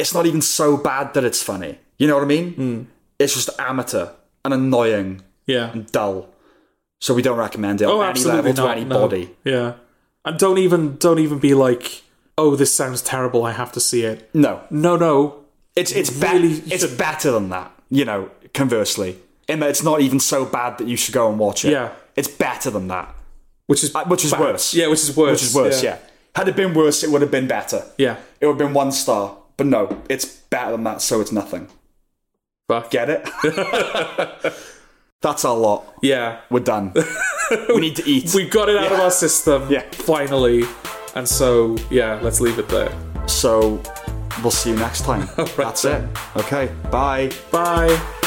[SPEAKER 2] it's not even so bad that it's funny. You know what I mean?
[SPEAKER 1] Hmm.
[SPEAKER 2] It's just amateur and annoying,
[SPEAKER 1] yeah Oh,
[SPEAKER 2] dull. So we don't recommend it on any level to
[SPEAKER 1] not,
[SPEAKER 2] anybody.
[SPEAKER 1] no. yeah and don't even don't even be like oh this sounds terrible i have to see it
[SPEAKER 2] No,
[SPEAKER 1] no no
[SPEAKER 2] It's it's be-
[SPEAKER 1] Really
[SPEAKER 2] it's better than that. You know, conversely, in that it's not even so bad that you should go and watch it.
[SPEAKER 1] Yeah.
[SPEAKER 2] it's better than that,
[SPEAKER 1] which is
[SPEAKER 2] Uh, which is
[SPEAKER 1] bad.
[SPEAKER 2] worse.
[SPEAKER 1] yeah which is worse
[SPEAKER 2] which is worse. Yeah. had it been worse, it would have been better.
[SPEAKER 1] yeah,
[SPEAKER 2] It would have been one star, but no, it's better than that, so it's nothing.
[SPEAKER 1] Fuck. [laughs]
[SPEAKER 2] Get it? That's our lot.
[SPEAKER 1] yeah. [laughs]
[SPEAKER 2] We're done. we need to eat.
[SPEAKER 1] we got it out of our system
[SPEAKER 2] Yeah.
[SPEAKER 1] finally and so yeah let's leave it there [laughs]
[SPEAKER 2] so we'll see you next time. That's
[SPEAKER 1] then.
[SPEAKER 2] it. Okay. Bye.
[SPEAKER 1] bye